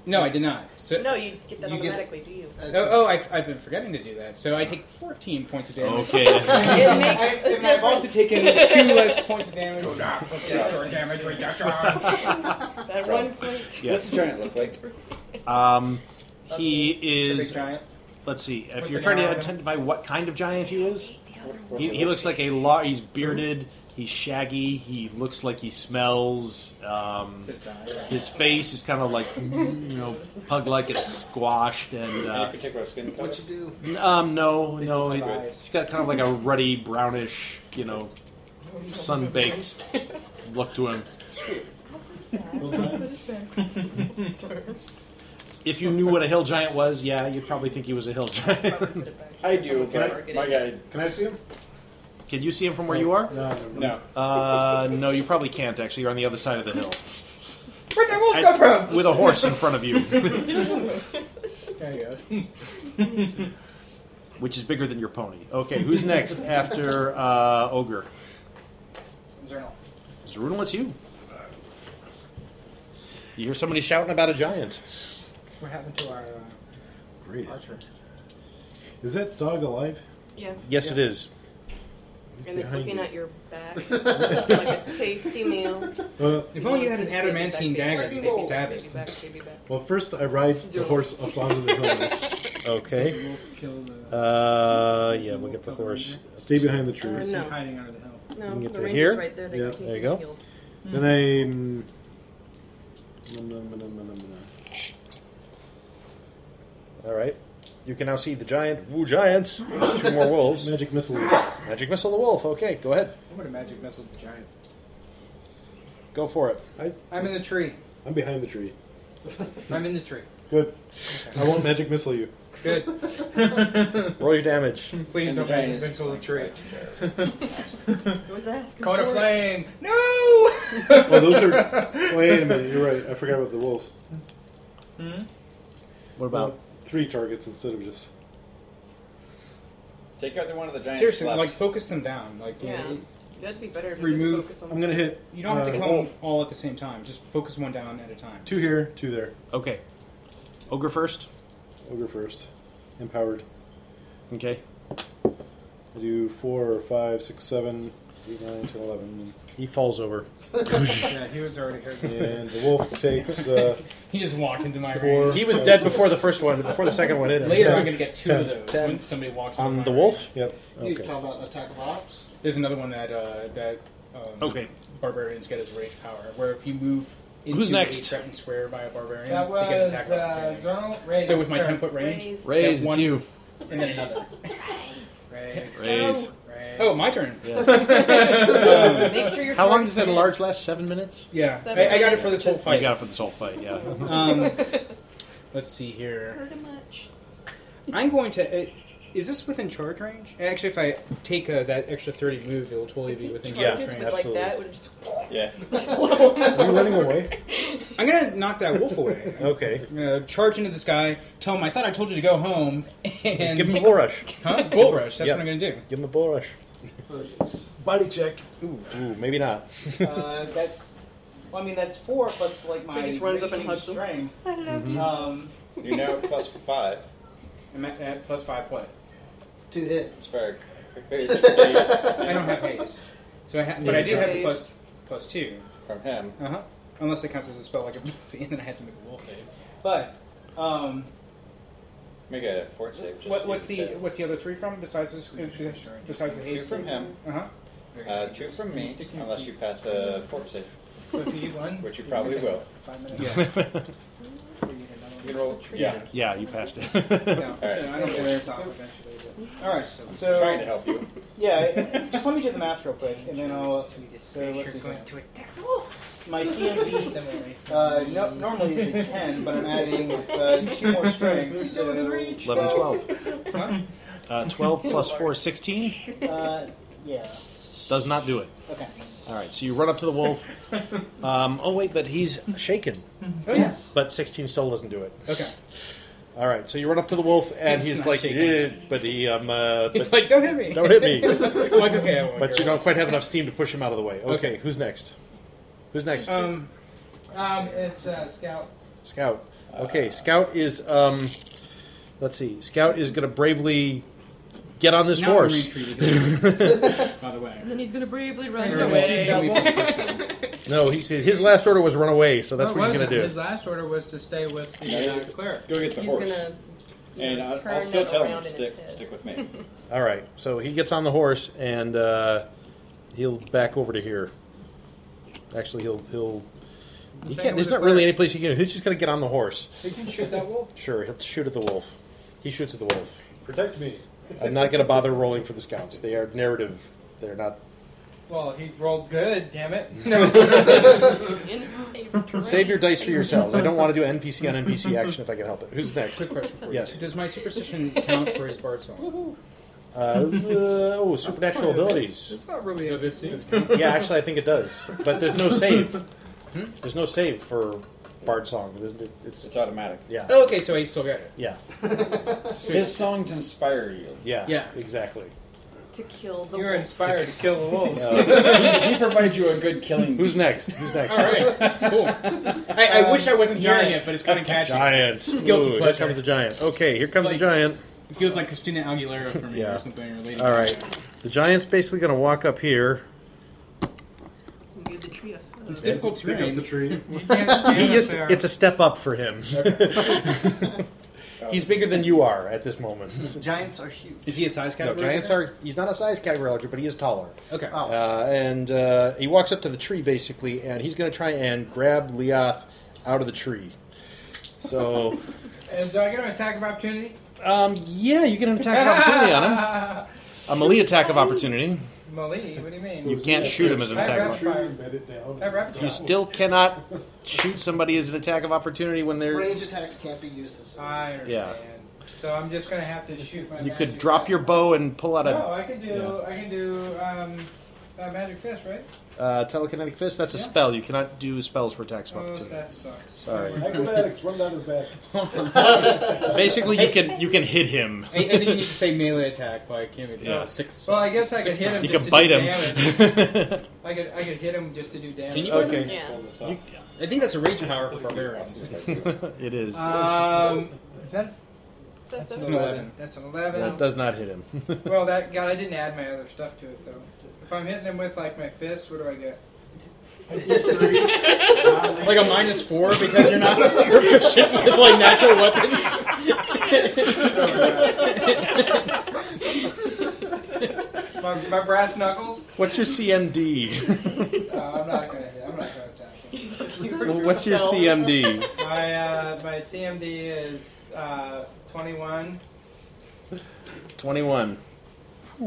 Speaker 5: no, I did not. So
Speaker 12: No, you get that
Speaker 6: You get-
Speaker 12: automatically, do you?
Speaker 6: That's
Speaker 5: Oh, oh I, I've been forgetting to do that. So I take 14 points of damage.
Speaker 4: okay.
Speaker 12: It makes
Speaker 5: I,
Speaker 12: a
Speaker 5: and I've also
Speaker 12: difference.
Speaker 5: taken two less points of damage.
Speaker 41: damage
Speaker 12: That one point.
Speaker 4: Yes.
Speaker 41: the giant look like?
Speaker 4: Um, he is.
Speaker 5: giant.
Speaker 4: Let's see. If
Speaker 3: With
Speaker 4: you're
Speaker 3: the
Speaker 4: trying to
Speaker 3: arrow.
Speaker 4: identify what kind of giant he is, he, he looks like a law. He's bearded. He's shaggy. He looks like he smells. Um, his face is kind of like you know pug like it's squashed and
Speaker 41: Any
Speaker 4: uh,
Speaker 41: particular skin color?
Speaker 6: What you do?
Speaker 4: um no no it, it's got kind of like a ruddy brownish you know sunbaked look to him. if you knew what a hill giant was, yeah, you'd probably think he was a hill giant.
Speaker 9: I do, but
Speaker 4: Marketing.
Speaker 9: my guy.
Speaker 1: Can I see him?
Speaker 4: Can you see him from where you are?
Speaker 1: No.
Speaker 9: No.
Speaker 4: Uh, no, you probably can't. Actually, you're on the other side of the hill.
Speaker 43: Where'd that wolf
Speaker 4: I-
Speaker 43: come from?
Speaker 4: With a horse in front of you,
Speaker 43: there
Speaker 5: you
Speaker 43: go.
Speaker 4: which is bigger than your pony. Okay, who's next after uh, ogre?
Speaker 5: Journal.
Speaker 4: Zerunal, it's you. You hear somebody shouting about a giant.
Speaker 5: What happened to our uh,
Speaker 1: Great.
Speaker 5: archer?
Speaker 1: Is that dog alive?
Speaker 12: Yeah.
Speaker 4: Yes, it is.
Speaker 12: And it's
Speaker 1: Behind
Speaker 12: looking
Speaker 1: you.
Speaker 12: at your back like a tasty meal.
Speaker 1: Uh,
Speaker 44: If only you had an adamantine dagger,
Speaker 12: Baby
Speaker 44: you'd
Speaker 12: back,
Speaker 44: stab it.
Speaker 12: baby back, baby back.
Speaker 1: Well, first I ride the horse up onto the hill.
Speaker 4: Okay. Uh, yeah, we'll get the horse.
Speaker 1: Stay behind the tree.
Speaker 12: Uh, no.
Speaker 5: Hiding under the hill.
Speaker 12: No,
Speaker 4: You can get
Speaker 12: the
Speaker 4: to
Speaker 12: ranger's
Speaker 4: here.
Speaker 12: right there. They
Speaker 1: Yeah.
Speaker 12: can
Speaker 4: There you go.
Speaker 12: healed.
Speaker 1: Then I. Um, nom, nom, nom, nom, nom, nom.
Speaker 4: All right. You can now see the giant. Woo, giant! Two more wolves.
Speaker 1: Magic missile.
Speaker 4: Magic missile. The wolf. Okay, go ahead.
Speaker 5: I'm gonna magic missile the giant.
Speaker 4: Go for it.
Speaker 1: I,
Speaker 5: I'm in the tree.
Speaker 1: I'm behind the tree.
Speaker 5: I'm in the tree.
Speaker 1: Good. I won't magic missile you.
Speaker 5: Good.
Speaker 4: Roll your damage.
Speaker 5: Please
Speaker 9: And the
Speaker 5: don't magic
Speaker 9: giant is
Speaker 5: missile the tree.
Speaker 12: It was asking.
Speaker 5: Code of
Speaker 12: for it.
Speaker 5: flame. No.
Speaker 1: Oh, those are. Wait a minute. You're right. I forgot about the wolves.
Speaker 5: Hmm?
Speaker 4: What about?
Speaker 1: three targets instead of just.
Speaker 9: Take out the one of the giants.
Speaker 5: Seriously,
Speaker 9: left.
Speaker 5: like focus them down. Like you
Speaker 12: Yeah.
Speaker 5: know,
Speaker 12: That'd be better if you
Speaker 5: remove.
Speaker 12: just focus on
Speaker 1: I'm gonna hit.
Speaker 5: You don't have to
Speaker 1: uh,
Speaker 5: kill them all at the same time. Just focus one down at a time.
Speaker 1: Two here, two there.
Speaker 4: Okay. Ogre first.
Speaker 1: Ogre first. Empowered.
Speaker 4: Okay.
Speaker 1: I do four, five, six, seven, eight, nine, ten, eleven.
Speaker 4: He falls over.
Speaker 5: yeah, he was already hurt.
Speaker 1: And the wolf takes. Uh,
Speaker 5: He just walked into my
Speaker 1: Four.
Speaker 5: range.
Speaker 4: He was dead before the first one. Before the second one hit him.
Speaker 5: Later,
Speaker 1: Ten.
Speaker 5: I'm gonna get two of
Speaker 1: Ten.
Speaker 5: those
Speaker 1: Ten.
Speaker 5: when somebody walks
Speaker 4: On
Speaker 5: into
Speaker 4: Um, the
Speaker 5: my
Speaker 4: wolf.
Speaker 5: range.
Speaker 1: yep.
Speaker 45: You
Speaker 4: Okay.
Speaker 45: talk about attack of ops.
Speaker 5: There's another one that uh, that um,
Speaker 4: Okay.
Speaker 5: barbarians get as rage power, where if you move into
Speaker 4: Who's
Speaker 5: a
Speaker 4: next?
Speaker 5: threatened square by a barbarian,
Speaker 3: That
Speaker 5: they get an attack
Speaker 3: was uh,
Speaker 5: opportunity.
Speaker 3: Zonal Raise.
Speaker 5: So with my
Speaker 3: turn.
Speaker 5: 10 foot range,
Speaker 12: Raise.
Speaker 4: Raise
Speaker 5: that one,
Speaker 4: it's you.
Speaker 5: and then another.
Speaker 3: Raise.
Speaker 4: Raise.
Speaker 5: Oh, my turn. Um,
Speaker 4: Yes.
Speaker 12: Um, Make sure you're.
Speaker 4: How long does that
Speaker 12: forward.
Speaker 4: large last? Seven minutes.
Speaker 5: Yeah,
Speaker 12: Seven
Speaker 5: I, I got it for this whole
Speaker 12: inches.
Speaker 4: You
Speaker 5: fight.
Speaker 4: got it for this whole fight. Yeah.
Speaker 5: Um, let's see here.
Speaker 12: Pretty much.
Speaker 5: I'm going to. Uh, is this within charge range? Actually, if I take uh, that extra 30 move, it'll totally be within
Speaker 4: Yeah,
Speaker 5: charge
Speaker 12: Just
Speaker 5: range.
Speaker 12: with like that, would just.
Speaker 9: Yeah.
Speaker 1: Are you running away?
Speaker 5: I'm gonna knock that wolf away.
Speaker 4: Okay.
Speaker 5: I'm gonna charge into this guy, tell him I thought I told you to go home, and
Speaker 4: Give him the bull rush.
Speaker 5: Huh? Bull rush. That's
Speaker 4: Yeah.
Speaker 5: what I'm gonna do.
Speaker 4: Give him the bull rush.
Speaker 1: Body check.
Speaker 4: Ooh, ooh, maybe not.
Speaker 6: uh, that's. Well, I mean, that's four plus like my
Speaker 12: he just runs up and
Speaker 6: raging
Speaker 12: hugs them?
Speaker 6: strength.
Speaker 12: I love
Speaker 5: Mm-hmm.
Speaker 12: you.
Speaker 6: Um,
Speaker 9: You're now plus five.
Speaker 5: I'm at, at plus five what?
Speaker 45: Two hit.
Speaker 9: It's very. very-
Speaker 5: I don't have haste, so I ha- but I do have the plus plus two.
Speaker 9: from him.
Speaker 5: Uh huh. Unless it counts as a spell like a and then I have to make a wolf save. But um,
Speaker 9: Make a fort save. Just
Speaker 5: what, what's the
Speaker 9: to get
Speaker 5: what's the other three from besides this, besides the
Speaker 9: that. two
Speaker 5: haste?
Speaker 9: from him?
Speaker 5: Uh huh.
Speaker 9: Uh, two from me, unless you pass a fort save,
Speaker 5: So if you get one,
Speaker 9: which you probably
Speaker 5: can make
Speaker 9: will.
Speaker 5: a Five minutes.
Speaker 9: You can roll.
Speaker 5: Yeah.
Speaker 4: yeah, you passed it.
Speaker 5: No, so I don't know where it's off eventually. But. All right, so
Speaker 9: I'm trying to help you.
Speaker 6: yeah, I- just let me do the math real quick, and then I'll. So let's see. here.
Speaker 5: Uh,
Speaker 6: My CMB uh, no, normally is a ten, but I'm adding uh, two more strength. So
Speaker 4: Eleven, twelve.
Speaker 5: Huh?
Speaker 4: Uh, 12 plus 4, 16.
Speaker 6: Uh, yeah.
Speaker 4: Does not do it.
Speaker 6: Okay.
Speaker 4: All right, so you run up to the wolf. Um, oh, wait, but he's shaken.
Speaker 5: Oh, yeah.
Speaker 4: But 16 still doesn't do it.
Speaker 5: Okay.
Speaker 4: All right, so you run up to the wolf, and
Speaker 5: He's
Speaker 4: he's,
Speaker 5: not
Speaker 4: like,
Speaker 5: shaken.
Speaker 4: "Eh," but he, um, uh,
Speaker 5: He's
Speaker 4: but,
Speaker 5: like, don't hit me.
Speaker 4: don't hit me.
Speaker 5: I'm like, okay, I won't.
Speaker 4: But you
Speaker 5: You're
Speaker 4: don't quite have enough steam to push him out of the way. Okay, who's next? Who's next?
Speaker 5: right. Um,
Speaker 3: Um, it's uh, Scout.
Speaker 4: Scout. Okay, Scout is, um, let's see, Scout is going to bravely get on this
Speaker 5: Not
Speaker 4: horse.
Speaker 5: retreat again. by the way.
Speaker 12: And then he's gonna bravely run
Speaker 3: Run
Speaker 12: away.
Speaker 3: away.
Speaker 4: no, he, said- his last order was run away, so that's
Speaker 3: No, it
Speaker 4: what he's going
Speaker 3: wasn't.
Speaker 4: to do.
Speaker 3: His last order was to stay with the
Speaker 9: Nice.
Speaker 3: uh, cleric.
Speaker 9: Go get the
Speaker 12: He's
Speaker 9: horse.
Speaker 12: gonna.
Speaker 9: and I'll, I'll
Speaker 12: turn
Speaker 9: still
Speaker 12: it
Speaker 9: tell
Speaker 12: around
Speaker 9: him,
Speaker 12: in
Speaker 9: stick,
Speaker 12: his head.
Speaker 9: stick with me.
Speaker 4: All right, so he gets on the horse and uh, he'll back over to here. Actually, he'll he'll he
Speaker 3: Check
Speaker 4: can't.
Speaker 3: it
Speaker 4: There's
Speaker 3: with
Speaker 4: not
Speaker 3: the
Speaker 4: really
Speaker 3: bird.
Speaker 4: any place he can. He's just going to get on the horse.
Speaker 3: He can shoot that wolf.
Speaker 4: Sure, he'll shoot at the wolf. He shoots at the wolf.
Speaker 1: Protect me.
Speaker 4: I'm not going to bother rolling for the scouts. They are narrative. They're not.
Speaker 3: Well, he rolled good. Damn it.
Speaker 12: In his favorite
Speaker 4: Save your dice for yourselves. I don't want to do NPC on NPC action if I can help it. Who's next?
Speaker 5: Quick question for you.
Speaker 4: Yes.
Speaker 5: Does my superstition count for his bard song?
Speaker 4: Uh, uh, oh, supernatural abilities.
Speaker 5: It's not really does it
Speaker 4: Yeah, actually, I think it does. But there's no save. Hmm? There's no save for bard song. There's- It's,
Speaker 9: automatic.
Speaker 4: Yeah.
Speaker 5: Oh, okay, so I still got it.
Speaker 4: Yeah.
Speaker 9: His songs inspire you.
Speaker 4: Yeah.
Speaker 5: Yeah.
Speaker 4: Exactly.
Speaker 46: To kill the
Speaker 5: You're
Speaker 46: wolf.
Speaker 5: inspired to kill the wolves.
Speaker 9: he, he provides you a good killing.
Speaker 4: Who's next? Who's next?
Speaker 9: All right.
Speaker 5: Cool.
Speaker 12: I, I wish I wasn't giant, but it's kind of catchy.
Speaker 4: Giant.
Speaker 12: It's
Speaker 4: Ooh,
Speaker 12: guilty
Speaker 4: here
Speaker 12: pleasure.
Speaker 4: comes the giant. Okay, here comes
Speaker 12: It's
Speaker 4: the
Speaker 12: like-
Speaker 4: giant.
Speaker 12: It feels like Christina Aguilera for me
Speaker 4: Yeah.
Speaker 12: or something related.
Speaker 4: All right. The giant's basically going to walk up here.
Speaker 12: It's difficult to
Speaker 1: Pick up
Speaker 12: read.
Speaker 1: the tree.
Speaker 12: You
Speaker 4: He just, it's a step up for him.
Speaker 9: Oh,
Speaker 4: he's bigger than you are at this moment.
Speaker 6: Giants are huge.
Speaker 5: Is he a size
Speaker 4: No,
Speaker 5: category?
Speaker 4: giants are. He's not a size category larger, but he is taller.
Speaker 5: Okay.
Speaker 6: Oh.
Speaker 4: Uh, and uh, he walks up to the tree basically, and he's going to try and grab Leoth out of the tree. So,
Speaker 3: Is uh, I get an attack of opportunity?
Speaker 4: um, yeah, you get an attack of opportunity on him. A melee attack of opportunity.
Speaker 3: Malie, what do you mean?
Speaker 4: You can't shoot him as an
Speaker 3: I have
Speaker 4: attack of
Speaker 3: rapid fire.
Speaker 1: Bed it down.
Speaker 3: I have rapid
Speaker 4: You
Speaker 3: fire.
Speaker 4: still cannot shoot somebody as an attack of opportunity when they're.
Speaker 6: Range attacks can't be used as.
Speaker 3: I understand.
Speaker 4: Yeah.
Speaker 3: So I'm just gonna have to shoot my.
Speaker 4: You could
Speaker 3: magic
Speaker 4: drop
Speaker 3: back.
Speaker 4: your bow and pull out a
Speaker 3: No, I can do.
Speaker 4: Yeah.
Speaker 3: I can do um, uh, magic fist, right?
Speaker 4: uh, telekinetic fist. That's a
Speaker 3: Yeah.
Speaker 4: spell. You cannot do spells for attacks of
Speaker 3: Oh,
Speaker 4: opportunity.
Speaker 3: that sucks.
Speaker 4: Sorry.
Speaker 1: Acrobatics, run down his back.
Speaker 4: Basically, you can you can hit him.
Speaker 12: I, I think you need to say melee attack, like you know,
Speaker 4: Yeah.
Speaker 12: six.
Speaker 3: Well, I guess I could
Speaker 12: six
Speaker 3: hit him.
Speaker 4: You
Speaker 3: just
Speaker 4: can
Speaker 3: to do
Speaker 4: bite him.
Speaker 3: damage. I could. I could hit him just to do damage.
Speaker 12: Can you hit him?
Speaker 3: okay.
Speaker 12: Yeah. I think that's a rage power for barbarians.
Speaker 4: it is.
Speaker 3: Um, is that?
Speaker 46: That's
Speaker 3: an
Speaker 4: an 11.
Speaker 3: 11. That's an
Speaker 4: that
Speaker 3: 11.
Speaker 4: does not hit him.
Speaker 3: well, that God, I didn't add my other stuff to it though. If I'm hitting him with like my fist, what do I get?
Speaker 12: like a minus four because you're not proficient with like natural weapons.
Speaker 3: My, my brass knuckles.
Speaker 4: What's your CMD?
Speaker 3: Uh, I'm not gonna hit. I'm not gonna attack. Him.
Speaker 4: Well, what's your CMD?
Speaker 3: My uh, my CMD is uh, 21
Speaker 4: Twenty-one.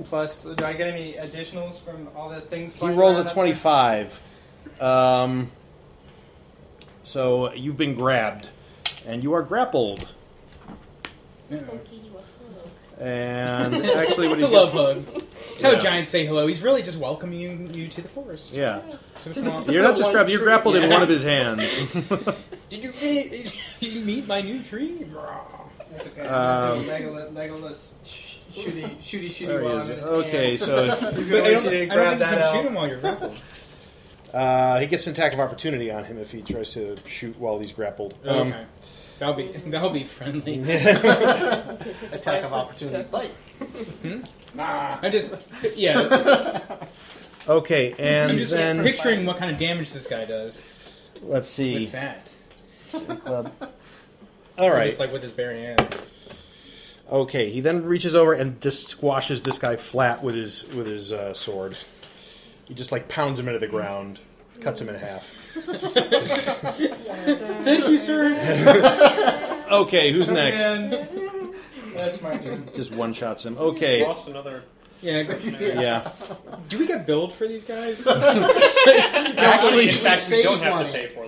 Speaker 3: plus. Do I get any additionals from all the things?
Speaker 4: He
Speaker 3: flying
Speaker 4: rolls a
Speaker 3: around up there?
Speaker 4: twenty-five. Um, so you've been grabbed, and you are grappled. And actually, what
Speaker 5: it's
Speaker 4: he's
Speaker 5: a love
Speaker 4: gonna-
Speaker 5: hug. It's how
Speaker 4: Yeah.
Speaker 5: giants say hello. He's really just welcoming you, you to the forest.
Speaker 4: Yeah.
Speaker 5: To the swamp.
Speaker 4: You're not just grabbed. You're grappled in
Speaker 5: Yeah.
Speaker 4: one of his hands.
Speaker 5: Did you meet, did you meet my new tree?
Speaker 3: That's okay.
Speaker 4: Um,
Speaker 3: Legolas, Legolas, sh- shooty, shooty, shooty.
Speaker 4: There he
Speaker 3: while
Speaker 4: is.
Speaker 3: I'm in his
Speaker 4: Okay,
Speaker 3: hands.
Speaker 4: so-
Speaker 3: He's gonna
Speaker 4: But I
Speaker 3: reach
Speaker 4: don't-
Speaker 3: in and
Speaker 4: I don't
Speaker 3: grab
Speaker 4: think you
Speaker 3: that
Speaker 4: can
Speaker 3: out.
Speaker 4: shoot him while you're grappled. Uh, he gets an attack of opportunity on him if he tries to shoot while he's grappled. Um,
Speaker 5: okay. That'll be that'll be friendly.
Speaker 6: Attack of opportunity. Bite.
Speaker 5: Nah. I just yeah.
Speaker 4: okay, and
Speaker 5: I'm just
Speaker 4: then
Speaker 5: picturing what kind of damage this guy does
Speaker 4: let's see.
Speaker 5: with that.
Speaker 4: All right.
Speaker 5: Just like with his bare hands.
Speaker 4: Okay, he then reaches over and just squashes this guy flat with his with his uh, sword. He just like pounds him into the ground, cuts him in half.
Speaker 5: Thank you, sir.
Speaker 4: Okay, who's next?
Speaker 3: And that's my turn.
Speaker 4: Just one shots him. Okay.
Speaker 14: Lost another.
Speaker 5: Yeah. I guess-
Speaker 4: Yeah.
Speaker 5: Do we get billed for these guys?
Speaker 14: Actually, in
Speaker 4: Actually-
Speaker 14: fact, we
Speaker 4: Save
Speaker 14: don't have
Speaker 4: money.
Speaker 14: to pay for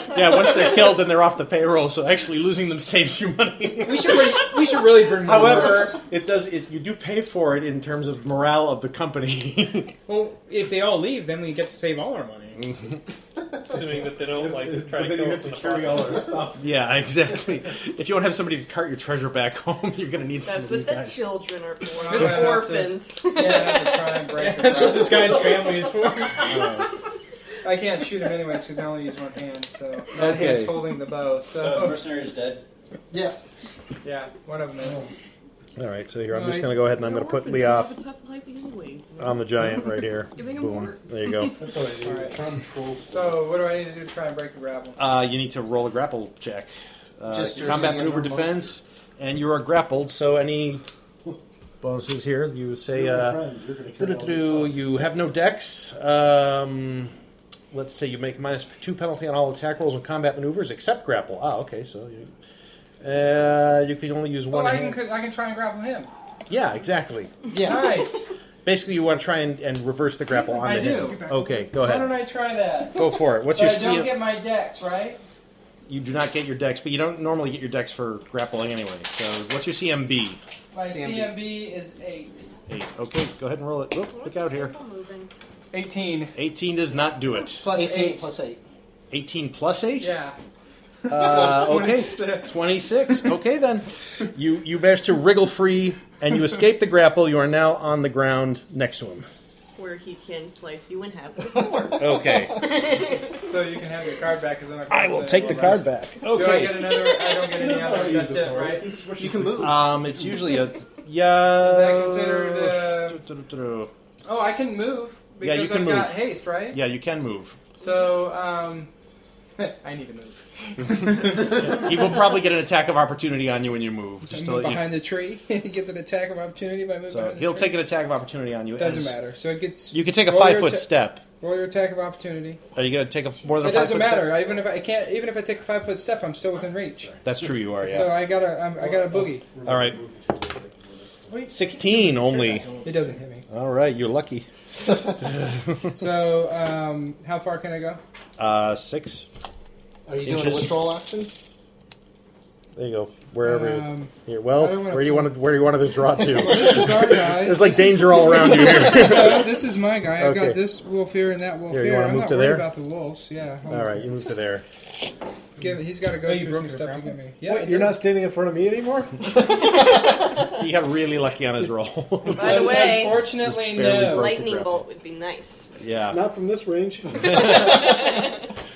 Speaker 4: Yeah, once they're killed, then they're off the payroll. So actually, losing them saves you money.
Speaker 5: we should re- we should really bring. more
Speaker 4: However,
Speaker 5: books.
Speaker 4: it does. It, you do pay for it in terms of morale of the company.
Speaker 5: well, if they all leave, then we get to save all our money.
Speaker 14: Assuming that they don't like try
Speaker 1: But
Speaker 14: to
Speaker 1: then you
Speaker 14: kill
Speaker 1: have
Speaker 14: us
Speaker 1: to
Speaker 14: in the
Speaker 1: carry all our
Speaker 14: process.
Speaker 1: stuff.
Speaker 4: yeah, exactly. If you want to have somebody to cart your treasure back home, you're going to need some
Speaker 46: That's
Speaker 4: of these
Speaker 46: what the
Speaker 4: guys.
Speaker 46: children are for.
Speaker 3: This-
Speaker 46: Those orphans.
Speaker 3: break
Speaker 5: That's what this guy's family is for.
Speaker 3: I can't shoot him anyways because I only use one hand, so that
Speaker 4: Okay.
Speaker 3: hand's holding the bow.
Speaker 4: Oh.
Speaker 47: So
Speaker 3: So
Speaker 47: mercenary's dead.
Speaker 6: Yeah.
Speaker 3: yeah, one of them. Is.
Speaker 4: All right, so here I'm just going to go ahead and I'm going to put Lee off Um, on the giant right here.
Speaker 46: Give me a
Speaker 4: Boom.
Speaker 46: mark.
Speaker 4: There you go.
Speaker 1: That's what I do.
Speaker 3: All right.
Speaker 1: Control.
Speaker 3: So what do I need to do to try and break the grapple?
Speaker 4: Uh, you need to roll a grapple check. Uh,
Speaker 6: Just your
Speaker 4: combat
Speaker 6: CM
Speaker 4: maneuver
Speaker 6: remote.
Speaker 4: defense, and you are grappled. So any bonuses here? You say
Speaker 1: You're my
Speaker 4: uh,
Speaker 1: friend. You're gonna carry all this
Speaker 4: doo-doo-doo, you have no dex. Um, let's say you make a minus two penalty on all attack rolls and combat maneuvers except grapple. Ah, okay. So you uh, you can only use
Speaker 3: Oh,
Speaker 4: one.
Speaker 3: I
Speaker 4: hand.
Speaker 3: can I can try and grapple him.
Speaker 4: Yeah, exactly.
Speaker 6: Yeah.
Speaker 3: Nice.
Speaker 4: Basically, you want to try and, and reverse the grapple on
Speaker 5: I
Speaker 4: the
Speaker 5: do.
Speaker 4: hit. Okay, go
Speaker 5: Why don't
Speaker 4: ahead.
Speaker 5: I try that?
Speaker 4: Go for it. What's
Speaker 5: But
Speaker 4: your
Speaker 5: I don't
Speaker 4: CM
Speaker 5: get my dex right.
Speaker 4: You do not get your dex, but you don't normally get your dex for grappling anyway. So, what's your CMB?
Speaker 5: My
Speaker 4: CMB.
Speaker 5: CMB, is eight.
Speaker 4: Eight. Okay, go ahead and roll it. Whoop, look out here.
Speaker 5: 18.
Speaker 4: 18 does not do it.
Speaker 5: Plus 18 eight.
Speaker 6: plus 8.
Speaker 4: 18 plus 8?
Speaker 5: Yeah.
Speaker 4: Uh,
Speaker 5: So
Speaker 4: okay, 26. Okay, then you you manage to wriggle free and you escape the grapple. You are now on the ground next to him.
Speaker 12: Where he can slice you in half with a sword.
Speaker 4: Okay.
Speaker 5: So you can have your card back because I'm a
Speaker 4: I will take the card back.
Speaker 5: Do I
Speaker 4: Okay. Uh,
Speaker 5: get another? I don't get any other. That's it, right?
Speaker 6: You can move.
Speaker 14: Uh,
Speaker 4: Um, it's usually a yeah.
Speaker 5: Is that considered,
Speaker 4: Uh,
Speaker 5: Oh, I can move
Speaker 4: Yeah,
Speaker 5: because
Speaker 4: you
Speaker 5: I've
Speaker 4: can move.
Speaker 5: got haste, right?
Speaker 4: Yeah, you can move.
Speaker 5: So um, I need to move.
Speaker 4: he will probably get an attack of opportunity on you when you move. Just to
Speaker 3: Move
Speaker 4: let you.
Speaker 3: behind the tree. he gets an attack of opportunity by moving.
Speaker 4: So
Speaker 3: behind
Speaker 4: he'll
Speaker 3: the tree.
Speaker 4: take an attack of opportunity on you.
Speaker 3: Doesn't
Speaker 4: as-
Speaker 3: matter. So it gets.
Speaker 4: You can take a
Speaker 3: roll your
Speaker 4: five foot
Speaker 3: atta-
Speaker 4: step.
Speaker 3: Roll your attack of opportunity.
Speaker 4: Are you going to take a more than
Speaker 3: It
Speaker 4: a five
Speaker 3: doesn't
Speaker 4: foot
Speaker 3: matter.
Speaker 4: step?
Speaker 3: I, even if I, I can't, even if I take a five foot step, I'm still within reach.
Speaker 4: That's true. You are.
Speaker 3: So
Speaker 4: Yeah.
Speaker 3: I got a, I'm, I got a boogie.
Speaker 4: All right. Sixteen only.
Speaker 3: It doesn't hit me.
Speaker 4: All right. You're lucky.
Speaker 3: so um, how far can I go?
Speaker 4: Uh, six.
Speaker 6: Are you doing
Speaker 4: Inches.
Speaker 6: a withdrawal action?
Speaker 4: There you go. Wherever. you-
Speaker 6: Um,
Speaker 4: here,
Speaker 3: Uh, I
Speaker 4: well,
Speaker 3: don't wanna
Speaker 4: where do you
Speaker 3: fall.
Speaker 4: want to where do you want to draw to?
Speaker 3: Sorry, guys.
Speaker 4: There's like
Speaker 3: This is-
Speaker 4: danger all around you here.
Speaker 3: No, this is my guy. I've
Speaker 4: Okay.
Speaker 3: got this wolf here and that wolf
Speaker 4: Here,
Speaker 3: here.
Speaker 4: you wanna
Speaker 3: I'm
Speaker 4: move
Speaker 3: not
Speaker 4: to
Speaker 3: worried
Speaker 4: there?
Speaker 3: about the wolves. Yeah.
Speaker 4: All right, you move to there.
Speaker 3: Give, he's got to go
Speaker 4: Hey, you
Speaker 3: through
Speaker 4: broke
Speaker 3: some
Speaker 4: your
Speaker 3: stuff to get me. Yeah. I
Speaker 4: you're
Speaker 3: did.
Speaker 4: not standing in front of me anymore. he got really lucky on his roll.
Speaker 48: By the way,
Speaker 4: Just barely broke the
Speaker 48: lightning
Speaker 4: grapple.
Speaker 48: bolt would be nice.
Speaker 4: Yeah.
Speaker 1: Not from this range.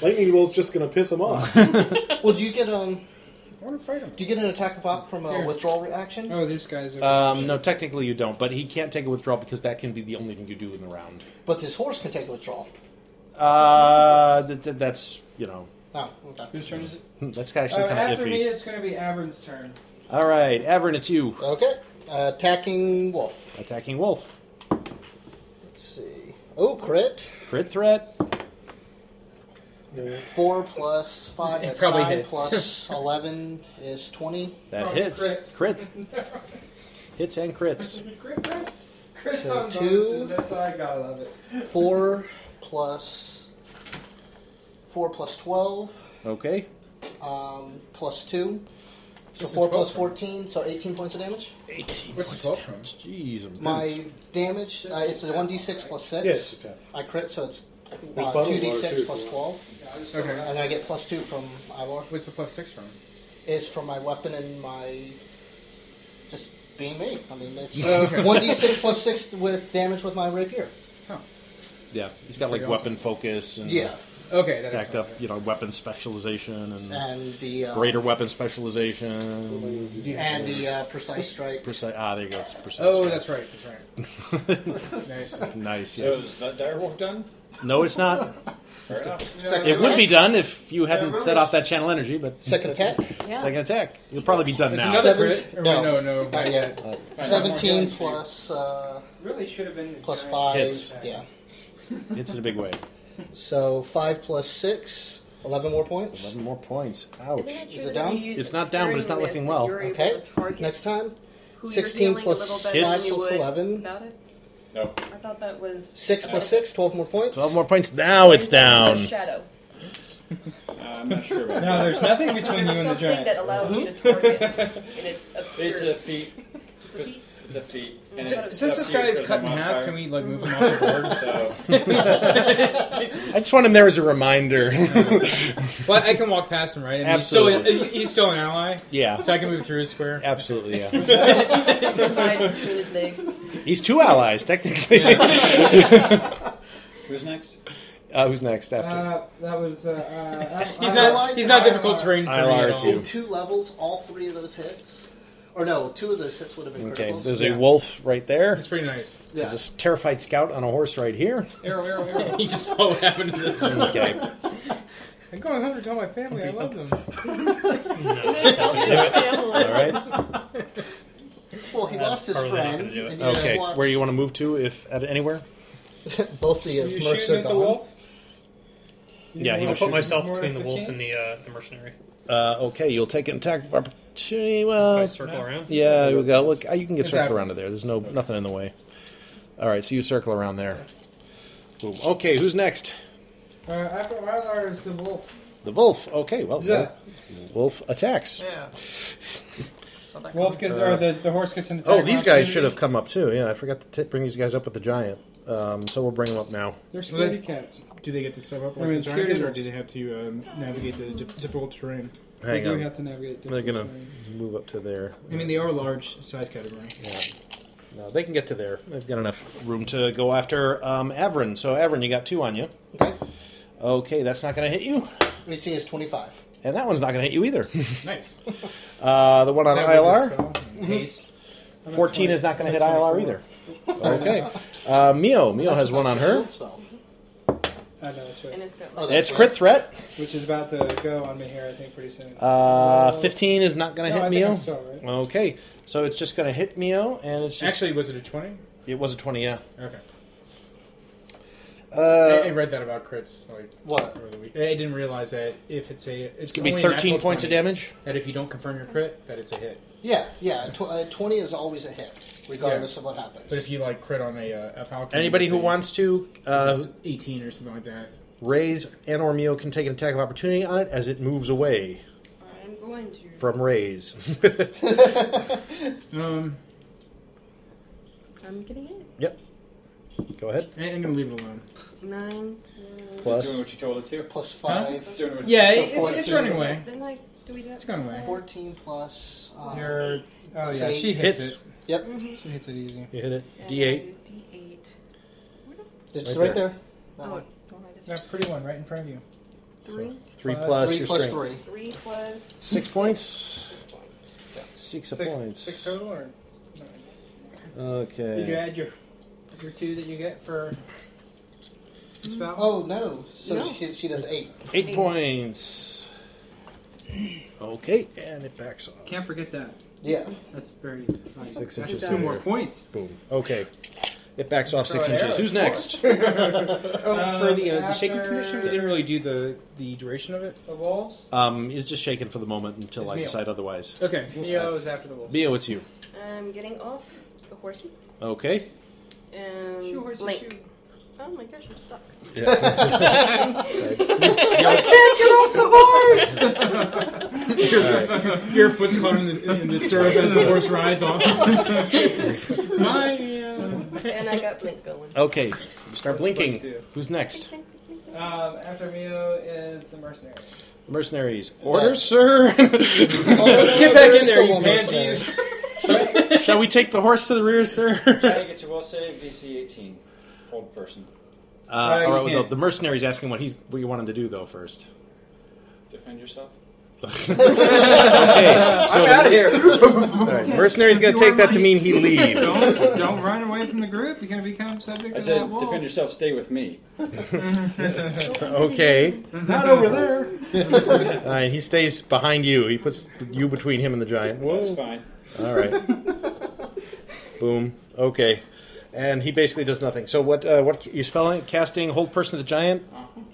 Speaker 1: Lightning bolt's just gonna piss him off.
Speaker 6: well, do you get um?
Speaker 3: I want to fight him.
Speaker 6: Do you get an attack of op from a withdrawal reaction?
Speaker 3: Oh, this guy's.
Speaker 4: Um, no, technically you don't, but he can't take a withdrawal because that can be the only thing you do in the round.
Speaker 6: But his horse can take a withdrawal.
Speaker 4: Uh, th- th- that's you know
Speaker 6: Oh, okay.
Speaker 5: Whose turn is it?
Speaker 4: that's actually
Speaker 5: Uh,
Speaker 4: kind of
Speaker 5: after
Speaker 4: iffy.
Speaker 5: me, it's going to be Avern's turn.
Speaker 4: All right, Avern, it's you
Speaker 6: Okay. uh, attacking wolf.
Speaker 4: attacking Wolf.
Speaker 6: Let's see. Oh, crit.
Speaker 4: Crit threat.
Speaker 6: Four plus five.
Speaker 4: It
Speaker 6: That's
Speaker 4: probably
Speaker 6: nine
Speaker 4: hits.
Speaker 6: plus eleven is twenty.
Speaker 4: That hits. Crits. Hits and crits.
Speaker 5: Crit crits? Crits
Speaker 6: So
Speaker 5: on
Speaker 6: two-
Speaker 5: bonuses. That's how I gotta love it.
Speaker 6: Four plus four plus twelve.
Speaker 4: Okay.
Speaker 6: Um, plus two. So
Speaker 4: What's the
Speaker 6: four
Speaker 4: 12
Speaker 6: plus
Speaker 4: from?
Speaker 6: fourteen. So eighteen points of damage.
Speaker 4: Eighteen.
Speaker 3: What's the twelve from?
Speaker 4: Jeez, I'm
Speaker 6: My damage. Uh, it's a one d six plus six.
Speaker 1: Yeah, it's just half.
Speaker 6: I crit, so it's
Speaker 1: There's
Speaker 6: uh,
Speaker 1: bottom
Speaker 6: two d
Speaker 1: water
Speaker 6: six
Speaker 1: too,
Speaker 6: plus
Speaker 1: if you
Speaker 6: twelve.
Speaker 3: Okay.
Speaker 6: And I get plus two from Ivor.
Speaker 3: What's the plus six from?
Speaker 6: Is from my weapon and my just being me. I mean, it's
Speaker 3: Oh, okay.
Speaker 6: one d six plus six with damage with my rapier.
Speaker 4: Yeah, he's got like
Speaker 6: Pretty awesome.
Speaker 4: weapon focus and
Speaker 6: Yeah. Okay, that
Speaker 4: stacked
Speaker 6: explains
Speaker 4: up you know weapon specialization and,
Speaker 6: And the, uh,
Speaker 4: greater weapon specialization
Speaker 6: And the uh, precise strike.
Speaker 4: Precise, ah, there you go. It's precise.
Speaker 3: Oh, that's right. That's right.
Speaker 4: nice.
Speaker 3: nice.
Speaker 4: Nice.
Speaker 9: So
Speaker 4: Yes.
Speaker 9: is that direwolf done?
Speaker 4: No, it's not.
Speaker 9: Fair enough.
Speaker 6: Second
Speaker 4: it would be
Speaker 6: attack.
Speaker 4: done if you
Speaker 6: Yeah,
Speaker 4: hadn't
Speaker 6: remember-
Speaker 4: set off that channel energy, but
Speaker 6: Second attack? Yeah.
Speaker 4: Second attack. You'll probably be done
Speaker 6: It's
Speaker 4: now.
Speaker 6: another Seven- crit?
Speaker 3: No,
Speaker 6: no.
Speaker 3: no, no.
Speaker 6: Not yet.
Speaker 4: Uh,
Speaker 6: Seventeen plus uh,
Speaker 5: Really should have been
Speaker 6: plus five.
Speaker 4: Hits.
Speaker 6: Yeah.
Speaker 4: Hits in a big way.
Speaker 6: So five plus six. Eleven more points.
Speaker 4: Eleven more points. Ouch.
Speaker 6: Isn't it true Is it that down? you use
Speaker 4: It's not down, but it's not looking well.
Speaker 6: Okay. Next time.
Speaker 12: who you're
Speaker 6: Sixteen
Speaker 12: dealing a
Speaker 6: plus
Speaker 12: little
Speaker 6: five
Speaker 12: better than you
Speaker 6: plus
Speaker 12: would
Speaker 6: eleven.
Speaker 12: About it?
Speaker 4: No.
Speaker 12: I thought that was
Speaker 6: Six plus six. Twelve more points.
Speaker 4: Twelve more points. Now it's down.
Speaker 12: shadow.
Speaker 4: Um,
Speaker 9: I'm not sure.
Speaker 6: about
Speaker 3: No, there's nothing between you
Speaker 12: There's
Speaker 3: and the
Speaker 12: something
Speaker 3: giant.
Speaker 12: that allows you to target in an obscure.
Speaker 9: It's a feat.
Speaker 12: It's a feat.
Speaker 9: It's a feat. And
Speaker 3: S-
Speaker 9: it's
Speaker 3: since
Speaker 9: a
Speaker 3: this
Speaker 9: feat
Speaker 3: guy is
Speaker 9: with a
Speaker 3: cut in half,
Speaker 9: modifier.
Speaker 3: can we like move him off the board?
Speaker 4: I just want him there as a reminder.
Speaker 3: But I can walk past him, right? I mean,
Speaker 4: Absolutely.
Speaker 3: He's still, he's still an ally.
Speaker 4: Yeah.
Speaker 3: So I can move through his square.
Speaker 4: Absolutely,
Speaker 12: Hide between his legs.
Speaker 4: He's two allies technically.
Speaker 49: Who's next?
Speaker 4: Uh, who's next after?
Speaker 5: Uh, that was. Uh, uh,
Speaker 3: He's
Speaker 5: I- I-
Speaker 3: not-
Speaker 5: I-
Speaker 3: he's not
Speaker 5: I-
Speaker 3: difficult
Speaker 5: I-
Speaker 3: terrain for me
Speaker 4: ILR
Speaker 3: at all.
Speaker 4: two.
Speaker 6: In two levels, all three of those hits, or no, two of those hits would have been
Speaker 4: Okay,
Speaker 6: criticals.
Speaker 4: there's a wolf right there. It's
Speaker 3: pretty nice.
Speaker 4: There's a terrified scout on a horse right here.
Speaker 3: Arrow, arrow, arrow.
Speaker 6: He just saw what happened to this.
Speaker 4: Okay.
Speaker 3: I'm going home to tell my family I love them.
Speaker 4: All right.
Speaker 6: Well, he lost his friend. And you
Speaker 4: Okay,
Speaker 6: just watched
Speaker 4: where do you want to move to, if at anywhere?
Speaker 6: Both the uh,
Speaker 50: You
Speaker 6: mercs
Speaker 50: shooting
Speaker 6: are
Speaker 50: at the
Speaker 6: gone.
Speaker 4: Yeah, he
Speaker 14: I'll
Speaker 4: was
Speaker 14: put
Speaker 4: shooting
Speaker 14: myself
Speaker 4: more
Speaker 14: between
Speaker 4: if
Speaker 14: the
Speaker 4: I
Speaker 14: wolf
Speaker 4: can.
Speaker 14: and the uh, the mercenary.
Speaker 4: Uh, okay, you'll take an attack of opportunity. Well,
Speaker 14: circle around?
Speaker 4: Yeah, we go. Look, uh, you can get
Speaker 14: Is
Speaker 4: circled
Speaker 14: that-
Speaker 4: around to there. There's no nothing in the way. All right, so you circle around there. Boom. Okay, who's next?
Speaker 39: Uh, after Rylar is the wolf.
Speaker 4: The wolf. Okay, well,
Speaker 39: Yeah.
Speaker 4: wolf attacks.
Speaker 17: Yeah.
Speaker 39: Wolf gets, or the, the horse gets an attack.
Speaker 4: Oh, these guys
Speaker 39: opportunity.
Speaker 4: should have come up too. Yeah, I forgot to t- bring these guys up with the giant. Um, so we'll bring them up now.
Speaker 39: They're scaredy cats.
Speaker 18: Do they get to step up
Speaker 39: I
Speaker 18: like
Speaker 39: mean,
Speaker 18: the dragon,
Speaker 39: scaredy
Speaker 18: or do they have to um, navigate the dif- difficult terrain?
Speaker 4: Hang
Speaker 39: do
Speaker 4: on.
Speaker 39: have to navigate
Speaker 4: They're
Speaker 39: different
Speaker 4: gonna move up to there.
Speaker 18: I mean, they are large size category.
Speaker 4: Yeah. No, they can get to there. They've got enough room to go after um, Averin. So Averin, you got two on you.
Speaker 6: Okay.
Speaker 4: Okay, that's not going to hit you,
Speaker 6: AC is 25.
Speaker 4: and that one's not going to hit you either.
Speaker 18: Nice.
Speaker 4: Uh, the one on
Speaker 6: Is that with
Speaker 4: ILR.
Speaker 6: the spell? Haste?
Speaker 4: Mhm. Fourteen is not going to hit
Speaker 6: I'm at
Speaker 4: ILR
Speaker 6: 24.
Speaker 4: either. Okay. Uh, Mio, Mio has one on
Speaker 39: I
Speaker 4: her.
Speaker 39: know that's right. And
Speaker 12: it's got
Speaker 4: Oh, that's It's crit right. threat.
Speaker 39: which is about to go on me here. I think pretty soon.
Speaker 4: Uh, Fifteen is not going to
Speaker 39: No, I
Speaker 4: hit
Speaker 39: think
Speaker 4: Mio.
Speaker 39: I'm still right.
Speaker 4: Okay, so it's just going to hit Mio, and it's just...
Speaker 18: Actually, was it a twenty?
Speaker 4: It was a twenty, yeah.
Speaker 18: Okay.
Speaker 4: Uh,
Speaker 18: I, I read that about crits like
Speaker 6: what?
Speaker 18: Over the week. I didn't realize that if it's a it's
Speaker 4: could be
Speaker 18: only a
Speaker 4: 13
Speaker 18: natural
Speaker 4: points
Speaker 18: 20,
Speaker 4: of damage?
Speaker 18: That if you don't confirm your crit, that it's a hit.
Speaker 6: Yeah, yeah. Tw- uh, 20 is always a hit, regardless of what happens.
Speaker 18: But if you like crit on a uh, a falcon,
Speaker 4: Anybody who
Speaker 18: they-
Speaker 4: wants to uh,
Speaker 18: it's eighteen or something like that.
Speaker 4: raise and or Mio can take an attack of opportunity on it as it moves away
Speaker 12: I'm going to.
Speaker 4: from raise.
Speaker 18: um,
Speaker 12: I'm getting it.
Speaker 4: yep. Go ahead.
Speaker 18: I, am gonna leave it alone.
Speaker 12: Nine.
Speaker 4: Plus-
Speaker 9: It's doing what you told it to.
Speaker 6: Plus
Speaker 18: Huh?
Speaker 6: five.
Speaker 9: It's doing what you
Speaker 18: Yeah,
Speaker 9: told
Speaker 18: it- it's, it's running away.
Speaker 12: Didn't I do we do that?
Speaker 18: It's going away.
Speaker 6: 14 plus. Uh,
Speaker 18: Your- oh
Speaker 6: plus
Speaker 18: yeah,
Speaker 6: eight.
Speaker 18: she hits, it.
Speaker 6: Yep.
Speaker 18: She hits it easy.
Speaker 4: You hit it.
Speaker 18: D8.
Speaker 12: D8.
Speaker 6: It's
Speaker 18: Right
Speaker 6: right there.
Speaker 12: Oh,
Speaker 6: one.
Speaker 12: well, I just-
Speaker 18: That pretty one right in front of you.
Speaker 12: Three.
Speaker 4: Three plus
Speaker 6: three
Speaker 4: your
Speaker 6: plus
Speaker 4: strength.
Speaker 6: three.
Speaker 12: Three plus.
Speaker 4: Six points. Six,
Speaker 18: Six,
Speaker 4: points.
Speaker 18: six total, or did you
Speaker 4: Okay.
Speaker 18: add your your two that you get for spell?
Speaker 6: Oh, no. So
Speaker 18: No.
Speaker 6: She, she does eight.
Speaker 4: Eight points. Okay, and it backs off.
Speaker 18: Can't forget that.
Speaker 6: Yeah.
Speaker 18: That's very. Nice.
Speaker 4: Six
Speaker 18: That's
Speaker 4: inches.
Speaker 18: two
Speaker 4: there.
Speaker 18: more points.
Speaker 4: Boom. Okay. It backs off six
Speaker 18: Throw an
Speaker 4: inches.
Speaker 18: arrow.
Speaker 4: Who's next?
Speaker 18: oh, for the, uh, the shaking
Speaker 3: after-
Speaker 18: condition, we didn't really do the the duration of it. The wolves.
Speaker 4: Um, is just shaken for the moment until
Speaker 18: It's
Speaker 4: I
Speaker 18: Mio.
Speaker 4: decide otherwise.
Speaker 18: Okay, Neo is after the wolves.
Speaker 4: Mio, it's you.
Speaker 12: I'm getting off the horsey.
Speaker 4: Okay.
Speaker 12: Um,
Speaker 7: Shoo, horsey,
Speaker 12: Link. Oh my gosh, I'm stuck.
Speaker 4: Yeah.
Speaker 12: I can't get off the horse.
Speaker 18: your, your foot's caught in the, in the stirrup as the horse rides off. My. uh,
Speaker 12: and I got Link going.
Speaker 4: Okay. You start blinking.
Speaker 3: do.
Speaker 4: Who's next?
Speaker 3: Um, after Mio is the mercenary.
Speaker 4: Mercenaries. Orders, sir.
Speaker 6: Oh,
Speaker 3: Get
Speaker 4: back in
Speaker 3: is
Speaker 4: there,
Speaker 3: the
Speaker 4: you
Speaker 3: one
Speaker 4: pansies. Shall we take the horse to the rear, sir?
Speaker 9: Try to get your will save DC 18. Old person.
Speaker 4: Uh, all
Speaker 9: you
Speaker 4: right, well,
Speaker 9: can't.
Speaker 4: the, the mercenary's asking what he's what you want him to do though first.
Speaker 9: Defend yourself.
Speaker 4: Okay, so
Speaker 9: I'm outta here.
Speaker 4: All right, mercenary's gonna
Speaker 18: You
Speaker 4: take
Speaker 18: are
Speaker 4: that to
Speaker 18: right.
Speaker 4: mean he leaves.
Speaker 18: Don't, don't run away from the group. You're gonna become subject
Speaker 9: I
Speaker 18: to that
Speaker 9: said,
Speaker 18: wolf.
Speaker 9: defend yourself, stay with me.
Speaker 4: okay.
Speaker 18: Not over there.
Speaker 4: All right, he stays behind you. He puts you between him and the giant. Whoa.
Speaker 9: That's fine.
Speaker 4: All right. Boom. Okay. And he basically does nothing. So what? Uh, what you spelling? Casting hold person to the giant.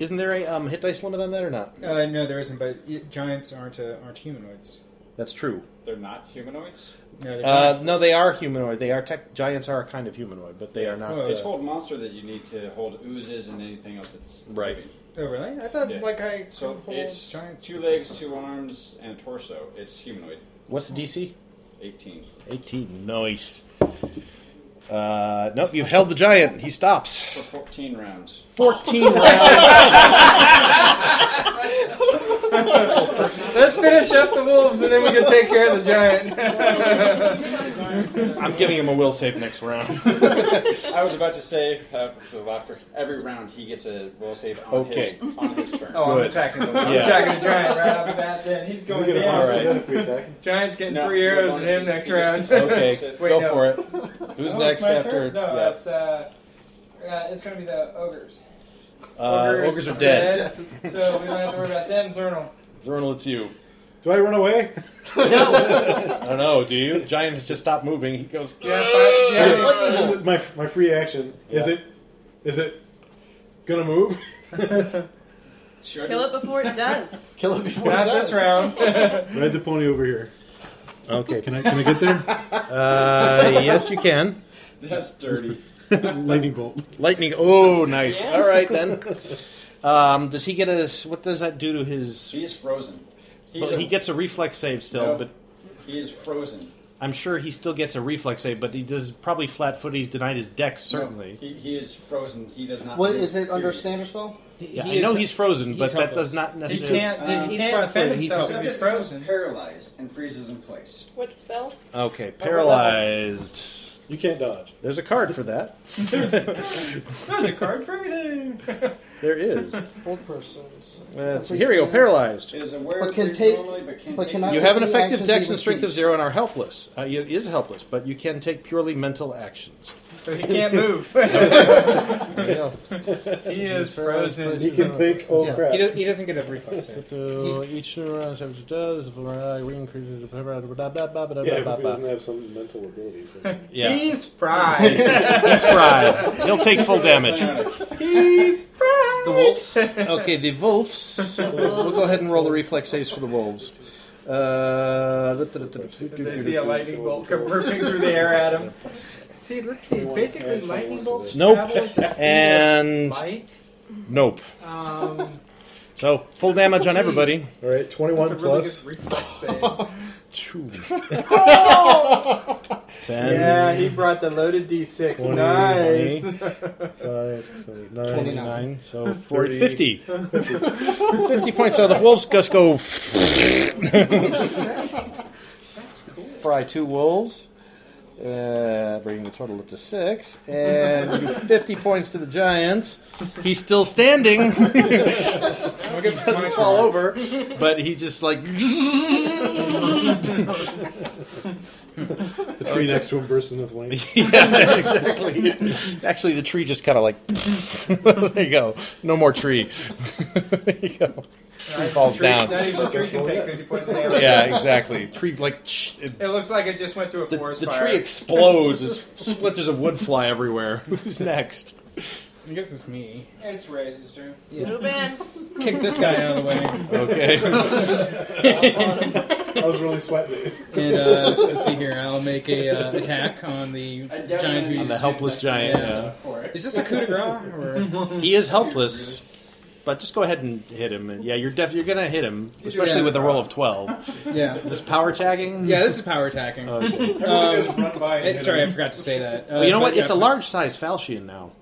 Speaker 4: Isn't there a um, hit dice limit on that or not?
Speaker 18: Uh, no, there isn't. But y- giants aren't uh, aren't humanoids.
Speaker 4: That's true.
Speaker 9: They're not humanoids?
Speaker 18: No, they're
Speaker 4: Uh,
Speaker 18: giants.
Speaker 4: no, they are humanoid. They are tech, giants are a kind of humanoid, but they are not.
Speaker 9: It's
Speaker 4: Uh,
Speaker 9: hold monster that you need to hold oozes and anything else that's
Speaker 4: Right.
Speaker 9: moving.
Speaker 18: Oh, really? I thought
Speaker 9: Yeah.
Speaker 18: like I
Speaker 9: So
Speaker 18: could hold
Speaker 9: it's
Speaker 18: giants.
Speaker 9: two legs, two arms, and a torso. It's humanoid.
Speaker 4: what's the DC?
Speaker 9: 18.
Speaker 4: 18. Nice. Uh, nope, you've held the giant. He stops.
Speaker 9: For 14 rounds.
Speaker 4: 14 rounds.
Speaker 3: Let's finish up the wolves and then we can take care of the giant.
Speaker 4: I'm giving him a will save next round.
Speaker 9: I was about to say, uh, for the laughter, every round he gets a will save on,
Speaker 4: Okay.
Speaker 9: his, on his turn.
Speaker 3: oh, I'm
Speaker 4: Good.
Speaker 3: attacking the I'm
Speaker 4: Yeah.
Speaker 3: attacking the giant right off the bat. Then he's going
Speaker 4: gonna-
Speaker 3: down.
Speaker 4: all
Speaker 9: right. We attacking?
Speaker 3: Giant's getting
Speaker 9: No,
Speaker 3: three
Speaker 9: no
Speaker 3: arrows at him
Speaker 9: bonuses.
Speaker 3: next
Speaker 9: He just
Speaker 3: round.
Speaker 9: gets
Speaker 4: Okay,
Speaker 9: Wait,
Speaker 4: go
Speaker 3: no.
Speaker 4: for it. Who's
Speaker 3: Oh, it's
Speaker 4: next
Speaker 3: my
Speaker 4: after?
Speaker 3: turn? No,
Speaker 4: yeah.
Speaker 3: it's uh, uh, it's gonna be the ogres.
Speaker 4: Uh, ogres are dead.
Speaker 3: so we don't have to worry about them, Zernal.
Speaker 4: Zornal, it's you. Do I run away? I don't know. Do you? The giant has just stopped moving. He goes.
Speaker 3: Yeah, five, yeah.
Speaker 1: Just- my, my free action is it is it gonna move?
Speaker 12: Kill it before it does.
Speaker 6: Kill it before
Speaker 3: Not
Speaker 6: it does.
Speaker 3: this round.
Speaker 1: Ride the pony over here.
Speaker 4: Okay. Can
Speaker 1: I can I get there?
Speaker 4: Uh, yes, you can.
Speaker 9: That's dirty.
Speaker 1: Lightning bolt.
Speaker 4: Lightning. Oh, nice.
Speaker 1: Yeah.
Speaker 4: All right then. Um, does he get a? What does that do to his?
Speaker 9: He's frozen. He's
Speaker 4: but
Speaker 9: a-
Speaker 4: he gets a reflex save still,
Speaker 9: No.
Speaker 4: but
Speaker 9: He is frozen.
Speaker 4: I'm sure he still gets a reflex save. But he does probably flat foot. He's denied his dex certainly.
Speaker 9: No, he, he is frozen. He does not.
Speaker 6: What
Speaker 9: move,
Speaker 6: is it under
Speaker 9: period.
Speaker 6: standard spell?
Speaker 4: Yeah, I know he's frozen, but that does not necessarily.
Speaker 9: He's frozen. Paralyzed and freezes in place.
Speaker 12: What spell?
Speaker 4: Okay, paralyzed.
Speaker 1: You can't dodge.
Speaker 4: There's a card for that.
Speaker 5: There's a card for everything.
Speaker 4: there is.
Speaker 6: Old persons.
Speaker 4: Let's see. Here we go. Paralyzed.
Speaker 9: Is
Speaker 6: But can take. but can I
Speaker 4: you
Speaker 6: take
Speaker 4: have an
Speaker 6: any
Speaker 4: effective
Speaker 6: actions
Speaker 4: dex
Speaker 6: even
Speaker 4: and strength
Speaker 6: to-
Speaker 4: of zero and are helpless. Uh, you- is helpless, but you can take purely mental actions.
Speaker 5: So he can't move.
Speaker 4: There you go.
Speaker 5: He is frozen.
Speaker 1: He can think, oh crap.
Speaker 5: He, does, he doesn't get a reflex save.
Speaker 4: So each round subject does increases the blah, blah, blah, blah, blah,
Speaker 1: Yeah, but
Speaker 4: blah,
Speaker 1: he
Speaker 4: blah.
Speaker 1: doesn't have some mental abilities.
Speaker 4: Yeah.
Speaker 5: He's fried.
Speaker 4: He's fried. He'll take full damage.
Speaker 5: He's fried.
Speaker 4: The wolves. Okay, the wolves. we'll go ahead and roll the reflex saves for the wolves. Uh,
Speaker 5: They see a lightning bolt come burping through the air at him. See, let's see. Basically, lightning bolts
Speaker 4: Nope.
Speaker 5: travel at the speed
Speaker 4: And
Speaker 5: of light.
Speaker 4: nope.
Speaker 5: Um,
Speaker 4: So full damage on everybody.
Speaker 1: All right, 21
Speaker 5: that's a really
Speaker 1: plus.
Speaker 5: good reflex save.
Speaker 4: Ten.
Speaker 5: Yeah, he brought the loaded D6.
Speaker 1: Twenty,
Speaker 5: nice.
Speaker 1: Five, six, seven, eight, nine,
Speaker 4: 29. so 40,
Speaker 1: 40,
Speaker 4: 50. 50 points. So the wolves just go. Fry two wolves, uh, bringing the total up to six, and 50 points to the giants. He's still standing. he doesn't fall over, but he just like.
Speaker 1: The tree next to him bursts into flame.
Speaker 4: yeah, exactly. Actually, the tree just kind of like. there you go. No more tree. there you go. Tree falls
Speaker 5: Tree-
Speaker 4: down.
Speaker 5: Not even the tree can take 50 points of damage.
Speaker 4: yeah, exactly. Tree like sh-
Speaker 5: It looks like it just went through a forest
Speaker 4: the
Speaker 5: fire.
Speaker 4: tree explodes. There's splinters of wood fly everywhere. Who's next?
Speaker 5: I guess it's me. It's Ray's turn.
Speaker 12: Move in.
Speaker 5: Kick this guy out of the way.
Speaker 4: Okay.
Speaker 1: I was really sweating.
Speaker 3: And uh, let's see here. I'll make a uh, attack on the giant who's
Speaker 4: On the helpless giant.
Speaker 3: Yeah. Is this a coup de grace or?
Speaker 4: yeah. He is helpless, but just go ahead and hit him. And Yeah, you're def- you're gonna hit him, especially with a roll of twelve.
Speaker 3: Yeah.
Speaker 4: Is this power tagging?
Speaker 3: Yeah, this is power attacking.
Speaker 4: Okay.
Speaker 3: Um,
Speaker 1: just run by and
Speaker 3: eh,
Speaker 1: hit
Speaker 3: sorry,
Speaker 1: him.
Speaker 3: I forgot to say that. Uh,
Speaker 4: Well, you know
Speaker 3: but
Speaker 4: what?
Speaker 3: yeah,
Speaker 4: It's a
Speaker 3: for-
Speaker 4: large size falchion now.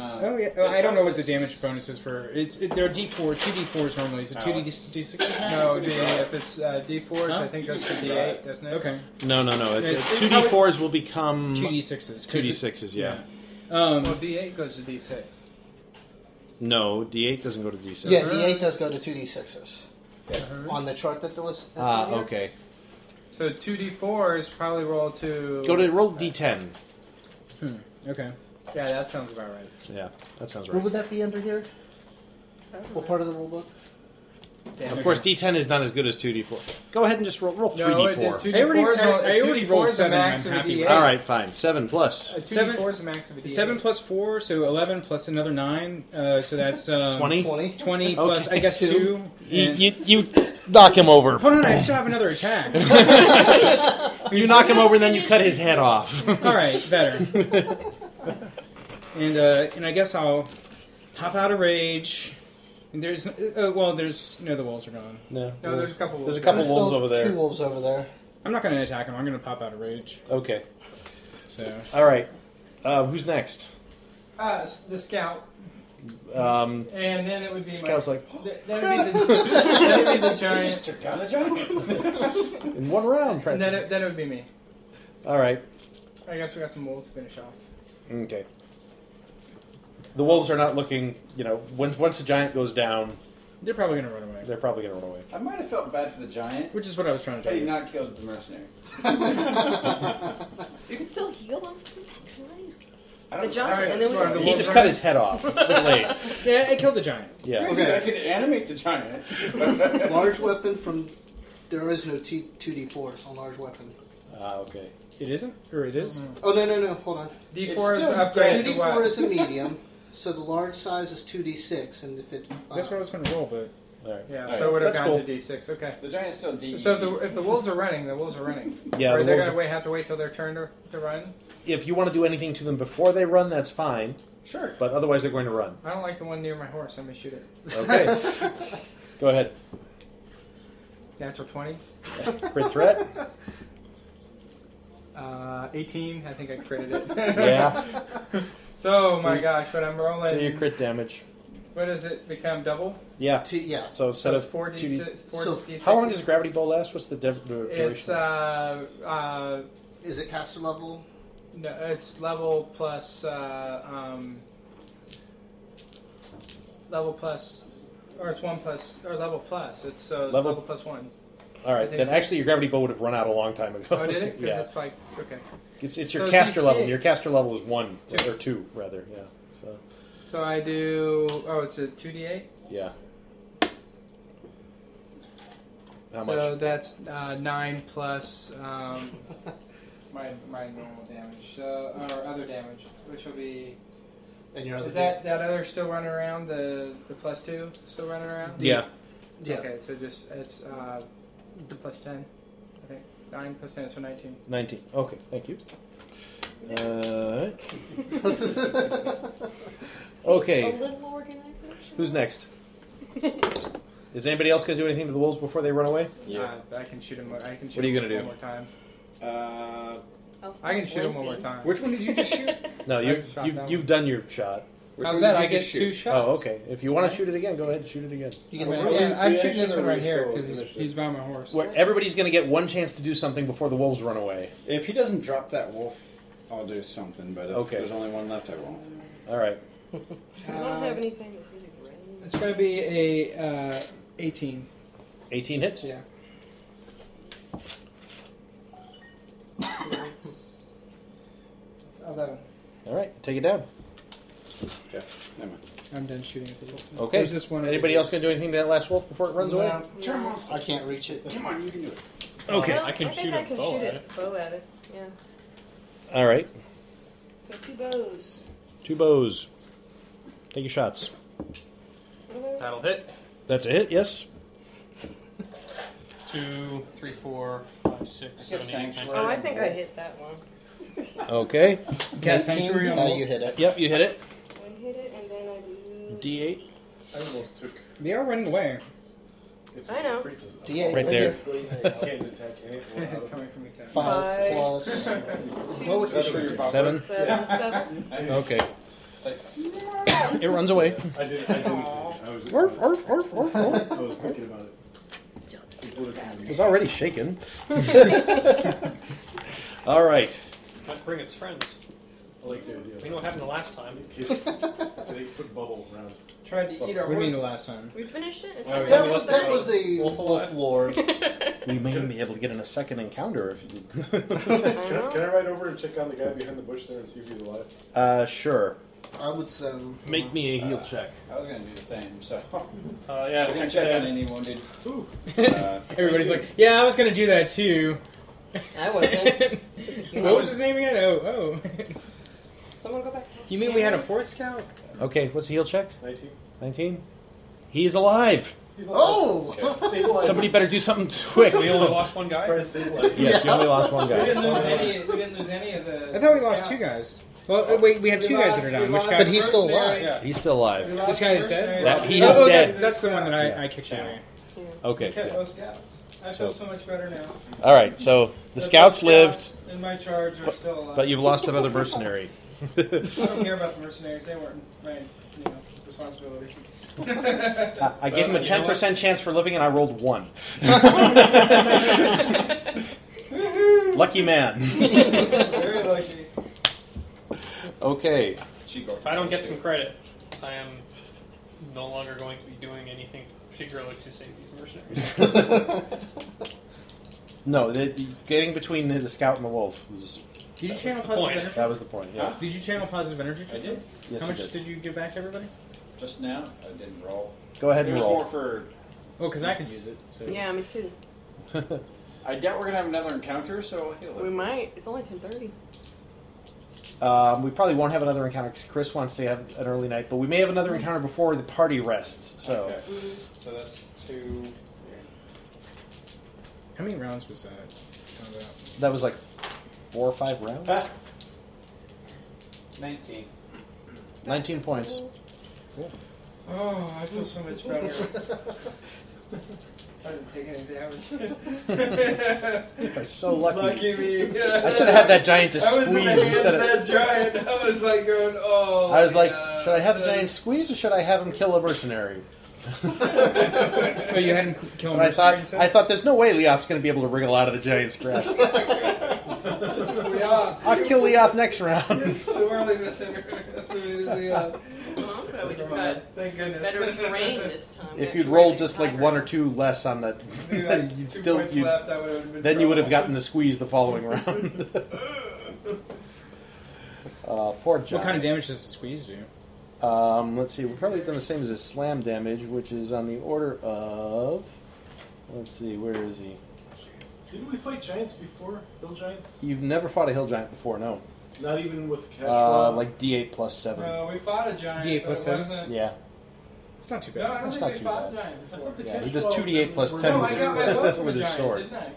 Speaker 3: Oh yeah, uh, I don't know what the damage bonus is for. It's it, there are D four, two D fours normally. Is it two D D six?
Speaker 5: No, the, if it's uh, D4s, I think goes to D8, doesn't it?
Speaker 3: Okay.
Speaker 4: No, no, no.
Speaker 5: It's- it's
Speaker 4: Two D fours will become
Speaker 3: 2d6s, 'cause
Speaker 4: Two D
Speaker 3: it-
Speaker 4: sixes, yeah.
Speaker 3: Um,
Speaker 5: well, D8 goes to D6.
Speaker 4: No, D eight doesn't go to D six.
Speaker 6: Yeah, D8 does go to 2d6s. On the chart that there was. that's
Speaker 4: Ah,
Speaker 6: in here.
Speaker 4: okay.
Speaker 5: So two D4s probably roll to.
Speaker 4: Go to roll D ten.
Speaker 3: Okay.
Speaker 5: Yeah, that sounds about right.
Speaker 4: Yeah, that sounds
Speaker 6: What
Speaker 4: right.
Speaker 6: would that be under here? What part of the rulebook?
Speaker 4: Of course, D ten is not as good as two D four. Go ahead and just roll roll three
Speaker 5: No,
Speaker 4: D four.
Speaker 5: it did two I already- D4s on- I- I two already D4s rolled is the seven, max I'm of a happy with D8. it.
Speaker 4: All right, fine. Seven plus.
Speaker 5: A two
Speaker 3: Seven-
Speaker 5: D4 is the max of a D8.
Speaker 3: Seven plus four, so eleven plus another nine, uh, so that's um,
Speaker 4: 20?
Speaker 3: 20 plus I guess
Speaker 4: Okay.
Speaker 3: two.
Speaker 4: You,
Speaker 3: and-
Speaker 4: you, you knock him over.
Speaker 3: Hold on, I still have another attack.
Speaker 4: You knock him over, and then you cut his head off.
Speaker 3: All right, better. and uh, and I guess I'll pop out of rage. And there's uh, well, there's no, the walls are gone.
Speaker 4: No,
Speaker 5: No, there's a couple wolves.
Speaker 6: There's still Two wolves over there.
Speaker 3: I'm not going to attack him. I'm going to pop out of rage.
Speaker 4: Okay.
Speaker 3: So
Speaker 4: All right. Uh, who's next?
Speaker 5: Uh, s- the scout.
Speaker 4: Um,
Speaker 5: And then it would be.
Speaker 4: Scout's
Speaker 5: my,
Speaker 4: like,
Speaker 5: Th- then it would be the, then it would be the giant. took down the giant.
Speaker 4: in one round.
Speaker 5: and then it, then it would be me.
Speaker 4: All right.
Speaker 5: I guess we got some wolves to finish off.
Speaker 4: Okay. The wolves are not looking. You know, once once the giant goes down,
Speaker 3: they're probably going to run away,
Speaker 4: they're probably gonna run away.
Speaker 9: I might have felt bad for the giant.
Speaker 3: which is what I was trying to
Speaker 9: Had he
Speaker 3: do.
Speaker 9: not killed the mercenary.
Speaker 12: You can still heal them.
Speaker 9: I
Speaker 12: The
Speaker 9: don't-
Speaker 12: giant,
Speaker 9: alright,
Speaker 12: and then we
Speaker 9: sorry,
Speaker 12: can-
Speaker 9: the
Speaker 4: He
Speaker 9: wolves
Speaker 4: just
Speaker 9: are
Speaker 4: cut
Speaker 9: not-
Speaker 4: his head off. It's a bit late.
Speaker 3: Yeah, I killed the giant.
Speaker 4: Yeah.
Speaker 9: Crazy,
Speaker 6: Okay.
Speaker 9: I could animate the giant.
Speaker 6: large weapon from. There is no t- 2d4s on large weapon.
Speaker 4: Ah, okay.
Speaker 3: It isn't, or it is?
Speaker 6: Oh, no, no, no. Hold on.
Speaker 5: D4
Speaker 6: It's
Speaker 5: is
Speaker 6: still-
Speaker 5: upgraded to
Speaker 6: 2d4
Speaker 5: what?
Speaker 6: is a medium, so the large size is 2d6. And if it. uh,
Speaker 3: That's what I was going to roll, but
Speaker 4: All right.
Speaker 3: Yeah,
Speaker 4: All right.
Speaker 3: so it would have
Speaker 4: That's
Speaker 3: gone
Speaker 4: cool.
Speaker 3: to D6. Okay.
Speaker 9: The giant's still D.
Speaker 3: So if the, if the wolves are running, the wolves are running.
Speaker 4: Yeah,
Speaker 3: Or
Speaker 4: the wolves
Speaker 3: they're going to
Speaker 4: are-
Speaker 3: wait, have to wait till their turn to, to run.
Speaker 4: If you want to do anything to them before they run, that's fine.
Speaker 3: Sure.
Speaker 4: But otherwise, they're going to run.
Speaker 3: I don't like the one near my horse. I'm going to shoot it.
Speaker 4: Okay. Go ahead.
Speaker 3: Natural 20.
Speaker 4: Crit threat?
Speaker 3: Uh, 18. I think I critted it.
Speaker 4: Yeah.
Speaker 3: so, my
Speaker 4: Do-
Speaker 3: gosh, what I'm rolling.
Speaker 4: Do your crit damage.
Speaker 3: What does it become? Double?
Speaker 4: Yeah.
Speaker 6: yeah.
Speaker 4: So instead
Speaker 3: So
Speaker 4: of
Speaker 3: it's four
Speaker 4: 2D
Speaker 3: D6 four
Speaker 4: so
Speaker 3: D6s.
Speaker 4: how long does gravity ball last? What's the dev- the duration?
Speaker 3: It's, uh, uh.
Speaker 6: Is it caster level?
Speaker 3: No, it's level plus, uh, um. Level plus. Or it's one plus. Or level plus. It's, so it's
Speaker 4: Level-
Speaker 3: level plus one.
Speaker 4: All
Speaker 3: I
Speaker 4: right,
Speaker 3: think
Speaker 4: then
Speaker 3: that-
Speaker 4: actually your gravity bow would have run out a long time ago.
Speaker 3: Oh, did it? 'Cause
Speaker 4: yeah,
Speaker 3: it's like, okay.
Speaker 4: it's it's your
Speaker 3: So
Speaker 4: caster
Speaker 3: these
Speaker 4: level.
Speaker 3: days-
Speaker 4: Your caster level is one
Speaker 3: Two.
Speaker 4: or two, rather. Yeah. So
Speaker 3: So I do. Oh, it's a 2d8?
Speaker 4: yeah. How
Speaker 3: so
Speaker 4: much?
Speaker 3: that's uh, nine plus um, my my normal damage, so or other damage, which will be.
Speaker 6: And your other
Speaker 3: is that that other still running around the the plus two still running around?
Speaker 4: Yeah.
Speaker 6: Yeah.
Speaker 3: Okay, so just it's uh, the plus ten, I think nine plus ten, so nineteen.
Speaker 4: Nineteen. Okay, thank you. Uh,
Speaker 7: A
Speaker 4: okay,
Speaker 7: little organization.
Speaker 4: who's next? Is anybody else going to do anything to the wolves before they run away?
Speaker 9: Mm-hmm.
Speaker 3: Uh, I can shoot him. I can shoot
Speaker 4: What are you
Speaker 3: him
Speaker 4: gonna
Speaker 3: one more
Speaker 4: do?
Speaker 3: time.
Speaker 8: Uh,
Speaker 3: I can shoot him one more time.
Speaker 8: Which one did you just shoot?
Speaker 4: No,
Speaker 3: I
Speaker 4: you
Speaker 3: just shot
Speaker 4: you've,
Speaker 3: that one.
Speaker 4: you've done your shot.
Speaker 3: Which How's one that? did you I just get shoot? two shots.
Speaker 4: Oh, okay. If you want to shoot it again, go ahead and shoot it again.
Speaker 3: You get Well, yeah, I'm shooting this one right here because he's, he's by my horse.
Speaker 4: Where everybody's going to get one chance to do something before the wolves run away.
Speaker 8: If he doesn't drop that wolf, I'll do something. But if
Speaker 4: Okay.
Speaker 8: there's only one left, I won't.
Speaker 4: All right.
Speaker 12: I don't have anything that's really
Speaker 39: It's going to be a uh, 18.
Speaker 4: 18 hits?
Speaker 39: Yeah.
Speaker 3: Eleven.
Speaker 4: All right, take it down.
Speaker 8: Okay, never mind.
Speaker 39: I'm done shooting at the wolf. now.
Speaker 4: Okay.
Speaker 39: There's this one. over
Speaker 4: Anybody
Speaker 39: here.
Speaker 4: else going to do anything to that last wolf before it runs away?
Speaker 6: I can't reach it.
Speaker 8: Come on, you can do it.
Speaker 4: Okay.
Speaker 12: Well,
Speaker 4: I can
Speaker 12: think
Speaker 4: shoot
Speaker 12: I
Speaker 4: a
Speaker 12: can
Speaker 4: bow
Speaker 12: shoot
Speaker 4: at
Speaker 12: a bow at it. Yeah.
Speaker 4: All right.
Speaker 12: So two bows.
Speaker 4: Two bows. Take your shots.
Speaker 14: That'll hit.
Speaker 4: That's it, yes?
Speaker 14: Two, three, four, five, six,
Speaker 12: I guess
Speaker 14: seven, eight, nine,
Speaker 12: Oh,
Speaker 14: ten.
Speaker 12: I think I hit that one.
Speaker 4: Okay.
Speaker 6: Cast sanctuary on the wolf. you hit it.
Speaker 4: Yep, you hit it.
Speaker 12: I hit it and then I lose.
Speaker 4: D8.
Speaker 1: I almost took.
Speaker 39: They are running away.
Speaker 12: I know.
Speaker 6: D8.
Speaker 4: Right there.
Speaker 1: can't attack anyone. out of-
Speaker 3: Coming from the cat.
Speaker 6: Five
Speaker 12: Five.
Speaker 6: plus.
Speaker 3: Go with the
Speaker 1: That's where your
Speaker 3: shooter.
Speaker 1: buffer-
Speaker 4: Seven.
Speaker 12: Seven, seven.
Speaker 4: Okay. It runs away.
Speaker 1: I did. I didn't. I was.
Speaker 4: Orf, orf, orf, orf, orf.
Speaker 1: I was thinking about it. It would've been-
Speaker 4: It was already shaken. All right.
Speaker 14: Might bring its friends.
Speaker 1: I like the idea.
Speaker 14: We know what happened the last time.
Speaker 1: Kiss- so they put bubble around.
Speaker 3: Tried to eat our
Speaker 39: What do you mean
Speaker 3: horses.
Speaker 39: the last time?
Speaker 12: We finished it. It's
Speaker 1: Well,
Speaker 12: just
Speaker 1: yeah,
Speaker 6: That
Speaker 12: double
Speaker 6: was, that
Speaker 12: die.
Speaker 6: was a wolf, lord.
Speaker 4: We may be able to get in a second encounter if you
Speaker 1: Can I, can I ride over and check on the guy behind the bush there and see if he's alive?
Speaker 4: Uh, sure.
Speaker 6: I would say. um,
Speaker 4: Make me a heal check.
Speaker 9: I was gonna do the same. So
Speaker 14: Uh,
Speaker 9: I
Speaker 14: yeah,
Speaker 9: was gonna
Speaker 14: it's
Speaker 9: check on
Speaker 14: actually-
Speaker 9: any wounded.
Speaker 39: Everybody's like, yeah, I was going to do that too.
Speaker 2: I wasn't.
Speaker 12: It's just a human.
Speaker 39: What was his name again? Oh, oh.
Speaker 12: Someone go back to
Speaker 39: you mean we had a fourth scout?
Speaker 4: Okay, what's the heal check?
Speaker 1: 19.
Speaker 4: 19? He is alive!
Speaker 1: He's alive.
Speaker 6: Oh!
Speaker 1: Stabilize
Speaker 4: Somebody
Speaker 1: him.
Speaker 4: better do something quick.
Speaker 14: We only lost one guy.
Speaker 1: Try to stabilize him.
Speaker 4: Yes, you only lost one
Speaker 3: We didn't
Speaker 4: guy.
Speaker 3: lose any. We didn't lose any of the.
Speaker 39: I thought we lost
Speaker 3: scouts.
Speaker 39: two guys. Well, uh, wait, we have two guys that are down. Which guy?
Speaker 6: But he's still alive.
Speaker 3: Yeah.
Speaker 4: He's still
Speaker 3: We
Speaker 4: alive.
Speaker 3: lost
Speaker 39: This guy is dead?
Speaker 3: mercenaries.
Speaker 4: That- he is
Speaker 39: oh, oh,
Speaker 4: dead.
Speaker 39: That's, that's the one that I, I kicked out.
Speaker 4: Okay.
Speaker 3: We kept
Speaker 4: yeah.
Speaker 3: those scouts. I feel
Speaker 4: So-
Speaker 3: so much better now.
Speaker 4: All right, so the
Speaker 3: Those
Speaker 4: scouts lived,
Speaker 3: scouts In my charge are still alive.
Speaker 4: but you've lost another mercenary.
Speaker 3: I don't care about the mercenaries. They weren't my you know, responsibility.
Speaker 4: I I gave him a
Speaker 14: You know
Speaker 4: 10% chance for living and I rolled one. Lucky man.
Speaker 3: Very lucky.
Speaker 4: Okay.
Speaker 14: If I don't get some credit, I am no longer going to be doing anything particularly to save these mercenaries.
Speaker 4: No, the, the- getting between the scout and the wolf was.
Speaker 39: Did you channel
Speaker 14: the
Speaker 39: positive
Speaker 14: point.
Speaker 39: energy?
Speaker 4: That was the point, yeah.
Speaker 39: Did you channel positive energy?
Speaker 9: I did.
Speaker 4: Yes,
Speaker 39: How
Speaker 4: it
Speaker 39: much
Speaker 4: did.
Speaker 39: did. you give back to everybody?
Speaker 9: Just now, I didn't roll.
Speaker 4: Go ahead
Speaker 9: It
Speaker 4: and
Speaker 9: was
Speaker 4: roll.
Speaker 9: more for.
Speaker 39: Oh, because I could use it. So.
Speaker 12: Yeah, me too.
Speaker 9: I doubt we're gonna have another encounter, so I'll heal
Speaker 12: We
Speaker 9: it.
Speaker 12: might. It's only ten thirty.
Speaker 4: Um, we probably won't have another encounter 'cause Chris wants to have an early night, but we may have another encounter before the party rests. So,
Speaker 5: Okay. So that's two.
Speaker 18: How many rounds was that? Found out.
Speaker 4: That was like four or five rounds.
Speaker 18: Nineteen.
Speaker 4: Nineteen points.
Speaker 3: Oh, I feel so much better. I didn't take any damage.
Speaker 4: You are so lucky.
Speaker 3: Lucky me.
Speaker 4: I should have had that giant just
Speaker 3: I was in
Speaker 4: squeeze
Speaker 3: the hands
Speaker 4: instead
Speaker 3: of
Speaker 4: of-
Speaker 3: that giant. I was like going, oh.
Speaker 4: I was like,
Speaker 3: yeah.
Speaker 4: should I have the giant squeeze or should I have him kill a mercenary?
Speaker 18: But you had him c- kill a
Speaker 4: And I
Speaker 18: mercenary
Speaker 4: thought,
Speaker 18: instead?
Speaker 4: I thought, there's no way Leoth's going to be able to wriggle out of the giant's grasp.
Speaker 3: That's what we are.
Speaker 4: I'll kill Leoth next round.
Speaker 3: You sorely misunderstood me. uh,
Speaker 12: we just got
Speaker 3: never mind. Thank goodness.
Speaker 12: better terrain this time.
Speaker 4: If you'd rolled just like one or two less on that,
Speaker 3: Maybe
Speaker 4: then
Speaker 3: like
Speaker 4: you'd
Speaker 3: two
Speaker 4: still
Speaker 3: points
Speaker 4: you'd,
Speaker 3: left, I would've been
Speaker 4: then you would have
Speaker 3: trouble.
Speaker 4: gotten the squeeze the following round. uh, poor John.
Speaker 18: What kind of damage does the squeeze do?
Speaker 4: Um, let's see. We're probably done the same as his slam damage, which is on the order of. Let's see. Where is he?
Speaker 1: Didn't we fight giants before? Hill giants?
Speaker 4: You've never fought a hill giant before, no?
Speaker 1: Not even with cash.
Speaker 4: Uh, like D8 plus seven.
Speaker 3: No, we fought a giant.
Speaker 18: D8 plus
Speaker 3: but it
Speaker 18: seven?
Speaker 3: wasn't-
Speaker 4: Yeah.
Speaker 18: It's not too bad.
Speaker 3: No, I don't
Speaker 4: That's
Speaker 3: think
Speaker 4: not
Speaker 3: we
Speaker 4: too
Speaker 3: fought a
Speaker 4: bad.
Speaker 3: giant before.
Speaker 4: Yeah, he does two D8 plus
Speaker 3: No,
Speaker 4: ten
Speaker 3: I
Speaker 4: with his,
Speaker 3: got my vote from a
Speaker 4: with his
Speaker 3: giant,
Speaker 4: sword.
Speaker 3: didn't I?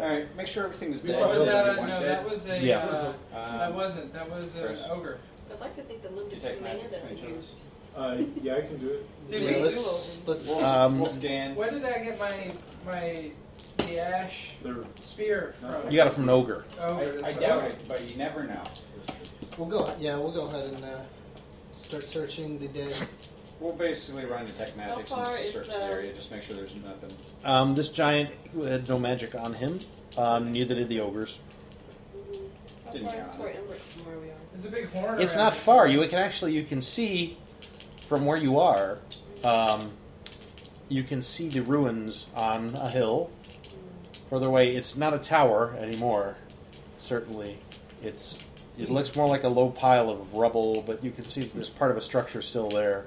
Speaker 18: All right, make sure everything's
Speaker 3: We fought- was that a, no, that was a.
Speaker 4: Yeah.
Speaker 3: Uh,
Speaker 18: Uh,
Speaker 3: that wasn't. That was an
Speaker 18: first.
Speaker 3: ogre.
Speaker 12: I'd like to think the lived
Speaker 1: Uh, yeah, I can do it.
Speaker 3: Did
Speaker 6: Yeah,
Speaker 3: we
Speaker 6: let's-
Speaker 3: do?
Speaker 6: let's-
Speaker 4: We'll-
Speaker 9: uh,
Speaker 4: Um, we'll
Speaker 1: scan.
Speaker 3: Where did I get my my the ash
Speaker 1: They're-
Speaker 3: spear from? Oh,
Speaker 4: You got it from an ogre.
Speaker 3: Ogre.
Speaker 9: I, I
Speaker 3: that's what
Speaker 9: doubt
Speaker 3: was.
Speaker 9: it, but you never know.
Speaker 6: We'll go. Yeah, we'll go ahead and uh, start searching the day.
Speaker 9: We'll basically run detect magic and
Speaker 12: far is uh,
Speaker 9: search the
Speaker 12: the-
Speaker 9: area, just make sure there's nothing.
Speaker 4: Um, this giant had no magic on him. Um, neither did the ogres.
Speaker 12: How
Speaker 9: Didn't
Speaker 12: far is
Speaker 9: count.
Speaker 12: Port Embrick from where we are?
Speaker 3: There's a big horn.
Speaker 4: It's
Speaker 3: around
Speaker 4: not
Speaker 3: it.
Speaker 4: far. You can actually you can see from where you are. Um, you can see the ruins on a hill. Further away, it's not a tower anymore. Certainly, it's it looks more like a low pile of rubble, but you can see that there's part of a structure still there.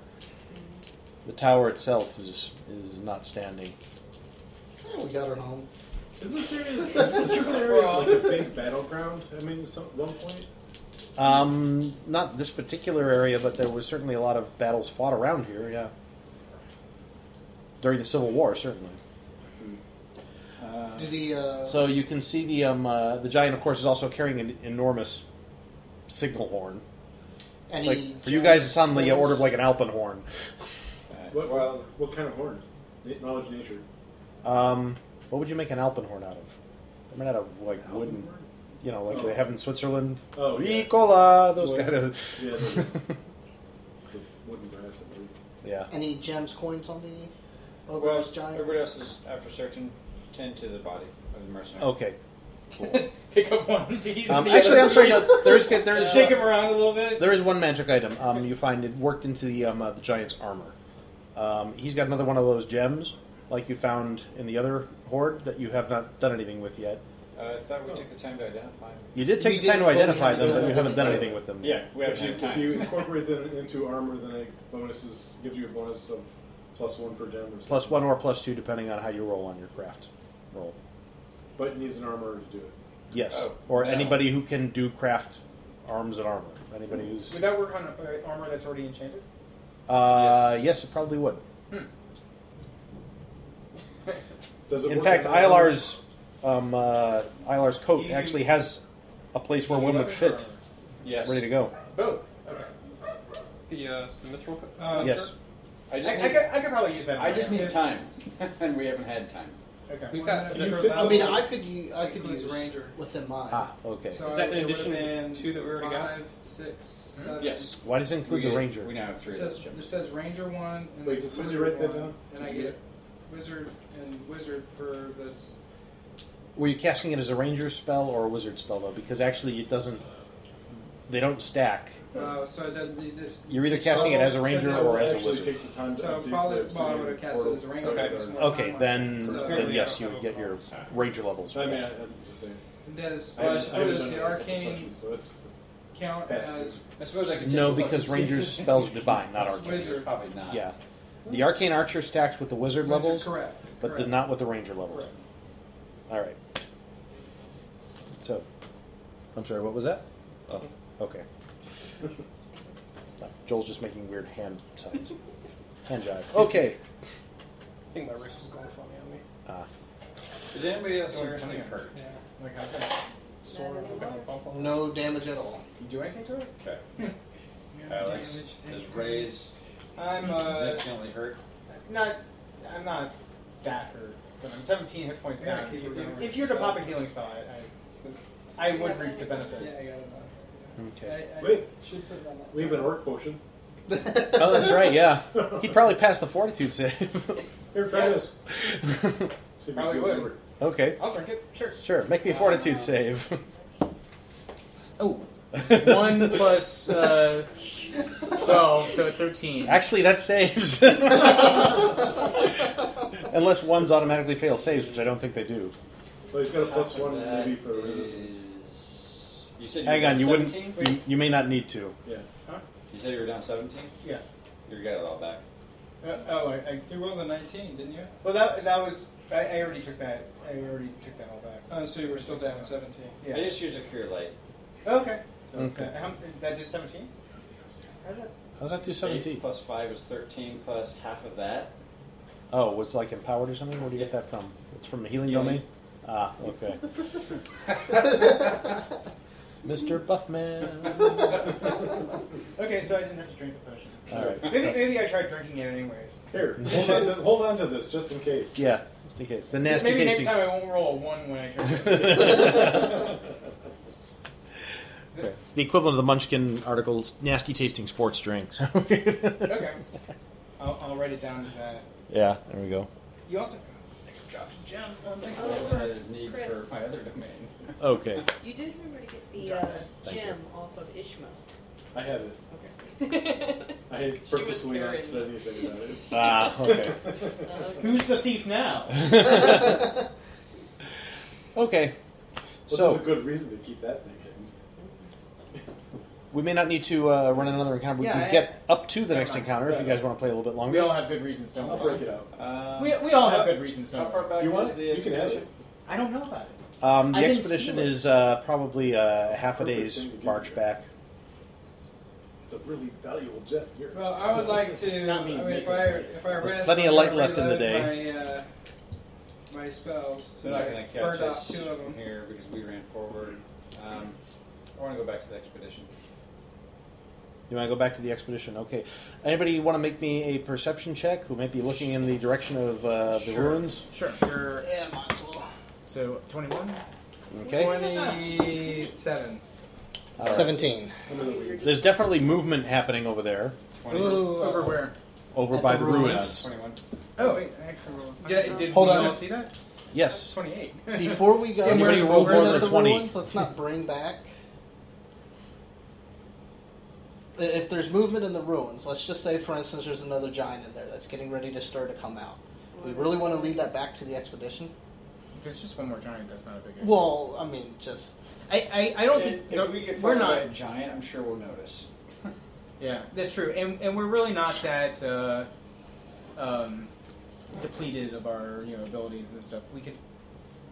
Speaker 4: The tower itself is is not standing.
Speaker 6: Oh, we got her home.
Speaker 1: Isn't this area, is this area like a big battleground? I mean, some, one point?
Speaker 4: Um, not this particular area, but there was certainly a lot of battles fought around here. Yeah, during the Civil War, certainly.
Speaker 6: Do the uh,
Speaker 4: So you can see the um, uh, the giant, of course, is also carrying an enormous signal horn. It's
Speaker 6: Any
Speaker 4: like, for you guys, it's on the order of like an alpenhorn.
Speaker 9: uh,
Speaker 1: What, well, what kind of horn? Na- Knowledge nature.
Speaker 4: Um, what would you make an alpenhorn out of? I mean, out of like wooden, you know, like they have in Switzerland.
Speaker 1: Oh, yeah.
Speaker 4: Ricola, those
Speaker 1: Wood.
Speaker 4: kind of.
Speaker 1: Yeah, the- the wooden brass. I believe.
Speaker 4: yeah.
Speaker 6: any gems, coins on the ogre's
Speaker 9: Well,
Speaker 6: giant?
Speaker 9: everybody else is after searching, tend to the body of the mercenary.
Speaker 4: Okay.
Speaker 17: Pick up one piece.
Speaker 4: Um,
Speaker 17: and the
Speaker 4: actually,
Speaker 17: other
Speaker 4: I'm sorry.
Speaker 17: piece.
Speaker 4: no, There is there is
Speaker 17: shake him around a little bit.
Speaker 4: There is one magic item um, you find it worked into the um, uh, the giant's armor. Um, he's got another one of those gems, like you found in the other horde that you have not done anything with yet.
Speaker 9: Uh, I thought we took the time to identify them.
Speaker 4: You did
Speaker 6: We
Speaker 4: take the
Speaker 6: did,
Speaker 4: time to
Speaker 6: but we
Speaker 4: identify
Speaker 6: haven't
Speaker 4: them,
Speaker 6: done
Speaker 4: but you
Speaker 6: anything
Speaker 4: haven't done
Speaker 6: with
Speaker 4: anything
Speaker 6: them.
Speaker 4: with them.
Speaker 9: Yeah, we
Speaker 1: If
Speaker 9: haven't
Speaker 1: you,
Speaker 9: had time.
Speaker 1: if you incorporate them into armor, then it bonuses gives you a bonus of plus one per gem. Or something.
Speaker 4: Plus one or plus two, depending on how you roll on your craft roll.
Speaker 1: But it needs an armor to do it.
Speaker 4: Yes,
Speaker 9: Oh,
Speaker 4: or
Speaker 9: now.
Speaker 4: anybody who can do craft arms and armor. Anybody who's
Speaker 18: Would that work on uh, armor that's already enchanted?
Speaker 4: uh, yes. it probably would.
Speaker 1: Does it
Speaker 4: In
Speaker 1: work
Speaker 4: fact,
Speaker 1: on armor?
Speaker 4: Ilar's um, uh, Ilar's coat actually has a place where one would fit,
Speaker 17: Yes.
Speaker 4: ready to go.
Speaker 17: Both. Okay. The, uh, the mithril.
Speaker 18: Uh,
Speaker 4: Yes.
Speaker 9: I
Speaker 18: I,
Speaker 9: just
Speaker 18: I,
Speaker 9: need,
Speaker 18: could, I could probably use that.
Speaker 9: I just need
Speaker 18: It's-
Speaker 9: time, and we haven't had time.
Speaker 18: Okay.
Speaker 17: We've got-
Speaker 18: One
Speaker 17: Can you
Speaker 18: minute.
Speaker 17: fit
Speaker 6: I mean, I could u- I could
Speaker 3: Includes
Speaker 6: use
Speaker 3: ranger.
Speaker 6: within mine.
Speaker 4: Ah, okay.
Speaker 3: So
Speaker 17: Is that in
Speaker 3: it would've
Speaker 17: addition to the
Speaker 3: been
Speaker 17: two that we already got?
Speaker 3: Five, six, seven.
Speaker 9: Yes.
Speaker 4: Why does it include
Speaker 9: We-
Speaker 4: the ranger?
Speaker 9: We now have
Speaker 3: It
Speaker 9: three of
Speaker 3: says,
Speaker 9: those
Speaker 3: it
Speaker 9: gems.
Speaker 3: says ranger one and
Speaker 1: Wait, did
Speaker 3: wizard
Speaker 1: somebody write that
Speaker 3: one,
Speaker 1: down?
Speaker 3: And I get wizard and wizard for this.
Speaker 4: Were you casting it as a ranger spell or a wizard spell though? Because actually, it doesn't. They don't stack.
Speaker 3: Uh, so it doesn't. it just-
Speaker 4: You're either casting it as a ranger
Speaker 3: Doesn't-
Speaker 4: or as a
Speaker 1: Actually
Speaker 4: wizard.
Speaker 1: take the time to
Speaker 3: So
Speaker 1: update
Speaker 3: probably-
Speaker 1: the
Speaker 3: well, I would've cast it as a ranger.
Speaker 1: Okay.
Speaker 3: It's more
Speaker 4: Okay,
Speaker 3: timeline.
Speaker 4: then,
Speaker 3: So-
Speaker 4: then yes, you would get your ranger levels.
Speaker 1: I mean, I, I'm just saying.
Speaker 3: And Does,
Speaker 1: I haven't-
Speaker 3: does
Speaker 1: I haven't done
Speaker 3: Oh, the
Speaker 1: it in a couple
Speaker 3: arcane
Speaker 1: sessions, so it's
Speaker 3: count
Speaker 1: past
Speaker 3: as
Speaker 1: due.
Speaker 9: I suppose I could.
Speaker 4: No,
Speaker 9: take-
Speaker 4: because rangers' spells are divine, not arcane.
Speaker 3: wizard?
Speaker 9: probably not.
Speaker 4: Yeah, the arcane archer stacks with the wizard
Speaker 3: Wizard,
Speaker 4: levels,
Speaker 3: correct.
Speaker 4: but
Speaker 3: correct.
Speaker 4: did not with the ranger levels.
Speaker 3: Correct.
Speaker 4: All right. So, I'm sorry. What was that? Oh, okay. Joel's just making weird hand signs. hand jive. Okay.
Speaker 17: I think my wrist is going funny on me.
Speaker 4: Ah.
Speaker 9: Is anybody else
Speaker 17: Going
Speaker 9: seriously
Speaker 17: funny.
Speaker 9: hurt?
Speaker 17: Yeah. Like I've got a sword. I've got a bump on
Speaker 6: No damage at all.
Speaker 17: You do anything to it?
Speaker 9: Okay. Alex, does Ray's
Speaker 3: I'm uh,
Speaker 9: definitely hurt?
Speaker 3: not. I'm not that hurt, but I'm 17 hit points
Speaker 18: Yeah,
Speaker 3: down.
Speaker 18: keep it going.
Speaker 3: If, if you were to pop a healing spell, I, I, I would reap the benefit.
Speaker 18: Yeah, I got it.
Speaker 4: Okay.
Speaker 18: I- I
Speaker 1: Wait.
Speaker 18: should put it on that.
Speaker 1: We have an orc potion.
Speaker 4: Oh, that's right. Yeah, he probably passed the fortitude save.
Speaker 1: Here, try this. See if
Speaker 3: Probably
Speaker 1: it goes
Speaker 3: would.
Speaker 1: over.
Speaker 4: okay.
Speaker 3: I'll drink it. Sure.
Speaker 4: Sure. Make me a fortitude save.
Speaker 3: Oh.
Speaker 5: One plus uh, twelve, so thirteen.
Speaker 4: Actually, that saves. Unless ones automatically fail saves, which I don't think they do.
Speaker 1: Well, he's got a plus one
Speaker 9: That
Speaker 1: maybe for resistance.
Speaker 9: is- You said you
Speaker 4: Hang
Speaker 9: were
Speaker 4: on,
Speaker 9: down
Speaker 4: you
Speaker 9: 17?
Speaker 4: wouldn't. You, you may not need to.
Speaker 1: Yeah.
Speaker 3: Huh?
Speaker 9: You said you were down 17?
Speaker 3: Yeah.
Speaker 9: You got it all back.
Speaker 3: Uh, oh, I, I, you rolled a 19, didn't you? Well, that that was. I, I already took that. I already took that all back.
Speaker 18: Oh, so you were still down 17.
Speaker 3: Yeah.
Speaker 9: I just used a cure light.
Speaker 3: Okay. So
Speaker 4: Okay.
Speaker 3: that- how- that did 17. How's that?
Speaker 4: How's that do seventeen?
Speaker 9: Eight plus 5 is 13, plus half of that.
Speaker 4: Oh, was like empowered or something? Where do you get that from? It's from a healing domain. Ah, okay. Mr. Buffman.
Speaker 3: Okay, so I didn't have to drink the potion.
Speaker 4: All right.
Speaker 3: Maybe, maybe I tried drinking it anyways.
Speaker 1: Here, hold on, to, hold on to this just in case.
Speaker 4: yeah, just in case. The nasty
Speaker 3: maybe
Speaker 4: tasting.
Speaker 3: next time I won't roll a one when I drink.
Speaker 4: Sorry. It's the equivalent of the Munchkin article, nasty tasting sports drinks. okay.
Speaker 3: okay. I'll, I'll write it down as that.
Speaker 4: Yeah, there we go.
Speaker 3: You also dropped a gem. on the
Speaker 9: I
Speaker 3: floor.
Speaker 9: need
Speaker 12: Chris.
Speaker 9: for my other domain.
Speaker 4: Okay.
Speaker 12: You did remember to get the uh,
Speaker 4: Thank
Speaker 12: gem off of Ishmael.
Speaker 1: I have it. I had
Speaker 12: was
Speaker 1: purposely
Speaker 12: very-
Speaker 1: not said anything about it.
Speaker 4: Ah, okay.
Speaker 12: Uh-huh.
Speaker 3: Who's the thief now?
Speaker 4: okay.
Speaker 1: Well,
Speaker 4: So-
Speaker 1: there's a good reason to keep that thing hidden.
Speaker 4: We may not need to uh, run another encounter. We
Speaker 3: Yeah,
Speaker 4: can
Speaker 3: I-
Speaker 4: get up to the next
Speaker 3: mind.
Speaker 4: encounter if you guys want to play a little bit
Speaker 3: We
Speaker 4: longer.
Speaker 3: all have good reasons, don't
Speaker 1: I'll
Speaker 3: we?
Speaker 1: break it out.
Speaker 9: Uh,
Speaker 3: We, we all have good reasons, don't
Speaker 17: How far
Speaker 3: we?
Speaker 17: back
Speaker 1: Do you want
Speaker 17: is
Speaker 1: it?
Speaker 17: the
Speaker 1: You can have
Speaker 17: expedition?
Speaker 1: it.
Speaker 3: I don't know about it.
Speaker 4: Um, the
Speaker 3: I didn't
Speaker 4: expedition
Speaker 3: see it.
Speaker 4: is uh, probably uh, half a
Speaker 1: Perfect
Speaker 4: day's
Speaker 1: thing to do
Speaker 4: march
Speaker 1: here.
Speaker 4: back.
Speaker 1: It's a really valuable jet here.
Speaker 18: Well, I would like to.
Speaker 3: Not me,
Speaker 18: I mean, if
Speaker 3: making
Speaker 18: I
Speaker 3: it.
Speaker 18: if I
Speaker 4: There's
Speaker 18: rest,
Speaker 4: plenty of
Speaker 18: I'm
Speaker 4: light
Speaker 18: gonna
Speaker 4: left in the
Speaker 18: reload My, uh, my spells.
Speaker 9: They're not going
Speaker 18: I
Speaker 9: to
Speaker 18: burned
Speaker 9: catch
Speaker 18: off
Speaker 9: us
Speaker 18: two of them.
Speaker 9: from here because we ran forward. Um, I want to go back to the expedition.
Speaker 4: You want to go back to the expedition? Okay. Anybody want to make me a perception check? Who might be looking in the direction of uh, the
Speaker 3: Sure.
Speaker 4: ruins?
Speaker 3: Sure. You're,
Speaker 6: Yeah, might as well.
Speaker 3: so, 21?
Speaker 4: Okay.
Speaker 3: 27.
Speaker 4: All right.
Speaker 6: 17.
Speaker 1: Under the wings.
Speaker 4: There's definitely movement happening over there,
Speaker 9: 20.
Speaker 6: Ooh,
Speaker 3: Over where?
Speaker 4: over
Speaker 6: At
Speaker 4: by
Speaker 6: the
Speaker 4: the
Speaker 6: ruins.
Speaker 4: ruins.
Speaker 9: 21.
Speaker 3: Oh, wait, I actually rolled. a- Did, I- did
Speaker 6: Hold
Speaker 3: we
Speaker 6: on.
Speaker 3: all see that?
Speaker 4: Yes.
Speaker 3: 28.
Speaker 6: Before we go,
Speaker 4: Anybody roll
Speaker 6: we're
Speaker 4: over
Speaker 6: at the
Speaker 4: 20.
Speaker 6: ruins. Let's not bring back. I- If there's movement in the ruins, let's just say, for instance, there's another giant in there that's getting ready to stir to come out. We really want to lead that back to the expedition.
Speaker 3: There's just one more giant, that's not a big issue.
Speaker 6: Well, I mean, just
Speaker 3: I, I, I don't think.
Speaker 9: If,
Speaker 3: no,
Speaker 9: if we get
Speaker 3: we're
Speaker 9: followed by
Speaker 3: not.
Speaker 9: a giant, I'm sure we'll notice.
Speaker 3: Yeah, that's true. And, and we're really not that uh, um, depleted of our you know abilities and stuff. We could.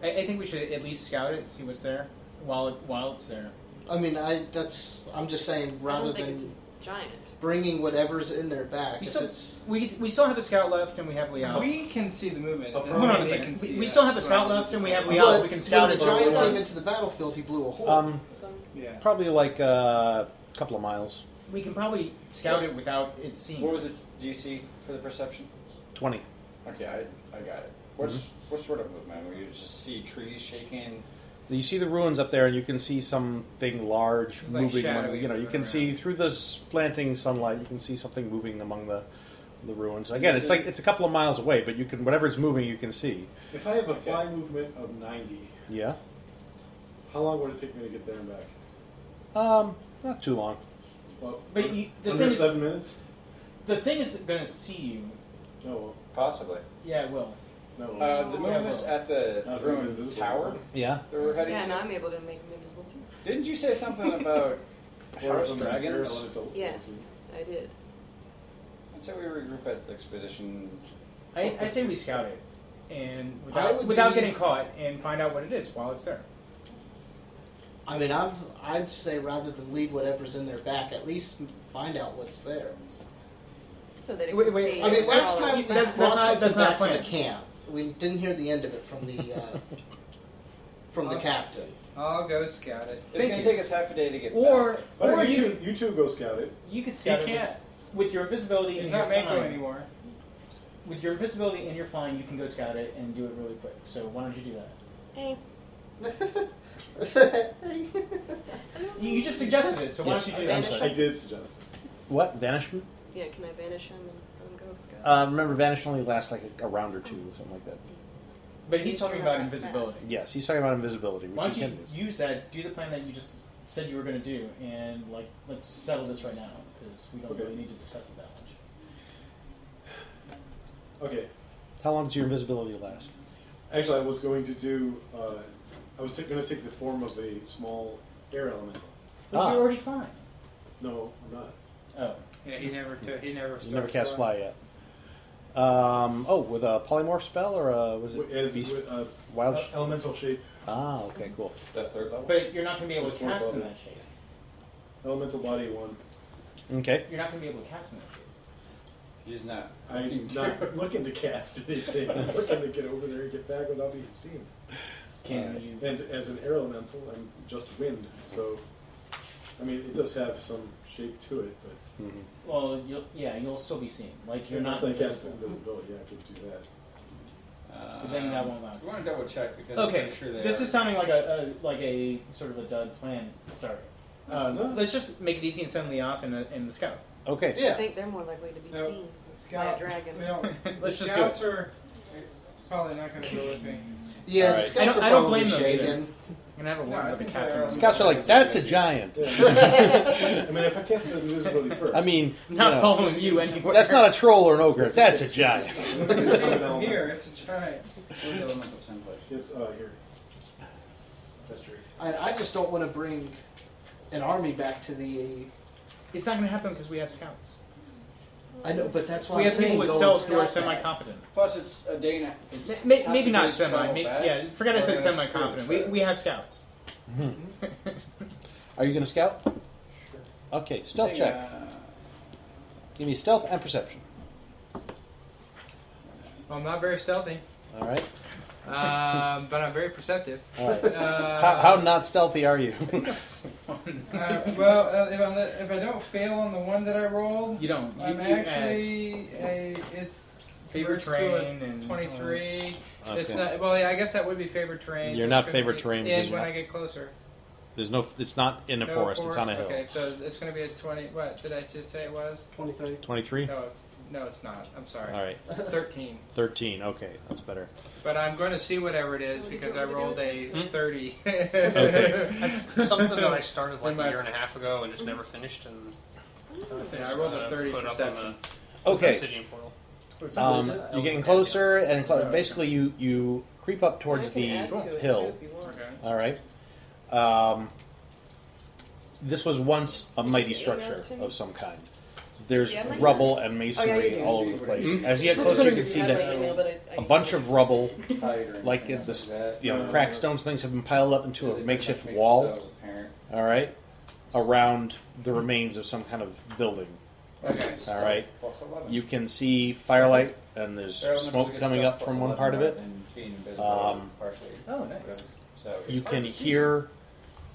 Speaker 3: I, I think we should at least scout it and see what's there while it, while it's there.
Speaker 6: I mean, I that's I'm just saying rather
Speaker 12: I don't think
Speaker 6: than
Speaker 12: it's giant.
Speaker 6: bringing whatever's in there back,
Speaker 3: We
Speaker 6: if
Speaker 3: still,
Speaker 6: it's
Speaker 3: we, we still have a scout left and we have Liao.
Speaker 18: We can see the movement.
Speaker 3: Hold
Speaker 18: It doesn't
Speaker 3: on a
Speaker 18: mean they
Speaker 3: second.
Speaker 18: can
Speaker 3: We,
Speaker 18: see
Speaker 3: we
Speaker 18: it.
Speaker 3: still have the
Speaker 18: Right.
Speaker 3: scout left and we have
Speaker 6: but
Speaker 3: Liao. We can scout
Speaker 6: when
Speaker 3: it.
Speaker 6: the
Speaker 3: before we
Speaker 6: giant
Speaker 3: want.
Speaker 6: came into the battlefield, he blew a hole.
Speaker 4: Um,
Speaker 18: Yeah.
Speaker 4: probably like uh, a couple of miles.
Speaker 3: We can probably scout it without it seeing.
Speaker 9: What was the DC for the perception?
Speaker 4: 20.
Speaker 9: Okay, I, I got it. What's
Speaker 5: Mm-hmm.
Speaker 9: what sort of movement? We just see trees shaking.
Speaker 4: You see the ruins up there, and you can see something large
Speaker 3: Like
Speaker 4: moving. among,
Speaker 3: shadowy
Speaker 4: you know, you
Speaker 3: moving
Speaker 4: can
Speaker 3: around.
Speaker 4: see through the slanting sunlight. You can see something moving among the the ruins. Again, it's
Speaker 9: This is-
Speaker 4: like it's a couple of miles away, but you can whatever's moving, you can see.
Speaker 1: If I have a fly movement of 90,
Speaker 4: Yeah.
Speaker 1: how long would it take me to get there and back?
Speaker 4: Um, not too long.
Speaker 1: Well,
Speaker 3: But you- the
Speaker 1: under
Speaker 3: thing is-
Speaker 1: seven minutes?
Speaker 3: The thing is going to see you.
Speaker 1: No, well,
Speaker 9: Possibly.
Speaker 3: Yeah, it will.
Speaker 1: Oh, no. well.
Speaker 9: Uh, the moon was at the
Speaker 1: Not from
Speaker 9: ruined
Speaker 1: invisible.
Speaker 9: tower
Speaker 4: Yeah.
Speaker 9: that we're heading
Speaker 12: Yeah, and
Speaker 9: to.
Speaker 12: I'm able to make him invisible too.
Speaker 9: Didn't you say something about
Speaker 1: Or
Speaker 9: house
Speaker 1: from the
Speaker 9: dragons?
Speaker 1: elemental
Speaker 12: Yes,
Speaker 1: forces.
Speaker 12: I did.
Speaker 9: Until we regroup at the expedition.
Speaker 3: I, I say we scout it, and
Speaker 9: I
Speaker 3: without
Speaker 9: would
Speaker 3: without
Speaker 9: be-
Speaker 3: getting caught, and find out what it is while it's there.
Speaker 6: I mean, I'm, I'd say rather than lead whatever's in their back, at least find out what's there.
Speaker 12: So that it
Speaker 6: Wait,
Speaker 12: can
Speaker 6: wait,
Speaker 12: see
Speaker 6: I mean,
Speaker 12: it
Speaker 6: last
Speaker 12: all.
Speaker 6: time we
Speaker 12: That's-
Speaker 6: brought
Speaker 12: that's not-
Speaker 6: something
Speaker 12: that's not
Speaker 6: back to the
Speaker 12: planned.
Speaker 6: camp, we didn't hear the end of it from the uh, from the
Speaker 3: I'll-
Speaker 6: captain.
Speaker 3: I'll go scout it.
Speaker 6: It's Thank gonna you.
Speaker 3: take
Speaker 6: take
Speaker 3: us half a day to get
Speaker 5: Or,
Speaker 1: Why
Speaker 5: or
Speaker 1: don't
Speaker 5: you,
Speaker 1: you, two, you two go scout it.
Speaker 5: you could scout.
Speaker 1: You
Speaker 5: it
Speaker 1: can't.
Speaker 5: With, with your invisibility
Speaker 3: He's
Speaker 5: and
Speaker 3: not
Speaker 5: your
Speaker 3: Mako
Speaker 5: flying.
Speaker 3: anymore.
Speaker 5: With your invisibility and your flying, you can go scout it and do it really quick. So why don't you do that?
Speaker 12: Hey.
Speaker 5: You, you just suggested it, so why
Speaker 4: Yes,
Speaker 5: don't you do
Speaker 4: I- I'm
Speaker 5: that?
Speaker 4: sorry. I
Speaker 1: did suggest
Speaker 4: What vanishment?
Speaker 12: Yeah, can I vanish him and let him go? Scott?
Speaker 4: Uh, remember, vanish only lasts like a, a round or two, something like that.
Speaker 5: But he's talking about invisibility.
Speaker 4: Yes, he's talking about invisibility.
Speaker 5: Why
Speaker 4: Which
Speaker 5: don't
Speaker 4: you
Speaker 5: you
Speaker 4: can,
Speaker 5: use that? Do the plan that you just said you were going to do, and like let's settle this right now because we don't
Speaker 1: Okay.
Speaker 5: really need to discuss it that much.
Speaker 4: Ah.
Speaker 1: Okay.
Speaker 4: how long does your invisibility last?
Speaker 1: Actually, I was going to do. Uh, I was t- going to take the form of a small air elemental.
Speaker 5: But
Speaker 4: Ah.
Speaker 5: you're already flying.
Speaker 1: No, I'm not.
Speaker 5: Oh,
Speaker 3: Yeah, he never took. He never.
Speaker 4: You never cast fly yet. Um, oh, with a polymorph spell or a, was it
Speaker 1: Wi- As
Speaker 4: beast-
Speaker 1: with, uh,
Speaker 4: wild?
Speaker 1: uh, elemental shape.
Speaker 4: ah, okay, cool.
Speaker 51: Is that third level?
Speaker 5: But you're not going to be able
Speaker 1: That's
Speaker 5: to
Speaker 1: fourth
Speaker 5: cast in
Speaker 1: level.
Speaker 5: that shape.
Speaker 1: Elemental body one.
Speaker 4: Okay.
Speaker 5: You're not going to be able to cast in that shape.
Speaker 9: He's not.
Speaker 1: I'm not looking to cast anything. I'm looking to get over there and get back without being seen.
Speaker 5: Can
Speaker 1: Uh,
Speaker 5: you-
Speaker 1: And as an air elemental, I'm just wind. So, I mean, it does have some shape to it, but
Speaker 5: Well, you'll, yeah, you'll still be seen. Like you're not.
Speaker 1: unless I cast
Speaker 5: invisible.
Speaker 1: invisibility, I could do that.
Speaker 5: But then that won't last.
Speaker 9: We want to double check because I'm
Speaker 5: Okay,
Speaker 9: pretty sure they
Speaker 5: this
Speaker 9: are.
Speaker 5: is sounding like a, a like a sort of a dud plan. Sorry. Um,
Speaker 1: No.
Speaker 5: Let's just make it easy and send Leoth and the, and the scout.
Speaker 4: Okay.
Speaker 12: I think they're more likely to be
Speaker 3: No.
Speaker 12: seen by a dragon.
Speaker 5: Let's just do
Speaker 3: scouts
Speaker 5: it.
Speaker 3: are probably not going to go with me.
Speaker 6: Yeah,
Speaker 4: All right.
Speaker 6: the
Speaker 5: I
Speaker 6: scouts
Speaker 5: don't,
Speaker 6: are
Speaker 5: I don't
Speaker 6: probably
Speaker 5: blame them. either.
Speaker 6: shaken.
Speaker 5: I'm gonna have a
Speaker 3: No, I
Speaker 5: word with the
Speaker 3: think
Speaker 5: captain.
Speaker 3: they're-
Speaker 4: Scouts are like that's a giant.
Speaker 1: I mean, if I cast invisibility first,
Speaker 4: I mean, you
Speaker 5: Not
Speaker 4: know,
Speaker 5: following you anywhere.
Speaker 4: That's not a troll or an ogre. That's a giant.
Speaker 3: From here, it's a giant.
Speaker 9: Where's the elemental template?
Speaker 1: it's uh, here. That's true.
Speaker 6: I, I just don't want to bring an army back to the.
Speaker 5: It's not gonna happen because we have scouts.
Speaker 6: I know, but
Speaker 9: Oh,
Speaker 6: that's why
Speaker 5: we
Speaker 6: I'm
Speaker 5: have people
Speaker 6: saying
Speaker 5: with
Speaker 6: go and
Speaker 5: stealth who are
Speaker 6: scout that.
Speaker 5: semi-competent.
Speaker 9: Plus, it's a day and a-
Speaker 5: Ma-
Speaker 9: it's
Speaker 5: ma-
Speaker 9: half
Speaker 5: maybe
Speaker 9: a
Speaker 5: not
Speaker 9: day's
Speaker 5: semi.
Speaker 9: travel
Speaker 5: ma-
Speaker 9: back.
Speaker 5: yeah, forget I
Speaker 9: We're
Speaker 5: said
Speaker 9: gonna-
Speaker 5: semi-competent.
Speaker 9: we're
Speaker 5: We,
Speaker 9: gonna
Speaker 5: we have scouts.
Speaker 4: Are you going to scout? Sure. Okay, stealth
Speaker 9: Hang
Speaker 4: check.
Speaker 9: on.
Speaker 4: Give me stealth and perception.
Speaker 3: Well, I'm not very stealthy,
Speaker 4: All right.
Speaker 3: um, but I'm very perceptive.
Speaker 4: All right.
Speaker 3: Uh,
Speaker 4: how, how not stealthy are you?
Speaker 3: Uh, well, uh, if, I'm, if I don't fail on the one that I rolled,
Speaker 5: You don't. You,
Speaker 3: uh, I'm
Speaker 5: you uh,
Speaker 3: actually a it's
Speaker 5: Favor
Speaker 3: converts to a
Speaker 5: terrain and- uh,
Speaker 3: 23.
Speaker 4: Okay.
Speaker 3: It's not, well, yeah, I guess that would be favorite terrain.
Speaker 4: You're
Speaker 3: so
Speaker 4: not
Speaker 3: it's gonna
Speaker 4: favored
Speaker 3: be
Speaker 4: terrain because
Speaker 3: In
Speaker 4: you're
Speaker 3: when
Speaker 4: not-
Speaker 3: I get closer.
Speaker 4: There's no. It's not in a
Speaker 3: No
Speaker 4: forest. It's on a hill.
Speaker 3: Okay, so it's going to be a 20. What did I just say it was?
Speaker 6: 23.
Speaker 4: Twenty-three.
Speaker 3: No, it's, no, it's not. I'm sorry.
Speaker 4: All right.
Speaker 3: 13.
Speaker 4: Thirteen. Okay, that's better.
Speaker 3: But I'm going to see whatever it is because I rolled a 30.
Speaker 4: Okay.
Speaker 3: That's
Speaker 14: Something that I started like
Speaker 3: In
Speaker 14: a
Speaker 3: my-
Speaker 14: year and a half ago and just never finished, and
Speaker 3: Yeah, I rolled a
Speaker 14: uh,
Speaker 3: 30
Speaker 14: put it up on
Speaker 3: perception.
Speaker 14: the
Speaker 4: Okay.
Speaker 14: Obsidian portal.
Speaker 4: Um, you're getting closer and clo- basically you you creep up towards
Speaker 52: I can
Speaker 4: the
Speaker 52: add to it, too,
Speaker 4: hill.
Speaker 52: if you want.
Speaker 3: Okay.
Speaker 4: All right. Um, this was once a mighty
Speaker 52: Did you email it
Speaker 4: structure
Speaker 52: to me?
Speaker 4: of some kind. There's
Speaker 52: Yeah, my-
Speaker 4: rubble and
Speaker 52: Oh, yeah, you
Speaker 4: masonry
Speaker 52: do.
Speaker 4: all over the place. As you get
Speaker 52: That's
Speaker 4: closer,
Speaker 52: what
Speaker 4: you
Speaker 52: I
Speaker 4: can see
Speaker 52: had my email, but
Speaker 4: that
Speaker 52: I- I
Speaker 4: a bunch of rubble, like
Speaker 9: anything
Speaker 4: the
Speaker 9: else
Speaker 4: s-
Speaker 9: like that.
Speaker 4: you know,
Speaker 9: No.
Speaker 4: cracked stones, things have been piled up into a makeshift
Speaker 9: Make
Speaker 4: wall.
Speaker 9: themselves apparent.
Speaker 4: All right, around the remains of some kind of building.
Speaker 3: Okay.
Speaker 4: All right,
Speaker 9: Plus 11.
Speaker 4: you can see firelight and there's
Speaker 9: Their elemental
Speaker 4: smoke
Speaker 9: good
Speaker 4: coming
Speaker 9: stuff,
Speaker 4: up
Speaker 9: plus
Speaker 4: from one
Speaker 9: 11
Speaker 4: part of it.
Speaker 9: rather than being invisible
Speaker 4: Um,
Speaker 9: partially.
Speaker 5: Oh, nice.
Speaker 9: Whatever. So it's
Speaker 4: You
Speaker 9: hard
Speaker 4: can
Speaker 9: to see.
Speaker 4: hear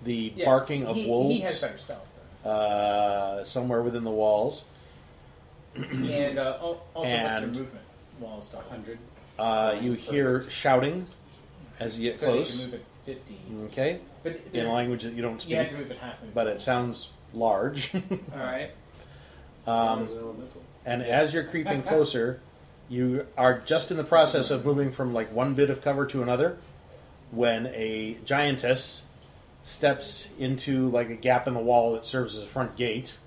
Speaker 4: the
Speaker 5: Yeah,
Speaker 4: barking of
Speaker 5: he,
Speaker 4: wolves.
Speaker 5: He has better stealth.
Speaker 4: uh, somewhere within the walls.
Speaker 5: Though. and uh, al- also what's your
Speaker 4: And-
Speaker 5: movement? Wall style.
Speaker 9: 100.
Speaker 4: Uh, you hear shouting as you get
Speaker 5: So that
Speaker 4: close. Mm.
Speaker 5: you can move at 50.
Speaker 4: Okay,
Speaker 5: But
Speaker 4: in
Speaker 5: there-
Speaker 4: a language that you don't
Speaker 5: You have
Speaker 4: speak,
Speaker 5: to move at half movement.
Speaker 4: but it sounds large.
Speaker 3: All right.
Speaker 4: um,
Speaker 1: As an elemental.
Speaker 4: and as you're creeping closer, you are just in the process of moving from like one bit of cover to another when a giantess steps into like a gap in the wall that serves as a front gate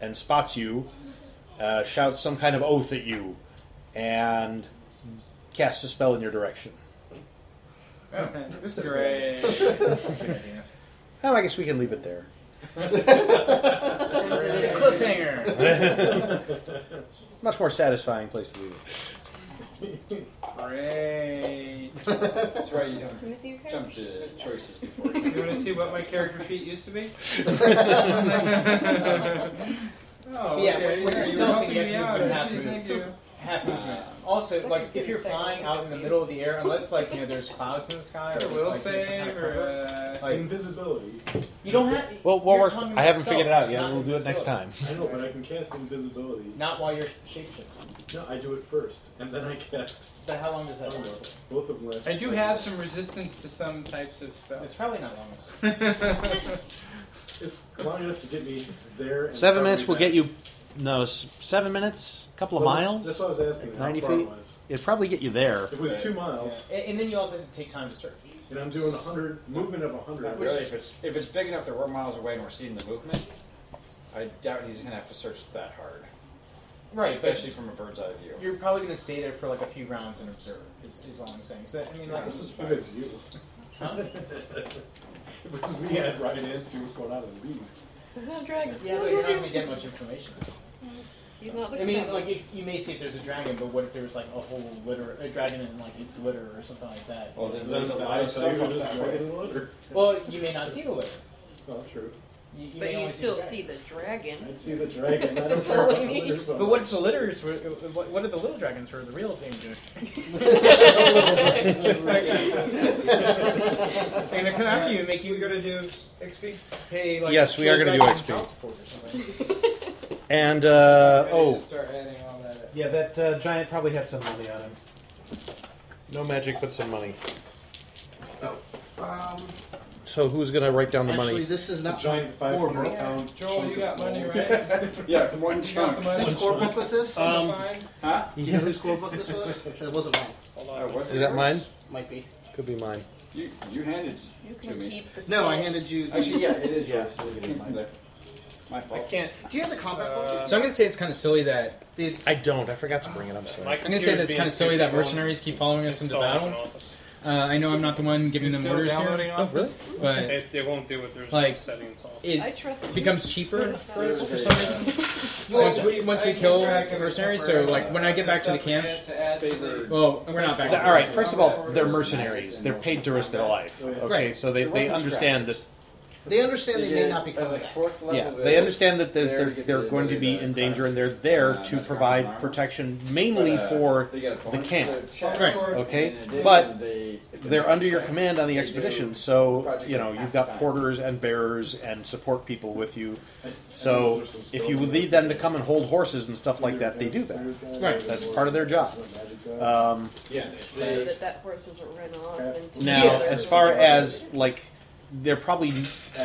Speaker 4: and spots you, uh, shouts some kind of oath at you, and casts a spell in your direction.
Speaker 5: Oh, this is
Speaker 3: Great.
Speaker 5: great. That's a good idea.
Speaker 4: Oh, I guess we can leave it there.
Speaker 5: Cliffhanger.
Speaker 4: Much more satisfying place to leave it.
Speaker 3: Great. That's
Speaker 4: um,
Speaker 3: right, you
Speaker 12: Can we see your
Speaker 3: don't
Speaker 12: character?
Speaker 3: jump to choices before you. You want to see what my character sheet used to be?
Speaker 5: Oh,
Speaker 3: oh,
Speaker 5: yeah,
Speaker 3: okay.
Speaker 5: when- when
Speaker 3: yeah,
Speaker 5: you're
Speaker 3: helping
Speaker 5: stealthy, you
Speaker 3: me
Speaker 5: have
Speaker 3: out.
Speaker 5: to do
Speaker 3: I
Speaker 5: half
Speaker 3: see,
Speaker 5: move.
Speaker 3: thank you.
Speaker 5: Half movement. Also, like if you're flying out in the middle of the air, unless like you know there's clouds in the sky, or
Speaker 3: Or
Speaker 5: there's,
Speaker 3: will
Speaker 5: like, there's some kind
Speaker 3: save
Speaker 5: of
Speaker 3: or
Speaker 5: cover,
Speaker 3: uh,
Speaker 5: like
Speaker 1: Invisibility.
Speaker 5: you don't have.
Speaker 4: Well, well
Speaker 5: you're
Speaker 4: we're,
Speaker 5: talking
Speaker 4: I haven't
Speaker 5: yourself,
Speaker 4: figured it out
Speaker 5: it's
Speaker 4: yet.
Speaker 5: not
Speaker 4: We'll do it next time.
Speaker 1: I know, but I can cast invisibility.
Speaker 5: Not while you're shapeshifting.
Speaker 1: No, I do it first, and then I cast.
Speaker 5: But how long does that
Speaker 1: I don't
Speaker 5: last
Speaker 1: know. Both of them last.
Speaker 3: I do have some resistance to some types of spells.
Speaker 5: It's probably not long
Speaker 1: It's long enough to get me there. And
Speaker 4: Seven minutes
Speaker 1: probably
Speaker 4: will get you. No, s- seven minutes, a couple of
Speaker 1: Well,
Speaker 4: miles.
Speaker 1: that's what I was asking, how
Speaker 4: Ninety
Speaker 1: far it
Speaker 4: feet.
Speaker 1: was.
Speaker 4: It'd probably get you there.
Speaker 1: It was two miles,
Speaker 5: And, and then you also have to take time to search.
Speaker 1: and I'm doing a hundred movement of a hundred.
Speaker 9: Not really. If it's if it's big enough that we're miles away and we're seeing the movement, I doubt he's gonna have to search that hard.
Speaker 5: Right, but-
Speaker 9: Especially from a bird's eye view.
Speaker 5: You're probably going to stay there for like a few rounds and observe. Is, is all I'm saying. So I mean, like,
Speaker 1: If it's you.
Speaker 5: Huh?
Speaker 1: if it was me, I'd ride in, see what's going on, and leave.
Speaker 7: It's not dragons.
Speaker 5: Yeah, but you're not going to get much information.
Speaker 7: He's not
Speaker 5: I
Speaker 7: looking
Speaker 5: mean,
Speaker 7: at
Speaker 5: like, if, you may see if there's a dragon, but what if there was like a whole litter, a dragon and like its litter or something like that?
Speaker 9: Well,
Speaker 5: You
Speaker 9: Oh, then
Speaker 5: know,
Speaker 9: there's a lot of
Speaker 1: So
Speaker 9: stuff
Speaker 1: you
Speaker 9: up
Speaker 1: were just
Speaker 9: that way.
Speaker 1: dragging the litter.
Speaker 5: Well, you may not see the litter.
Speaker 1: Not true.
Speaker 5: You, you
Speaker 12: But
Speaker 5: may
Speaker 12: you
Speaker 5: only
Speaker 12: still
Speaker 5: the
Speaker 12: see the dragon.
Speaker 1: I'd see the dragon. I don't
Speaker 12: That's
Speaker 1: care
Speaker 12: all
Speaker 1: about
Speaker 12: I
Speaker 1: the
Speaker 12: need.
Speaker 1: litter so
Speaker 5: But what if
Speaker 1: much.
Speaker 5: the litters were? What, what if the little dragons were the real danger?
Speaker 6: Um,
Speaker 3: They're gonna come after you and make you go to do XP. Pay, like,
Speaker 4: Yes, we are gonna do
Speaker 3: $30
Speaker 4: XP.
Speaker 3: child support or something.
Speaker 4: And uh,
Speaker 3: I need to
Speaker 4: oh,
Speaker 3: start adding all that. up.
Speaker 53: Yeah, that uh, giant probably had some money on him.
Speaker 4: no magic, but some money.
Speaker 6: Um,
Speaker 4: So who's gonna write down the
Speaker 6: actually,
Speaker 4: money?
Speaker 6: this is not
Speaker 1: giant
Speaker 6: my
Speaker 1: five
Speaker 6: order.
Speaker 1: hundred pound.
Speaker 3: Joel, you got money, right?
Speaker 9: yeah, it's one
Speaker 3: You got
Speaker 9: chunk.
Speaker 3: the money?
Speaker 6: Whose score book was this?
Speaker 3: Um,
Speaker 9: Huh?
Speaker 6: Do you know whose score book this was? It wasn't mine.
Speaker 9: Uh, what's
Speaker 4: Is that
Speaker 9: yours?
Speaker 4: mine?
Speaker 6: Might be.
Speaker 4: Could be mine.
Speaker 9: You you handed it
Speaker 12: You
Speaker 9: to
Speaker 12: can
Speaker 9: me.
Speaker 12: keep the.
Speaker 6: No, I handed you. The,
Speaker 9: Actually, yeah, it is
Speaker 4: Yeah.
Speaker 9: yours. It is mine. My
Speaker 17: I
Speaker 9: fault.
Speaker 17: can't.
Speaker 6: Do you have the combat
Speaker 5: Uh,
Speaker 6: book?
Speaker 18: So I'm gonna say it's kind of silly that
Speaker 6: The,
Speaker 4: I don't. I forgot to bring it. I'm sorry.
Speaker 14: My
Speaker 18: I'm gonna say that's kind of silly that mercenaries keep following us into
Speaker 14: installed in
Speaker 18: battle.
Speaker 14: office.
Speaker 18: Uh, I know I'm not the one giving them
Speaker 3: Still
Speaker 18: orders
Speaker 3: downloading
Speaker 18: here,
Speaker 4: Oh,
Speaker 3: off this?
Speaker 18: but
Speaker 14: It, it won't do it. There's
Speaker 18: Like,
Speaker 14: like settings off.
Speaker 12: I
Speaker 18: it
Speaker 12: trust you.
Speaker 18: becomes cheaper for us for some reason.
Speaker 3: Well,
Speaker 18: Once we once we
Speaker 3: I can
Speaker 18: kill
Speaker 3: drag it
Speaker 18: mercenaries,
Speaker 3: over,
Speaker 18: so like when I get back to the
Speaker 3: stuff we
Speaker 18: camp,
Speaker 3: had to add to the-
Speaker 18: well, we're not back.
Speaker 4: Th- All right. First of all, they're mercenaries. They're paid to risk their life. Okay,
Speaker 18: Right.
Speaker 4: so they, they understand that
Speaker 6: they understand they may not be coming back.
Speaker 9: fourth level.
Speaker 4: Yeah, they understand that they're, they're, they're going to be in danger and they're there
Speaker 9: Uh,
Speaker 4: to
Speaker 9: that's
Speaker 4: provide
Speaker 9: not-
Speaker 4: protection mainly
Speaker 9: uh,
Speaker 4: for the camp. Okay, but They're under your command on the expedition, so, you know, you've got porters and bearers and support people with you. So if you lead them to come and hold horses and stuff like that, they do that.
Speaker 18: Right.
Speaker 4: That's part of their job. Um,
Speaker 9: Yeah,
Speaker 12: So that that horse was a Renault. and-
Speaker 4: now, as far as like, there probably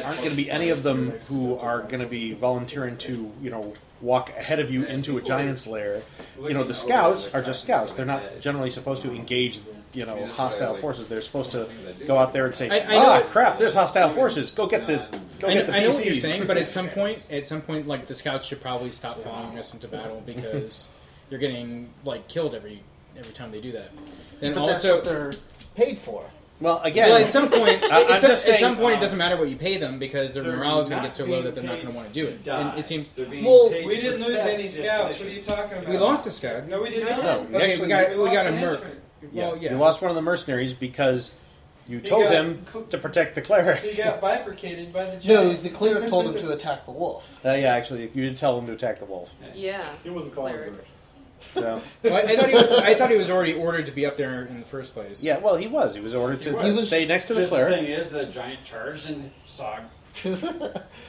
Speaker 4: aren't going to be any of them who are going to be volunteering to, you know, walk ahead of you into a giant's lair. You know, the scouts are just scouts. They're not generally supposed to engage, you know, hostile forces. They're supposed to go out there and say,
Speaker 18: I- I know
Speaker 4: "Ah,
Speaker 18: it-
Speaker 4: crap! There's hostile forces. Go get the, go
Speaker 18: I
Speaker 4: get
Speaker 18: know,
Speaker 4: the
Speaker 18: I know what you're
Speaker 4: PCs."
Speaker 18: saying, but at some point, at some point, like the scouts should probably stop following us into battle because you're getting like killed every every time they do that. Then
Speaker 6: But that's
Speaker 18: also,
Speaker 6: what they're paid for.
Speaker 4: Well, again,
Speaker 18: well, at some point,
Speaker 4: I- I'm
Speaker 18: at, some,
Speaker 4: just saying,
Speaker 18: at some point,
Speaker 4: um,
Speaker 18: it doesn't matter what you pay them because their
Speaker 9: they're
Speaker 18: morale is going to
Speaker 9: not
Speaker 18: get so low
Speaker 9: being
Speaker 18: that they're not
Speaker 9: paid
Speaker 18: going to want to do it.
Speaker 9: to
Speaker 18: And
Speaker 9: die.
Speaker 18: it seems
Speaker 9: They're being
Speaker 6: Well,
Speaker 9: paid
Speaker 3: We
Speaker 9: to
Speaker 3: didn't lose
Speaker 9: protect
Speaker 3: any
Speaker 9: this
Speaker 3: scouts. What
Speaker 9: mission.
Speaker 3: are you talking about?
Speaker 18: we lost a scout.
Speaker 3: No, we didn't.
Speaker 4: No, we
Speaker 18: Okay,
Speaker 4: actually-
Speaker 18: we got we
Speaker 3: lost
Speaker 18: got a
Speaker 3: an
Speaker 18: merc.
Speaker 3: instrument.
Speaker 4: Yeah.
Speaker 18: Well, yeah.
Speaker 4: you lost one of the mercenaries because you
Speaker 3: He
Speaker 4: told
Speaker 3: got
Speaker 4: him
Speaker 3: cl-
Speaker 4: to protect the cleric.
Speaker 3: He got bifurcated by the
Speaker 6: No,
Speaker 3: giant.
Speaker 6: the cleric told them to attack the wolf.
Speaker 4: Uh, yeah, actually, you did tell him to attack the wolf.
Speaker 12: Yeah.
Speaker 1: He wasn't calling
Speaker 12: Cleric.
Speaker 1: directions.
Speaker 4: So
Speaker 18: Well, I, I thought he, I thought he was already ordered to be up there in the first place.
Speaker 4: yeah, well, he was. He was ordered to
Speaker 9: was.
Speaker 4: stay next to the
Speaker 9: Just
Speaker 4: cleric.
Speaker 9: thing is, the giant charged and sog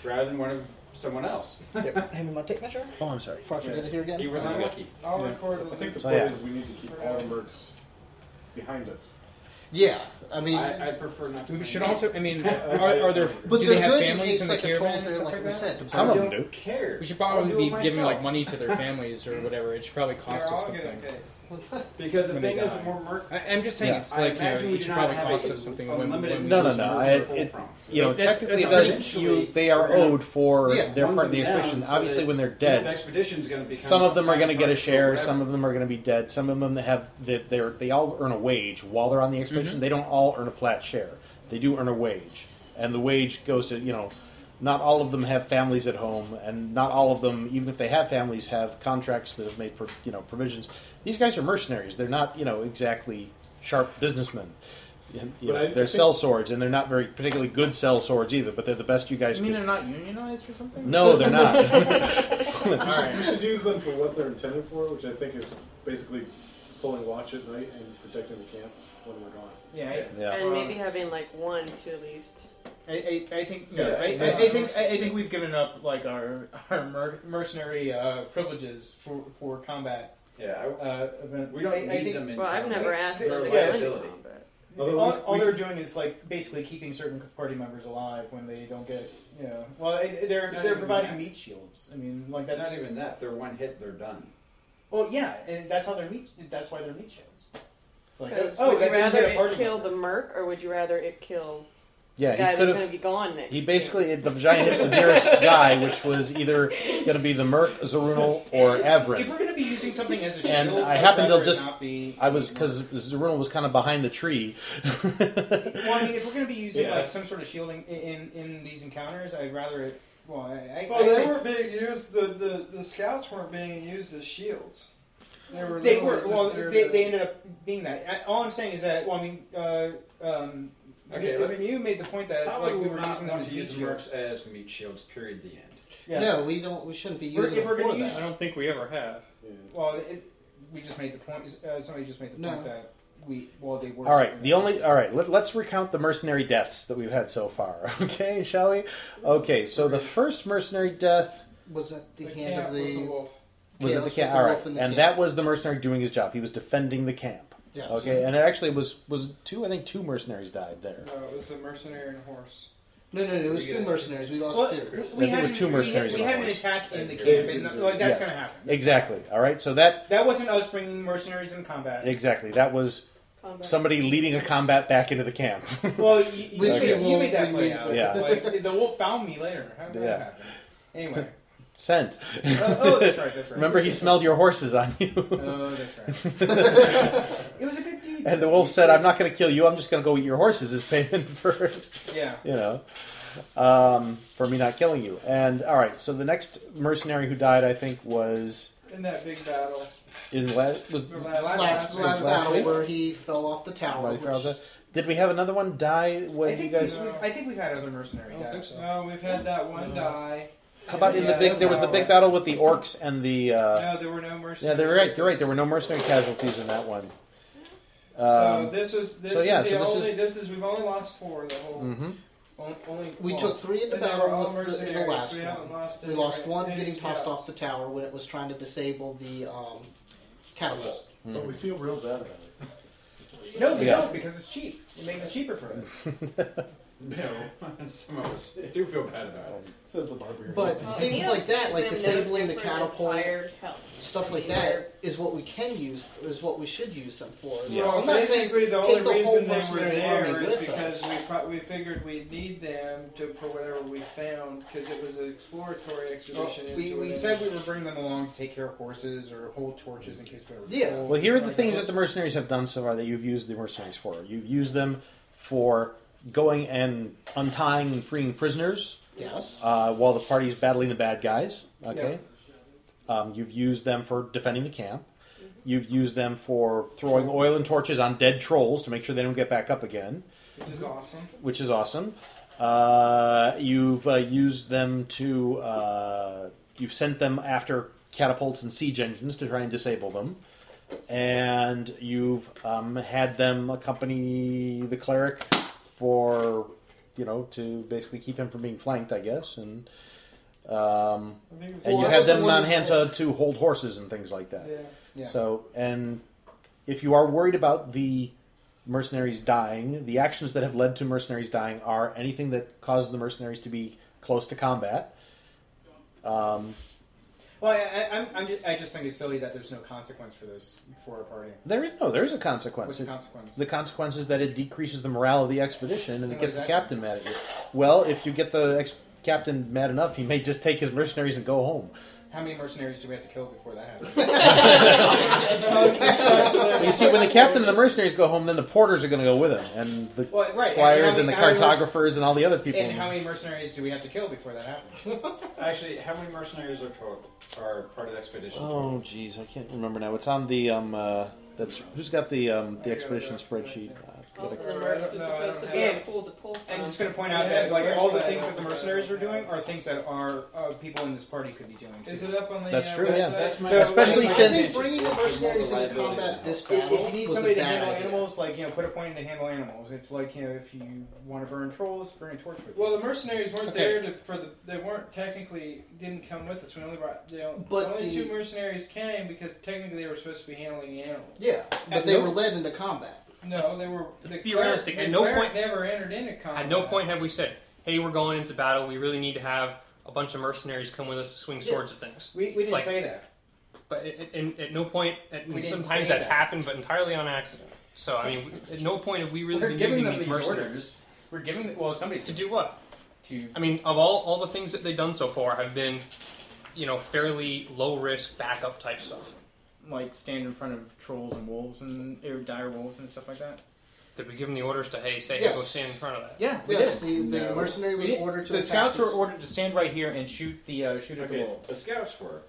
Speaker 9: rather than one of someone else.
Speaker 6: Here, hand me my tape measure.
Speaker 4: Oh, I'm sorry.
Speaker 6: Before I forget it here
Speaker 9: He
Speaker 6: again.
Speaker 9: was unlucky.
Speaker 3: I'll
Speaker 1: Yeah.
Speaker 3: record it
Speaker 1: I think the
Speaker 4: So,
Speaker 1: point
Speaker 4: yeah.
Speaker 1: is we need to keep all the mercs behind us.
Speaker 6: Yeah, I mean,
Speaker 9: I, I prefer not to.
Speaker 18: We
Speaker 9: bring
Speaker 18: should
Speaker 9: it up.
Speaker 18: also. I mean, are, are there?
Speaker 6: but
Speaker 18: do
Speaker 6: they're
Speaker 18: they have
Speaker 6: good in
Speaker 18: families
Speaker 6: case
Speaker 18: in the
Speaker 6: like a
Speaker 18: caravan
Speaker 6: troll's
Speaker 18: and
Speaker 6: there,
Speaker 18: stuff
Speaker 6: like
Speaker 18: like
Speaker 6: we
Speaker 18: that?
Speaker 6: said. to
Speaker 4: Some
Speaker 6: burn
Speaker 4: of
Speaker 6: down.
Speaker 4: them do.
Speaker 9: care.
Speaker 18: We should
Speaker 9: I'll
Speaker 18: probably
Speaker 9: do
Speaker 18: be
Speaker 9: it
Speaker 18: giving like
Speaker 9: myself.
Speaker 18: money to their families or whatever. It should probably cost
Speaker 3: They're
Speaker 18: us
Speaker 3: all gonna
Speaker 18: something.
Speaker 3: get-
Speaker 9: Because the
Speaker 18: when they
Speaker 9: thing is,
Speaker 18: die.
Speaker 9: the more merc
Speaker 18: I, I'm just saying,
Speaker 4: Yeah.
Speaker 18: it's like you know,
Speaker 9: imagine we
Speaker 18: it
Speaker 9: do
Speaker 18: should
Speaker 9: not
Speaker 18: probably
Speaker 9: have
Speaker 18: cost
Speaker 9: a-
Speaker 18: us something.
Speaker 9: a
Speaker 18: When, when
Speaker 9: limited
Speaker 18: we
Speaker 4: No, no,
Speaker 18: lose
Speaker 4: no.
Speaker 18: them.
Speaker 4: I, it, you know,
Speaker 18: That's-
Speaker 4: technically,
Speaker 18: that's
Speaker 4: it does,
Speaker 9: pretty-
Speaker 4: you they are owed for
Speaker 6: Yeah.
Speaker 4: their part of the
Speaker 9: One down,
Speaker 4: expedition.
Speaker 9: so
Speaker 4: Obviously,
Speaker 9: that
Speaker 4: when they're
Speaker 9: the
Speaker 4: dead,
Speaker 9: expedition's gonna become
Speaker 4: some of them are going to get a
Speaker 9: contract
Speaker 4: share.
Speaker 9: forever.
Speaker 4: Some of them are going to be dead. Some of them have that they they all earn a wage while they're on the
Speaker 5: Mm-hmm.
Speaker 4: expedition. They don't all earn a flat share. They do earn a wage, and the wage goes to you know. Not all of them have families at home, and not all of them, even if they have families, have contracts that have made pro- you know provisions. These guys are mercenaries. They're not, you know, exactly sharp businessmen. You know,
Speaker 5: But I- I
Speaker 4: they're
Speaker 5: think-
Speaker 4: cell swords, and they're not very particularly good cell swords either. But they're the best you guys
Speaker 5: You mean
Speaker 4: could-
Speaker 5: they're not unionized or something?
Speaker 4: No, they're not.
Speaker 1: we,
Speaker 4: All
Speaker 1: should,
Speaker 4: right.
Speaker 1: we should use them for what they're intended for, which I think is basically pulling watch at night and protecting the camp when we're gone.
Speaker 5: Yeah.
Speaker 12: And maybe having like one to at least.
Speaker 5: I, I, I think no.
Speaker 54: Yes,
Speaker 5: I, I, I
Speaker 54: yes.
Speaker 5: think I, I think we've given up like our our mer- mercenary uh, privileges for for combat.
Speaker 9: Yeah, I-
Speaker 5: uh, events.
Speaker 9: we don't
Speaker 5: I, I
Speaker 9: need
Speaker 5: think,
Speaker 9: them in
Speaker 12: Well, I've never asked
Speaker 5: They-
Speaker 12: them to
Speaker 5: yeah,
Speaker 12: go into
Speaker 5: they-
Speaker 12: combat.
Speaker 5: All,
Speaker 9: Although we-
Speaker 5: all
Speaker 9: we-
Speaker 5: they're doing is like basically keeping certain party members alive when they don't get you know. Well, I- they're
Speaker 9: Not
Speaker 5: they're
Speaker 9: even
Speaker 5: providing
Speaker 9: that.
Speaker 5: meat shields. I mean, like that's
Speaker 9: not even that. They're one hit, they're done.
Speaker 5: Well, yeah, and that's how they're meat. That's why they're meat shields. It's like
Speaker 12: Because
Speaker 5: oh,
Speaker 12: would
Speaker 5: that
Speaker 12: you rather
Speaker 5: didn't hit a
Speaker 12: it
Speaker 5: party
Speaker 12: kill
Speaker 5: member.
Speaker 12: the merc, or would you rather it kill
Speaker 4: Yeah,
Speaker 12: the
Speaker 4: he
Speaker 12: guy that's
Speaker 4: could've-
Speaker 12: going to be gone next?
Speaker 4: He basically the giant hit the nearest guy, which was either going to be the Merc, Zarunal, or
Speaker 5: If we're
Speaker 4: Evren.
Speaker 5: gonna be using something as a shield,
Speaker 4: And I
Speaker 5: I'd
Speaker 4: happened to
Speaker 5: rather it
Speaker 4: just
Speaker 5: not be
Speaker 4: I was because Zarunal was kind of behind the tree.
Speaker 5: Well, I mean, if we're going to be using
Speaker 4: Yeah.
Speaker 5: like some sort of shielding i- in in these encounters, I'd rather it. Well, I, I,
Speaker 3: Well,
Speaker 5: I
Speaker 3: they
Speaker 5: think-
Speaker 3: weren't being used. The, the, the scouts weren't being used as shields. They were.
Speaker 5: They
Speaker 3: literally
Speaker 5: were.
Speaker 3: just
Speaker 5: Well,
Speaker 3: there
Speaker 5: they,
Speaker 3: to-
Speaker 5: they ended up being that. I, all I'm saying is that. Well, I mean, uh, um,
Speaker 9: Okay,
Speaker 5: okay,
Speaker 9: let
Speaker 5: you made the point that
Speaker 9: I
Speaker 5: like we
Speaker 9: would
Speaker 5: were
Speaker 9: not
Speaker 5: using them
Speaker 9: want
Speaker 5: as
Speaker 9: to use
Speaker 5: meat
Speaker 9: mercs
Speaker 5: shields.
Speaker 9: as meat shields. Period. The end.
Speaker 5: Yeah.
Speaker 6: No, we don't. We shouldn't be
Speaker 5: We're-
Speaker 6: using.
Speaker 5: if we're
Speaker 6: them
Speaker 5: gonna
Speaker 6: for
Speaker 5: use
Speaker 6: that.
Speaker 14: I don't think we ever have.
Speaker 5: Well, it, we just made the point. Uh, somebody just made the point
Speaker 6: No.
Speaker 5: that we. Well, they were.
Speaker 4: All right,
Speaker 5: something
Speaker 4: the
Speaker 5: that
Speaker 4: only
Speaker 5: was-
Speaker 4: all right. Let, let's recount the mercenary deaths that we've had so far. Okay, shall we? Okay, so the first mercenary death
Speaker 6: was that the, hand
Speaker 5: cat
Speaker 6: of
Speaker 5: with
Speaker 6: the,
Speaker 5: the wolf.
Speaker 4: was at the camp.
Speaker 6: Chaos with
Speaker 4: All right,
Speaker 6: the wolf in
Speaker 4: and
Speaker 6: the camp.
Speaker 4: that was the mercenary doing his job. He was defending the camp.
Speaker 5: Yes.
Speaker 4: Okay, and it actually was was two. I think two mercenaries died there.
Speaker 5: No, it was the mercenary and horse.
Speaker 6: No, no, no, it was two mercenaries. We lost
Speaker 5: Well,
Speaker 6: two.
Speaker 5: we- we
Speaker 4: I think
Speaker 5: had
Speaker 4: it was
Speaker 5: an-
Speaker 4: two mercenaries
Speaker 5: We had,
Speaker 4: and
Speaker 5: we
Speaker 4: a
Speaker 5: had an
Speaker 4: horse.
Speaker 5: attack in the
Speaker 4: Yeah.
Speaker 5: camp, and no- like that's
Speaker 4: Yes.
Speaker 5: gonna happen.
Speaker 4: Exactly. All right, so that
Speaker 5: That wasn't us bringing mercenaries in combat.
Speaker 4: Exactly. That was
Speaker 5: Combat.
Speaker 4: somebody leading a combat back into the camp.
Speaker 5: Well, you, you,
Speaker 4: Okay.
Speaker 5: made, you made that
Speaker 4: we-
Speaker 5: play
Speaker 4: we-
Speaker 5: out.
Speaker 4: Yeah.
Speaker 5: Like, the wolf found me later. How did
Speaker 4: Yeah.
Speaker 5: that happen? Anyway.
Speaker 4: Scent.
Speaker 5: Oh, oh, that's right, that's right.
Speaker 4: Remember, he smelled your horses on you.
Speaker 5: Oh, that's right. It was a good dude.
Speaker 4: And the wolf said, "I'm not going to kill you. I'm just going to go eat your horses as payment for,
Speaker 5: Yeah.
Speaker 4: you know, um, for me not killing you." And all right, so the next mercenary who died, I think, was
Speaker 3: in that big battle.
Speaker 4: in last was
Speaker 3: The
Speaker 6: Last, last,
Speaker 4: was last
Speaker 6: battle
Speaker 4: week?
Speaker 6: where he fell off the tower.
Speaker 4: Right,
Speaker 6: which-
Speaker 4: Farrell's death. Did we have another one die
Speaker 5: I
Speaker 4: when you
Speaker 5: think,
Speaker 4: guys?
Speaker 5: we've, I think we've had other mercenary guys.
Speaker 3: No, we've had that one die.
Speaker 4: How about in the
Speaker 3: Yeah,
Speaker 4: big? There was the
Speaker 3: no.
Speaker 4: big battle with the orcs and the. Uh,
Speaker 3: No, there were no mercenaries.
Speaker 4: Yeah, they're right. They're right. There were no mercenary casualties in that one.
Speaker 3: So
Speaker 4: Um,
Speaker 3: this was this
Speaker 4: so yeah,
Speaker 3: is
Speaker 4: so
Speaker 3: the
Speaker 4: this
Speaker 3: only
Speaker 4: is
Speaker 3: this is we've only lost four the whole.
Speaker 4: Mhm.
Speaker 3: on- Only,
Speaker 6: We
Speaker 3: well,
Speaker 6: took three in the
Speaker 3: and they
Speaker 6: battle
Speaker 3: were all
Speaker 6: with the, in the
Speaker 3: mercenaries.
Speaker 6: last
Speaker 3: we
Speaker 6: one.
Speaker 3: haven't Lost
Speaker 6: we
Speaker 3: any
Speaker 6: lost
Speaker 3: right-
Speaker 6: one
Speaker 3: any
Speaker 6: getting tossed
Speaker 3: scouts.
Speaker 6: off the tower when it was trying to disable the um, catapult.
Speaker 1: But we feel real bad about it.
Speaker 5: No, we
Speaker 1: Yeah.
Speaker 5: don't because it's cheap. It makes it cheaper for us.
Speaker 9: No, some of us do feel bad about it.
Speaker 1: Says the barbarian.
Speaker 6: But things like that, like
Speaker 12: Sam
Speaker 6: disabling the
Speaker 12: knows different
Speaker 6: catapult,
Speaker 12: inspired health.
Speaker 6: stuff like that, is what we can use, is what we should use them for.
Speaker 3: Yeah. Well,
Speaker 6: I'm not saying
Speaker 3: basically, the
Speaker 6: take
Speaker 3: only
Speaker 6: the whole
Speaker 3: reason they were
Speaker 6: mercenary
Speaker 3: there
Speaker 6: army
Speaker 3: is
Speaker 6: with
Speaker 3: because
Speaker 6: us.
Speaker 3: we, pro- we figured we'd need them to for whatever we found because it was an exploratory expedition.
Speaker 5: Well, we
Speaker 3: into
Speaker 5: we
Speaker 3: an
Speaker 5: said we were bringing them along to take care of horses or hold torches in case we were. cold,
Speaker 4: Well, here are the
Speaker 5: like
Speaker 4: things that the mercenaries have done so far that you've used the mercenaries for. You've used them for going and untying and freeing prisoners.
Speaker 6: Yes.
Speaker 4: Uh, while the party's battling the bad guys. Okay. Um, you've used them for defending the camp. You've used them for throwing oil and torches on dead trolls to make sure they don't get back up again.
Speaker 3: Which is awesome.
Speaker 4: which is awesome. Uh, you've uh, used them to uh, you've sent them after catapults and siege engines to try and disable them, and you've um, had them accompany the cleric for you know to basically keep him from being flanked, I guess, and um,
Speaker 3: I think it was-
Speaker 4: and you
Speaker 3: Well,
Speaker 4: had
Speaker 3: that
Speaker 4: them
Speaker 3: was
Speaker 4: on
Speaker 3: the
Speaker 4: hand
Speaker 3: one-
Speaker 4: to, to hold horses and things like that.
Speaker 3: Yeah. Yeah.
Speaker 4: So and if you are worried about the mercenaries dying, the actions that have led to mercenaries dying are anything that causes the mercenaries to be close to combat. Um,
Speaker 5: Well, I, I, I'm, I'm just, I just think it's silly that there's no consequence for this for our party.
Speaker 4: there is no, there is a consequence.
Speaker 5: What's the
Speaker 4: It-
Speaker 5: consequence?
Speaker 4: The consequence is that it decreases the morale of the expedition,
Speaker 3: Oh,
Speaker 4: and it
Speaker 5: What
Speaker 4: gets
Speaker 5: does
Speaker 4: the
Speaker 5: that
Speaker 4: captain mad at you. Well, if you get the ex- captain mad enough, he may just take his mercenaries and go home.
Speaker 5: How many mercenaries do we have to kill before that happens?
Speaker 4: He's you see, when the captain and the mercenaries go home, then the porters are going to go with him, and the
Speaker 5: Well, right, and
Speaker 4: squires
Speaker 5: how
Speaker 4: and,
Speaker 5: many- how many
Speaker 4: the
Speaker 5: merc-
Speaker 4: cartographers and all the other people.
Speaker 5: And how many mercenaries do we have to kill before that happens?
Speaker 9: Actually, how many mercenaries are total? Are part of the expedition?
Speaker 4: Oh, jeez, I can't remember now. It's on the um. Uh, that's who's got the um the expedition spreadsheet. Uh,
Speaker 12: Also, the mercs are supposed to be a
Speaker 5: And-
Speaker 12: pool to pull from.
Speaker 5: I'm just going to point out that like all the things that the mercenaries are doing are things that our uh, people in this party could be doing. Too.
Speaker 55: Is it up on the?
Speaker 4: That's
Speaker 55: uh,
Speaker 4: true, yeah.
Speaker 55: website?
Speaker 4: That's my-
Speaker 5: So,
Speaker 4: Especially
Speaker 5: like,
Speaker 4: since-
Speaker 5: I think bringing the mercenaries
Speaker 6: into
Speaker 5: into
Speaker 6: combat this
Speaker 5: If-
Speaker 6: battle
Speaker 5: If you need
Speaker 6: was
Speaker 5: somebody
Speaker 6: a
Speaker 5: to
Speaker 6: bad
Speaker 5: handle
Speaker 6: idea.
Speaker 5: animals, like you know, put a point in to handle animals. If like you know, if you want to burn trolls, burn a torch. With
Speaker 3: Well, the mercenaries weren't
Speaker 5: Okay.
Speaker 3: there to, for the. They weren't technically didn't come with us. We only brought you know,
Speaker 6: But
Speaker 3: only
Speaker 6: the-
Speaker 3: two mercenaries came because technically they were supposed to be handling animals.
Speaker 6: Yeah, but
Speaker 3: At
Speaker 6: they
Speaker 3: no-
Speaker 6: were led into combat.
Speaker 3: No, they were.
Speaker 6: Let's
Speaker 3: the
Speaker 6: be
Speaker 3: cleric-
Speaker 14: realistic.
Speaker 3: the
Speaker 14: At no
Speaker 3: cleric
Speaker 14: point-
Speaker 3: never entered into combat.
Speaker 14: At no point have we said, "Hey, we're going into battle. We really need to have a bunch of mercenaries come with us to swing swords at things."
Speaker 5: We, we
Speaker 14: It's
Speaker 5: didn't
Speaker 14: like-
Speaker 5: say that.
Speaker 14: But it, it, and at no point, at,
Speaker 5: We didn't
Speaker 14: sometimes
Speaker 5: say
Speaker 14: that's
Speaker 5: that.
Speaker 14: happened, but entirely on accident. So I mean, we- at no point have we really
Speaker 5: We're
Speaker 14: been
Speaker 5: giving
Speaker 14: using
Speaker 5: them
Speaker 14: these
Speaker 5: these
Speaker 14: mercenaries.
Speaker 5: orders. We're giving them, well, somebody's
Speaker 14: to do what?
Speaker 5: To
Speaker 14: I mean, of all all the things that they've done so far, have been, you know, fairly low risk backup type stuff.
Speaker 5: like stand in front of trolls and wolves and or dire wolves and stuff like that.
Speaker 14: Did we give them the orders to hey, say, hey, go
Speaker 5: Yes.
Speaker 14: stand in front of that?
Speaker 5: Yeah, we
Speaker 6: Yes,
Speaker 5: did.
Speaker 6: the- the No. mercenary was
Speaker 5: We did.
Speaker 6: ordered to
Speaker 5: The
Speaker 6: attack
Speaker 5: scouts were
Speaker 6: us.
Speaker 5: ordered to stand right here and shoot the uh, shoot at
Speaker 9: Okay,
Speaker 5: the wolves.
Speaker 9: the scouts were.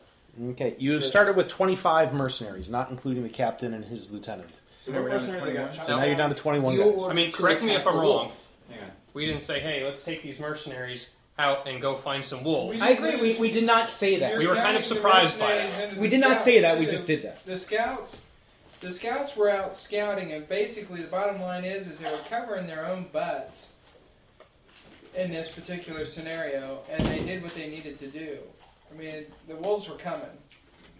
Speaker 4: Okay, you have started with 25 mercenaries, not including the captain and his lieutenant.
Speaker 9: So what mercenary they got?
Speaker 4: So now you're down to 21
Speaker 9: You
Speaker 4: guys.
Speaker 9: were-
Speaker 14: I mean,
Speaker 9: to
Speaker 14: correct me
Speaker 9: attack
Speaker 14: if I'm
Speaker 9: the
Speaker 14: wrong.
Speaker 9: wolf. Yeah.
Speaker 14: We didn't say, hey, let's take these mercenaries out and go find some wolves.
Speaker 5: I agree. We, we did not say that.
Speaker 14: We were kind of surprised by it.
Speaker 5: We did not say that. We just did that.
Speaker 3: The scouts, the scouts were out scouting, and basically the bottom line is, is they were covering their own butts in this particular scenario, and they did what they needed to do. I mean, the wolves were coming.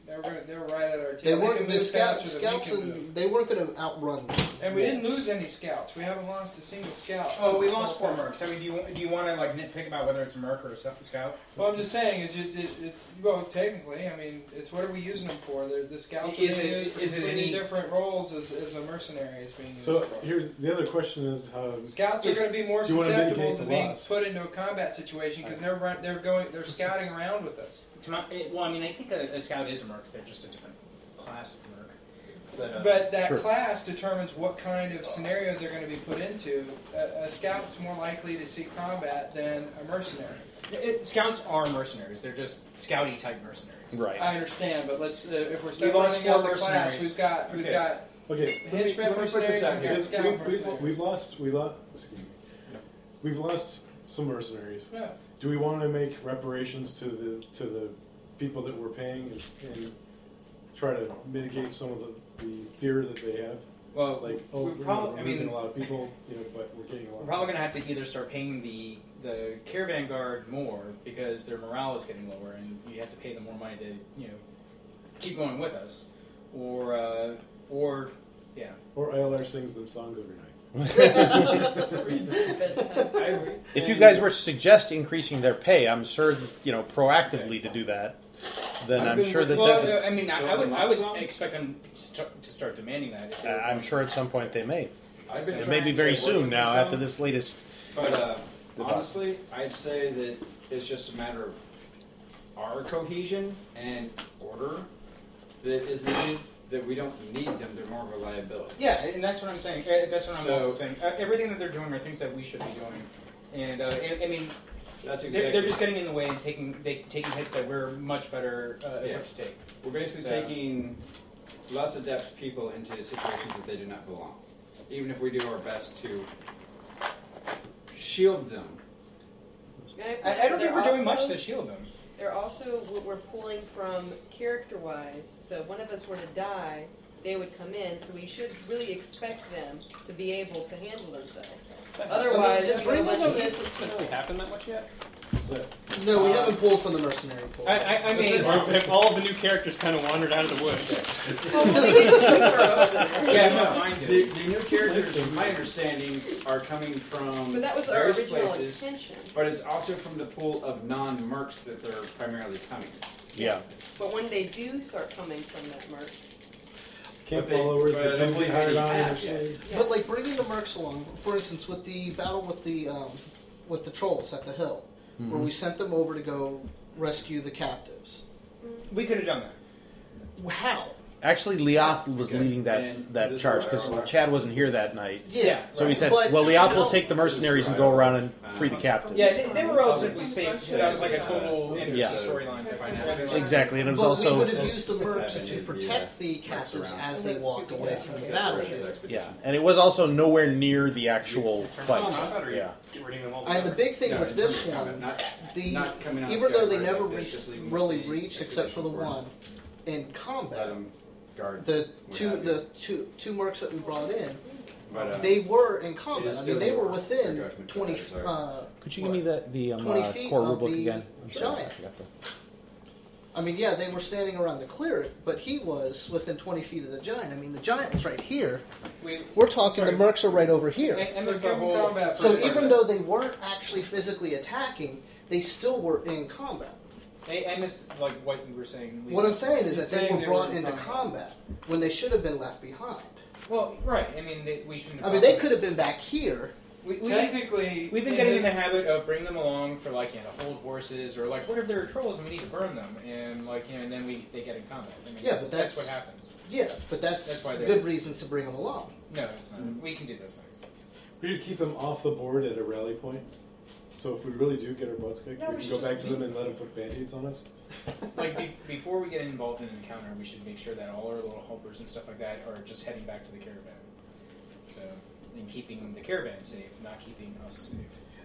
Speaker 3: They were, gonna, they were right at our
Speaker 6: They
Speaker 3: tail.
Speaker 6: weren't.
Speaker 3: could
Speaker 6: The
Speaker 3: move
Speaker 6: scouts,
Speaker 3: faster than we
Speaker 6: scouts,
Speaker 3: could move.
Speaker 6: and they weren't going to outrun. them.
Speaker 3: And we didn't
Speaker 6: Yes.
Speaker 3: lose any scouts. We haven't lost a single scout.
Speaker 5: Oh, we lost four mercs. I mean, do you do you want to like nitpick about whether it's a merc or a sc- scout?
Speaker 3: Well, I'm just saying, it's, it, it, it's well, technically, I mean, it's what are we using them for? They're, the scouts
Speaker 5: Is
Speaker 3: are being
Speaker 5: it-
Speaker 3: used for
Speaker 5: is it
Speaker 3: completely
Speaker 5: any-
Speaker 3: different roles as, as a mercenary is being used
Speaker 1: So
Speaker 3: for.
Speaker 1: here, the other question is how
Speaker 3: Scouts are
Speaker 1: is-
Speaker 3: going to be more
Speaker 1: do you wanna
Speaker 3: susceptible
Speaker 1: mitigate
Speaker 3: to
Speaker 1: the
Speaker 3: being
Speaker 1: loss?
Speaker 3: put into a combat situation because they're run, they're going they're scouting around with us.
Speaker 5: It's not, it, eh, well, I mean, I think a, a scout is a merc. They're just a different class of merc. But, uh,
Speaker 3: But that class determines what kind of scenarios they're going to be put into. A, a scout's more likely to see combat than a mercenary.
Speaker 5: It, scouts are mercenaries. They're just scouty type mercenaries.
Speaker 4: Right.
Speaker 3: I understand, but let's uh, if we're
Speaker 5: We lost
Speaker 3: separating
Speaker 5: four
Speaker 3: out the class,
Speaker 5: mercenaries.
Speaker 3: we've got we've
Speaker 1: Okay.
Speaker 3: got
Speaker 1: Okay, let me,
Speaker 3: henchmen
Speaker 1: let me put
Speaker 3: mercenaries
Speaker 1: this out
Speaker 3: and
Speaker 1: here.
Speaker 3: we've got scout
Speaker 1: We, have
Speaker 3: mercenaries.
Speaker 1: lost, we lost, excuse me, we've lost some mercenaries.
Speaker 3: Yeah.
Speaker 1: Do we want to make reparations to the to the people that we're paying and, and try to mitigate some of the, the fear that they have?
Speaker 5: Well,
Speaker 1: like oh,
Speaker 5: we
Speaker 1: you know,
Speaker 5: probably-
Speaker 1: we're
Speaker 5: I mean-
Speaker 1: losing a lot of people, you know, but we're getting a lot.
Speaker 5: We're
Speaker 1: of
Speaker 5: probably going to have to either start paying the the caravan guard more because their morale is getting lower, and you have to pay them more money to you know keep going with us, or uh, or yeah.
Speaker 1: Or ILR sings them songs every night.
Speaker 4: If you guys were to suggest increasing their pay, I'm sure, you know, proactively to do that, then
Speaker 5: I've
Speaker 4: I'm
Speaker 5: been
Speaker 4: sure that
Speaker 5: wor- well,
Speaker 4: that
Speaker 5: uh, I mean, I, I would, I
Speaker 4: was.
Speaker 5: would expect them st- to start demanding that. if
Speaker 4: Uh,
Speaker 5: they were
Speaker 4: I'm
Speaker 5: going-
Speaker 4: sure at some point they may.
Speaker 5: I've been
Speaker 4: It may be
Speaker 5: trying
Speaker 4: very
Speaker 5: to
Speaker 4: soon
Speaker 5: work
Speaker 4: now
Speaker 5: with
Speaker 4: after
Speaker 5: some.
Speaker 4: this latest.
Speaker 9: But uh,
Speaker 4: Goodbye.
Speaker 9: honestly, I'd say that it's just a matter of our cohesion and order that is needed. That we don't need them; they're more of a liability.
Speaker 5: Yeah, and that's what I'm saying. Uh, That's what I'm
Speaker 9: So-
Speaker 5: also saying. Uh, everything that they're doing are things that we should be doing, and uh, I, I mean,
Speaker 9: That's
Speaker 5: they're, they're
Speaker 9: exactly-
Speaker 5: just getting in the way and taking they taking hits that we're much better uh, equipped
Speaker 9: Yeah.
Speaker 5: to take.
Speaker 9: We're basically
Speaker 5: So-
Speaker 9: taking less adept people into situations that they do not belong, even if we do our best to shield them.
Speaker 5: I, I don't think
Speaker 12: They're
Speaker 5: we're doing
Speaker 12: also-
Speaker 5: much to shield them.
Speaker 12: They're also what we're pulling from character wise. So if one of us were to die, they would come in. So we should really expect them to be able to handle themselves. Otherwise,
Speaker 6: Well,
Speaker 12: we're
Speaker 6: bring them
Speaker 12: much
Speaker 6: up.
Speaker 12: this is
Speaker 14: Has it happened that much yet?
Speaker 6: No, we haven't pulled from the mercenary pool.
Speaker 14: I- I- I mean- If all of the new characters kind of wandered out of the woods.
Speaker 9: yeah, no, the, the new characters, from my understanding, are coming from
Speaker 12: But that was our
Speaker 9: various
Speaker 12: original
Speaker 9: places,
Speaker 12: intention.
Speaker 9: but it's also from the pool of non-mercs that they're primarily coming.
Speaker 4: Yeah.
Speaker 12: But when they do start coming from that merc,
Speaker 1: Camp
Speaker 9: But they-
Speaker 1: followers
Speaker 9: but I
Speaker 1: that
Speaker 9: don't
Speaker 1: don't get
Speaker 9: believe
Speaker 1: hired
Speaker 9: any
Speaker 1: on.
Speaker 9: have
Speaker 1: or
Speaker 9: yet.
Speaker 1: say-
Speaker 6: But like bringing the mercs along, for instance, with the battle with the um, with the trolls at the hill, where
Speaker 5: Mhm.
Speaker 6: we sent them over to go rescue the captives.
Speaker 5: We could have done that.
Speaker 6: How?
Speaker 4: Actually, Leoth was leading that, that charge because Chad wasn't here that night.
Speaker 38: Yeah,
Speaker 4: So he
Speaker 38: right.
Speaker 4: said,
Speaker 38: But-
Speaker 4: "Well, Leoth will take the mercenaries and go around and free the captains."
Speaker 5: Yeah, they, they were relatively safe because that was like a total interesting
Speaker 4: Yeah.
Speaker 5: storyline to find out.
Speaker 4: Exactly, and it was
Speaker 6: but
Speaker 4: also-
Speaker 6: we would have used the mercs to protect the captives as they walked away from the battlefield.
Speaker 4: Yeah, and it was also nowhere near the actual
Speaker 6: Combat.
Speaker 4: fight. Yeah.
Speaker 14: Get rid of them all
Speaker 6: And the big thing
Speaker 4: No,
Speaker 6: with
Speaker 4: it's
Speaker 6: this
Speaker 4: not
Speaker 6: one, the
Speaker 4: not coming out
Speaker 6: even though they
Speaker 4: scared
Speaker 6: never
Speaker 4: first, they're
Speaker 6: reached-
Speaker 4: just leaving
Speaker 6: really reached except for the one in combat,
Speaker 9: guard
Speaker 6: the
Speaker 9: what
Speaker 6: two
Speaker 9: have
Speaker 6: the two two mercs that we brought in,
Speaker 9: But, uh,
Speaker 6: they were in
Speaker 9: it
Speaker 6: combat.
Speaker 9: is
Speaker 6: I mean, they
Speaker 9: still
Speaker 6: were
Speaker 9: a
Speaker 6: within
Speaker 9: judgment
Speaker 6: twenty.
Speaker 9: call, sorry.
Speaker 6: Uh,
Speaker 4: Could you give me the the um,
Speaker 6: 20
Speaker 4: uh,
Speaker 6: feet
Speaker 4: core
Speaker 6: of
Speaker 4: rulebook
Speaker 6: the
Speaker 4: again? I'm sorry, I
Speaker 6: giant.
Speaker 4: forgot the-
Speaker 6: I mean, yeah, they were standing around the clear, but he was within twenty feet of the giant. I mean, the giant was right here.
Speaker 56: We-
Speaker 6: We're talking the mercs are right over here.
Speaker 56: And- and this So give whole- them combat
Speaker 6: so
Speaker 56: first part
Speaker 6: even
Speaker 56: of
Speaker 6: though they weren't actually physically attacking, they still were in combat.
Speaker 56: I, I missed like what you were saying. Lee.
Speaker 6: What I'm saying is
Speaker 56: He's
Speaker 6: that they
Speaker 56: saying
Speaker 6: were brought
Speaker 56: in
Speaker 6: into combat when they should have been left behind.
Speaker 56: Well, right. I mean, they, we shouldn't. Have
Speaker 6: I mean, they could have been back here.
Speaker 56: We, we,
Speaker 5: Technically,
Speaker 56: technically,
Speaker 5: We've been getting in the
Speaker 56: this-
Speaker 5: habit of bringing them along for like you know to hold horses or like what if there are trolls and we need to burn them and like you know and then we they get in combat. I mean,
Speaker 6: Yeah,
Speaker 5: that's,
Speaker 6: but that's,
Speaker 5: what happens.
Speaker 6: Yeah, but that's,
Speaker 5: That's why they're-
Speaker 6: good reasons to bring them along.
Speaker 5: No, it's not.
Speaker 6: Mm.
Speaker 5: We can do those things.
Speaker 1: We could keep them off the board at a rally point. So if we really do get our butts kicked,
Speaker 5: No, we
Speaker 1: we can go
Speaker 5: should just
Speaker 1: back to
Speaker 5: leave.
Speaker 1: them and let them put band-aids on us.
Speaker 5: like be- before we get involved in an encounter, we should make sure that all our little helpers and stuff like that are just heading back to the caravan. So, and keeping the caravan safe, not keeping us safe.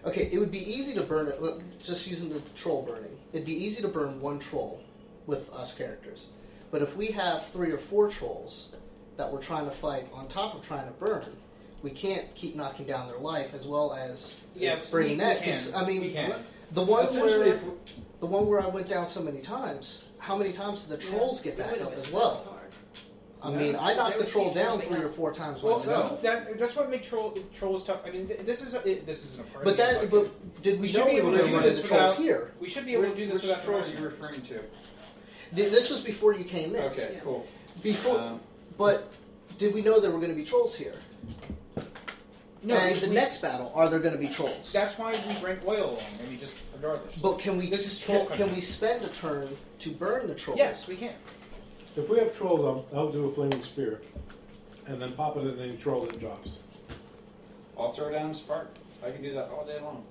Speaker 6: Okay, it would be easy to burn it. look, Just using the troll burning, it'd be easy to burn one troll with us characters. But if we have three or four trolls that we're trying to fight on top of trying to burn, we can't keep knocking down their life as well as
Speaker 56: Yes,
Speaker 6: bringing
Speaker 56: we- we
Speaker 6: that.
Speaker 56: can.
Speaker 6: 'cause, I mean,
Speaker 56: We can.
Speaker 6: the one
Speaker 56: Essentially,
Speaker 6: where
Speaker 56: if
Speaker 6: the one where I went down so many times. How many times did the trolls get back up as well? I mean, I knocked the troll down three or four times
Speaker 5: Well,
Speaker 6: myself.
Speaker 5: no, that, that's what makes troll, trolls tough. I mean, th- this is a, it, this is an
Speaker 6: But
Speaker 5: apartment.
Speaker 6: that, but did we, know
Speaker 5: we should be able
Speaker 6: we
Speaker 5: to
Speaker 6: were
Speaker 5: do
Speaker 6: running
Speaker 5: this
Speaker 6: the trolls
Speaker 5: without
Speaker 6: here?
Speaker 5: We should be able to do this
Speaker 9: Which
Speaker 5: without
Speaker 9: trolls
Speaker 5: trolls.
Speaker 9: are you referring to?
Speaker 6: Th- This was before you came in.
Speaker 9: Okay, cool.
Speaker 6: Before,
Speaker 9: Um,
Speaker 6: but did we know there were going to be trolls here?
Speaker 5: No,
Speaker 6: And
Speaker 5: we-
Speaker 6: the
Speaker 5: we-
Speaker 6: next battle, are there going to be trolls?
Speaker 5: That's why we bring oil along, and we just regard this.
Speaker 6: But can we
Speaker 5: This is troll
Speaker 6: can,
Speaker 5: country.
Speaker 6: can we spend a turn to burn the trolls?
Speaker 5: Yes, we can.
Speaker 1: If we have trolls, I'll, I'll do a flaming spear, and then pop it in any troll that drops.
Speaker 9: I'll throw down a spark. I can do that all day long.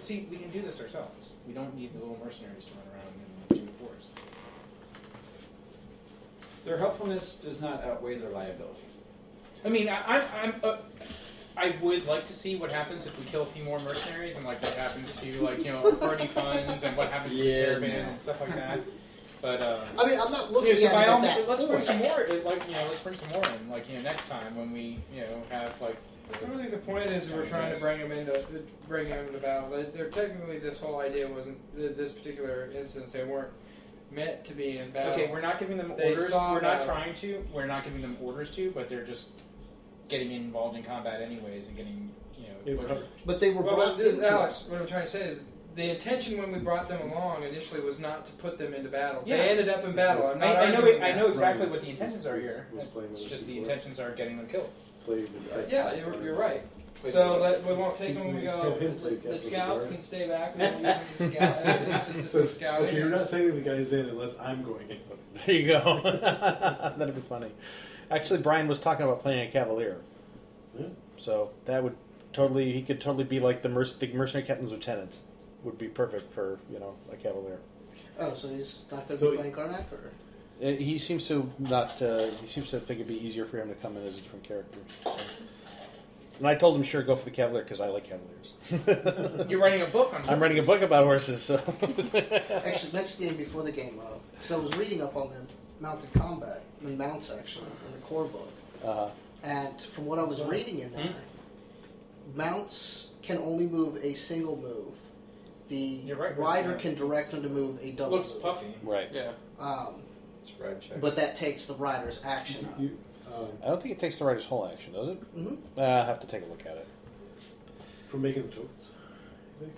Speaker 5: See, we can do this ourselves. We don't need the little mercenaries to run around and do it for us.
Speaker 9: Their helpfulness does not outweigh their liability.
Speaker 5: I mean, I, I'm, I'm uh, I would like to see what happens if we kill a few more mercenaries, and like what happens to like you know our party funds, and what happens to the
Speaker 9: Yeah,
Speaker 5: caravan
Speaker 9: no.
Speaker 5: and stuff like that. But um,
Speaker 6: I mean, I'm not looking
Speaker 5: you know, so
Speaker 6: at
Speaker 5: by
Speaker 6: it at
Speaker 5: all-
Speaker 6: that
Speaker 5: Let's bring
Speaker 6: point.
Speaker 5: some more. uh, Like you know, let's bring some more in. Like you know, next time when we you know have like.
Speaker 56: I don't think the point is that we're trying to bring them into bring them into battle. They- They're technically this whole idea wasn't th- this particular instance. They weren't meant to be in battle.
Speaker 5: Okay, we're not giving them
Speaker 56: They
Speaker 5: orders.
Speaker 56: saw
Speaker 5: We're not
Speaker 56: battle.
Speaker 5: trying to. We're not giving them orders to, but they're just getting involved in combat anyways and getting you know. butchered.
Speaker 6: But they were
Speaker 56: Well,
Speaker 6: brought
Speaker 56: but th-
Speaker 6: into
Speaker 56: Alex, what I'm trying to say is the intention when we brought them along initially was not to put them into battle.
Speaker 5: Yeah.
Speaker 56: They ended up in battle. I'm not
Speaker 5: I, I know.
Speaker 56: arguing
Speaker 5: I
Speaker 56: that.
Speaker 5: know exactly what the intentions are here. It's just the intentions are getting them killed.
Speaker 56: Yeah, you're, you're right.
Speaker 5: Wait,
Speaker 56: So
Speaker 5: wait.
Speaker 56: let, we won't take them when we go.
Speaker 1: Have him play
Speaker 56: The
Speaker 1: Captain
Speaker 56: scouts
Speaker 1: Guard.
Speaker 56: can stay back. We won't use them as scouts. This is just a
Speaker 1: Says,
Speaker 56: scouting.
Speaker 1: Okay, you're not sending the guys in unless I'm going in.
Speaker 4: There you go. That'd be funny. Actually, Brian was talking about playing a cavalier,
Speaker 1: Yeah.
Speaker 6: Hmm?
Speaker 4: so that would totally he could totally be like the, merc- the mercenary captain's lieutenant. Would be perfect for you know a cavalier.
Speaker 6: Oh, so he's not going to
Speaker 4: So-
Speaker 6: be playing Karnak, or
Speaker 4: Uh, He seems to not. Uh, he seems to think it'd be easier for him to come in as a different character. And I told him, sure, go for the cavalier because I like cavaliers.
Speaker 5: You're writing a book on.
Speaker 4: I'm writing a book about horses, so
Speaker 6: actually next game before the game. Uh, so I was reading up on them mounted combat, I mean mounts actually in the core book,
Speaker 4: uh,
Speaker 6: and from what I was reading in there,
Speaker 4: Hmm?
Speaker 6: mounts can only move a single move. The
Speaker 5: You're right, we're
Speaker 6: rider
Speaker 5: seeing
Speaker 6: can direct them to move a double.
Speaker 5: Looks
Speaker 6: move.
Speaker 5: puffy.
Speaker 4: right.
Speaker 14: Yeah.
Speaker 6: Um,
Speaker 9: It's a red check.
Speaker 6: but that takes the rider's action. up.
Speaker 1: um,
Speaker 4: I don't think it takes the writer's whole action, does it?
Speaker 6: Mhm.
Speaker 4: Uh, I have to take a look at it.
Speaker 1: For making the tokens, I think.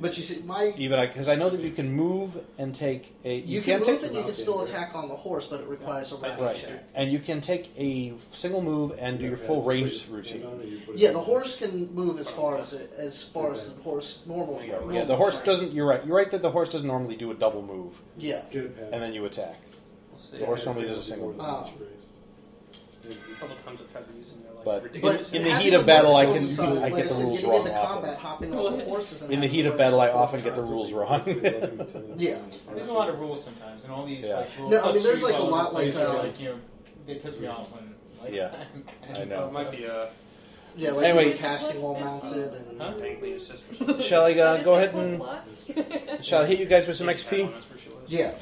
Speaker 6: But you see, my
Speaker 4: Even because I know that you can move and take a.
Speaker 6: you, can
Speaker 4: can't
Speaker 6: move
Speaker 4: take
Speaker 6: and you can still attack on the horse, but it requires a rider
Speaker 4: Right,
Speaker 6: check.
Speaker 4: and you can take a single move and do your full range routine.
Speaker 6: Yeah, the horse can move as far as it, as far as the horse normally.
Speaker 4: Yeah, the horse doesn't. You're right. You're right that the horse doesn't normally do a double move.
Speaker 6: Yeah.
Speaker 1: Get a pad.
Speaker 4: And then you attack. Or somebody does a single
Speaker 57: A
Speaker 6: Um,
Speaker 57: couple times I've tried to use it and they're like
Speaker 4: But
Speaker 57: ridiculous.
Speaker 4: in- in the heat of battle, I can
Speaker 6: Inside,
Speaker 4: I get the
Speaker 6: listen,
Speaker 4: rules
Speaker 6: getting
Speaker 4: wrong
Speaker 6: into combat, hopping
Speaker 4: often.
Speaker 6: off of horses and
Speaker 4: In the
Speaker 6: having
Speaker 4: heat
Speaker 6: to
Speaker 4: of
Speaker 6: run
Speaker 4: battle, I
Speaker 6: stuff.
Speaker 4: often get the rules wrong.
Speaker 6: Yeah.
Speaker 5: There's a lot of rules sometimes, and all these
Speaker 4: Yeah.
Speaker 5: like rules.
Speaker 6: No, I mean, there's,
Speaker 5: clusters
Speaker 6: like, a
Speaker 5: all over
Speaker 6: lot,
Speaker 5: the place
Speaker 6: like,
Speaker 5: where,
Speaker 6: uh,
Speaker 5: like, you know, they piss me off when like
Speaker 4: Yeah. I know.
Speaker 57: It might be a.
Speaker 6: Yeah, like
Speaker 4: Anyway.
Speaker 6: you're casting wall mounted and
Speaker 57: Huh? Technically, it's just.
Speaker 4: Shall I uh, go ahead
Speaker 12: Plus
Speaker 4: and
Speaker 12: lots?
Speaker 4: shall I hit you guys with some XP?
Speaker 6: Yeah.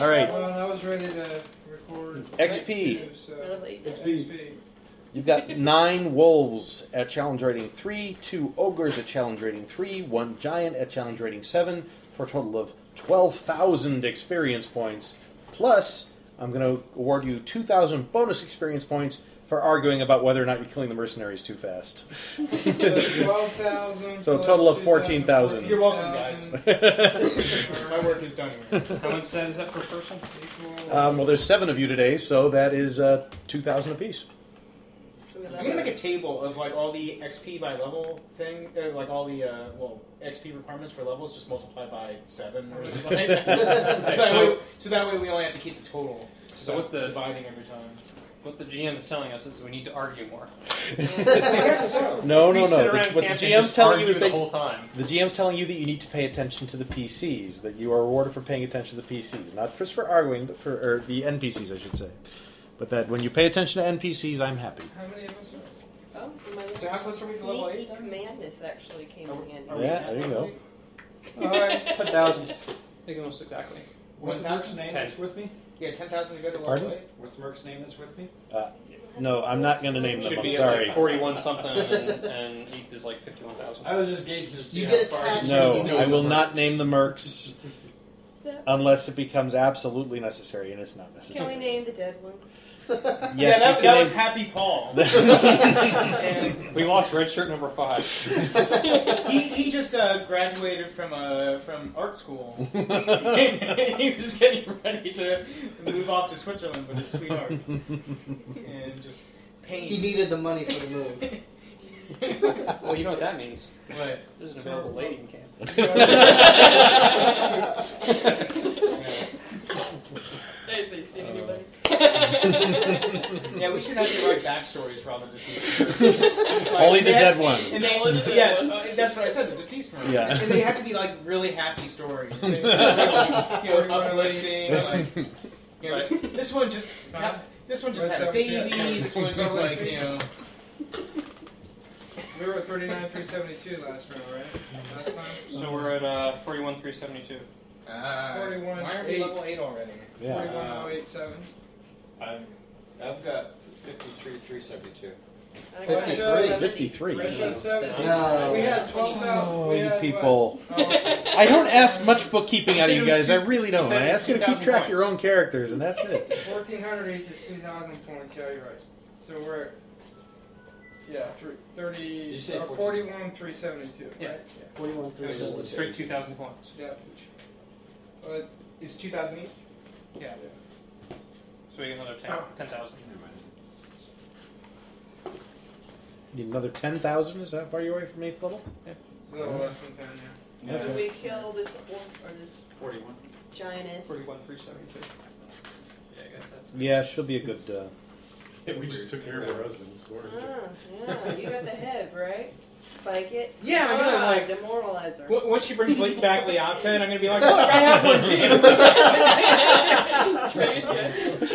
Speaker 4: All right.
Speaker 3: Well, I was ready to record.
Speaker 4: XP.
Speaker 3: Too, so.
Speaker 12: Really?
Speaker 3: XP.
Speaker 4: You've got nine wolves at challenge rating three, two ogres at challenge rating three, one giant at challenge rating seven, for a total of 12,000 experience points. Plus, I'm going to award you 2,000 bonus experience points for arguing about whether or not you're killing the mercenaries too fast.
Speaker 3: So 12,000
Speaker 4: So a
Speaker 3: plus
Speaker 4: total of
Speaker 3: 14,000.
Speaker 4: 14,000.
Speaker 3: You're welcome, guys.
Speaker 57: My work is done. How much that is that per person?
Speaker 4: um, well, there's seven of you today, so that is uh, 2,000 apiece.
Speaker 5: I'm gonna make a table of like all the XP by level thing, uh, like all the uh, well XP requirements for levels, just multiplied by seven or something. like that. so, that way, so that way we only have to keep the total.
Speaker 14: So what the
Speaker 5: dividing every time?
Speaker 14: What the GM is telling us is we need to argue more.
Speaker 4: No,
Speaker 14: If we
Speaker 4: no, no.
Speaker 14: sit around
Speaker 4: The- What the
Speaker 14: camp and
Speaker 4: GM's
Speaker 14: just
Speaker 4: telling you is
Speaker 14: argue the
Speaker 4: that
Speaker 14: whole time.
Speaker 4: the GM's telling you that you need to pay attention to the PCs. That you are rewarded for paying attention to the PCs, not just for arguing, but for or the NPCs, I should say. But that when you pay attention to NPCs, I'm happy.
Speaker 3: How many of us
Speaker 12: Oh, my
Speaker 5: So how close are we to level eight,
Speaker 12: Sneaky commandness actually came in handy.
Speaker 4: yeah, there you go.
Speaker 14: All right, ten thousand. I think almost exactly.
Speaker 5: What's the merc's name
Speaker 14: Ten.
Speaker 5: that's with me? Yeah, ten thousand to go to
Speaker 4: Pardon?
Speaker 5: level eight.
Speaker 9: What's the merc's name that's with me?
Speaker 4: Uh, no, I'm not going to name them.
Speaker 14: Should
Speaker 4: I'm
Speaker 14: be at,
Speaker 4: sorry.
Speaker 14: like forty-one something, and, and Heath is like fifty-one thousand.
Speaker 9: I was just gauging to see
Speaker 6: You
Speaker 9: how
Speaker 6: get
Speaker 9: far.
Speaker 6: attached
Speaker 4: No,
Speaker 6: when you know
Speaker 4: I
Speaker 6: the
Speaker 4: will
Speaker 6: merc.
Speaker 4: not name the mercs unless it becomes absolutely necessary, and it's not
Speaker 12: Can we
Speaker 4: necessary.
Speaker 12: name the dead ones?
Speaker 4: Yes,
Speaker 5: yeah, that,
Speaker 4: we can
Speaker 5: that
Speaker 4: name-
Speaker 5: was Happy Paul.
Speaker 14: we lost red shirt number five.
Speaker 5: he, he just uh, graduated from uh, from art school. he was getting ready to move off to Switzerland with his sweet art and just paint.
Speaker 6: he needed the money for the move.
Speaker 14: Well, you know what that means.
Speaker 5: What?
Speaker 14: There's an available lady in camp.
Speaker 12: Nicely seen anybody.
Speaker 5: yeah, we should have to write backstories for all the deceased. members.
Speaker 4: Only
Speaker 5: and
Speaker 4: the
Speaker 5: they
Speaker 4: dead
Speaker 5: had-
Speaker 4: ones.
Speaker 5: And they,
Speaker 12: Only the dead
Speaker 5: yeah,
Speaker 12: ones.
Speaker 5: uh, that's what I said. The deceased ones.
Speaker 4: Yeah.
Speaker 5: And they have to be like really happy stories. It's, you know, uplifting. Like, you know, this, this one just ha- this one just
Speaker 3: What's
Speaker 5: had a
Speaker 3: up,
Speaker 5: baby.
Speaker 3: Jack?
Speaker 5: This one just like you know.
Speaker 3: We were at 39, 372 last round, right? Last time?
Speaker 14: So we're at uh, forty-one three seventy-two.
Speaker 5: Uh,
Speaker 3: 41,
Speaker 5: Why aren't we
Speaker 3: eight.
Speaker 5: level eight already?
Speaker 4: Yeah.
Speaker 3: 41087.
Speaker 9: I'm, I've got 53, 372.
Speaker 12: I got
Speaker 6: Fifty-three.
Speaker 12: seventy-three.
Speaker 4: Fifty-three.
Speaker 5: oh
Speaker 3: Ratio seven.
Speaker 6: No.
Speaker 3: We had 12,000.
Speaker 4: Oh,
Speaker 3: we
Speaker 4: you
Speaker 3: had
Speaker 4: people!
Speaker 3: What? Oh,
Speaker 4: I don't ask much bookkeeping out of
Speaker 14: You
Speaker 4: you
Speaker 14: said it was
Speaker 4: guys. I
Speaker 14: two-
Speaker 4: really
Speaker 14: you
Speaker 4: don't.
Speaker 14: said it
Speaker 4: I
Speaker 14: was
Speaker 4: ask you to keep
Speaker 14: 2,000
Speaker 4: track of your
Speaker 14: points.
Speaker 4: own characters, and that's it.
Speaker 3: 1400 each is 2,000 points. Yeah, you're right. So we're at, yeah, uh, three, 30,
Speaker 9: You said
Speaker 3: or
Speaker 9: 14.
Speaker 3: 41, 372,
Speaker 14: Yeah.
Speaker 3: right?
Speaker 6: Forty-one three
Speaker 14: It was
Speaker 6: seventy-two.
Speaker 14: straight two thousand points.
Speaker 3: Yeah. Uh, Well,
Speaker 5: Is two thousand each?
Speaker 14: Yeah. So we get another ten, ten thousand.
Speaker 4: Need another ten thousand? Is that far you away from eighth level?
Speaker 3: a
Speaker 5: Uh-huh.
Speaker 3: little less than 10, yeah.
Speaker 12: Did we kill this orc or this
Speaker 9: 41.
Speaker 12: giantess?
Speaker 14: Forty-one three seventy-two. Yeah, I got that.
Speaker 4: Yeah, should be a good. Uh,
Speaker 1: we just took care of our husband.
Speaker 12: Ah, yeah, you got the head, right? Spike it.
Speaker 5: Yeah, I'm gonna,
Speaker 12: Ah,
Speaker 5: like-
Speaker 12: demoralizer.
Speaker 5: W- Once she brings Le- back Leonta, and I'm gonna be like, look, I have one too.
Speaker 12: Trade you.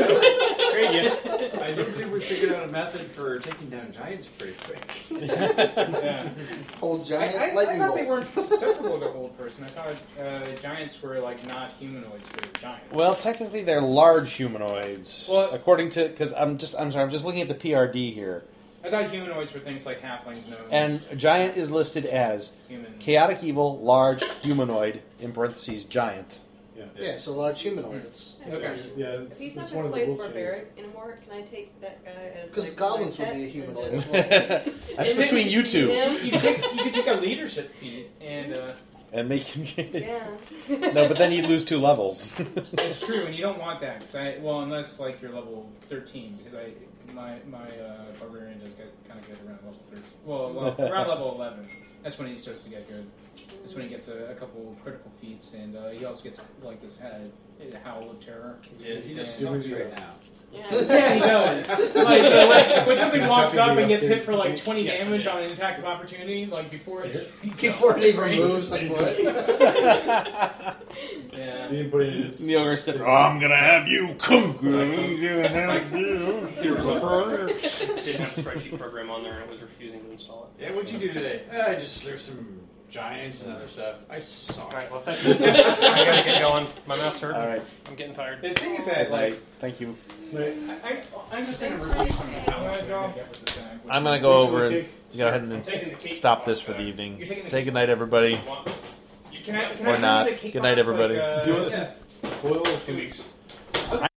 Speaker 14: Trade you.
Speaker 9: I didn't think we figured out a method for taking down giants pretty quick.
Speaker 5: yeah.
Speaker 6: Hold
Speaker 5: I,
Speaker 6: giant
Speaker 5: I, I
Speaker 6: lightning
Speaker 5: thought they
Speaker 6: bolt.
Speaker 5: weren't susceptible to old person. I thought uh, giants were like not humanoids; they were giants.
Speaker 4: well, technically, they're large humanoids,
Speaker 5: Well-
Speaker 4: according to because I'm just I'm sorry I'm just looking at the PRD here,
Speaker 5: I thought humanoids were things like halflings, gnomes,
Speaker 4: and giant is listed as
Speaker 5: human.
Speaker 4: chaotic evil, large humanoid in parentheses giant.
Speaker 1: Yeah.
Speaker 6: Yeah, so large humanoid. It's
Speaker 5: Okay.
Speaker 1: Yeah, it's,
Speaker 12: If he's
Speaker 1: it's
Speaker 12: not
Speaker 1: one
Speaker 12: gonna
Speaker 1: of the
Speaker 12: play as
Speaker 1: rule changes.
Speaker 12: barbaric anymore, can I take that guy as?
Speaker 6: 'Cause
Speaker 12: like,
Speaker 6: goblins
Speaker 12: my
Speaker 6: would be
Speaker 12: pet
Speaker 6: a
Speaker 12: and
Speaker 6: humanoid
Speaker 12: just,
Speaker 6: as well.
Speaker 12: like-
Speaker 4: That's
Speaker 12: and then
Speaker 4: between
Speaker 12: we
Speaker 4: you
Speaker 12: see
Speaker 4: two.
Speaker 12: him?
Speaker 5: You could take you could take a leadership feat and uh,
Speaker 4: and make him.
Speaker 2: Yeah.
Speaker 4: no, but then you'd lose two levels.
Speaker 5: It's true, and you don't want that. 'cause I, well, unless like you're level thirteen, because I my my uh, barbarian does get kind of good around level thirteen. Well, well around level eleven, that's when he starts to get good. That's when he gets a, a couple critical feats, and uh, he also gets like this head howl of terror.
Speaker 9: Yes, he just
Speaker 5: And-
Speaker 9: sucks right now.
Speaker 5: Yeah, he does. Like, uh, like, when something walks up and gets hit for like 20 damage on an attack of opportunity, like before it
Speaker 6: Before it even moves, like, what?
Speaker 5: yeah.
Speaker 4: The ogre stepped. Oh, I'm gonna have you. Come, I'm gonna have you.
Speaker 14: Here's a burger. Didn't have a spreadsheet program on there and it was refusing to install it.
Speaker 9: Yeah, what'd you do today? "Ah, I just there's some giants and other stuff. I suck.
Speaker 14: Alright, well, that's it. I gotta get going. My mouth's hurting.
Speaker 4: All right.
Speaker 14: I'm getting tired.
Speaker 5: The thing is that, like,
Speaker 4: Thank you.
Speaker 5: I, I, I'm just going to review some of the comments that I get with this guy.
Speaker 4: I'm gonna go over and go ahead and stop this for the evening. Say good night, everybody.
Speaker 5: Can I,
Speaker 4: Or
Speaker 5: can I come to
Speaker 4: not.
Speaker 5: the cake
Speaker 4: Good night,
Speaker 5: box,
Speaker 4: everybody.
Speaker 5: Like, uh,
Speaker 4: Do it.
Speaker 5: yeah.
Speaker 14: Two weeks.